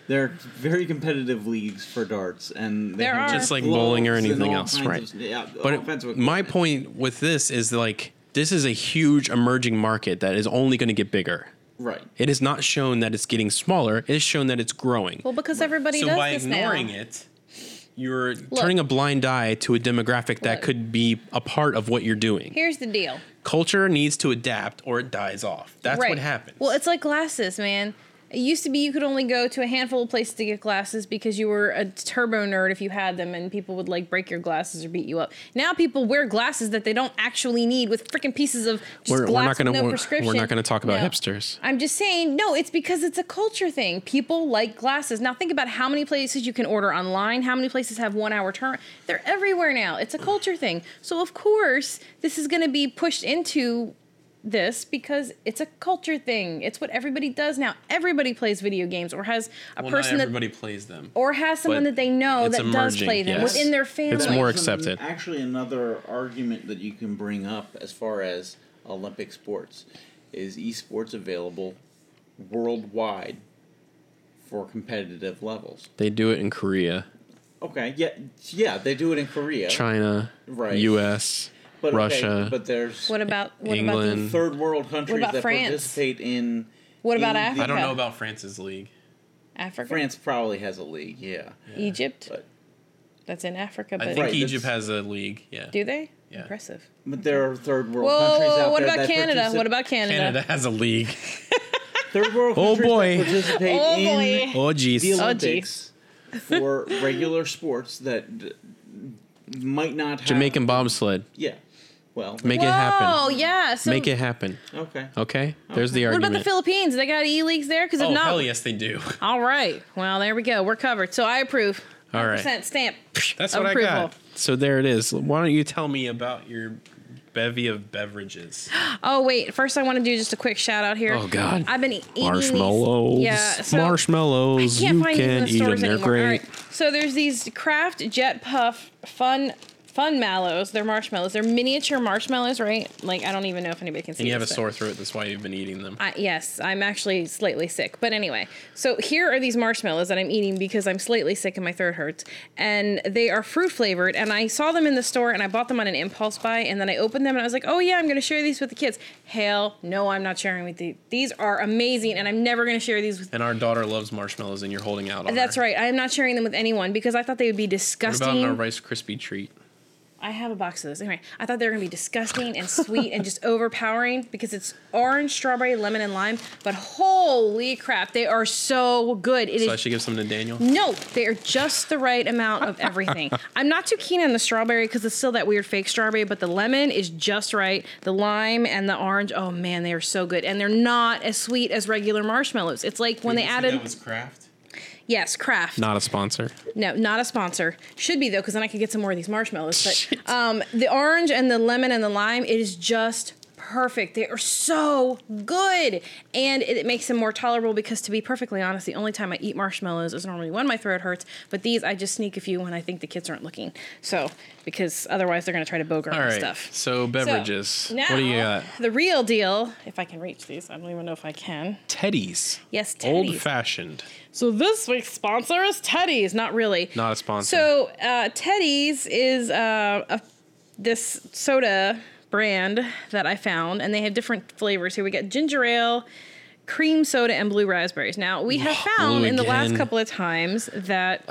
[SPEAKER 3] There are very competitive leagues for darts, and they
[SPEAKER 2] There
[SPEAKER 3] have
[SPEAKER 2] are.
[SPEAKER 1] Just like bowling or
[SPEAKER 3] gloves and
[SPEAKER 1] anything
[SPEAKER 3] all
[SPEAKER 1] else,
[SPEAKER 3] kinds
[SPEAKER 1] right.
[SPEAKER 3] of- yeah,
[SPEAKER 1] But
[SPEAKER 3] offensive
[SPEAKER 1] it- my
[SPEAKER 3] equipment.
[SPEAKER 1] point with this is like this is a huge emerging market that is only going to get bigger.
[SPEAKER 3] right?
[SPEAKER 1] It is not shown that it's getting smaller. It is shown that it's growing.
[SPEAKER 2] Well, because everybody
[SPEAKER 1] so
[SPEAKER 2] does
[SPEAKER 1] by
[SPEAKER 2] this
[SPEAKER 1] ignoring
[SPEAKER 2] now.
[SPEAKER 1] it, you're turning a blind eye to a demographic that
[SPEAKER 2] Look.
[SPEAKER 1] could be a part of what you're doing.
[SPEAKER 2] Here's the deal.
[SPEAKER 1] Culture needs to adapt or it dies off. That's what happens.
[SPEAKER 2] Well, it's like glasses, man. It used to be you could only go to a handful of places to get glasses because you were a turbo nerd if you had them, and people would like break your glasses or beat you up. Now people wear glasses that they don't actually need with freaking pieces of just
[SPEAKER 1] we're, we're
[SPEAKER 2] glass
[SPEAKER 1] not going
[SPEAKER 2] with
[SPEAKER 1] to
[SPEAKER 2] no
[SPEAKER 1] we're,
[SPEAKER 2] prescription.
[SPEAKER 1] we're not going to talk about
[SPEAKER 2] No.
[SPEAKER 1] hipsters.
[SPEAKER 2] I'm just saying, no, it's because it's a culture thing. People like glasses. Now think about how many places you can order online, how many places have one hour turn. They're everywhere now. It's a culture thing. So of course, this is gonna be pushed into this because it's a culture thing. It's what everybody does now. Everybody plays video games or has a person that
[SPEAKER 1] plays them.
[SPEAKER 2] or has
[SPEAKER 1] but
[SPEAKER 2] someone that they know
[SPEAKER 1] it's
[SPEAKER 2] that does
[SPEAKER 1] emerging,
[SPEAKER 2] play them
[SPEAKER 1] yes.
[SPEAKER 2] within their family.
[SPEAKER 1] It's more
[SPEAKER 3] That's an-
[SPEAKER 1] accepted.
[SPEAKER 3] Actually, another argument that you can bring up as far as Olympic sports is esports available worldwide for competitive levels.
[SPEAKER 1] They do it in Korea,
[SPEAKER 3] Okay, yeah, yeah, they do it in Korea,
[SPEAKER 1] China,
[SPEAKER 3] Right.
[SPEAKER 1] U.S.
[SPEAKER 3] but okay,
[SPEAKER 1] Russia.
[SPEAKER 3] but there's
[SPEAKER 2] what about what
[SPEAKER 1] England.
[SPEAKER 2] about the,
[SPEAKER 3] third world countries
[SPEAKER 2] about
[SPEAKER 3] that
[SPEAKER 2] France?
[SPEAKER 3] participate in.
[SPEAKER 2] what about
[SPEAKER 3] I don't
[SPEAKER 2] Africa?
[SPEAKER 1] about France's league.
[SPEAKER 2] Africa,
[SPEAKER 3] France probably has a league, yeah.
[SPEAKER 2] Egypt.
[SPEAKER 3] But-
[SPEAKER 2] That's in Africa, but
[SPEAKER 3] think Right, Egypt
[SPEAKER 1] has a league. Yeah.
[SPEAKER 2] do they?
[SPEAKER 1] Yeah.
[SPEAKER 2] Impressive.
[SPEAKER 3] But there are third world
[SPEAKER 2] Whoa,
[SPEAKER 3] countries
[SPEAKER 2] whoa,
[SPEAKER 3] out
[SPEAKER 2] whoa, Oh, what
[SPEAKER 3] there
[SPEAKER 2] about
[SPEAKER 3] that
[SPEAKER 2] Canada?
[SPEAKER 3] partici-
[SPEAKER 2] What about Canada?
[SPEAKER 1] has a league.
[SPEAKER 3] Third world
[SPEAKER 1] Oh,
[SPEAKER 3] countries
[SPEAKER 1] boy.
[SPEAKER 3] that participate
[SPEAKER 2] [laughs] Oh, boy.
[SPEAKER 3] in
[SPEAKER 1] [laughs] Oh
[SPEAKER 3] the
[SPEAKER 1] jeez.
[SPEAKER 2] Oh,
[SPEAKER 3] Olympics for regular sports that d- might not have
[SPEAKER 1] Jamaican bobsled.
[SPEAKER 3] Yeah. Well,
[SPEAKER 1] Make it
[SPEAKER 2] Whoa,
[SPEAKER 1] happen.
[SPEAKER 2] yeah. So
[SPEAKER 1] Make it happen.
[SPEAKER 3] okay.
[SPEAKER 1] Okay. There's the
[SPEAKER 2] what
[SPEAKER 1] argument.
[SPEAKER 2] about the Philippines? They got E leagues there?
[SPEAKER 1] Oh,
[SPEAKER 2] Because if not,
[SPEAKER 1] yes, they do.
[SPEAKER 2] all right. Well, there we go. We're covered. So I approve.
[SPEAKER 1] All right.
[SPEAKER 2] 100% stamp.
[SPEAKER 1] That's
[SPEAKER 2] what I Approval. got.
[SPEAKER 1] So there it is. Why don't you tell me about your bevy of
[SPEAKER 2] [gasps]
[SPEAKER 1] beverages?
[SPEAKER 2] Oh wait, first I want to do just a quick shout out here.
[SPEAKER 1] Oh, God.
[SPEAKER 2] I've been e- eating these-
[SPEAKER 1] Marshmallows.
[SPEAKER 2] Yeah, so
[SPEAKER 1] Marshmallows.
[SPEAKER 2] Can't
[SPEAKER 1] you
[SPEAKER 2] find these in
[SPEAKER 1] can
[SPEAKER 2] the
[SPEAKER 1] eat them.
[SPEAKER 2] stores
[SPEAKER 1] They're
[SPEAKER 2] anymore. All
[SPEAKER 1] great.
[SPEAKER 2] right. So there's these Kraft Jet Puff Fun Fun mallows. They're marshmallows. They're miniature marshmallows, right? Like I don't even know if anybody can see.
[SPEAKER 1] And you have a
[SPEAKER 2] this, but-
[SPEAKER 1] sore throat. That's why you've been eating them.
[SPEAKER 2] I, yes, I'm actually slightly sick. But anyway, so here are these marshmallows that I'm eating because I'm slightly sick and my throat hurts. And they are fruit flavored. And I saw them in the store and I bought them on an impulse buy. And then I opened them and I was like, oh yeah, I'm going to share these with the kids. Hell no, I'm not sharing with you. These are amazing and I'm never going to share these with.
[SPEAKER 1] and our daughter loves marshmallows, and you're holding out. on
[SPEAKER 2] That's
[SPEAKER 1] her.
[SPEAKER 2] right. I am not sharing them with anyone because I thought they would be
[SPEAKER 1] What
[SPEAKER 2] disgusting.
[SPEAKER 1] about our Rice Krispie treat?
[SPEAKER 2] I have a box of those. Anyway, I thought they were gonna be disgusting and sweet and
[SPEAKER 1] [laughs]
[SPEAKER 2] just overpowering because it's orange, strawberry, lemon, and lime. But holy crap, they are so good. It is
[SPEAKER 1] So I should give some to Daniel.
[SPEAKER 2] no, they are just the right amount of
[SPEAKER 1] [laughs]
[SPEAKER 2] everything. I'm not too keen on the strawberry because it's still that weird fake strawberry, but the lemon is just right. The lime and the orange, oh man, they are so good. And they're not as sweet as regular marshmallows. It's like when they added
[SPEAKER 1] Kraft.
[SPEAKER 2] yes, Kraft.
[SPEAKER 1] Not a sponsor.
[SPEAKER 2] No, not a sponsor. Should be though, because then I could get some more of these marshmallows. But um, the orange and the lemon and the lime, it is just perfect. They are so good, and it, it makes them more tolerable. Because to be perfectly honest, the only time I eat marshmallows is normally when my throat hurts. But these, I just sneak a few when I think the kids aren't looking. So because otherwise they're going to try to bogart
[SPEAKER 1] All
[SPEAKER 2] my
[SPEAKER 1] right.
[SPEAKER 2] stuff.
[SPEAKER 1] So beverages.
[SPEAKER 2] Now,
[SPEAKER 1] what do you got?
[SPEAKER 2] The real deal. If I can reach these, I don't even know if I can.
[SPEAKER 1] Teddy's.
[SPEAKER 2] Yes,
[SPEAKER 1] Old
[SPEAKER 2] Teddy's.
[SPEAKER 1] fashioned.
[SPEAKER 2] So this week's sponsor is Teddy's. Not really.
[SPEAKER 1] Not a sponsor.
[SPEAKER 2] So uh, Teddy's is uh, a, this soda brand that I found, and they have different flavors. Here we got ginger ale, cream soda, and blue raspberries. Now we have found
[SPEAKER 1] blue
[SPEAKER 2] in the last
[SPEAKER 1] again.
[SPEAKER 2] couple of times that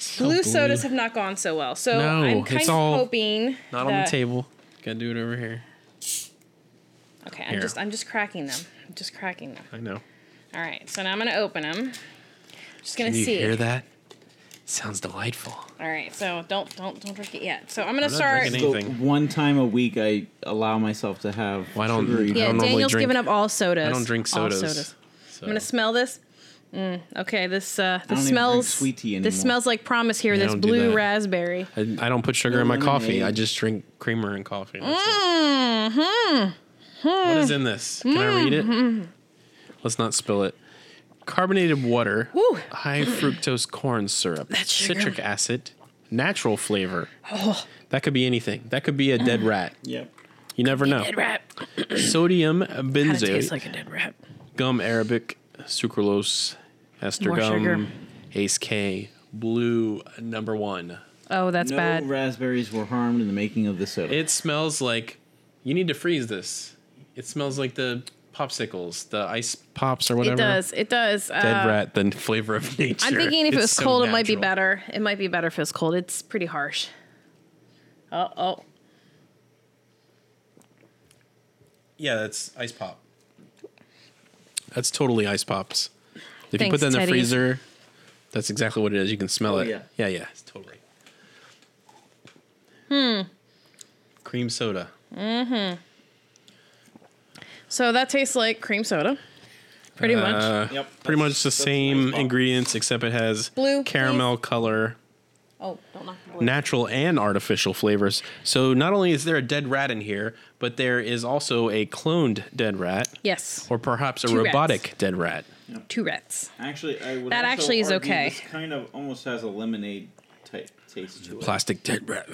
[SPEAKER 1] So
[SPEAKER 2] blue, sodas have not gone so well. So
[SPEAKER 1] No,
[SPEAKER 2] I'm kind
[SPEAKER 1] it's
[SPEAKER 2] of
[SPEAKER 1] all
[SPEAKER 2] hoping
[SPEAKER 1] not on
[SPEAKER 2] that,
[SPEAKER 1] the table. Gotta do it over here.
[SPEAKER 2] Okay, I'm
[SPEAKER 1] Here.
[SPEAKER 2] just I'm just cracking them. I'm just cracking them.
[SPEAKER 1] I know.
[SPEAKER 2] All right, so now I'm gonna open them. Just gonna
[SPEAKER 1] Can you
[SPEAKER 2] see.
[SPEAKER 1] hear that? Sounds delightful.
[SPEAKER 2] All right, so don't don't don't drink it yet. So I'm gonna
[SPEAKER 1] not
[SPEAKER 2] start.
[SPEAKER 1] drinking
[SPEAKER 3] So
[SPEAKER 1] Anything.
[SPEAKER 3] one time a week, I allow myself to have.
[SPEAKER 1] Why don't-
[SPEAKER 3] sugary
[SPEAKER 1] I
[SPEAKER 2] Yeah,
[SPEAKER 1] don't normally
[SPEAKER 2] Daniel's
[SPEAKER 1] drink-
[SPEAKER 2] giving up all sodas.
[SPEAKER 1] I don't drink
[SPEAKER 2] All
[SPEAKER 1] sodas. So.
[SPEAKER 2] I'm gonna smell this. Mm, okay, this uh,
[SPEAKER 3] don't
[SPEAKER 2] this
[SPEAKER 3] even drink
[SPEAKER 2] smells
[SPEAKER 3] sweet tea
[SPEAKER 2] This
[SPEAKER 3] anymore.
[SPEAKER 2] smells like promise here.
[SPEAKER 1] Yeah, I
[SPEAKER 2] this
[SPEAKER 1] don't do
[SPEAKER 2] blue
[SPEAKER 1] that.
[SPEAKER 2] raspberry.
[SPEAKER 1] I, I don't put sugar in my
[SPEAKER 3] No
[SPEAKER 1] coffee.
[SPEAKER 3] lemonade.
[SPEAKER 1] I just drink creamer and coffee. That's it. What is in this? Can I read
[SPEAKER 2] Mm-hmm.
[SPEAKER 1] it? Let's not spill it. Carbonated water,
[SPEAKER 2] Woo.
[SPEAKER 1] high fructose corn syrup,
[SPEAKER 2] sugar. Oh.
[SPEAKER 1] citric acid, natural flavor. That could be anything. That could be a dead
[SPEAKER 2] Mm.
[SPEAKER 1] rat.
[SPEAKER 3] Yep.
[SPEAKER 1] You never know.
[SPEAKER 2] Dead rat.
[SPEAKER 1] Sodium
[SPEAKER 2] Kind of tastes
[SPEAKER 1] benzoate,
[SPEAKER 2] like a dead rat.
[SPEAKER 1] gum arabic, sucralose, ester
[SPEAKER 2] More
[SPEAKER 1] gum,
[SPEAKER 2] sugar.
[SPEAKER 1] ace K, blue number one.
[SPEAKER 2] Oh, that's
[SPEAKER 3] No
[SPEAKER 2] bad.
[SPEAKER 3] raspberries were harmed in the making of the soda.
[SPEAKER 1] It smells like you need to freeze this. It smells like the popsicles, the ice pops or whatever.
[SPEAKER 2] it does. It does. Uh,
[SPEAKER 1] Dead rat, the flavor of nature.
[SPEAKER 2] I'm thinking if it
[SPEAKER 1] It's
[SPEAKER 2] was
[SPEAKER 1] so
[SPEAKER 2] cold, it might be
[SPEAKER 1] natural.
[SPEAKER 2] better. It might be better if it was cold. It's pretty harsh. Oh, oh.
[SPEAKER 1] Yeah, that's ice pop. That's totally ice pops. If you
[SPEAKER 2] Thanks,
[SPEAKER 1] put that in the
[SPEAKER 2] Teddy.
[SPEAKER 1] freezer, that's exactly what it is. You can smell
[SPEAKER 3] Oh,
[SPEAKER 1] it.
[SPEAKER 3] yeah.
[SPEAKER 1] yeah, yeah, it's totally. Hmm.
[SPEAKER 2] Hmm.
[SPEAKER 1] Cream soda.
[SPEAKER 2] So that tastes like cream soda. Pretty much.
[SPEAKER 1] Uh,
[SPEAKER 3] Yep,
[SPEAKER 1] Pretty
[SPEAKER 3] that's-
[SPEAKER 1] much the
[SPEAKER 3] that's
[SPEAKER 1] same
[SPEAKER 3] ice pop.
[SPEAKER 1] ingredients, except it has
[SPEAKER 2] Blue,
[SPEAKER 1] caramel color.
[SPEAKER 2] Oh, don't knock the blue.
[SPEAKER 1] natural and artificial flavors. So not only is there a dead rat in here, but there is also a cloned dead rat,
[SPEAKER 2] yes.
[SPEAKER 1] or perhaps a
[SPEAKER 2] Two rats.
[SPEAKER 1] robotic dead rat.
[SPEAKER 2] Two rats.
[SPEAKER 3] Actually, I would
[SPEAKER 2] That
[SPEAKER 3] also
[SPEAKER 2] actually is
[SPEAKER 3] argue
[SPEAKER 2] okay.
[SPEAKER 3] This kind of almost has a lemonade type taste to it.
[SPEAKER 1] Plastic dead rat.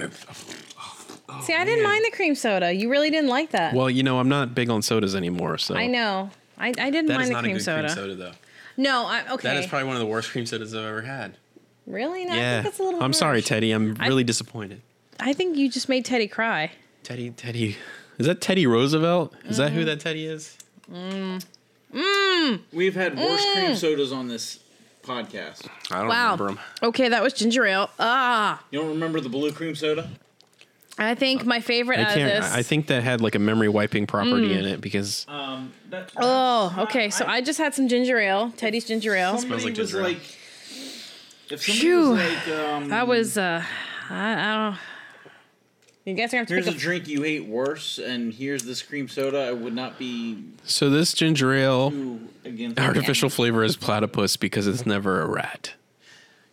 [SPEAKER 1] Oh,
[SPEAKER 2] See, I didn't mind the cream soda. You really didn't like that.
[SPEAKER 1] Well, you know, I'm not big on sodas anymore, so
[SPEAKER 2] I know. I, I didn't
[SPEAKER 1] That is
[SPEAKER 2] mind the
[SPEAKER 1] not
[SPEAKER 2] cream
[SPEAKER 1] a good
[SPEAKER 2] soda.
[SPEAKER 1] cream soda though.
[SPEAKER 2] No, I, okay.
[SPEAKER 1] That is probably one of the worst cream sodas I've ever had.
[SPEAKER 2] really? No, I
[SPEAKER 1] yeah.
[SPEAKER 2] think that's a little
[SPEAKER 1] I'm sorry,
[SPEAKER 2] harsh.
[SPEAKER 1] Teddy. I'm really disappointed.
[SPEAKER 2] I think you just made Teddy cry.
[SPEAKER 1] Teddy, Teddy. Is that Teddy Roosevelt? Is that who that Teddy is?
[SPEAKER 3] We've had worse
[SPEAKER 2] Mm.
[SPEAKER 3] cream sodas on this podcast.
[SPEAKER 1] I don't
[SPEAKER 2] Wow.
[SPEAKER 1] remember him.
[SPEAKER 2] Okay, that was ginger ale. Ah,
[SPEAKER 3] You don't remember the blue cream soda?
[SPEAKER 2] I think my favorite
[SPEAKER 1] I
[SPEAKER 2] out of
[SPEAKER 1] can't.
[SPEAKER 2] Uh, this. Mm.
[SPEAKER 1] I think that had like a memory wiping property in it because
[SPEAKER 3] Um, that, uh,
[SPEAKER 2] Oh, okay. So I just had some ginger ale. Teddy's ginger ale.
[SPEAKER 1] Smells
[SPEAKER 3] Somebody
[SPEAKER 1] like
[SPEAKER 3] was
[SPEAKER 1] ginger ale.
[SPEAKER 3] like, if somebody
[SPEAKER 2] Phew.
[SPEAKER 3] was like, um,
[SPEAKER 2] That was. uh I, I don't. You guys are gonna have
[SPEAKER 3] here's
[SPEAKER 2] to
[SPEAKER 3] a
[SPEAKER 2] pick up.
[SPEAKER 3] drink you hate worse, and here's this cream soda, I would not be
[SPEAKER 1] so this ginger ale.
[SPEAKER 3] too against.
[SPEAKER 1] artificial flavor is platypus because it's never a rat.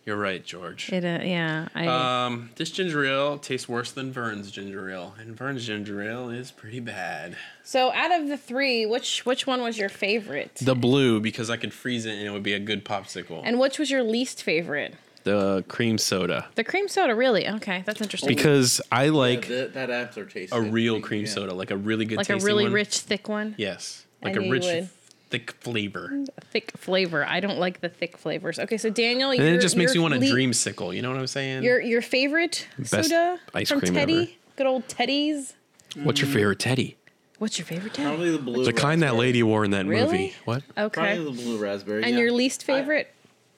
[SPEAKER 1] You're right, George.
[SPEAKER 2] It, uh, yeah. I,
[SPEAKER 1] Um, this ginger ale tastes worse than Vern's ginger ale, and Vern's ginger ale is pretty bad.
[SPEAKER 2] so out of the three, which which one was your favorite?
[SPEAKER 1] The blue because I could freeze it and it would be a good popsicle.
[SPEAKER 2] And which was your least favorite?
[SPEAKER 1] the cream soda
[SPEAKER 2] The cream soda, really? Okay, that's interesting.
[SPEAKER 1] because I like
[SPEAKER 3] that, that aftertaste.
[SPEAKER 1] a real cream soda, like a really good,
[SPEAKER 2] like a
[SPEAKER 1] tasty
[SPEAKER 2] really
[SPEAKER 1] one.
[SPEAKER 2] rich, thick one.
[SPEAKER 1] yes,
[SPEAKER 2] I
[SPEAKER 1] like a
[SPEAKER 2] knew you
[SPEAKER 1] rich,
[SPEAKER 2] would.
[SPEAKER 1] thick flavor.
[SPEAKER 2] A thick flavor. I don't like the thick flavors. Okay, so Daniel,
[SPEAKER 1] And then it just makes you want a dream sickle. You know what I'm saying?
[SPEAKER 2] Your your favorite
[SPEAKER 1] Best
[SPEAKER 2] soda
[SPEAKER 1] ice
[SPEAKER 2] from
[SPEAKER 1] cream
[SPEAKER 2] Teddy?
[SPEAKER 1] ever.
[SPEAKER 2] Good old Teddy's.
[SPEAKER 1] What's your favorite teddy?
[SPEAKER 2] What's your favorite Teddy?
[SPEAKER 3] Probably the blue.
[SPEAKER 1] The kind that
[SPEAKER 3] raspberry.
[SPEAKER 1] lady wore in that
[SPEAKER 2] Really?
[SPEAKER 1] movie. What?
[SPEAKER 2] Okay.
[SPEAKER 3] Probably the blue raspberry.
[SPEAKER 2] and
[SPEAKER 3] yeah.
[SPEAKER 2] your least favorite?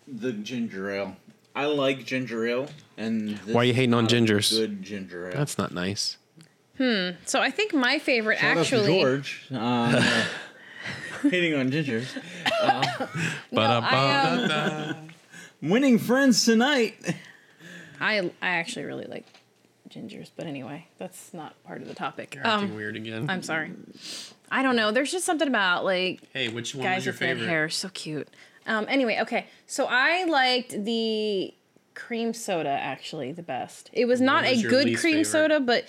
[SPEAKER 3] The ginger ale. I like ginger ale. And this
[SPEAKER 1] Why you hating on
[SPEAKER 3] is not a
[SPEAKER 1] gingers?
[SPEAKER 3] Good ginger ale.
[SPEAKER 1] That's not nice.
[SPEAKER 2] so I think my favorite
[SPEAKER 3] Shout out to
[SPEAKER 2] actually.
[SPEAKER 3] George.
[SPEAKER 1] [laughs]
[SPEAKER 3] Uh, hating on gingers.
[SPEAKER 1] Ba-da-ba.
[SPEAKER 2] I, um,
[SPEAKER 3] Winning friends tonight.
[SPEAKER 2] I I actually really like gingers, but anyway, that's not part of the topic.
[SPEAKER 1] Acting
[SPEAKER 2] Um,
[SPEAKER 1] weird again.
[SPEAKER 2] I'm sorry. I don't know. There's just something about like
[SPEAKER 1] hey, which one was
[SPEAKER 2] guys
[SPEAKER 1] your
[SPEAKER 2] with red
[SPEAKER 1] favorite?
[SPEAKER 2] hair, so cute. Um, anyway, okay, so I liked the cream soda actually the best. It was not
[SPEAKER 1] was
[SPEAKER 2] a
[SPEAKER 1] your
[SPEAKER 2] good cream
[SPEAKER 1] least favorite?
[SPEAKER 2] soda, but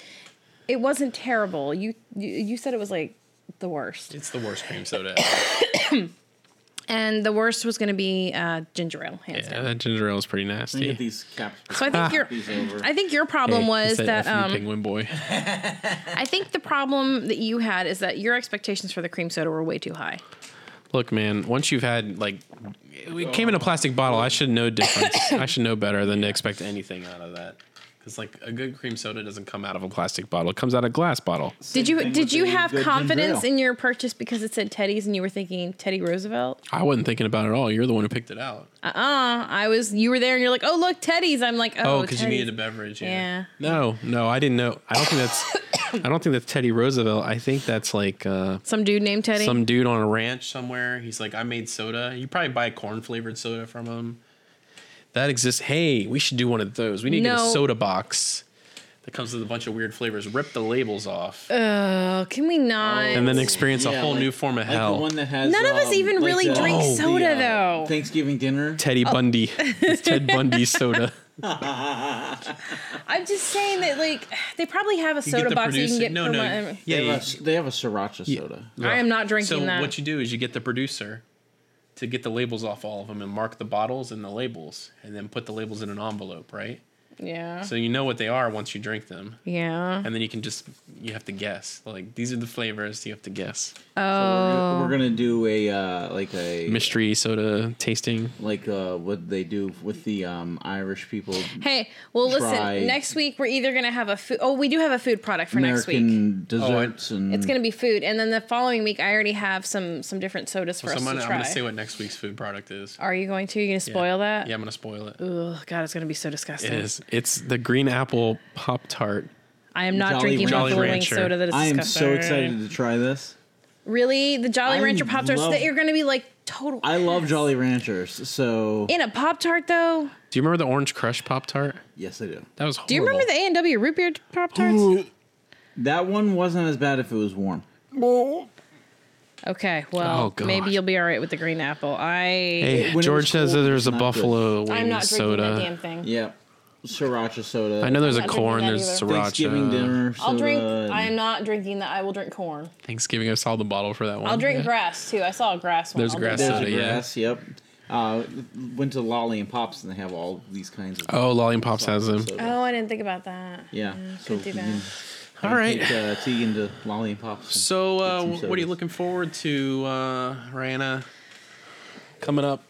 [SPEAKER 2] it wasn't terrible. You, you you said it was like the worst,
[SPEAKER 1] It's the worst cream [laughs] soda. ever.
[SPEAKER 2] and the worst was going to be uh, ginger ale, hands
[SPEAKER 1] yeah,
[SPEAKER 2] down.
[SPEAKER 1] that ginger ale is pretty nasty.
[SPEAKER 3] Get these caps.
[SPEAKER 2] So I think your
[SPEAKER 3] These over.
[SPEAKER 2] I think your problem
[SPEAKER 1] Hey,
[SPEAKER 2] was
[SPEAKER 1] it's
[SPEAKER 2] that
[SPEAKER 1] effing
[SPEAKER 2] um,
[SPEAKER 1] penguin boy.
[SPEAKER 2] I think the problem that you had is that your expectations for the cream soda were way too high.
[SPEAKER 1] Look, man, once you've had like it came in a plastic bottle, I should know
[SPEAKER 2] [laughs]
[SPEAKER 1] difference. I should know better than to expect anything out of that. Cuz like a good cream soda doesn't come out of a plastic bottle. It comes out of a glass bottle.
[SPEAKER 2] Did you
[SPEAKER 3] thing
[SPEAKER 2] did
[SPEAKER 3] with
[SPEAKER 2] you
[SPEAKER 3] the
[SPEAKER 2] have
[SPEAKER 3] good ginger
[SPEAKER 2] confidence
[SPEAKER 3] ale.
[SPEAKER 2] in your purchase because it said Teddy's and you were thinking Teddy Roosevelt?
[SPEAKER 1] I wasn't thinking about it at all. You're the one who picked it out.
[SPEAKER 2] uh I was you were there and you're like, "Oh, look, Teddy's." I'm like, "Oh,
[SPEAKER 1] Oh, cuz you
[SPEAKER 2] Teddy's."
[SPEAKER 1] needed a beverage, yeah.
[SPEAKER 2] Yeah.
[SPEAKER 1] No, no, I didn't know. I don't think
[SPEAKER 2] [coughs]
[SPEAKER 1] that's I don't think that's Teddy Roosevelt. I think that's like uh
[SPEAKER 2] some dude named Teddy.
[SPEAKER 1] some dude on a ranch somewhere. He's like, I made soda. You probably buy corn flavored soda from him. That exists. Hey, we should do one of those. We need to get a
[SPEAKER 2] No.
[SPEAKER 1] soda box that comes with a bunch of weird flavors. Rip the labels off
[SPEAKER 2] oh, can we not?
[SPEAKER 1] and then experience a
[SPEAKER 3] Yeah,
[SPEAKER 1] whole
[SPEAKER 3] like-
[SPEAKER 1] new form of
[SPEAKER 3] Like
[SPEAKER 1] hell.
[SPEAKER 3] the one that has.
[SPEAKER 2] None of us
[SPEAKER 3] um,
[SPEAKER 2] even
[SPEAKER 3] like
[SPEAKER 2] really
[SPEAKER 3] the-
[SPEAKER 2] drink
[SPEAKER 1] Oh,
[SPEAKER 2] soda
[SPEAKER 3] the, uh,
[SPEAKER 2] though.
[SPEAKER 3] Thanksgiving dinner.
[SPEAKER 1] Teddy
[SPEAKER 2] Oh.
[SPEAKER 1] Bundy. It's Ted
[SPEAKER 2] [laughs]
[SPEAKER 1] Bundy's soda.
[SPEAKER 2] I'm just saying that like they probably have a
[SPEAKER 1] You
[SPEAKER 2] soda box you
[SPEAKER 1] producer-
[SPEAKER 2] can get
[SPEAKER 1] no,
[SPEAKER 2] from
[SPEAKER 1] no.
[SPEAKER 2] a-
[SPEAKER 1] Yeah,
[SPEAKER 3] They
[SPEAKER 1] yeah.
[SPEAKER 3] have, a, they have a sriracha soda.
[SPEAKER 1] Yeah.
[SPEAKER 2] I am not drinking
[SPEAKER 1] so
[SPEAKER 2] that.
[SPEAKER 1] what you do is you get the producer to get the labels off all of them and mark the bottles and the labels and then put the labels in an envelope, right?
[SPEAKER 2] Yeah.
[SPEAKER 1] So you know what they are once you drink them.
[SPEAKER 2] yeah.
[SPEAKER 1] and then you can just you have to guess like these are the flavors you have to guess
[SPEAKER 2] Oh.
[SPEAKER 3] So we're, we're gonna do a uh, like a
[SPEAKER 1] mystery soda tasting
[SPEAKER 3] like uh, what they do with the um, Irish people.
[SPEAKER 2] Hey, well,
[SPEAKER 3] Try-
[SPEAKER 2] listen. Next week we're either gonna have a food. Oh, we do have a food product for next week.
[SPEAKER 3] American
[SPEAKER 1] Oh,
[SPEAKER 3] desserts and
[SPEAKER 2] It's gonna be food, and then the following week I already have some some different sodas for
[SPEAKER 1] so
[SPEAKER 2] us
[SPEAKER 1] I'm gonna,
[SPEAKER 2] to
[SPEAKER 1] I'm
[SPEAKER 2] try. Uh,
[SPEAKER 1] gonna say what next week's food product is
[SPEAKER 2] Are you going to? You gonna spoil that?
[SPEAKER 1] yeah i'm gonna spoil it
[SPEAKER 2] Ugh, God, it's gonna be so disgusting.
[SPEAKER 1] it is it's the green apple pop tart
[SPEAKER 2] I am not
[SPEAKER 3] Jolly
[SPEAKER 2] drinking
[SPEAKER 3] Rancher.
[SPEAKER 2] buffalo wing
[SPEAKER 1] Rancher.
[SPEAKER 2] soda that is
[SPEAKER 3] I am
[SPEAKER 2] disgusting.
[SPEAKER 3] so excited to try this.
[SPEAKER 2] Really, the Jolly
[SPEAKER 3] I
[SPEAKER 2] Rancher pop tarts
[SPEAKER 3] love-
[SPEAKER 2] that you're gonna be like total.
[SPEAKER 3] I love Jolly Ranchers, so
[SPEAKER 2] in a pop tart though.
[SPEAKER 1] do you remember the orange crush pop tart
[SPEAKER 3] yes, I do.
[SPEAKER 1] that was horrible
[SPEAKER 2] Do you remember the A and W root beer pop tarts? [laughs]
[SPEAKER 3] That one wasn't as bad if it was warm.
[SPEAKER 2] Okay, well
[SPEAKER 1] Oh, God.
[SPEAKER 2] maybe you'll be all right with the green apple. I
[SPEAKER 1] hey
[SPEAKER 3] when it
[SPEAKER 1] george
[SPEAKER 3] was
[SPEAKER 1] says
[SPEAKER 3] cold,
[SPEAKER 1] that
[SPEAKER 3] it
[SPEAKER 1] there's
[SPEAKER 3] was
[SPEAKER 1] a
[SPEAKER 3] not good.
[SPEAKER 1] buffalo wing
[SPEAKER 2] I'm not drinking that damn
[SPEAKER 1] soda
[SPEAKER 2] thing.
[SPEAKER 3] Yeah, sriracha soda.
[SPEAKER 1] i know there's a
[SPEAKER 2] not drinking
[SPEAKER 1] corn
[SPEAKER 2] that
[SPEAKER 1] there's
[SPEAKER 2] either.
[SPEAKER 1] sriracha
[SPEAKER 3] Thanksgiving dinner. Soda,
[SPEAKER 2] I'll drink.
[SPEAKER 3] and-
[SPEAKER 2] I am not drinking that. I will drink corn.
[SPEAKER 1] thanksgiving i saw the bottle for that one
[SPEAKER 2] I'll drink
[SPEAKER 1] Yeah.
[SPEAKER 2] grass too. I saw a grass one.
[SPEAKER 1] There's
[SPEAKER 2] I'll
[SPEAKER 1] grass
[SPEAKER 2] drink
[SPEAKER 3] There's
[SPEAKER 1] soda,
[SPEAKER 3] a
[SPEAKER 1] yeah.
[SPEAKER 3] grass. Yep. Uh, went to Lolly and Pops, and they have all these kinds of.
[SPEAKER 1] oh lollipops has them
[SPEAKER 2] that. Oh, I didn't think about that.
[SPEAKER 3] Yeah. So
[SPEAKER 2] could do
[SPEAKER 3] we
[SPEAKER 2] that.
[SPEAKER 3] can-
[SPEAKER 1] all right
[SPEAKER 3] Take, uh, Tegan to Lolly and Pops. and
[SPEAKER 1] So, uh,
[SPEAKER 3] some
[SPEAKER 1] what are you
[SPEAKER 3] sodas.
[SPEAKER 1] looking forward to, uh, Rihanna? Coming up.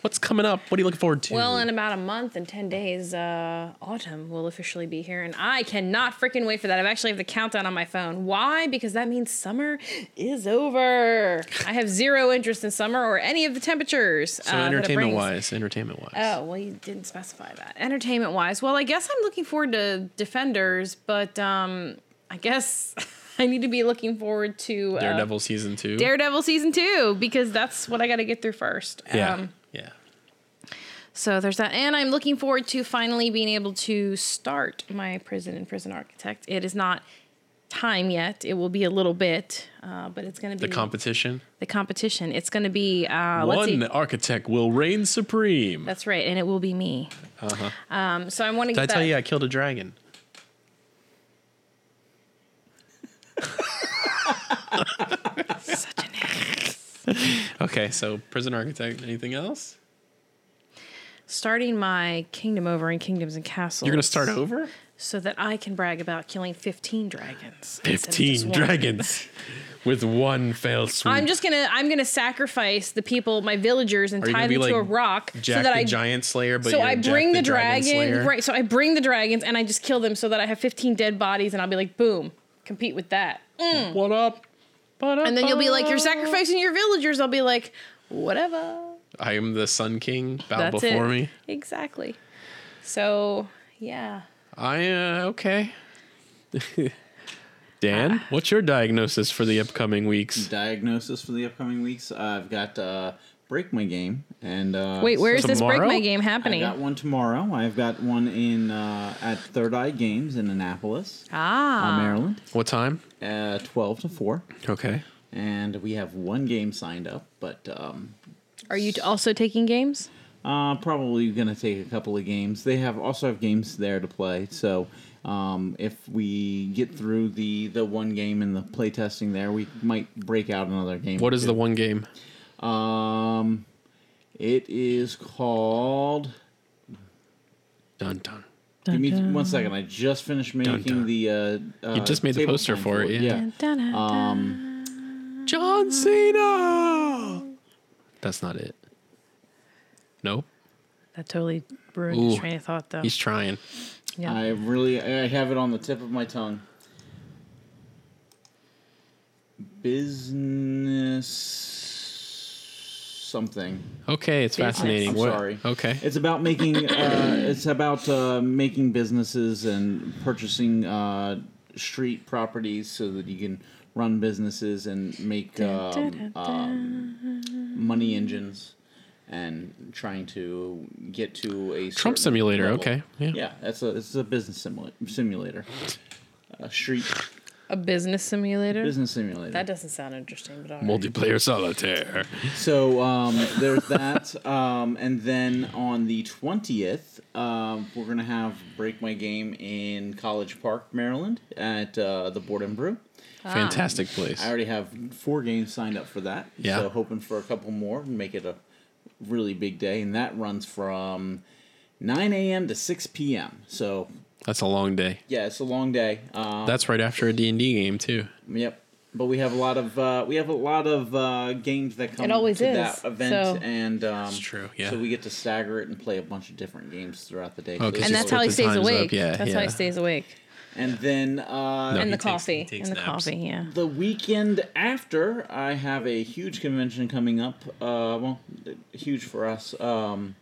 [SPEAKER 1] What's coming up? What are you looking forward to?
[SPEAKER 2] Well, uh, in about a month and 10 days, uh, autumn will officially be here, and I cannot freaking wait for that. I've actually have the countdown on my phone. Why? Because that means summer is over. I have zero interest in summer or any of the temperatures. uh,
[SPEAKER 1] so, entertainment wise, entertainment wise.
[SPEAKER 2] Oh, well, you didn't specify that. Entertainment wise, well, I guess I'm looking forward to Defenders, but um, I guess [laughs] I need to be looking forward to uh,
[SPEAKER 1] Daredevil season two.
[SPEAKER 2] Daredevil season two because that's what I got to get through first.
[SPEAKER 1] yeah.
[SPEAKER 2] Um,
[SPEAKER 1] yeah.
[SPEAKER 2] so there's that. And I'm looking forward to finally being able to start my prison and prison architect. It is not time yet. It will be a little bit, uh, but it's going to
[SPEAKER 1] The
[SPEAKER 2] be
[SPEAKER 1] competition.
[SPEAKER 2] the competition. It's going to be uh, let's
[SPEAKER 1] One
[SPEAKER 2] see.
[SPEAKER 1] architect will reign supreme.
[SPEAKER 2] That's right, and it will be me. Um, so I want
[SPEAKER 1] Uh-huh.
[SPEAKER 2] to
[SPEAKER 1] Did I
[SPEAKER 2] get
[SPEAKER 1] tell
[SPEAKER 2] that.
[SPEAKER 1] you I killed a
[SPEAKER 2] [laughs]
[SPEAKER 1] dragon? [laughs]
[SPEAKER 2] Such an ass.
[SPEAKER 1] Okay, so prison architect. Anything else?
[SPEAKER 2] starting my kingdom over in Kingdoms and Castles.
[SPEAKER 1] You're gonna start over.
[SPEAKER 2] so that I can brag about killing fifteen dragons. instead of just
[SPEAKER 1] 15
[SPEAKER 2] one.
[SPEAKER 1] dragons with one failed swoop.
[SPEAKER 2] I'm just gonna I'm gonna sacrifice the people, my villagers, and
[SPEAKER 1] you
[SPEAKER 2] tie
[SPEAKER 1] gonna be
[SPEAKER 2] them to a
[SPEAKER 1] like
[SPEAKER 2] rock
[SPEAKER 1] Jack
[SPEAKER 2] so that
[SPEAKER 1] the
[SPEAKER 2] I
[SPEAKER 1] Giant Slayer, but
[SPEAKER 2] so
[SPEAKER 1] you're
[SPEAKER 2] I
[SPEAKER 1] Jack
[SPEAKER 2] bring the,
[SPEAKER 1] Dragon
[SPEAKER 2] dragon,
[SPEAKER 1] Slayer.
[SPEAKER 2] right? So I bring the dragons and I just kill them so that I have 15 dead bodies, and I'll be like, boom, compete with that.
[SPEAKER 1] What up?
[SPEAKER 2] And then you'll be like, you're sacrificing your villagers. I'll be like, whatever.
[SPEAKER 1] I am the Sun King. Bow
[SPEAKER 2] That's
[SPEAKER 1] before
[SPEAKER 2] it.
[SPEAKER 1] me.
[SPEAKER 2] Exactly. So yeah,
[SPEAKER 1] I uh, okay. [laughs] Dan,
[SPEAKER 2] Ah.
[SPEAKER 1] what's your diagnosis for the upcoming weeks?
[SPEAKER 3] Diagnosis for the upcoming weeks. I've got uh, break my game and uh,
[SPEAKER 2] wait, where is
[SPEAKER 1] So
[SPEAKER 2] this break
[SPEAKER 1] tomorrow?
[SPEAKER 2] my game
[SPEAKER 3] I
[SPEAKER 2] happening?
[SPEAKER 3] got one tomorrow. I've got one in uh, at Third Eye Games in Annapolis, uh,
[SPEAKER 2] Ah,
[SPEAKER 3] Maryland,
[SPEAKER 1] What time?
[SPEAKER 3] uh, twelve to four.
[SPEAKER 1] Okay.
[SPEAKER 3] And we have one game signed up, but um,
[SPEAKER 2] are you t- also taking games?
[SPEAKER 3] Uh, probably gonna take a couple of games. They have also have games there to play. So um, if we get through the the one game and the play testing there, we might break out another game.
[SPEAKER 1] What is the one game?
[SPEAKER 3] the um? It is called.
[SPEAKER 1] Dun dun.
[SPEAKER 3] Give me one second. I just finished making
[SPEAKER 1] dun.
[SPEAKER 3] the. Uh, uh,
[SPEAKER 1] You just made the
[SPEAKER 3] table
[SPEAKER 1] poster
[SPEAKER 3] plan
[SPEAKER 1] for it, yeah.
[SPEAKER 2] Dun, dun, dun, dun.
[SPEAKER 3] Um,
[SPEAKER 1] John Cena. That's not it. Nope.
[SPEAKER 2] that totally ruined his
[SPEAKER 1] Ooh.
[SPEAKER 2] train of thought, though.
[SPEAKER 1] He's um, trying.
[SPEAKER 2] Yeah.
[SPEAKER 3] I really I have it on the tip of my tongue. Business something.
[SPEAKER 1] Okay, it's
[SPEAKER 2] Business.
[SPEAKER 1] fascinating.
[SPEAKER 3] I'm
[SPEAKER 1] What-
[SPEAKER 3] sorry.
[SPEAKER 1] Okay.
[SPEAKER 3] It's about making. Uh, it's about uh, making businesses and purchasing uh, street properties so that you can run businesses and make um, um, money engines and trying to get to a
[SPEAKER 1] Trump
[SPEAKER 3] certain
[SPEAKER 1] simulator.
[SPEAKER 3] level.
[SPEAKER 1] Okay. Yeah.
[SPEAKER 3] Yeah, that's a it's a business simula- simulator, a street
[SPEAKER 2] a business simulator.
[SPEAKER 3] business simulator.
[SPEAKER 2] That doesn't sound interesting, but all right.
[SPEAKER 1] Multiplayer solitaire.
[SPEAKER 3] So um, there's that, um, and then on the twentieth, um, we're gonna have break my game in College Park, Maryland, at uh, the Board and Brew.
[SPEAKER 1] Fantastic place.
[SPEAKER 3] I already have four games signed up for that.
[SPEAKER 1] Yeah.
[SPEAKER 3] So hoping for a couple more and make it a really big day, and that runs from nine a.m. to six p.m. So
[SPEAKER 1] That's a long day.
[SPEAKER 3] yeah, it's a long day. Um,
[SPEAKER 1] That's right after a D&D game too.
[SPEAKER 3] Yep. But we have a lot of uh, we have a lot of uh, games that come
[SPEAKER 2] It always
[SPEAKER 3] to
[SPEAKER 2] is,
[SPEAKER 3] that event,
[SPEAKER 2] so-
[SPEAKER 3] and um, that's
[SPEAKER 1] true, yeah.
[SPEAKER 3] So we get to stagger it and play a bunch of different games throughout the day. So
[SPEAKER 1] Okay,
[SPEAKER 3] it's
[SPEAKER 2] and
[SPEAKER 1] Just
[SPEAKER 2] that's
[SPEAKER 1] split
[SPEAKER 2] how he
[SPEAKER 1] the
[SPEAKER 2] stays
[SPEAKER 1] times up,
[SPEAKER 2] awake.
[SPEAKER 1] yeah,
[SPEAKER 2] that's how
[SPEAKER 1] yeah.
[SPEAKER 2] he stays awake.
[SPEAKER 3] and then uh,
[SPEAKER 1] No. He
[SPEAKER 2] And the
[SPEAKER 1] takes-
[SPEAKER 2] coffee.
[SPEAKER 1] he takes
[SPEAKER 2] and the
[SPEAKER 1] naps.
[SPEAKER 2] coffee, yeah.
[SPEAKER 3] the weekend after, I have a huge convention coming up. Uh, well, huge for us. Um,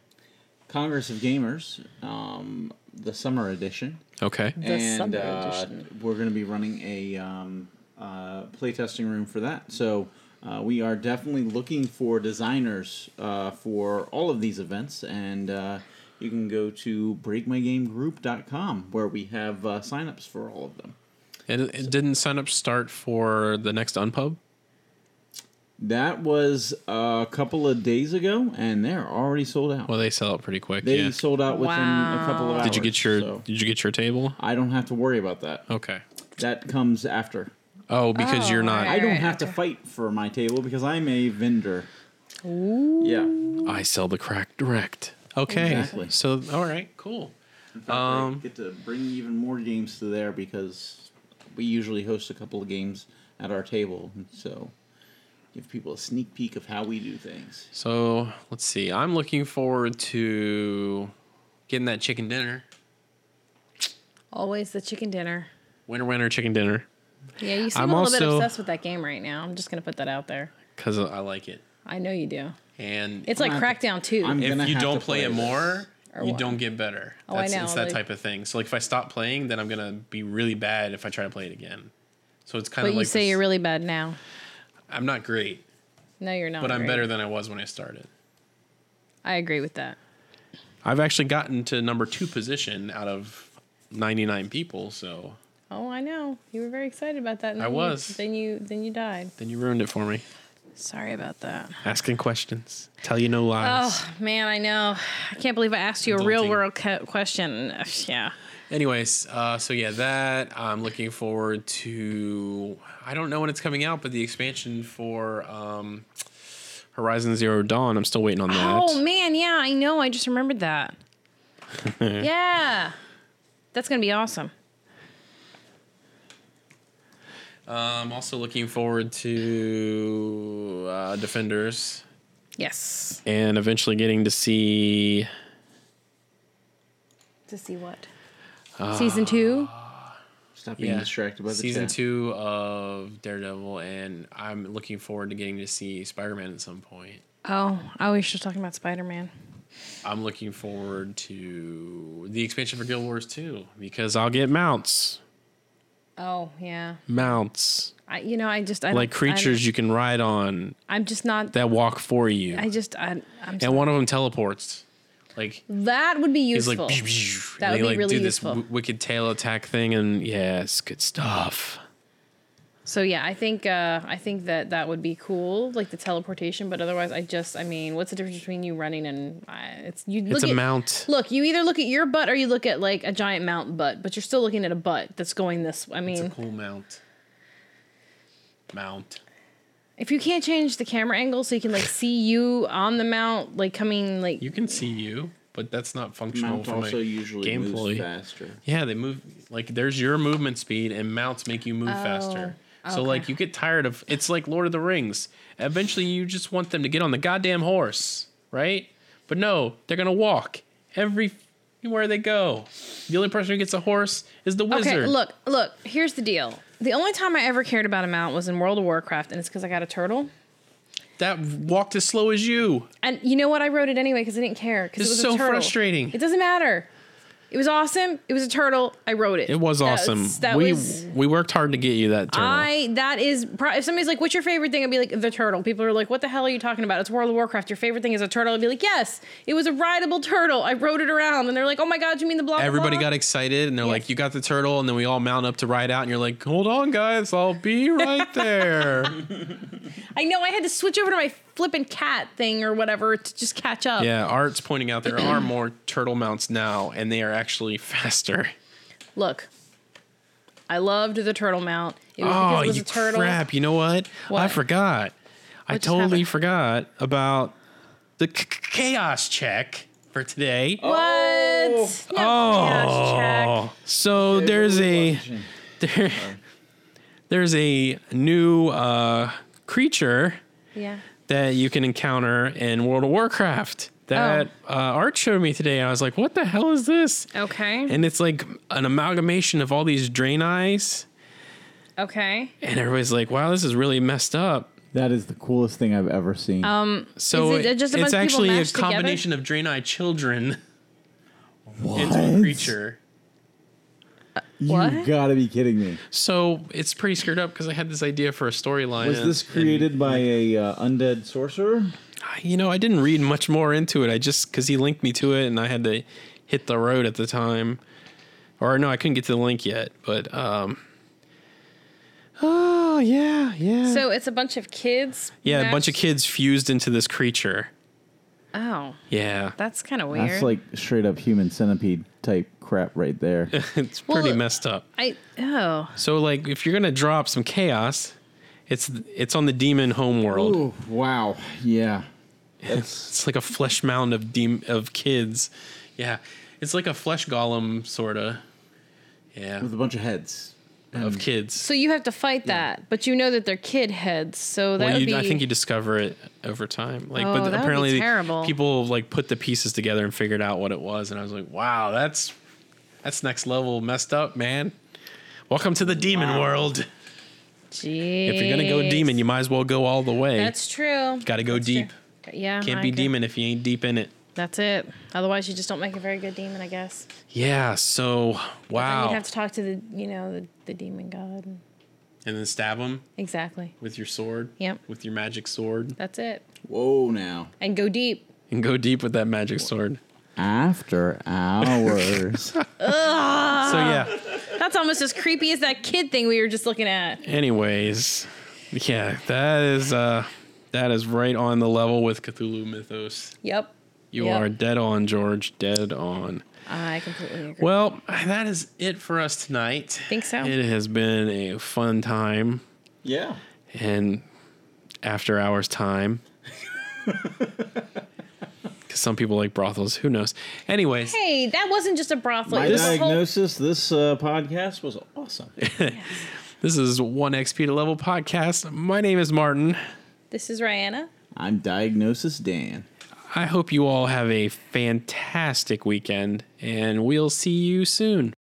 [SPEAKER 3] Congress of Gamers, um, the summer edition.
[SPEAKER 1] Okay.
[SPEAKER 2] The
[SPEAKER 3] and
[SPEAKER 2] summer
[SPEAKER 3] uh,
[SPEAKER 2] edition.
[SPEAKER 3] we're going to be running a um, uh, playtesting room for that. So uh, we are definitely looking for designers uh, for all of these events, and uh, you can go to breakmygamegroup.com where we have uh, signups for all of them.
[SPEAKER 1] And it- it didn't sign up start for the next unpub?
[SPEAKER 3] That was a couple of days ago, and they're already sold out.
[SPEAKER 1] Well, they sell out pretty quick.
[SPEAKER 3] they
[SPEAKER 1] yeah.
[SPEAKER 3] sold out within a couple of hours.
[SPEAKER 1] Did you get your
[SPEAKER 3] so
[SPEAKER 1] Did you get your table?
[SPEAKER 3] I don't have to worry about that.
[SPEAKER 1] Okay.
[SPEAKER 3] That comes after.
[SPEAKER 1] Oh, because
[SPEAKER 2] Oh,
[SPEAKER 1] you're not.
[SPEAKER 3] I
[SPEAKER 2] alright.
[SPEAKER 3] don't
[SPEAKER 2] Alright,
[SPEAKER 3] have to fight for my table because I'm a vendor. Yeah.
[SPEAKER 1] I sell the crack direct. Okay.
[SPEAKER 3] Exactly.
[SPEAKER 1] So, all right, cool.
[SPEAKER 3] Um, get to bring even more games to there because we usually host a couple of games at our table. and So give people a sneak peek of how we do things.
[SPEAKER 1] So let's see. I'm looking forward to getting that chicken dinner.
[SPEAKER 2] Always the chicken dinner.
[SPEAKER 1] Winter, winter chicken dinner
[SPEAKER 2] Yeah, you seem
[SPEAKER 1] I'm
[SPEAKER 2] a little bit
[SPEAKER 1] also-
[SPEAKER 2] obsessed with that game right now. I'm just gonna put that out there.
[SPEAKER 1] because I like it.
[SPEAKER 2] I know you do.
[SPEAKER 1] And
[SPEAKER 2] It's like
[SPEAKER 3] I'm not-
[SPEAKER 2] Crackdown 2.
[SPEAKER 3] I'm- gonna
[SPEAKER 1] if you
[SPEAKER 3] have
[SPEAKER 1] don't
[SPEAKER 3] to
[SPEAKER 1] play,
[SPEAKER 3] play
[SPEAKER 1] it
[SPEAKER 3] this.
[SPEAKER 1] more,
[SPEAKER 2] Or
[SPEAKER 1] you
[SPEAKER 2] what?
[SPEAKER 1] don't get better.
[SPEAKER 2] Oh, I
[SPEAKER 1] That's,
[SPEAKER 2] know,
[SPEAKER 1] It's that
[SPEAKER 2] like-
[SPEAKER 1] type of thing. So, like, if I stop playing, then I'm gonna be really bad if I try to play it again. So it's kind
[SPEAKER 2] but
[SPEAKER 1] of
[SPEAKER 2] you
[SPEAKER 1] like
[SPEAKER 2] say
[SPEAKER 1] this-
[SPEAKER 2] you're really bad now.
[SPEAKER 1] I'm not great,
[SPEAKER 2] No, you're not.
[SPEAKER 1] but I'm
[SPEAKER 2] right?
[SPEAKER 1] better than I was when I started.
[SPEAKER 2] I agree with that.
[SPEAKER 1] I've actually gotten to number two position out of 99 people. So
[SPEAKER 2] Oh, I know. You were very excited about that. And
[SPEAKER 1] I
[SPEAKER 2] then you-
[SPEAKER 1] was.
[SPEAKER 2] then you then you died.
[SPEAKER 1] then you ruined it for me.
[SPEAKER 2] Sorry about that.
[SPEAKER 1] Asking questions, tell you no lies.
[SPEAKER 2] Oh man, I know. I can't believe I asked you a
[SPEAKER 1] Adulting.
[SPEAKER 2] real world cu- question. [sighs] Yeah.
[SPEAKER 1] Anyways, uh, so yeah, that I'm looking forward to. I don't know when it's coming out, but the expansion for um, Horizon Zero Dawn. I'm still waiting on that.
[SPEAKER 2] Oh man, yeah, I know. I just remembered
[SPEAKER 1] [laughs]
[SPEAKER 2] that. yeah, that's gonna be awesome.
[SPEAKER 1] I'm also looking forward to uh, Defenders
[SPEAKER 2] Yes.
[SPEAKER 1] and eventually getting to see.
[SPEAKER 2] To see what? Season two.
[SPEAKER 3] Stop being distracted by the
[SPEAKER 1] season
[SPEAKER 3] chat.
[SPEAKER 1] two of Daredevil, and I'm looking forward to getting to see Spider Man at some point.
[SPEAKER 2] Oh, I was just talking about Spider Man.
[SPEAKER 1] I'm looking forward to the expansion for Guild Wars 2 because I'll get mounts,
[SPEAKER 2] Oh yeah.
[SPEAKER 1] mounts
[SPEAKER 2] I, you know, I just I
[SPEAKER 1] like
[SPEAKER 2] don't- I'm-
[SPEAKER 1] creatures you can ride on
[SPEAKER 2] I'm, just not.
[SPEAKER 1] that walk for you,
[SPEAKER 2] I just I, I'm.
[SPEAKER 1] and one of them teleports. Like
[SPEAKER 2] that would be
[SPEAKER 1] He's
[SPEAKER 2] useful.
[SPEAKER 1] like, "Pew, pew," and
[SPEAKER 2] That would
[SPEAKER 1] they
[SPEAKER 2] be
[SPEAKER 1] like
[SPEAKER 2] really
[SPEAKER 1] do this
[SPEAKER 2] useful.
[SPEAKER 1] w- wicked tail attack thing, and yeah, it's good stuff.
[SPEAKER 2] So yeah, I think uh, I think that that would be cool, like the teleportation. But otherwise, I just I mean, what's the difference between you running and uh, it's you look
[SPEAKER 1] It's a
[SPEAKER 2] at,
[SPEAKER 1] mount.
[SPEAKER 2] Look, you either look at your butt or you look at like a giant mountain butt, but you're still looking at a butt that's going this. I
[SPEAKER 1] It's a
[SPEAKER 2] mean,
[SPEAKER 1] cool mount. Mount.
[SPEAKER 2] if you can't change the camera angle so you can like see you on the mount, like coming like
[SPEAKER 1] You can see you, but that's not functional
[SPEAKER 3] Mount
[SPEAKER 1] for my
[SPEAKER 3] also usually
[SPEAKER 1] gameplay.
[SPEAKER 3] moves faster.
[SPEAKER 1] Yeah, they move like there's your movement speed, and mounts make you move faster.
[SPEAKER 2] Oh,
[SPEAKER 1] So like you get tired of it's like Lord of the Rings. Eventually, you just want them to get on the goddamn horse, right? But no, they're gonna walk every where they go. The only person who gets a horse is the wizard.
[SPEAKER 2] Okay, look, look, here's the deal. The only time I ever cared about a mount was in World of Warcraft, and it's because I got a turtle.
[SPEAKER 1] that walked as slow as you.
[SPEAKER 2] And you know what? I wrote it anyway because I didn't care. Because
[SPEAKER 1] It's
[SPEAKER 2] it
[SPEAKER 1] so
[SPEAKER 2] was a turtle.
[SPEAKER 1] frustrating.
[SPEAKER 2] It doesn't matter. It was awesome. It was a turtle. I wrote it.
[SPEAKER 1] It was
[SPEAKER 2] That
[SPEAKER 1] awesome.
[SPEAKER 2] that
[SPEAKER 1] we
[SPEAKER 2] was.
[SPEAKER 1] we worked hard to get you that turtle.
[SPEAKER 2] I that is pro- if somebody's like, "What's your favorite thing?" I'd be like, "The turtle." People are like, "What the hell are you talking about?" It's World of Warcraft. Your favorite thing is a turtle. I'd be like, "Yes, it was a rideable turtle. I rode it around." And they're like, "Oh my god, you mean the blah?" blah,
[SPEAKER 1] Everybody
[SPEAKER 2] blah?"
[SPEAKER 1] got excited and they're like, "You got the turtle," and then we all mount up to ride out, and you're like, "Hold on, guys, I'll be right
[SPEAKER 2] [laughs]
[SPEAKER 1] there."
[SPEAKER 2] I know. I had to switch over to my flippin' cat thing or whatever to just catch up.
[SPEAKER 1] yeah, Art's pointing out there are more turtle mounts now, and they are actually [laughs] faster.
[SPEAKER 2] Look, I loved the turtle mount. It was
[SPEAKER 1] Oh,
[SPEAKER 2] because it was
[SPEAKER 1] you
[SPEAKER 2] a turtle.
[SPEAKER 1] crap! You know what? I
[SPEAKER 2] What?
[SPEAKER 1] forgot. I
[SPEAKER 2] What just
[SPEAKER 1] totally
[SPEAKER 2] happened?
[SPEAKER 1] forgot about the c- c- chaos check for today.
[SPEAKER 2] What? No,
[SPEAKER 1] Oh.
[SPEAKER 2] gosh, Jack.
[SPEAKER 1] So there's a [laughs] there, there's a new uh, creature
[SPEAKER 2] Yeah.
[SPEAKER 1] that you can encounter in World of Warcraft that
[SPEAKER 2] Oh.
[SPEAKER 1] uh, Art showed me today. I was like, "What the hell is this?"
[SPEAKER 2] Okay.
[SPEAKER 1] And it's like an amalgamation of all these drain eyes,
[SPEAKER 2] okay.
[SPEAKER 1] and everybody's like, "Wow, this is really messed up."
[SPEAKER 3] That is the coolest thing I've ever seen.
[SPEAKER 1] So
[SPEAKER 2] Is it just a
[SPEAKER 1] it's
[SPEAKER 2] bunch of people
[SPEAKER 1] actually a
[SPEAKER 2] mashed together?
[SPEAKER 1] combination of drain eye children
[SPEAKER 3] what?
[SPEAKER 1] into a creature.
[SPEAKER 3] You
[SPEAKER 2] What?
[SPEAKER 3] gotta be kidding me.
[SPEAKER 1] So it's pretty screwed up because I had this idea for a storyline.
[SPEAKER 3] Was
[SPEAKER 1] and-
[SPEAKER 3] this created by a uh, undead sorcerer?
[SPEAKER 1] You know, I didn't read much more into it. I just because he linked me to it, and I had to hit the road at the time, or no, I couldn't get to the link yet. But um, oh yeah, yeah,
[SPEAKER 2] So it's a bunch of kids.
[SPEAKER 1] yeah. A bunch of
[SPEAKER 2] mashed-
[SPEAKER 1] kids fused into this creature.
[SPEAKER 2] Oh,
[SPEAKER 1] Yeah,
[SPEAKER 2] that's kind of weird.
[SPEAKER 3] That's like straight up human centipede type crap right there.
[SPEAKER 1] it's pretty
[SPEAKER 2] Well,
[SPEAKER 1] messed up.
[SPEAKER 2] I oh
[SPEAKER 1] So like, if you're gonna drop some chaos, it's it's on the demon homeworld.
[SPEAKER 3] Ooh, wow. Yeah. That's
[SPEAKER 1] It's like a flesh mound of dem- of kids. Yeah, it's like a flesh golem sorta. Yeah,
[SPEAKER 3] with a bunch of heads.
[SPEAKER 1] of kids.
[SPEAKER 2] so you have to fight that, but you know that they're kid heads, so that
[SPEAKER 1] well,
[SPEAKER 2] would
[SPEAKER 1] you,
[SPEAKER 2] be.
[SPEAKER 1] I think you discover it over time. Like,
[SPEAKER 2] Oh, that
[SPEAKER 1] but
[SPEAKER 2] would be
[SPEAKER 1] apparently,
[SPEAKER 2] terrible.
[SPEAKER 1] people like put the pieces together and figured out what it was, and I was like, "Wow, that's that's next level messed up, man." Welcome to the demon world. If you're gonna go
[SPEAKER 2] Jeez.
[SPEAKER 1] demon, you might as well go all the way.
[SPEAKER 2] that's true.
[SPEAKER 1] Got to go
[SPEAKER 2] That's
[SPEAKER 1] deep.
[SPEAKER 2] true. Yeah,
[SPEAKER 1] Can't
[SPEAKER 2] I
[SPEAKER 1] be
[SPEAKER 2] could-
[SPEAKER 1] demon if you ain't deep in it.
[SPEAKER 2] That's it. Otherwise, you just don't make a very good demon, I guess.
[SPEAKER 1] Yeah. So
[SPEAKER 2] Then
[SPEAKER 1] wow,
[SPEAKER 2] You'd have to talk to the, you know, the, the demon god. and-
[SPEAKER 1] and then stab him
[SPEAKER 2] Exactly.
[SPEAKER 1] with your sword.
[SPEAKER 2] Yep.
[SPEAKER 1] With your magic sword,
[SPEAKER 2] That's it.
[SPEAKER 3] Whoa now.
[SPEAKER 2] And go deep.
[SPEAKER 1] and go deep with that magic sword.
[SPEAKER 3] After hours.
[SPEAKER 1] So yeah.
[SPEAKER 2] That's almost as creepy as that kid thing we were just looking at.
[SPEAKER 1] Anyways, yeah, that is uh that is right on the level with Cthulhu mythos.
[SPEAKER 2] Yep.
[SPEAKER 1] You
[SPEAKER 2] Yep.
[SPEAKER 1] are dead on, George. Dead on.
[SPEAKER 2] I completely agree.
[SPEAKER 1] Well, that is it for us tonight.
[SPEAKER 2] Think so?
[SPEAKER 1] It has been a fun time
[SPEAKER 3] [laughs] yeah.
[SPEAKER 1] [laughs] and after hours time. Because some people like brothels. Who knows? Anyways,
[SPEAKER 2] Hey, that wasn't just a brothel.
[SPEAKER 3] My
[SPEAKER 2] it was a whole,
[SPEAKER 3] diagnosis. This uh, podcast was awesome.
[SPEAKER 1] this is one XP to level podcast. My name is Martin.
[SPEAKER 2] this is Rihanna.
[SPEAKER 3] I'm diagnosis Dan.
[SPEAKER 1] I hope you all have a fantastic weekend, and we'll see you soon.